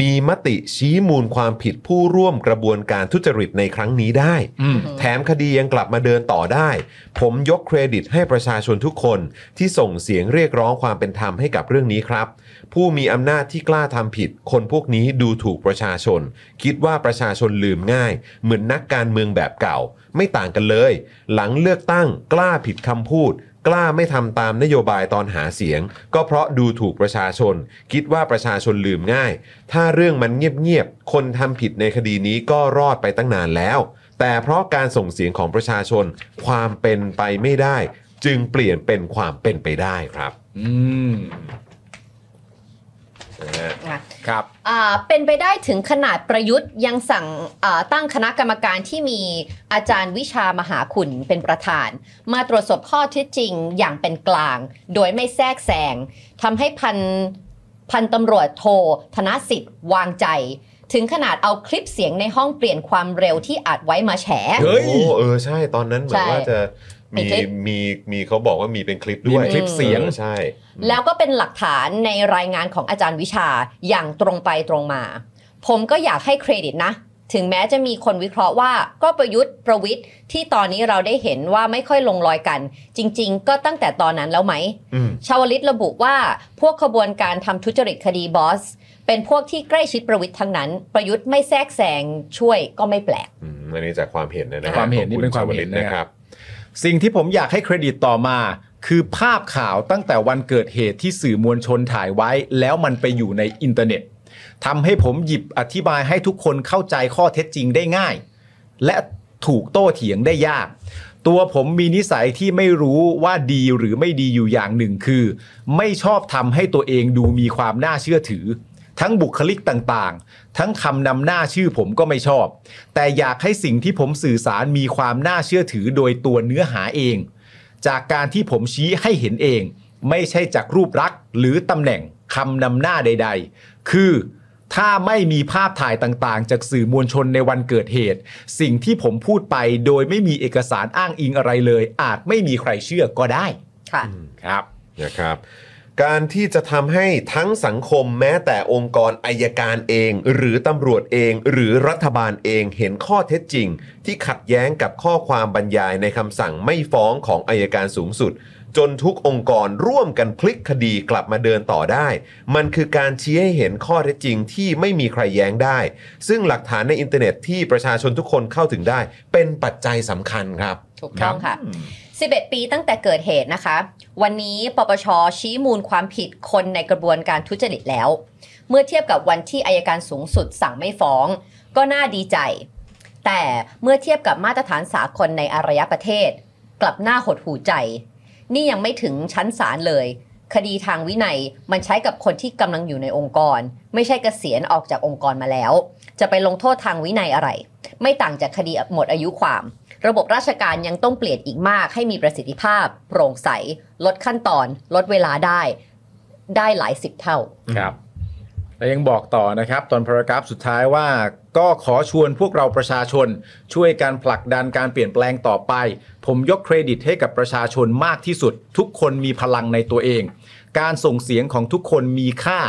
Speaker 7: มีมติชี้มูลความผิดผู้ร่วมกระบวนการทุจริตในครั้งนี้ได้
Speaker 3: อืม
Speaker 7: แถมคดียังกลับมาเดินต่อได้ ผมยกเครดิตให้ประชาชนทุกคนที่ส่งเสียงเรียกร้องความเป็นธรรมให้กับเรื่องนี้ครับ ผู้มีอำนาจที่กล้าทำผิด คนพวกนี้ดูถูกประชาชน คิดว่าประชาชนลืมง่าย เหมือนนักการเมืองแบบเก่า ไม่ต่างกันเลย หลังเลือกตั้งกล้าผิดคำพูด กล้าไม่ทำตามนโยบายตอนหาเสียง ก็เพราะดูถูกประชาชน คิดว่าประชาชนลืมง่าย ถ้าเรื่องมันเงียบๆคนทำผิดในคดีนี้ก็รอดไปตั้งนานแล้ว แต่เพราะการส่งเสียงของประชาชนความเป็นไปไม่ได้ จึงเปลี่ยนเป็นความเป็นไปได้ครับ
Speaker 3: อืม
Speaker 7: นะฮะ
Speaker 6: นะ
Speaker 3: ครับ
Speaker 6: อ่าเป็นไปได้ถึงขนาดประยุทธ์ยังสั่งอ่าตั้งคณะกรรมการที่มีอาจารย์วิชามหาคุณเป็นประธาน มาตรวจสอบข้อเท็จจริงอย่างเป็นกลาง โดยไม่แทรกแซงทำให้พันพันตำรวจโทธนสิทธิ์วางใจ ถึงขนาดเอาคลิปเสียงในห้องเปลี่ยนความเร็วที่อัดไว้มาแฉ
Speaker 3: เฮ้ย
Speaker 7: โอ้เออใช่ตอนนั้นเหมือนว่าจะมี
Speaker 6: เป็นคลิป
Speaker 7: มีมีเขาบอกว่ามีเป็นคลิปด้วย
Speaker 3: มีคลิปเสียง
Speaker 7: ออใช่
Speaker 6: แล้วก็เป็นหลักฐานในรายงานของอาจารย์วิชาอย่างตรงไปตรงมา ผมก็อยากให้เครดิตนะ ถึงแม้จะมีคนวิเคราะห์ว่าก็ประยุทธ์ประวิทย์ที่ตอนนี้เราได้เห็นว่าไม่ค่อยลงรอยกัน จริง ๆ ก็ตั้งแต่ตอนนั้นแล้วไหม
Speaker 7: อืม
Speaker 6: ชาวลิตระบุว่าพวกขบวนการทำทุจริตคดีบอส เป็นพวกที่ใกล้ชิดประวิทย์ทั้งนั้น ประยุทธ์ไม่แทรกแซงช่วยก็ไม่แปลก
Speaker 7: อืมอันนี้จากความเห็นนะนะ
Speaker 3: ความเห็น
Speaker 7: ข
Speaker 3: นี่
Speaker 7: อง
Speaker 3: เป็นความ
Speaker 7: ช
Speaker 3: เห็น
Speaker 7: ลิต
Speaker 3: นะครับ
Speaker 7: นะครับ
Speaker 3: สิ่งที่ผมอยากให้เครดิตต่อมา คือภาพข่าวตั้งแต่วันเกิดเหตุที่สื่อมวลชนถ่ายไว้ แล้วมันไปอยู่ในอินเทอร์เน็ตทำให้ผมหยิบอธิบายให้ทุกคนเข้าใจข้อเท็จจริงได้ง่าย และถูกโต้เถียงได้ยาก ตัวผมมีนิสัยที่ไม่รู้ว่าดีหรือไม่ดีอยู่อย่างหนึ่งคือ ไม่ชอบทำให้ตัวเองดูมีความน่าเชื่อถือ ทั้งบุคลิกต่างๆ ทั้งคำนำหน้าชื่อผมก็ไม่ชอบ แต่อยากให้สิ่งที่ผมสื่อสารมีความน่าเชื่อถือโดยตัวเนื้อหาเอง จากการที่ผมชี้ให้เห็นเอง ไม่ใช่จากรูปลักษณ์หรือตำแหน่งคำนำหน้าใด ๆ คือ ถ้าไม่มีภาพถ่ายต่างๆ จากสื่อมวลชนในวันเกิดเหตุ สิ่งที่ผมพูดไปโดยไม่มีเอกสารอ้างอิงอะไรเลย อาจไม่มีใครเชื่อก็ได้
Speaker 6: ค่ะ
Speaker 3: ครับ
Speaker 7: นะครับการที่จะทำให้ทั้งสังคมแม้แต่องค์กรอายการเอง หรือตำรวจเอง หรือรัฐบาลเองเห็นข้อเท็จจริง ที่ขัดแย้งกับข้อความบรรยายในคำสั่งไม่ฟ้องของอายการสูงสุด จนทุกองค์กรร่วมกันพลิกคดีกลับมาเดินต่อได้ มันคือการชี้ให้เห็นข้อเท็จจริงที่ไม่มีใครแย้งได้ ซึ่งหลักฐานในอินเทอร์เน็ตที่ประชาชนทุกคนเข้าถึงได้ เป็นปัจจัยสำคัญครับ
Speaker 6: ถูกต้องค่ะ 11 ปีตั้งแต่เกิดเหตุนะคะ วันนี้ปปชชี้มูลความผิดคนในกระบวนการทุจริตแล้ว เมื่อเทียบกับวันที่อายการสูงสุดสั่งไม่ฟ้อง ก็น่าดีใจ แต่เมื่อเทียบกับมาตรฐานสากลในอารยประเทศ กลับหน้าหดหูใจ นี่ยังไม่ถึงชั้นศาลเลย คดีทางวินัยมันใช้กับคนที่กำลังอยู่ในองค์กร ไม่ใช่เกษียณออกจากองค์กรมาแล้ว จะไปลงโทษทางวินัยอะไร ไม่ต่างจากคดีหมดอายุความ ระบบราชการยังต้องเปลี่ยนอีกมากให้มีประสิทธิภาพ โปร่งใส ลดขั้นตอน ลดเวลาได้ ได้หลายสิบเท่า
Speaker 3: ครับและยังบอกต่อนะครับ ตอนพารากราฟสุดท้ายว่าก็ขอชวนพวกเราประชาชน ช่วยการผลักดันการเปลี่ยนแปลงต่อไป ผมยกเครดิตให้กับประชาชนมากที่สุด ทุกคนมีพลังในตัวเอง การส่งเสียงของทุกคนมีค่า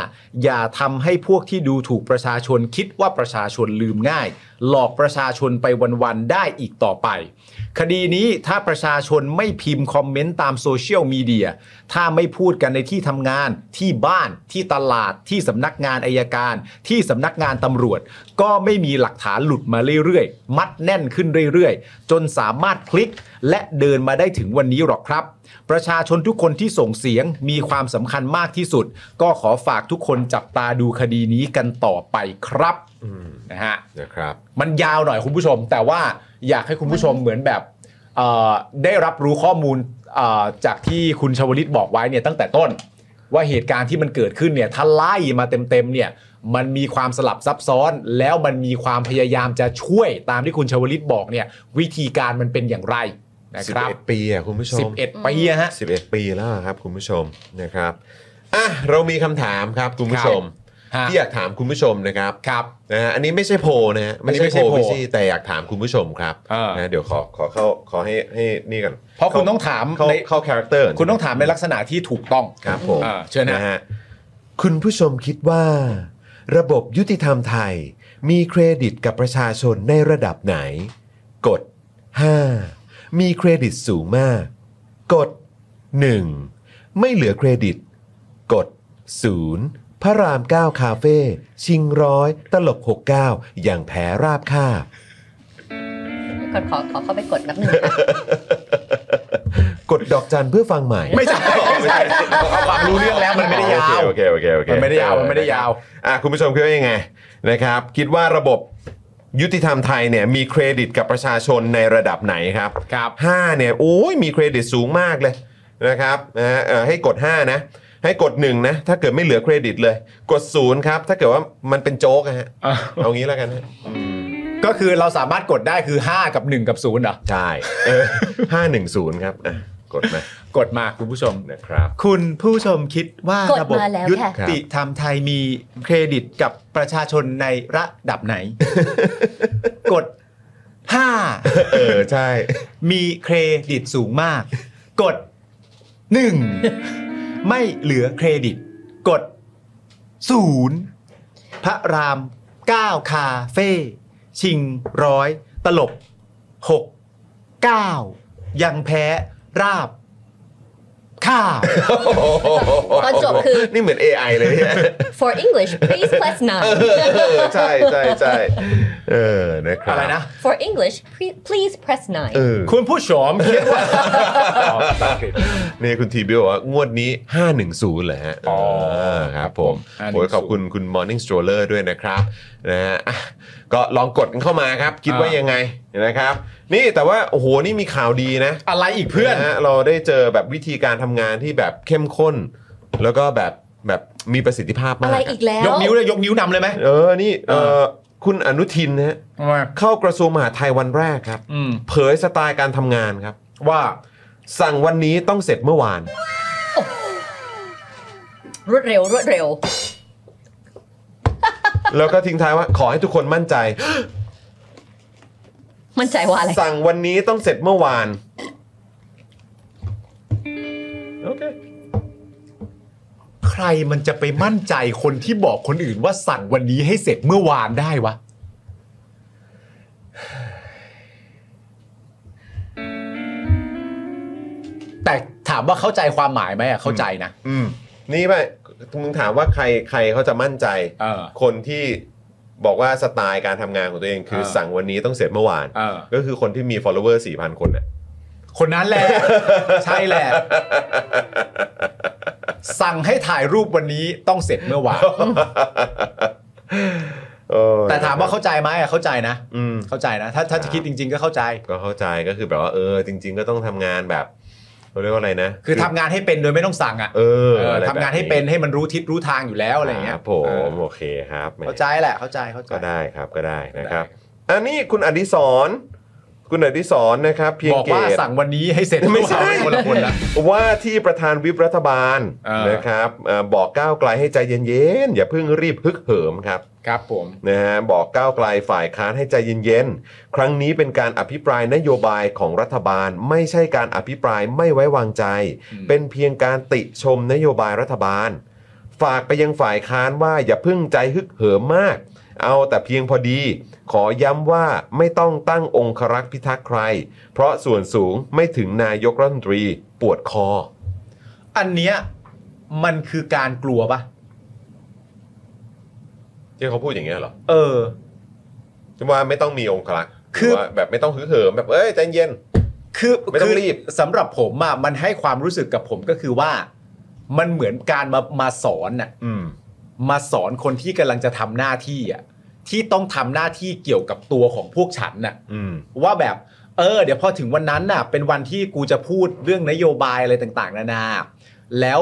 Speaker 3: อย่าทำให้พวกที่ดูถูกประชาชนคิดว่าประชาชนลืมง่าย หลอกประชาชนไปวันๆได้อีกต่อไป คดีนี้ถ้าประชาชนไม่พิมพ์คอมเมนต์ตามโซเชียลมีเดีย ถ้าไม่พูดกันในที่ทำงาน ที่บ้าน ที่ตลาด ที่สำนักงานอายการ ที่สำนักงานตำรวจ ก็ไม่มีหลักฐานหลุดมาเรื่อยๆ มัดแน่นขึ้นเรื่อยๆ จนสามารถพลิกและเดินมาได้ถึงวันนี้หรอกครับ ประชาชนทุกคนที่ส่งเสียงมีความสำคัญมากที่สุด ก็ขอฝากทุกคนจับตาดูคดีนี้กันต่อไปครับนะฮะ
Speaker 7: นะครับ
Speaker 3: มันยาวหน่อยคุณผู้ชม แต่ว่าอยากให้คุณผู้ชมเหมือนแบบเอ่อได้รับรู้ข้อมูลเอ่อจากที่คุณชวลิตบอกไว้เนี่ยตั้งแต่ต้น ว่าเหตุการณ์ที่มันเกิดขึ้นเนี่ยถ้าไล่มาเต็มๆเนี่ยมันมีความสลับซับซ้อน แล้วมันมีความพยายามจะช่วยตามที่คุณชวลิตบอกเนี่ยวิธีการมันเป็นอย่างไรนะครับ
Speaker 7: 11 ปีอ่ะคุณผู้ชม
Speaker 3: 11ปีฮะ
Speaker 7: 11 ปีแล้วอะครับคุณผู้ชมนะครับอ่ะเรามีคำถามครับคุณผู้ชม
Speaker 3: ฮะ
Speaker 7: ที่อยากถามคุณผู้ชมนะครับ
Speaker 3: ครับ
Speaker 7: นะฮะอันนี้ไม่ใช่โพลนะฮะ
Speaker 3: อันนี้ไม่ใช่โพล
Speaker 7: พี่ซี่แต่อยากถามคุณผู้ชมครับ
Speaker 3: เออ
Speaker 7: นะเดี๋ยวขอขอเข้าขอให้ให้นี่กัน
Speaker 3: เพราะคุณต้องถาม
Speaker 7: เข้า
Speaker 3: ใน
Speaker 7: เข้าคาแรคเตอร์
Speaker 3: คุณต้องถามในลักษณะที่ถูกต้อง
Speaker 7: ครับผม
Speaker 3: อ่าเชิญนะ
Speaker 7: นะฮะคุณผู้ชมคิดว่า ระบบยุติธรรมไทย มีเครดิตกับประชาชนในระดับไหน กด 5 มีเครดิตสูงมาก กด 1 ไม่เหลือเครดิต กด 0 พระราม 9 คาเฟ่ชิงร้อย ตลก 69 อย่างแพ้ราบคาบ
Speaker 6: ขอขอขอเข้าไปกดนับหนึ่งค่ะ
Speaker 7: กดดอกจันเพื่อฟังใหม่
Speaker 3: ไม่ใช่ไม่ใช่เอาความรู้เรื่องแล้วมันไม่ได้ยาว
Speaker 7: โอเคโอเคโอเค
Speaker 3: มันไม่ได้ยาวมันไม่ได้ยาว
Speaker 7: อ่ะคุณผู้ชมคิดว่ายังไงนะครับ คิดว่าระบบยุติธรรมไทยเนี่ยมีเครดิตกับประชาชนในระดับไหนครับ
Speaker 3: ครับ
Speaker 7: ห้าเนี่ยโอ้ยมีเครดิตสูงมากเลยนะครับนะฮะเอ่อให้กด 5 นะ ให้กด 1 นะ ถ้าเกิดไม่เหลือเครดิตเลย กด 0 ครับ ถ้าเกิดว่ามันเป็นโจ๊กอะฮะ
Speaker 3: อ่ะ
Speaker 7: เอางี้แล้วกัน ฮะ
Speaker 3: ก็คือเราสามารถกดได้คือ 5 กับ 1 กับ0เหรอ
Speaker 7: ใช่เออห้าหนึ่งศูนย์ครับอ่ะกดมาก
Speaker 3: ดมาคุณผู้ชม
Speaker 7: นะครับ
Speaker 3: คุณผู้ชมคิดว่าก
Speaker 6: ด
Speaker 3: ระบบ
Speaker 6: มาแล้ว
Speaker 3: ยุ
Speaker 6: ค่ะ
Speaker 3: ติธรรมไทยมีเครดิตกับประชาชนในระดับไหน กด
Speaker 7: เออใช่
Speaker 3: 5 มีเครดิตสูงมาก กด 1 ไม่เหลือเครดิต กด 0 พระราม 9 คาเฟ่ ชิงร้อย ตลบ 6 9 ยังแพ้ราบข้าบ
Speaker 6: ตอนจบคือ
Speaker 7: นี่เหมือน AI เลยเนี่ย
Speaker 6: for English please press 9
Speaker 7: เออ ใช่ใช่ใช่เออนะครับ
Speaker 3: อะไรนะ
Speaker 6: for English pre- please press
Speaker 7: เอ
Speaker 6: 9
Speaker 7: อ
Speaker 3: คุณผู้ชมคิดว่า
Speaker 7: นี่คุณทีบิวบอกว่างวดนี้ 510เหรอฮะ
Speaker 3: อ๋อ
Speaker 7: เออครับผม
Speaker 3: 510
Speaker 7: โอ้ยขอบคุณคุณ Morning Stroller ด้วยนะครับนะฮะอ่ะก็ลองกดกันเข้ามาครับ คิดว่า
Speaker 3: อ่ายั
Speaker 7: ยังไงนะครับ นี่แต่ว่า โอ้โห นี่มีข่าวดีนะ
Speaker 3: อะไรอีกเพื่อน
Speaker 7: นะฮะเราได้เจอแบบวิธีการทำงานที่แบบเข้มข้น แล้วก็แบบแบบมีประสิทธิภาพมา
Speaker 6: อะ
Speaker 7: ก
Speaker 6: ไรอีกแล้ว
Speaker 3: ยกนิ้วเลยยกนิ้วนำเลยไหม
Speaker 7: เออนี่เอ
Speaker 3: เอ
Speaker 7: อ
Speaker 3: อ
Speaker 7: คุณอนุทินนะฮะเข้ากระทรวงมหาดไทยวันแรกครับ
Speaker 3: อืม
Speaker 7: เผยสไตล์การทำงานครับ
Speaker 3: ว่า
Speaker 7: สั่งวันนี้ต้องเสร็จเมื่อวาน
Speaker 6: รวดเร็วรวดเร็ว
Speaker 7: แล้วก็ทิ้งท้ายว่าขอให้ทุกคนมั่นใจ
Speaker 6: มั่นใจว่าอะไร
Speaker 7: สั่งวันนี้ต้องเสร็จเมื่อวาน โอเค
Speaker 3: ใครมันจะไปมั่นใจคนที่บอกคนอื่นว่าสั่งวันนี้ให้เสร็จเมื่อวานได้วะ แต่ถามว่าเข้าใจความหมายไหมอะเข้าใจนะ
Speaker 7: อืม นี่ไปมึงถามว่าใครใครเขาจะมั่นใจ
Speaker 3: เออ
Speaker 7: คนที่บอกว่าสไตล์การทำงานของตัวเองคือ
Speaker 3: เออ
Speaker 7: สั่งวันนี้ต้องเสร็จเมื่อวาน
Speaker 3: เออ
Speaker 7: ก็คือคนที่มี follower 4,000 คนน่ะ
Speaker 3: คนนั้น แหละ ใช่แหละ สั่งให้ถ่ายรูปวันนี้ต้องเสร็จเมื่อวาน
Speaker 7: เออ
Speaker 3: แต่ถามว่าเข้าใจไหมอะเข้าใจนะ
Speaker 7: อืม
Speaker 3: เข้าใจนะ ถ้าถ้าจะคิดจริง ๆ ก็เข้าใจ
Speaker 7: ก็เข้าใจก็คือแบบว่าเออ จริง ๆ ก็ต้องทำงานแบบเขาเรียกว่าอะไรนะ
Speaker 3: คือทำงานให้เป็นโดยไม่ต้องสั่งอ่ะ
Speaker 7: เออ
Speaker 3: เออ
Speaker 7: อะไรแบบ
Speaker 3: ทำงานให้เป็นให้มันรู้ทิศรู้ทางอยู่แล้วอะไรอย่างเงี้
Speaker 7: ค
Speaker 3: ย
Speaker 7: บผม
Speaker 3: เออ
Speaker 7: โอเคครับแหม
Speaker 3: เข้าใจแหละเข้าใจเข้าใจ
Speaker 7: ก็ได้ครับก็ได้นะครับ อันนี้คุณอดิศรคุณอดิศรนะครับเพียง
Speaker 3: บอก
Speaker 7: เก
Speaker 3: ว่า
Speaker 7: ต
Speaker 3: สั่งวันนี้ให้เสร็จ
Speaker 7: ไม่ใช่
Speaker 3: คนละคนละ
Speaker 7: ว่าที่ประธานวิปรัฐบาล
Speaker 3: เออ
Speaker 7: นะครับเอ่อบอกก้าวไกลให้ใจเย็นๆอย่าเพิ่งรีบฮึกเหิมครับ
Speaker 3: ครับผม
Speaker 7: นะฮะบอกก้าวไกลฝ่ายค้านให้ใจเย็นๆ ครั้งนี้เป็นการอภิปรายนโยบายของรัฐบาล ไม่ใช่การอภิปรายไม่ไว้วางใจ
Speaker 3: อืม
Speaker 7: เป็นเพียงการติชมนโยบายรัฐบาล ฝากไปยังฝ่ายค้านว่าอย่าพึ่งใจฮึกเหิมมาก เอาแต่เพียงพอดี ขอย้ำว่าไม่ต้องตั้งองครักษ์พิทักษ์ใคร เพราะส่วนสูงไม่ถึงนายกรัฐมนตรีปวดคอ
Speaker 3: อันเนี้ยมันคือการกลัวปะ
Speaker 7: ที่เขาพูดอย่างนี้ยเหรอ
Speaker 3: เออ
Speaker 7: ที่ว่าไม่ต้องมีองครักษ์
Speaker 3: คื
Speaker 7: คือ อว่าแบบไม่ต้องฮึกเหิมแบบเอ้ยใจเย็น
Speaker 3: คือ
Speaker 7: ไม่ต้องรีบ
Speaker 3: คือสำหรับผมอ่ะมันให้ความรู้สึกกับผมก็คือว่า มันเหมือนการมามาสอนอ่ะ
Speaker 7: อืม
Speaker 3: มาสอนคนที่กำลังจะทำหน้าที่อ่ะที่ต้องทำหน้าที่เกี่ยวกับตัวของพวกฉันน่ะ
Speaker 7: อืม
Speaker 3: ว่าแบบ เออ เดี๋ยวพอถึงวันนั้นน่ะ เป็นวันที่กูจะพูดเรื่องนโยบายอะไรต่างๆ นานา แล้ว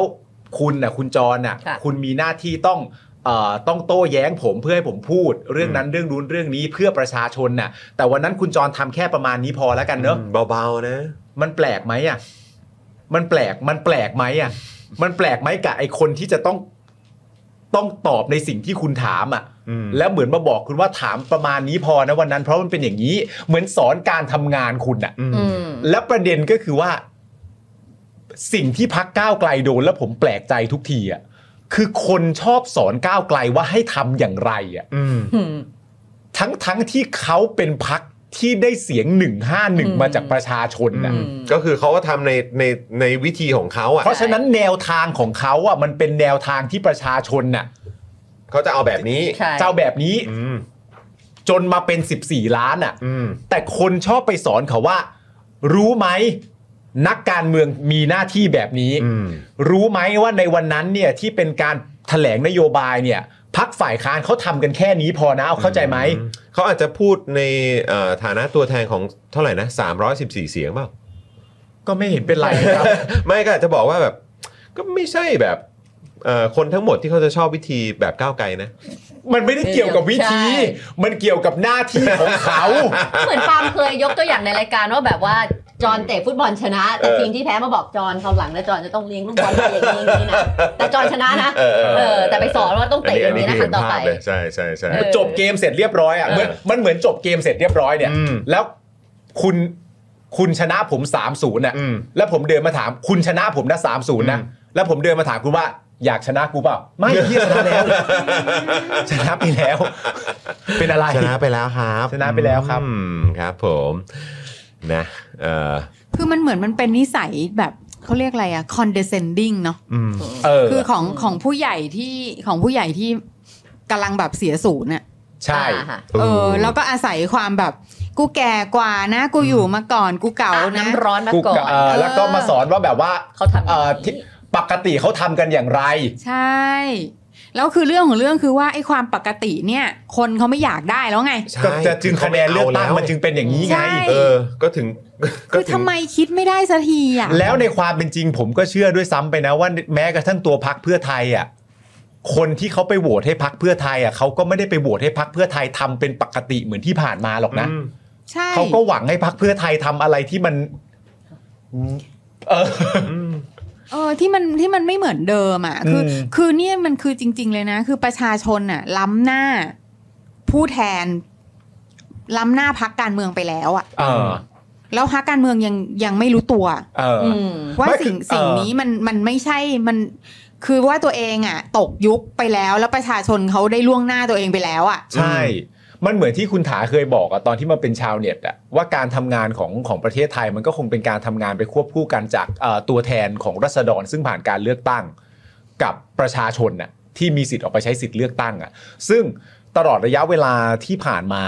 Speaker 3: คุณน่ะ คุณจรน่ะ
Speaker 6: ค่ะ
Speaker 3: คุณมีหน้าที่ต้องเอ่อต้องโต้แย้งผมเพื่อให้ผมพูด เรื่องนั้นเรื่องนู้นเรื่องนี้เพื่อประชาชนน่ะ แต่วันนั้นคุณจรทำแค่ประมาณนี้พอแล้วกันเนอะ
Speaker 7: เบาๆนะ
Speaker 3: มันแปลกไหมอ่ะ มันแปลก มันแปลกไหมอ่ะ มันแปลกไหมกับไอคนที่จะต้อง ต้องตอบในสิ่งที่คุณถามอ่ะ
Speaker 7: อืม
Speaker 3: แล้วเหมือนมาบอกคุณว่าถามประมาณนี้พอนะวันนั้น เพราะมันเป็นอย่างนี้ เหมือนสอนการทำงานคุณอ่ะ
Speaker 6: อืม
Speaker 3: และประเด็นก็คือว่า สิ่งที่พักก้าวไกลโดนแล้วผมแปลกใจทุกทีอ่ะคือคนชอบสอนก้าวไกลว่าให้ทำอย่างไรอ่ะ
Speaker 7: อืม
Speaker 3: ทั้งทั้งที่เขาเป็นพักที่ได้เสียง
Speaker 6: ม
Speaker 3: 151 มาจากประชาชนนะ
Speaker 7: ก็คือเขาก็ทำในในในวิธีของเขาอ่ะ
Speaker 3: เพราะฉะนั้นแนวทางของเขาอ่ะมันเป็นแนวทางที่ประชาชนน่ะ
Speaker 7: เขาจะเอาแบบนี้
Speaker 6: ใช่
Speaker 3: เจ้าแบบนี้
Speaker 7: อืม
Speaker 3: จนมาเป็น 14 ล้านอ่ะ
Speaker 7: อืม
Speaker 3: แต่คนชอบไปสอนเขาว่า รู้ไหมนักการเมืองมีหน้าที่แบบนี้
Speaker 7: อืม
Speaker 3: รู้ไหมว่าในวันนั้นเนี่ยที่เป็นการแถลงนโยบายเนี่ยพักฝ่ายค้านเขาทำกันแค่นี้พอนะเอาเข้าใจไหม
Speaker 7: เขาอาจจะพูดในเอ่อฐานะตัวแทนของเท่าไหร่นะ 314 เสียงเปล่า
Speaker 3: ก็ไม่เห็นเป็นไรนะครับ
Speaker 7: ไม่ก็อาจจะบอกว่าแบบ ก็ไม่ใช่แบบเอ่อคนทั้งหมดที่เขาจะชอบวิธีแบบก้าวไกลนะ
Speaker 3: มันไม่ได้เกี่ยวกับวิธี มันเกี่ยวกับหน้าที่ของเขา
Speaker 6: เหมือนฟาร์มเคยยกตัวอย่างในรายการว่าแบบว่าจอนเตะฟุตบอลชนะ แต่
Speaker 7: เออ
Speaker 6: ทีมที่แพ้มาบอกจอนคราวหลังแล้วจอนจะต้องเลี้ยงลูกบอลไปอย่างนี้อย่างนี้นะแต่จอนชนะนะเออ แต่ไปสอนว่าต้องเตะอย่างนี้นะครั้งต่อไป
Speaker 7: เห็ภาพเลยใช่ใช่ใช่
Speaker 6: เออ
Speaker 3: จบเกมเสร็จเรียบร้อยอ่ะเหมือน
Speaker 7: เออ
Speaker 3: มันเหมือนจบเกมเสร็จเรียบร้อยเนี่ย
Speaker 7: อืม
Speaker 3: แล้วคุณคุณชนะผม3ามศูนย์อ่ะ
Speaker 7: อืม
Speaker 3: แล้วผมเดินมาถามคุณชนะผมนะสามศูนย์นะ
Speaker 7: อืม
Speaker 3: แล้วผมเดินมาถามคุณว่าอยากชนะกูเปล่า ไม่เหียชนะ แล้ว ชนะไปแล้ว เป็นอะไร
Speaker 7: ชนะไปแล้วครับ
Speaker 3: ชนะไปแล้วครับ
Speaker 7: อืมครับผมนะเอ่อ
Speaker 9: คือมันเหมือนมันเป็นนิสัยแบบเขาเรียกอะไรอะ condescending เนาะ
Speaker 7: อืม
Speaker 3: เออ
Speaker 9: คือของของผู้ใหญ่ที่ของผู้ใหญ่ที่กำลังแบบเสียศูนย์อะ
Speaker 3: ใช่
Speaker 6: อ่าฮะ
Speaker 7: เออ
Speaker 9: เออแล้วก็อาศัยความแบบกูแก่กว่านะ กูอยู่มาก่อนกูเก่า
Speaker 6: อาบ
Speaker 9: นะ
Speaker 6: น้ำร้อนมา
Speaker 3: กู
Speaker 6: ก่อน
Speaker 3: ก็เออแล้วก็มาสอนว่าแบบว่า
Speaker 6: เขาทำอย่างนี้
Speaker 3: เอ่อที่ปกติเขาทำกันอย่างไร
Speaker 9: ใช่ แล้วคือเรื่องของเรื่องคือว่าไอ้ความปกติเนี่ย คนเขาไม่อยากได้แล้วไง
Speaker 7: ใช่
Speaker 3: ก็จะจึงคะแนนเลือกตั้งมันจึงเป็นอย่างนี้ไง
Speaker 9: ใช่
Speaker 7: เออ ก็ถึงก็
Speaker 9: คือ
Speaker 7: ถึง
Speaker 9: ทำไมคิดไม่ได้สักทีอ่ะ
Speaker 3: แล้วในความเป็นจริงผมก็เชื่อด้วยซ้ำไปนะว่าแม้กระทั่งตัวพักเพื่อไทยอ่ะคนที่เขาไปโหวตให้พักเพื่อไทยอ่ะเขาก็ไม่ได้ไปโหวตให้พักเพื่อไทยทำเป็นปกติเหมือนที่ผ่านมาหรอกนะ
Speaker 7: อืม
Speaker 9: ใช่
Speaker 3: เขาก็หวังให้พักเพื่อไทยทำอะไรที่มันเออ
Speaker 9: เออที่มันที่มันไม่เหมือนเดิมอ่ะ คืออ
Speaker 3: ม
Speaker 9: คือเนี่ยมันคือจริง ๆ เลยนะ คือประชาชนอ่ะ ล้ำหน้า ผู้แทน ล้ำหน้าพักการเมืองไปแล้วอ่ะ
Speaker 3: เออ
Speaker 9: แล้วพักการเมืองยังยังไม่รู้ตัว
Speaker 3: เออ
Speaker 6: อืม
Speaker 9: ว่า
Speaker 3: ไม่
Speaker 9: สิ่ง
Speaker 3: คือ
Speaker 9: สิ่ง
Speaker 3: เอ่อ
Speaker 9: นี้มันมันไม่ใช่มันคือว่าตัวเองอ่ะ ตกยุคไปแล้วแล้วประชาชนเขาได้ล่วงหน้าตัวเองไปแล้วอ่ะ
Speaker 3: ใช่ มันเหมือนที่คุณถาเคยบอกอะตอนที่มาเป็นชาวเน็ตอะว่าการทำงานของของประเทศไทยมันก็คงเป็นการทำงานไปควบคู่กันจากเอ่อตัวแทนของรัษฎรซึ่งผ่านการเลือกตั้ง กับประชาชนน่ะที่มีสิทธิ์ออกไปใช้สิทธิ์เลือกตั้งอะซึ่งตลอดระยะเวลาที่ผ่านมา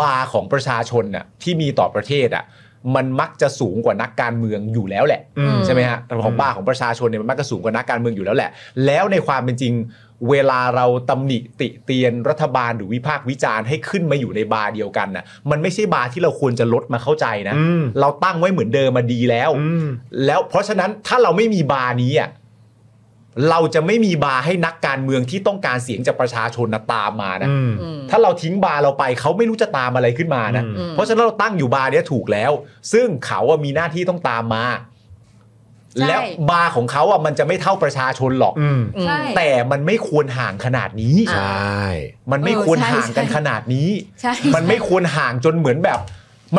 Speaker 3: บาร์ของประชาชนน่ะที่มีต่อประเทศอะมันมักจะสูงกว่านักการเมืองอยู่แล้วแหละ
Speaker 6: อืม
Speaker 3: ใช่ไหมฮะแต่ของบ้าของประชาชนเนี่ยมันมักจะสูงกว่านักการเมืองอยู่แล้วแหละ แล้วในความเป็นจริง เวลาเราตำหนิติเตียนรัฐบาลหรือวิพากษ์วิจารณ์ให้ขึ้นมาอยู่ในบาร์เดียวกันน่ะมันไม่ใช่บาร์ที่เราควรจะลดมาเข้าใจนะ
Speaker 7: อืม
Speaker 3: เราตั้งไว้เหมือนเดิมมาดีแล้ว
Speaker 7: อืม
Speaker 3: แล้วเพราะฉะนั้นถ้าเราไม่มีบาร์นี้อ่ะเราจะไม่มีบาร์ให้นักการเมืองที่ต้องการเสียงจากประชาชนนะตามมานะ
Speaker 7: อืม
Speaker 6: อืม
Speaker 3: ถ้าเราทิ้งบาร์เราไปเขาไม่รู้จะตามอะไรขึ้นมานะ
Speaker 7: อืม
Speaker 3: เพราะฉะนั้นเราตั้งอยู่บาร์เนี้ยถูกแล้ว ซึ่งเขาอะมีหน้าที่ต้องตามมา
Speaker 9: ใช่
Speaker 3: แล้วบาร์ของเขาอะมันจะไม่เท่าประชาชนหรอก
Speaker 7: อืม
Speaker 9: ใช่
Speaker 3: แต่มันไม่ควรห่างขนาดนี้
Speaker 7: ใช่
Speaker 3: มันไม่ควรห่างกัน
Speaker 9: เออใช่ใช่
Speaker 3: ขนาดนี้
Speaker 9: ใช่
Speaker 3: มันไม่ควรห่างจนเหมือนแบบ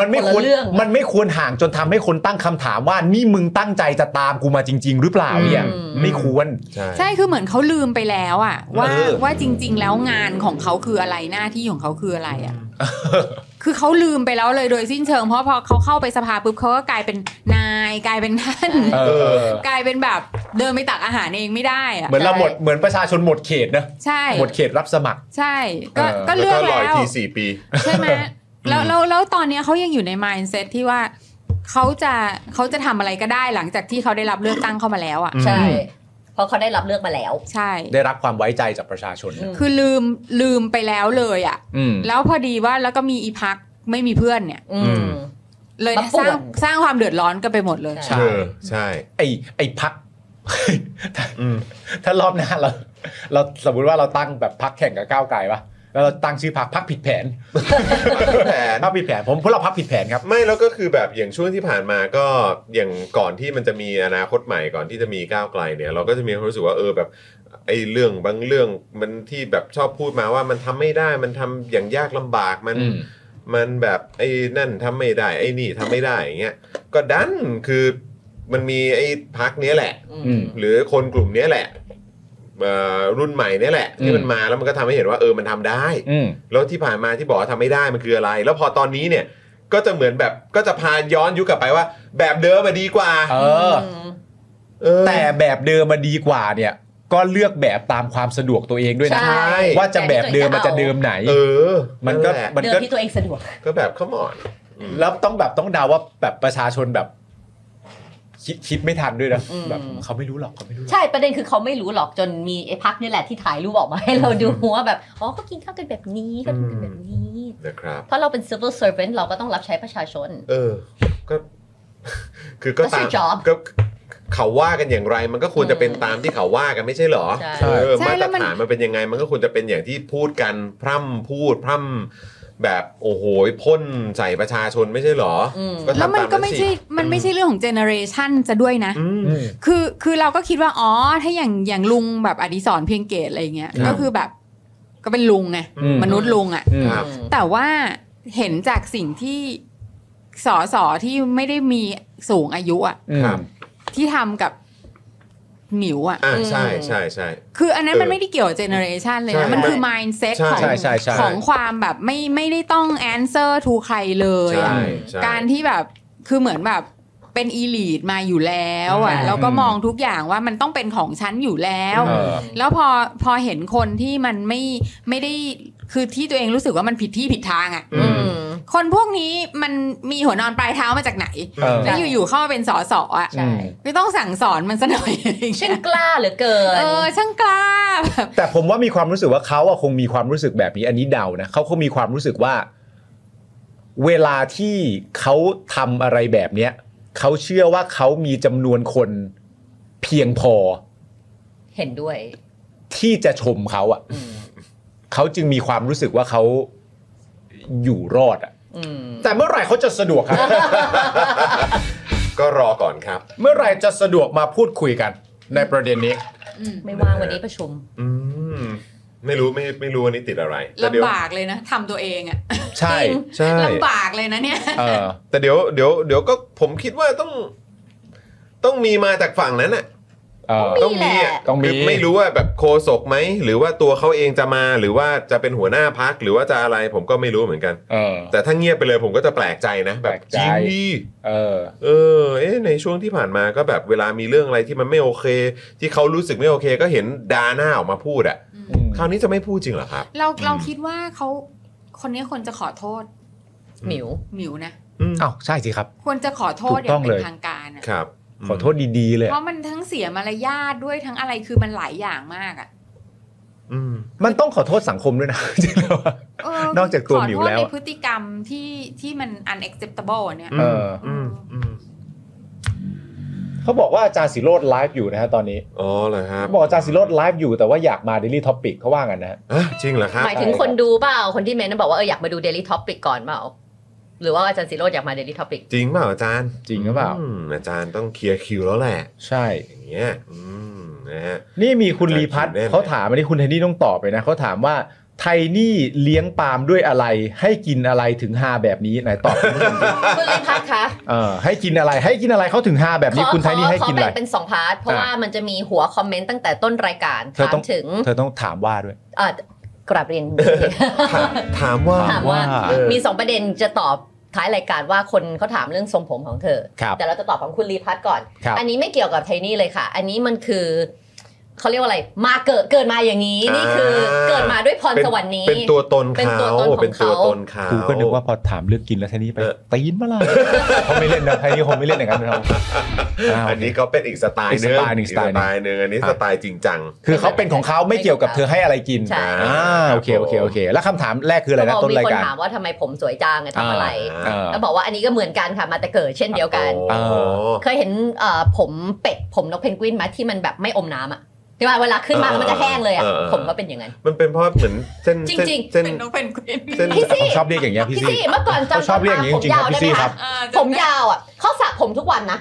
Speaker 3: มันไม่คว
Speaker 6: ค
Speaker 3: ร
Speaker 6: นละเรื่อง
Speaker 3: มันไม่ควรห่างจนทำให้คนตั้งคำถามว่านี่มึงตั้งใจจะตามกูมาจริง ๆ หรือเปล่าเนี่ย
Speaker 7: อืม
Speaker 3: ไม่ควร
Speaker 7: ใช่
Speaker 9: ใช่คือเหมือนเขาลืมไปแล้วอ่ะ ว่า
Speaker 3: เออ
Speaker 9: ว่าจริง ๆ แล้วงานของเขาคืออะไรหน้าที่ของเขาคืออะไร อ่ะ คือเขาลืมไปแล้วเลยโดยสิ้นเชิงเพราะพอเขาเข้าไปสภาปุ๊บเขาก็กลายเป็นนายกลายเป็นท่าน
Speaker 3: เออ
Speaker 9: กลายเป็นแบบเดินไปตักอาหารเองไม่ได้อ่ะ
Speaker 3: เหมือนเราหมดเหมือนประชาชนหมดเขตนะ
Speaker 9: ใช่
Speaker 3: หมดเขตรับสมัคร
Speaker 9: ใช่ก็
Speaker 3: เออ
Speaker 9: ก็
Speaker 7: แล้
Speaker 9: เลื
Speaker 7: ว
Speaker 9: อก
Speaker 7: ก็รอ
Speaker 9: แล้
Speaker 7: อีก
Speaker 9: ว
Speaker 7: ทีสี่ปี
Speaker 9: ใช่ไหมแล้วแล้วแล้วตอนเนี้ยเขายังอยู่ใน mindset ที่ว่าเขาจะเขาจะทำอะไรก็ได้หลังจากที่เขาได้รับเลือกตั้งเข้ามาแล้วอ่ะ
Speaker 6: ใช่ เพราะเขาได้รับเลือกมาแล้ว
Speaker 9: ใช่
Speaker 3: ได้รับความไว้ใจจากประชาชนนะ
Speaker 9: คือลืมลืมไปแล้วเลยอ่ะ
Speaker 3: อืม
Speaker 9: แล้วพอดีว่าแล้วก็มีอีพักไม่มีเพื่อนเนี่ย
Speaker 6: อืม
Speaker 9: เลย
Speaker 6: มา
Speaker 9: ส
Speaker 6: ป่ว
Speaker 9: ร้าน งสร้างความเดือดร้อนกันไปหมดเลย
Speaker 3: ใช่
Speaker 7: เออ ใช่
Speaker 3: ไอ้ไอ้พัก
Speaker 7: อืม
Speaker 3: ถ้ารอบหน้าเรา เราสมมติว่าเราตั้งแบบพักแข่งกับก้าวไกลปะแล้วเราตั้งชื่อพักพักผิดแผน
Speaker 7: แผน
Speaker 3: พักผิดแผนผมพวกเราพักผิดแผนครับ
Speaker 7: ไม่แล้วก็คือแบบอย่างช่วงที่ผ่านมาก็อย่างก่อนที่มันจะมีอนาคตใหม่ก่อนที่จะมีก้าวไกลเนี่ย เราก็จะมีความรู้สึกว่าเออแบบ ไอ้เรื่องบางเรื่องมันที่แบบชอบพูดมาว่ามันทำไม่ได้มันทำอย่างยากลำบากมัน
Speaker 3: อืม
Speaker 7: มันแบบไอ้นั่นทำไม่ได้ไอ้นี่ทำไม่ได้อย่างเงี้ยก็ดันคือมันมีไอ้พักนี้ยแหละ
Speaker 3: อืม
Speaker 7: หรือคนกลุ่มเนี้ยแหละเอ่อรุ่นใหม่เนี่ยแหละที่มันมาแล้วมันก็ทำให้เห็นว่าเออมันทำได้
Speaker 3: อืม
Speaker 7: แล้วที่ผ่านมาที่บอกว่าทำไม่ได้มันคืออะไร แล้วพอตอนนี้เนี่ยก็จะเหมือนแบบก็จะพาย้อนยุคกลับไปว่า แบบเดิมมาดีกว่า
Speaker 3: เออ
Speaker 7: เออ
Speaker 3: แต่แบบเดิมมันดีกว่าเนี่ย ก็เลือกแบบตามความสะดวกตัวเองด้วยนะ
Speaker 7: ใช่
Speaker 3: ว่าจะแบบเดิมมันจะเดิมไหน
Speaker 7: เออ
Speaker 3: มันก็
Speaker 7: แหละ
Speaker 3: มัน
Speaker 6: เดิ
Speaker 3: ก็
Speaker 6: มที่ตัวเองสะดวก
Speaker 7: ก็แบบขมอน
Speaker 3: แล้วต้องแบบต้องเดาว่าแบบประชาชนแบบ คิดคิดไม่ทันด้วยนะ
Speaker 6: อืม
Speaker 3: แบบเขาไม่รู้หรอกเขาไม่รู้หรอก
Speaker 6: ใช่ประเด็นคือเขาไม่รู้หรอกจนมีไอ้พักนี่แหละที่ถ่ายรูปออกมาให้เราดูว่าแบบอ๋อก็กินข้าวกันแบบนี้ก็กินกันแบบนี้
Speaker 7: นะครับ
Speaker 6: เพราะเราเป็น civil servant เราก็ต้องรับใช้ประชาชน
Speaker 7: เออ ก็ คือก็
Speaker 6: That's
Speaker 7: ตาม
Speaker 6: your job
Speaker 7: ก็เขาว่ากันอย่างไร มันก็ควรจะเป็นตามที่เขาว่ากันไม่ใช่เหรอ
Speaker 6: ใช่
Speaker 7: เออ
Speaker 9: ใช่
Speaker 7: มาต
Speaker 9: แล้
Speaker 7: ร
Speaker 9: วมัน
Speaker 7: ฐานมันเป็นยังไง มันก็ควรจะเป็นอย่างที่พูดกันพร่ำพูดพร่ำแบบโอ้โหพ่นใส่ประชาชนไม่ใช่เหรออ
Speaker 6: อืม
Speaker 7: ก็ทำ
Speaker 9: แล้วมัน
Speaker 7: ตา
Speaker 9: ก็
Speaker 7: สิ
Speaker 9: ไม่ใช่มันไม่ใช่เรื่องของเจเนอเรชันจะด้วยนะ
Speaker 7: อืม
Speaker 9: คือคือเราก็คิดว่าอ๋อถ้าอย่างอย่างลุงแบบอดิศรเพียงเกตอะไรอย่างเงี้ย
Speaker 7: ครับ
Speaker 9: ก็คือแบบก็เป็นลุงไง
Speaker 3: อืม
Speaker 9: มนุษย์ลุงอ่ะ
Speaker 3: อืม
Speaker 7: ครับ
Speaker 9: แต่ว่าเห็นจากสิ่งที่สอสอที่ไม่ได้มีสูงอายุอ่ะ
Speaker 7: ครับ
Speaker 9: ที่ทำกับหมิวอ่ะ
Speaker 7: อ่าใช่ใช่ใช่
Speaker 9: คืออันนั้น
Speaker 7: เออ
Speaker 9: มันไม่ได้เกี่ยวกับเจเนอเรชันเลย
Speaker 7: ใช่
Speaker 9: นะ มันคือ
Speaker 7: ใช่
Speaker 9: mindset
Speaker 7: ใช่
Speaker 9: ของ
Speaker 3: ใช่ใช่ใช่
Speaker 9: ของความแบบไม่ไม่ได้ต้อง answer to ใครเลย
Speaker 7: ใช่
Speaker 9: อะ
Speaker 7: ใช่
Speaker 9: การที่แบบคือเหมือนแบบเป็นอีลีดมาอยู่แล้ว
Speaker 7: อื
Speaker 9: อ่ะ
Speaker 7: ม
Speaker 9: แล้วก็มองทุกอย่างว่ามันต้องเป็นของฉันอยู่แล้ว
Speaker 3: เออ
Speaker 9: แล้วพอพอเห็นคนที่มันไม่ไม่ได้คือที่ตัวเองรู้สึกว่ามันผิดที่ผิดทางอ่ะ
Speaker 7: อืม
Speaker 9: คนพวกนี้มันมีหัวนอนปลายเท้ามาจากไหน
Speaker 3: เออ
Speaker 9: แล้วอยู่ๆเข้ามาเป็นสอสออ่ะ
Speaker 6: ใช่
Speaker 9: ไม่ต้องสั่งสอนมันซะหน่อยอะไรอย่างเงี้ย
Speaker 6: ช่างกล้าเหลือเกิน
Speaker 9: เออช่างกล้าแบบ
Speaker 3: แต่ผมว่ามีความรู้สึกว่าเขาอะคงมีความรู้สึกแบบนี้ อันนี้เดานะเขาคงมีความรู้สึกว่า เวลาที่เขาทำอะไรแบบเนี้ยเขาเชื่อว่าเขามีจำนวนคนเพียงพอ
Speaker 6: เห็นด้วย
Speaker 3: ที่จะชมเขาอะ
Speaker 6: อืม
Speaker 3: เขาจึงมีความรู้สึกว่าเขาอยู่รอดอะ
Speaker 6: อืม
Speaker 3: แต่เมื่อไหร่เขาจะสะดวกครับ
Speaker 7: ก็รอก่อนครับ
Speaker 3: เมื่อไหร่จะสะดวกมาพูดคุยกัน ในประเด็นนี้
Speaker 6: ไม่ว่างวันนี้ประชุม
Speaker 7: อืมไม่รู้ไม่ไม่รู้วันนี้ติดอะไรแต่เดี๋ยว
Speaker 9: ลำบากเลยนะทำตัวเองอะ
Speaker 3: ใช่
Speaker 7: ใช่
Speaker 9: ลำบากเลยนะเนี่ย
Speaker 3: เออ
Speaker 7: แต่เดี๋ยวเดี๋ยวเดี๋ยวก็ผมคิดว่าต้อง ต้องมีมาจากฝั่งนั้นน่ะ
Speaker 3: เออ
Speaker 7: ต้องมี
Speaker 6: แห
Speaker 7: อ่ะ
Speaker 6: ละ
Speaker 3: ต้องมี
Speaker 7: คืไม่รู้ว่าแบบโคศกไหม หรือว่าตัวเขาเองจะมาหรือว่าจะเป็นหัวหน้าพักหรือว่าจะอะไรผมก็ไม่รู้เหมือนกัน
Speaker 3: เออ
Speaker 7: แต่ถ้าเงียบไปเลยผมก็จะแปลกใจนะ แบ
Speaker 3: แปล
Speaker 7: บ
Speaker 3: ก
Speaker 7: จ
Speaker 3: ใจ
Speaker 7: ริงดิ
Speaker 3: เออ
Speaker 7: เออเอ๊ะในช่วงที่ผ่านมาก็แบบเวลามีเรื่องอะไรที่มันไม่โอเค ที่เขารู้สึกไม่โอเค ก็เห็นดาหน้าออกมาพูดอ่ะคราวนี้จะไม่พูดจริงเหรอครับ
Speaker 9: เราเราคิดว่าเขาคนนี้คนจะขอโทษ
Speaker 6: หมิว
Speaker 9: หมิวนะ
Speaker 7: อืม
Speaker 3: อ้าวใช่สิครับ
Speaker 9: ควรจะขอโทษ
Speaker 3: ถู
Speaker 9: อก
Speaker 3: ต้อ
Speaker 9: ย่า
Speaker 3: งง
Speaker 9: เป็
Speaker 3: เลย
Speaker 9: นทางการอะ
Speaker 7: ครับม
Speaker 3: ขอโทษดีๆเลยอะ
Speaker 9: เพราะมันทั้งเสียมารยาทด้วยทั้งอะไรคือมันหลายอย่างมากอะ
Speaker 7: อืม
Speaker 3: มันต้องขอโทษสังคมด้วยนะ จริงๆแล้วอะ
Speaker 9: เออน
Speaker 3: อกจากตัวหมิวแล้ว
Speaker 9: ขอโทษ
Speaker 3: อะ
Speaker 9: ในพฤติกรรมที่ที่มัน unacceptable เนี่ย
Speaker 3: เออ
Speaker 7: อืมอืม
Speaker 3: เขาบอกว่าอาจารย์สิโรดไลฟ์อยู่นะฮะตอนนี้
Speaker 7: อ๋อเหรอครับ
Speaker 3: เขาบอกอาจารย์สิโรดไลฟ์อยู่แต่ว่าอยากมา Daily Topic เขาว่างันนะฮะ
Speaker 7: อ่ะจริงเหรอครับ
Speaker 6: หมายถึงคนดูเปล่า คนที่เมนต์บอกว่าเอออยากมาดู Daily Topic ก่อนเปล่า หรือว่าอาจารย์สิโรดอยากมา Daily Topic
Speaker 7: จริงเปล่าอาจารย์
Speaker 3: จริงหรือเปล่า
Speaker 7: มอาจารย์ต้องเคลียร์คิวแล้วแหละ
Speaker 3: ใช่
Speaker 7: อย่างเงี้ยอืมนะฮะ
Speaker 3: นี่มีคุณรีพัฒน์
Speaker 7: อาจารย์สิโรจน์
Speaker 3: เขาถามอันนี้คุณไทนี่ต้องตอบไปนะเขาถามว่าไทนี่เลี้ยงปาล์มด้วยอะไร ให้กินอะไรถึงฮาแบบนี้ไหนตอบคุณผู้ชมสิ
Speaker 6: คุณลิพัฒน์คะ
Speaker 3: เออให้กินอะไรให้กินอะไรเขาถึงฮาแบบนี้คุณไทนี่ให้กินอะไร
Speaker 6: ขแบ่งเป็นสองพาร์ท เพราะ
Speaker 3: อ่ะ
Speaker 6: ว่ามันจะมีหัวคอมเมนต์ตั้งแต่ต้นรายการ
Speaker 3: เธอ
Speaker 6: ถา
Speaker 3: ต้
Speaker 6: ม
Speaker 3: อง
Speaker 6: ถึง
Speaker 3: เธอต้องถามว่าด้วย
Speaker 6: เอ่อกราบเรียน
Speaker 7: ถามถามว่า
Speaker 6: ถามว่า
Speaker 3: เออ
Speaker 6: มีสองประเด็นจะตอบท้ายรายการว่าคนเขาถามเรื่องทรงผมของเธอ
Speaker 3: ครับ
Speaker 6: แต่เราจะตอบของคุณรีพัฒน์ก่อน
Speaker 3: ครับ
Speaker 6: อันนี้ไม่เกี่ยวกับไทนี่เลยค่ะ อันนี้มันคือเขาเรียกว่าอะไร มาเกิดเกิดมาอย่างนี้
Speaker 7: อ่านี่
Speaker 6: นี่คือเกิดมาด้วยพรสวรรค์นี้
Speaker 7: เป็นตัวตน
Speaker 6: เป็น
Speaker 7: เขา
Speaker 6: ตัวตนของ
Speaker 7: เป็นตัวตนเขา
Speaker 3: กูก็นึกว่าพอถามเรื่องกินแล้วไทนี่ไป
Speaker 7: เออ
Speaker 3: ตีนมาละเขาไม่เล่นนะไทนี่คงไม่เล่นอย่างนั้นนะครับาว
Speaker 7: อันนี้ก็เป็นอีกสไตล์หนึ
Speaker 3: อีกสไตล์หนึ่ง
Speaker 7: อีก
Speaker 3: ส
Speaker 7: ส
Speaker 3: ไตล์หนึ่ง
Speaker 7: ไตล์หนึงอันนี้สไตล์จริงจัง
Speaker 3: คือเขาเป็นของเขาไม่เกี่ยวกับเธอให้อะไรกิน
Speaker 6: ใช่
Speaker 3: อ่าโอเคโอเคโอเค แล้วคำถามแรกคืออะไร
Speaker 6: เขาบ
Speaker 3: นะ
Speaker 6: อก
Speaker 3: ต้น
Speaker 6: มี
Speaker 3: ราย
Speaker 6: คน
Speaker 3: การ
Speaker 6: ถามว่าทำไมผมสวยจังอะทำอะไร
Speaker 7: อ่า
Speaker 3: เออ
Speaker 6: แล้วบอกว่าอันนี้ก็เหมือนกันค่ะ มาแต่เกิดเช่นเดียวกัน
Speaker 7: โอ้
Speaker 3: เอ
Speaker 6: เคยเห็นเอ่อผมเป็ดผมนกเพนกวินไหมที่มันแบบไม่อมน้ำอ่ะที่ว่าเวลาขึ้นมาแล้วมันจะแห้งเลยอ่ะผมก็เป็นอย่างนั้น
Speaker 7: มันเป็นเพราะเหมือนเส้น
Speaker 6: จริง
Speaker 7: เส้น
Speaker 6: จริง
Speaker 7: เส้น
Speaker 9: เป็นนกเป็นกวิน
Speaker 7: เส้น
Speaker 6: พี่ซี่
Speaker 3: ผมชอบเรียกอย่างเงี้ยพี่
Speaker 6: พี่
Speaker 3: ซี่
Speaker 6: ซี่เมื่อก่อนจำ
Speaker 3: เขาชอบเรียกอย่างนี้
Speaker 6: ผม
Speaker 3: จริงๆค
Speaker 6: ยาว
Speaker 3: รับพี่
Speaker 6: ได้
Speaker 3: ซี่
Speaker 6: ไหม
Speaker 3: ครั
Speaker 6: คะ
Speaker 3: บ
Speaker 9: เออจำได้
Speaker 6: ผมยาวอ่ะเขาสระผมทุกวันนะ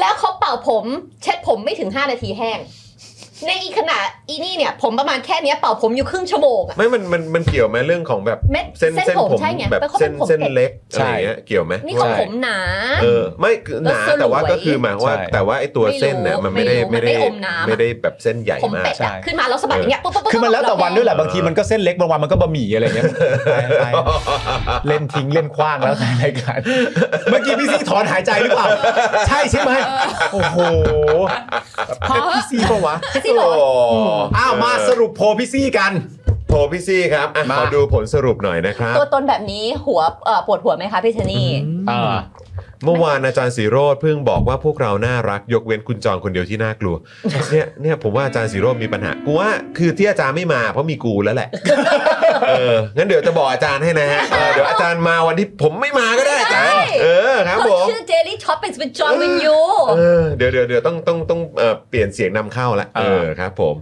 Speaker 6: แล้วเขาเป่าผม เช็ดผมไม่ถึง 5 นาทีแห้ง ในอีขณะอีนี่เนี่ย ผมประมาณแค่เนี้ยเป่าผมอยู่ครึ่งชั่วโมงอะ
Speaker 7: ไม่มันมันมันเกี่ยวไหมเรื่องของแบบ
Speaker 6: เม็ด
Speaker 7: เส้น
Speaker 6: เส้น
Speaker 7: เส้น
Speaker 6: ผม
Speaker 7: ผม
Speaker 6: ใช่ไง
Speaker 7: แบบ
Speaker 6: แต่เขา
Speaker 7: เส้
Speaker 6: เป็น นผม
Speaker 7: เส้น
Speaker 6: เด็ก
Speaker 7: เล็กอะไรอย่างเงี้ยเกี่ยวไหม
Speaker 6: นี่เขา
Speaker 7: ว่า
Speaker 6: ผมหนา
Speaker 7: เออไม่คือหนา
Speaker 6: แล้วสลวย
Speaker 7: แต่ว่าก็คือหมายว่า
Speaker 3: ใช่
Speaker 7: แต่ว่าไอ้ตัวเส้นเนี่ยมันไม่ได้
Speaker 6: ไม่
Speaker 7: ไม่
Speaker 6: รู้
Speaker 7: ได้
Speaker 6: มันไม่อมน้ำอะ
Speaker 7: ไม่ได้แบบเส้นใหญ่
Speaker 6: ผม
Speaker 7: มาก
Speaker 6: เป็ด
Speaker 3: ใช่
Speaker 6: อะขึ้นมาแล้วสะบัดอย่างเงี้ยปุ๊บปุ๊บปุ๊บ
Speaker 3: คือมันแล้วแต่วันด้วยแหละบางทีมันก็เส้นเล็กบางวันมันก็บะหมี่อะไรเงี้ยไปไปเล่นทิ้งเล่นคว้างแล้วแต่รายการเมื่อกี้พี่ซีถอนหายใจหรือเปล่า ใช่ใช่ไหมโอ้โหพี่ซีปะวะ
Speaker 6: ซี่บอกว่า
Speaker 7: โอ้
Speaker 3: อ้าวมาสรุปโพลพี่ซีกัน
Speaker 7: โพลพี่ซี่ครับอ่ะ
Speaker 3: มา
Speaker 7: มาดูผลสรุปหน่อยนะครับ
Speaker 6: ตัวตนแบบนี้หัวเอ่อปวดหัวไหมคะพี่เทนี่
Speaker 3: อ่า
Speaker 7: เมื่อวานอาจารย์สีโรธเพิ่งบอกว่าพวกเราน่ารักยกเว้นคุณจองคนเดียวที่น่ากลัว เนี่ยเนี่ยผมว่าอาจารย์สีโรธมีปัญหากูว่าคือที่อาจารย์ไม่มาเพราะมีกูแล้วแหละเอองั้นเดี๋ยวจะบอกอาจารย์ให้นะฮะเออเดี๋ยวอาจารย์มาวันที่ผมไม่มาก็ได้อาจารย์
Speaker 6: ได้
Speaker 7: เออครับผ
Speaker 6: เขา
Speaker 7: ม
Speaker 6: ชื่อเจลลี่ท็อปเป็นสเปนจอห์นวินยู
Speaker 7: เออเดี๋ยวเดี๋ยวเดี๋ยวต้องต้องต้องเอ่อเปลี่ยนเสียงนำเข้าละ
Speaker 3: เอ
Speaker 7: เอ
Speaker 3: อ
Speaker 7: อครับผม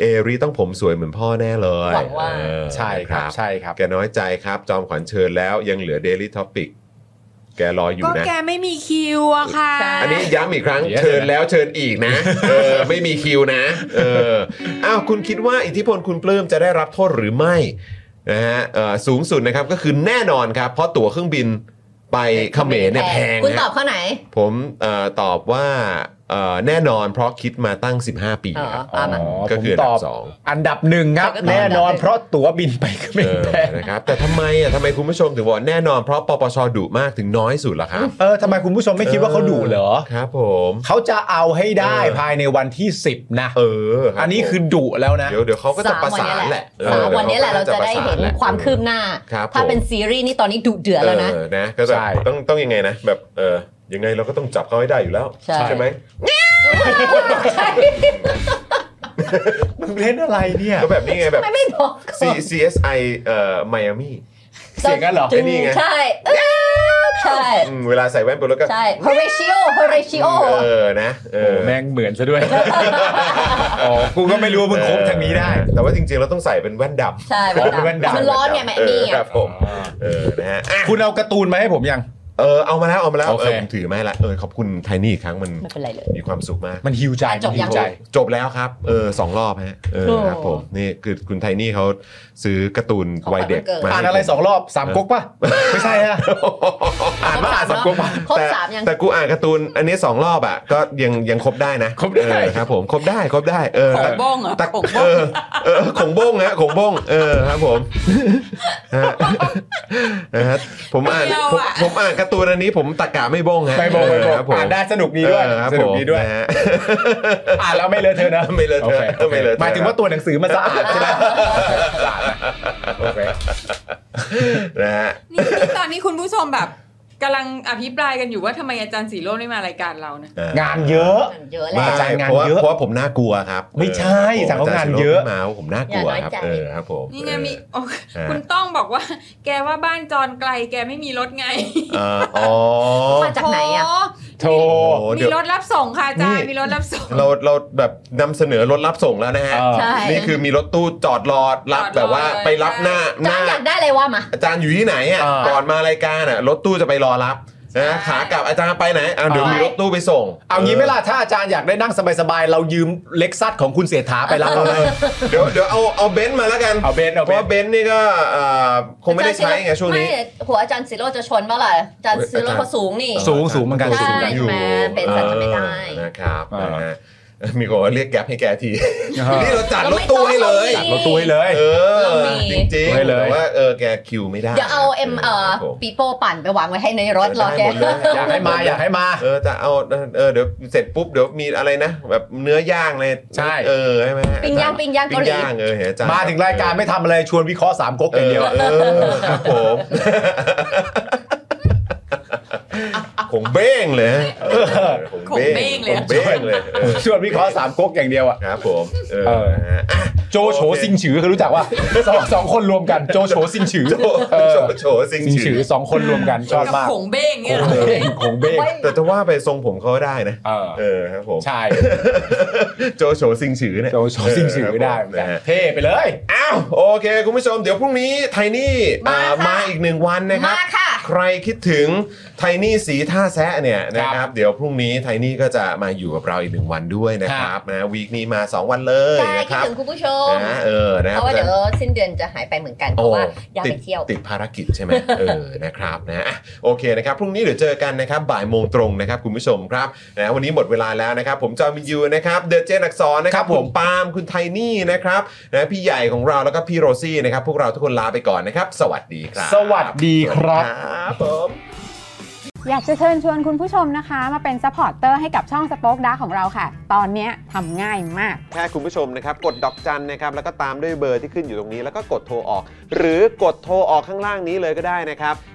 Speaker 7: เอรีต้องผมสวยเหมือนพ่อแน่เลย
Speaker 6: หวังว่า
Speaker 7: เออ
Speaker 3: ใช่ครับ
Speaker 7: นะ
Speaker 3: ใช่ครับ
Speaker 7: แกน้อยใจครับ จอมขวัญเชิญแล้วยังเหลือ Daily Topic แกรออยู่
Speaker 9: ก็
Speaker 7: นะ
Speaker 9: แกไม่มีคิวอะค่ะ
Speaker 6: ใช่
Speaker 7: อันนี้ย้ำอีกครั้ง
Speaker 3: เดี๋ยว
Speaker 7: เชิญแล้วเชิญอีกนะเออไม่มีคิวนะเอออ้าวคุณคิดว่าอิทธิพลคุณปลื้มจะได้รับโทษหรือไม่นะฮะเอ่อสูงสุดนะครับก็คือแน่นอนครับ เพราะตั๋วเครื่องบินไปเขมรเนี่ยแพง
Speaker 6: คุณ
Speaker 7: นะ
Speaker 6: ตอบข้อไหน
Speaker 7: ผมเออตอบว่าเอ่อแน่นอนเพราะคิดมาตั้ง 15 ปีครับ
Speaker 6: อ๋อ
Speaker 3: อ๋อ
Speaker 7: ก็คืออัน
Speaker 3: ผ
Speaker 7: ดั
Speaker 3: มตอบบ
Speaker 7: สอง
Speaker 3: อันดับหนึ่งครับ
Speaker 6: ใครก็ตอบ
Speaker 3: แน่นอน
Speaker 6: ได้
Speaker 3: เพราะตั๋วบินไปก็ไม่
Speaker 7: เออ
Speaker 3: แพง
Speaker 7: นะครับแต่ทำไมอ่ะทำไมคุณผู้ชมถึงบอกแน่นอนเพราะปปชดุมากถึงน้อยสุดล่ะครับ
Speaker 3: เออทำไมคุณผู้ชมไม่คิดว่าเขาดุเหรอ
Speaker 7: ครับผม
Speaker 3: เขาจะเอาให้ได้
Speaker 7: เออ
Speaker 3: ภายในวันที่ 10 นะ
Speaker 7: เออครับ
Speaker 3: อันนี้คือดุแล้วนะ
Speaker 7: เดี๋ยวเดี๋ยวเขาก็จะประสานแหละ
Speaker 6: สามวันเนี้ยแหละเราจะได้เห็นความคืบหน้า
Speaker 7: ครับ
Speaker 6: ถ้าเป็นซีรีส์นี่ตอนนี้ดุเดือดแล้วนะ
Speaker 7: เออนะก็จะ
Speaker 3: ใช่
Speaker 7: ต้องต้องยังไงนะ แบบเออยังไงเราก็ต้องจับเขาให้ได้อยู่แล้ว
Speaker 6: ใช่
Speaker 7: ไหม
Speaker 6: ใช่
Speaker 3: มึงเล่นอะไรเนี่ย
Speaker 7: ก็แบบนี้ไงแบบ
Speaker 6: ไม่ไม่บอกก่อน
Speaker 7: C- CSI เอ่อไมอามี่
Speaker 3: เสียงกันเหรอ
Speaker 6: จึ
Speaker 7: ไอ้นี่ไง
Speaker 6: ใช่เอ้ยใช่
Speaker 7: อืมเวลาใส่แว่นไปแล้วก็
Speaker 6: ใช่เฮอริชิโอเฮอริชิโอ
Speaker 7: เออ นะ เอ
Speaker 3: โอ้
Speaker 7: อ
Speaker 3: แม่งเหมือนซะด้วย อ๋อ กูก็ไม่รู้ว่ามึงคบทางนี้ได้
Speaker 7: เออแต่ว่าจริงๆ เราต้องใส่เป็นแว่นดำ
Speaker 6: ใช่
Speaker 3: อ๋อเป็นแว่นดำ
Speaker 6: มันร้อนไงแม่
Speaker 7: เออ
Speaker 6: นี่
Speaker 7: ครั
Speaker 6: อ่ะ
Speaker 7: บผม เออ นะฮะอ่ะ
Speaker 3: คุณเอาการ์ตูนมาให้ผมยัง
Speaker 7: เออ เอามาแล้ว เอามาแล้ว
Speaker 3: โอ
Speaker 7: เอ
Speaker 3: เค
Speaker 7: อผมถือมาให้ละ เออ ขอบคุณไทนี่อีกครั้งมัน
Speaker 6: ไม่เป็นไรเลย
Speaker 7: มีความสุขมาก
Speaker 3: มันฮิวใจ
Speaker 6: จบ
Speaker 3: มันฮิ
Speaker 6: ยัง
Speaker 3: วใจ
Speaker 7: จบแล้วครับ เออสองรอบฮะ เออ
Speaker 6: โอ้
Speaker 7: ครับผม นี่คือคุณไทนี่เขาซื้อการ์ตูนวัยเด็ก
Speaker 6: ของขวัญวันเกิด
Speaker 7: มา
Speaker 3: อ่าน
Speaker 7: ให้
Speaker 3: อะไร
Speaker 7: ผม
Speaker 3: สองรอบสามก๊กป่ะ ไม่ใช่ฮะ อ่านว่าอ่านสามก๊กป่ะ
Speaker 6: ครบ
Speaker 7: แต่
Speaker 6: สามยัง
Speaker 7: แต่กูอ่านการ์ตูนอันนี้สองรอบอ่ะก็ยังยังครบได้นะ
Speaker 3: ครบได้
Speaker 7: เออครับผมครบได้ครบได้เออ
Speaker 9: ของ
Speaker 7: แต่
Speaker 9: บ้งเหรอ
Speaker 7: แต่
Speaker 9: ของบ้ง
Speaker 7: เออเออของบ้งฮะของบ้งเออครับผม ฮะนะฮะผมอ่าน
Speaker 9: ไม่เอา
Speaker 7: ผม
Speaker 9: อะ
Speaker 7: ผมอ่านการ์ตูนอันนี้ผมตะกะไม่บ้งฮะ
Speaker 3: ไปบอกไป
Speaker 7: เค
Speaker 3: บอก
Speaker 7: รัผม
Speaker 3: อ่านได้สนุกดีด้วย
Speaker 7: เออครับ
Speaker 3: สนุกดีด้วย
Speaker 7: ผมนะฮะ
Speaker 3: อ่านแล้วไม่เลอะเทอะนะ
Speaker 7: ไม่เลอะเทอะ
Speaker 3: โค
Speaker 7: ไม่เลอะเทอะ
Speaker 3: หมายถึงว่าตัวหนังสือมันสะอาดใช่ไหมสะอาดนะโอเค
Speaker 7: นะฮะ
Speaker 12: นี่นี่ตอนนี้คุณผู้ชมแบบกำลังอภิปรายกันอยู่ว่าทำไมอาจารย์สีโรจน์ไม่มารายการเรานะ
Speaker 7: เออง
Speaker 3: านเยอะ
Speaker 6: เยอะแห
Speaker 7: ไม่
Speaker 6: ละ
Speaker 3: อาจารย์งาน
Speaker 7: เพราะว่า
Speaker 3: เยอะ
Speaker 7: เพราะว่าผมน่ากลัวครับ
Speaker 3: ไม่ใช่
Speaker 7: เออ
Speaker 3: สั่งเขางาน
Speaker 7: จร
Speaker 3: เยอะ
Speaker 7: ไม่มาว่าผมน่ากลัวครั
Speaker 6: อย่าน้อ
Speaker 7: บ
Speaker 6: ยใจ
Speaker 7: เออครับผม
Speaker 12: นี่ไงมี
Speaker 7: เออ
Speaker 12: โอ้
Speaker 7: อ่า
Speaker 12: คุณต้องบอกว่า แกว่าบ้านจรไกล แกไม่มีรถไง
Speaker 7: เอออ๋อ
Speaker 6: มาจากไหนอ่ะ
Speaker 12: โอ้
Speaker 3: โทร
Speaker 7: โอ้
Speaker 12: มี
Speaker 7: เดี๋ยว
Speaker 12: รถรับส่งค่ะอาจาร
Speaker 7: นี่
Speaker 12: ย์มีรถรับส่ง
Speaker 7: เราเราแบบนำเสนอรถรับส่งแล้วนะฮะ
Speaker 3: เออ
Speaker 6: ใช่
Speaker 7: นี่คือมีรถตู้จอดรอรับ
Speaker 12: จอดรอ
Speaker 7: แบบว่า
Speaker 12: เลย
Speaker 7: ไปรับ
Speaker 12: ใช่
Speaker 7: หน้าห
Speaker 6: จา
Speaker 7: น้าน
Speaker 6: อยากได้อะไรว่ามา
Speaker 7: อาจารย์อยู่ที่ไหนอ่ะ
Speaker 3: เออ
Speaker 7: ก่อนมารายการอ่ะรถตู้จะไปรอรับนะขากลับอาจารย์ไปไหนอ่ะเดี๋ยวมีรถตู้ไปส่ง
Speaker 3: เอางี้ไหม่ล่ะถ้าอาจารย์อยากได้นั่งสบายๆ เรายืมเล็กซัสของคุณเสถาไปรับเราเลย
Speaker 7: เดี๋ยวเดี๋ยวเอาเอาเบนซ์มาแล้วกัน
Speaker 3: เอาเบนซ์เอา
Speaker 7: เพ
Speaker 3: เบนซ์
Speaker 7: ราะว่าเบนซ์นี่ก็เอ่อคงไม่ได้ใช้ไงช่วงนี้
Speaker 6: ไม่หัวอาจารย์ซิโร่จะชนเมื่อไหร่อาจารย์ซิโร่เขาสูงนี่
Speaker 3: สูงสูงเหมือนกัน
Speaker 6: ใช่
Speaker 3: สูงเหมือนกัน
Speaker 6: แม่เป็นสัตว์ไม่ได้
Speaker 7: เออนะครับ
Speaker 3: อ่าน
Speaker 7: ะฮ ะมีคนว่าเรียกแก๊ปให้แกทีนี่เราจัดรถตู้ให้เลย
Speaker 6: เราไม่ต้อง
Speaker 3: รถตู้ให้เลย
Speaker 7: เออ
Speaker 6: เรามี
Speaker 7: จริง
Speaker 3: ไม่
Speaker 7: ๆ
Speaker 3: เลย
Speaker 7: แต่ว่าเออแกคิวไม่ได้
Speaker 6: เดี๋ยวเอาเอ็มเอ่อ
Speaker 7: ครับผม
Speaker 6: ปีโป้ปั่นไปวางไว้ให้ในรถรอแก
Speaker 7: ได้หมดเลย
Speaker 3: อยากให้มาอยากให้มา
Speaker 7: เออจะเอาเออเดี๋ยวเสร็จปุ๊บเดี๋ยวมีอะไรนะ แบบเนื้อย่างเลย
Speaker 3: ใช่
Speaker 7: เออใช่ไหมฮะ
Speaker 6: ปิ้งย่างปิ้งย่าง
Speaker 7: ปิ้งย่า
Speaker 6: เกาหลี
Speaker 7: งเออเห็นอาจารย์
Speaker 3: มาถึงรายการไม่ทำอะไรชวนวิเคราะห์สามก๊ก
Speaker 7: เอ
Speaker 3: อย่า
Speaker 7: อ
Speaker 3: งเดียว
Speaker 7: เออครับผมคงเบ้งเลยฮะเออ
Speaker 12: คงเบ้งเลย
Speaker 7: คงเบ้งเลยเออ
Speaker 3: ชวนวิเคราะห์สามก๊กอย่างเดียวอ่ะ
Speaker 7: ครับผมเออ
Speaker 3: เออ
Speaker 7: นะฮะ
Speaker 3: โจโฉซิงฉือเคยรู้จักว่าสองสองคนรวมกันโจโฉซิงฉือ
Speaker 7: โจ
Speaker 3: เออ
Speaker 7: โฉโฉซิง
Speaker 3: ซิงฉื
Speaker 7: ฉื
Speaker 3: อ
Speaker 7: อ
Speaker 3: สองคนรวมกันชอบ
Speaker 12: กับ
Speaker 3: มาก
Speaker 12: ผงเบ้งเนี่ยเหรอ
Speaker 3: โขงเบ้งโขงเบ้ง
Speaker 7: แต่จะว่าไปทรงผมเขาก็ได้นะ
Speaker 3: เออ
Speaker 7: เออครับผม
Speaker 3: ใช่
Speaker 7: โจโฉซิงฉือเนี่ย
Speaker 3: โจโฉซิงฉือได้เหมือนกัน
Speaker 7: นะฮะ
Speaker 3: เท่ไปเลย
Speaker 7: อ้าวโอเค คุณผู้ชมเดี๋ยวพรุ่งนี้ไทนี่อ่า
Speaker 6: มาค่ะ
Speaker 7: มาอีกหนึ่งวันนะครับ
Speaker 6: มาค่ะ
Speaker 1: ใครคิดถึงไทนี่สีท่าแซะเนี่ยนะครับ เดี๋ยวพรุ่งนี้ไทนี่ก็จะมาอยู่กับเราอีกหนึ่งวันด้วยนะครับนะวีคนี้มา 2 วันเลย
Speaker 6: ได้
Speaker 1: นะค
Speaker 6: คิด
Speaker 1: รับ
Speaker 6: ถึงคุณผู้ชม
Speaker 1: นะเออนะค
Speaker 6: เพ
Speaker 1: รับ
Speaker 6: ราะว่าเดี๋ยวสิ้นเดือนจะหายไปเหมือนกัน เพราะว่าอยาก
Speaker 1: ติ
Speaker 6: ไป
Speaker 1: ด
Speaker 6: เที่ยว
Speaker 1: ติดภารกิจใช่ไหม เออนะครับนะอ่ะโอเคนะครับ พรุ่งนี้เดี๋ยวเจอกันนะครับ บ่ายโมงตรงนะครับ คุณผู้ชมครับนะวันนี้หมดเวลาแล้วนะครับ ผมจอมินยูนะครับเดอะเจนอักษรนะครับ
Speaker 3: ครับ
Speaker 1: ผ
Speaker 3: ผม ม
Speaker 1: ปาล์มคุณไทนี่นะครับนะพี่ใหญ่ของเราแล้วก็พี่โรซี่นะครับ พวกเราทุกคนลาไปก่อนนะครับ สวัสดีครับ
Speaker 3: สวัสดีครับ
Speaker 1: สวัสดีครับผม
Speaker 4: อยากจะเชิญชวนคุณผู้ชมนะคะ มาเป็นซัพพอร์ตเตอร์ให้กับช่องสป็อคดาของเราค่ะ ตอนเนี้ยทำง่ายมาก
Speaker 1: แค่คุณผู้ชมนะครับ กดดอกจันนะครับแล้วก็ตามด้วยเบอร์ที่ขึ้นอยู่ตรงนี้แล้วก็กดโทรออก หรือกดโทรออกข้างล่างนี้เลยก็ได้นะครับ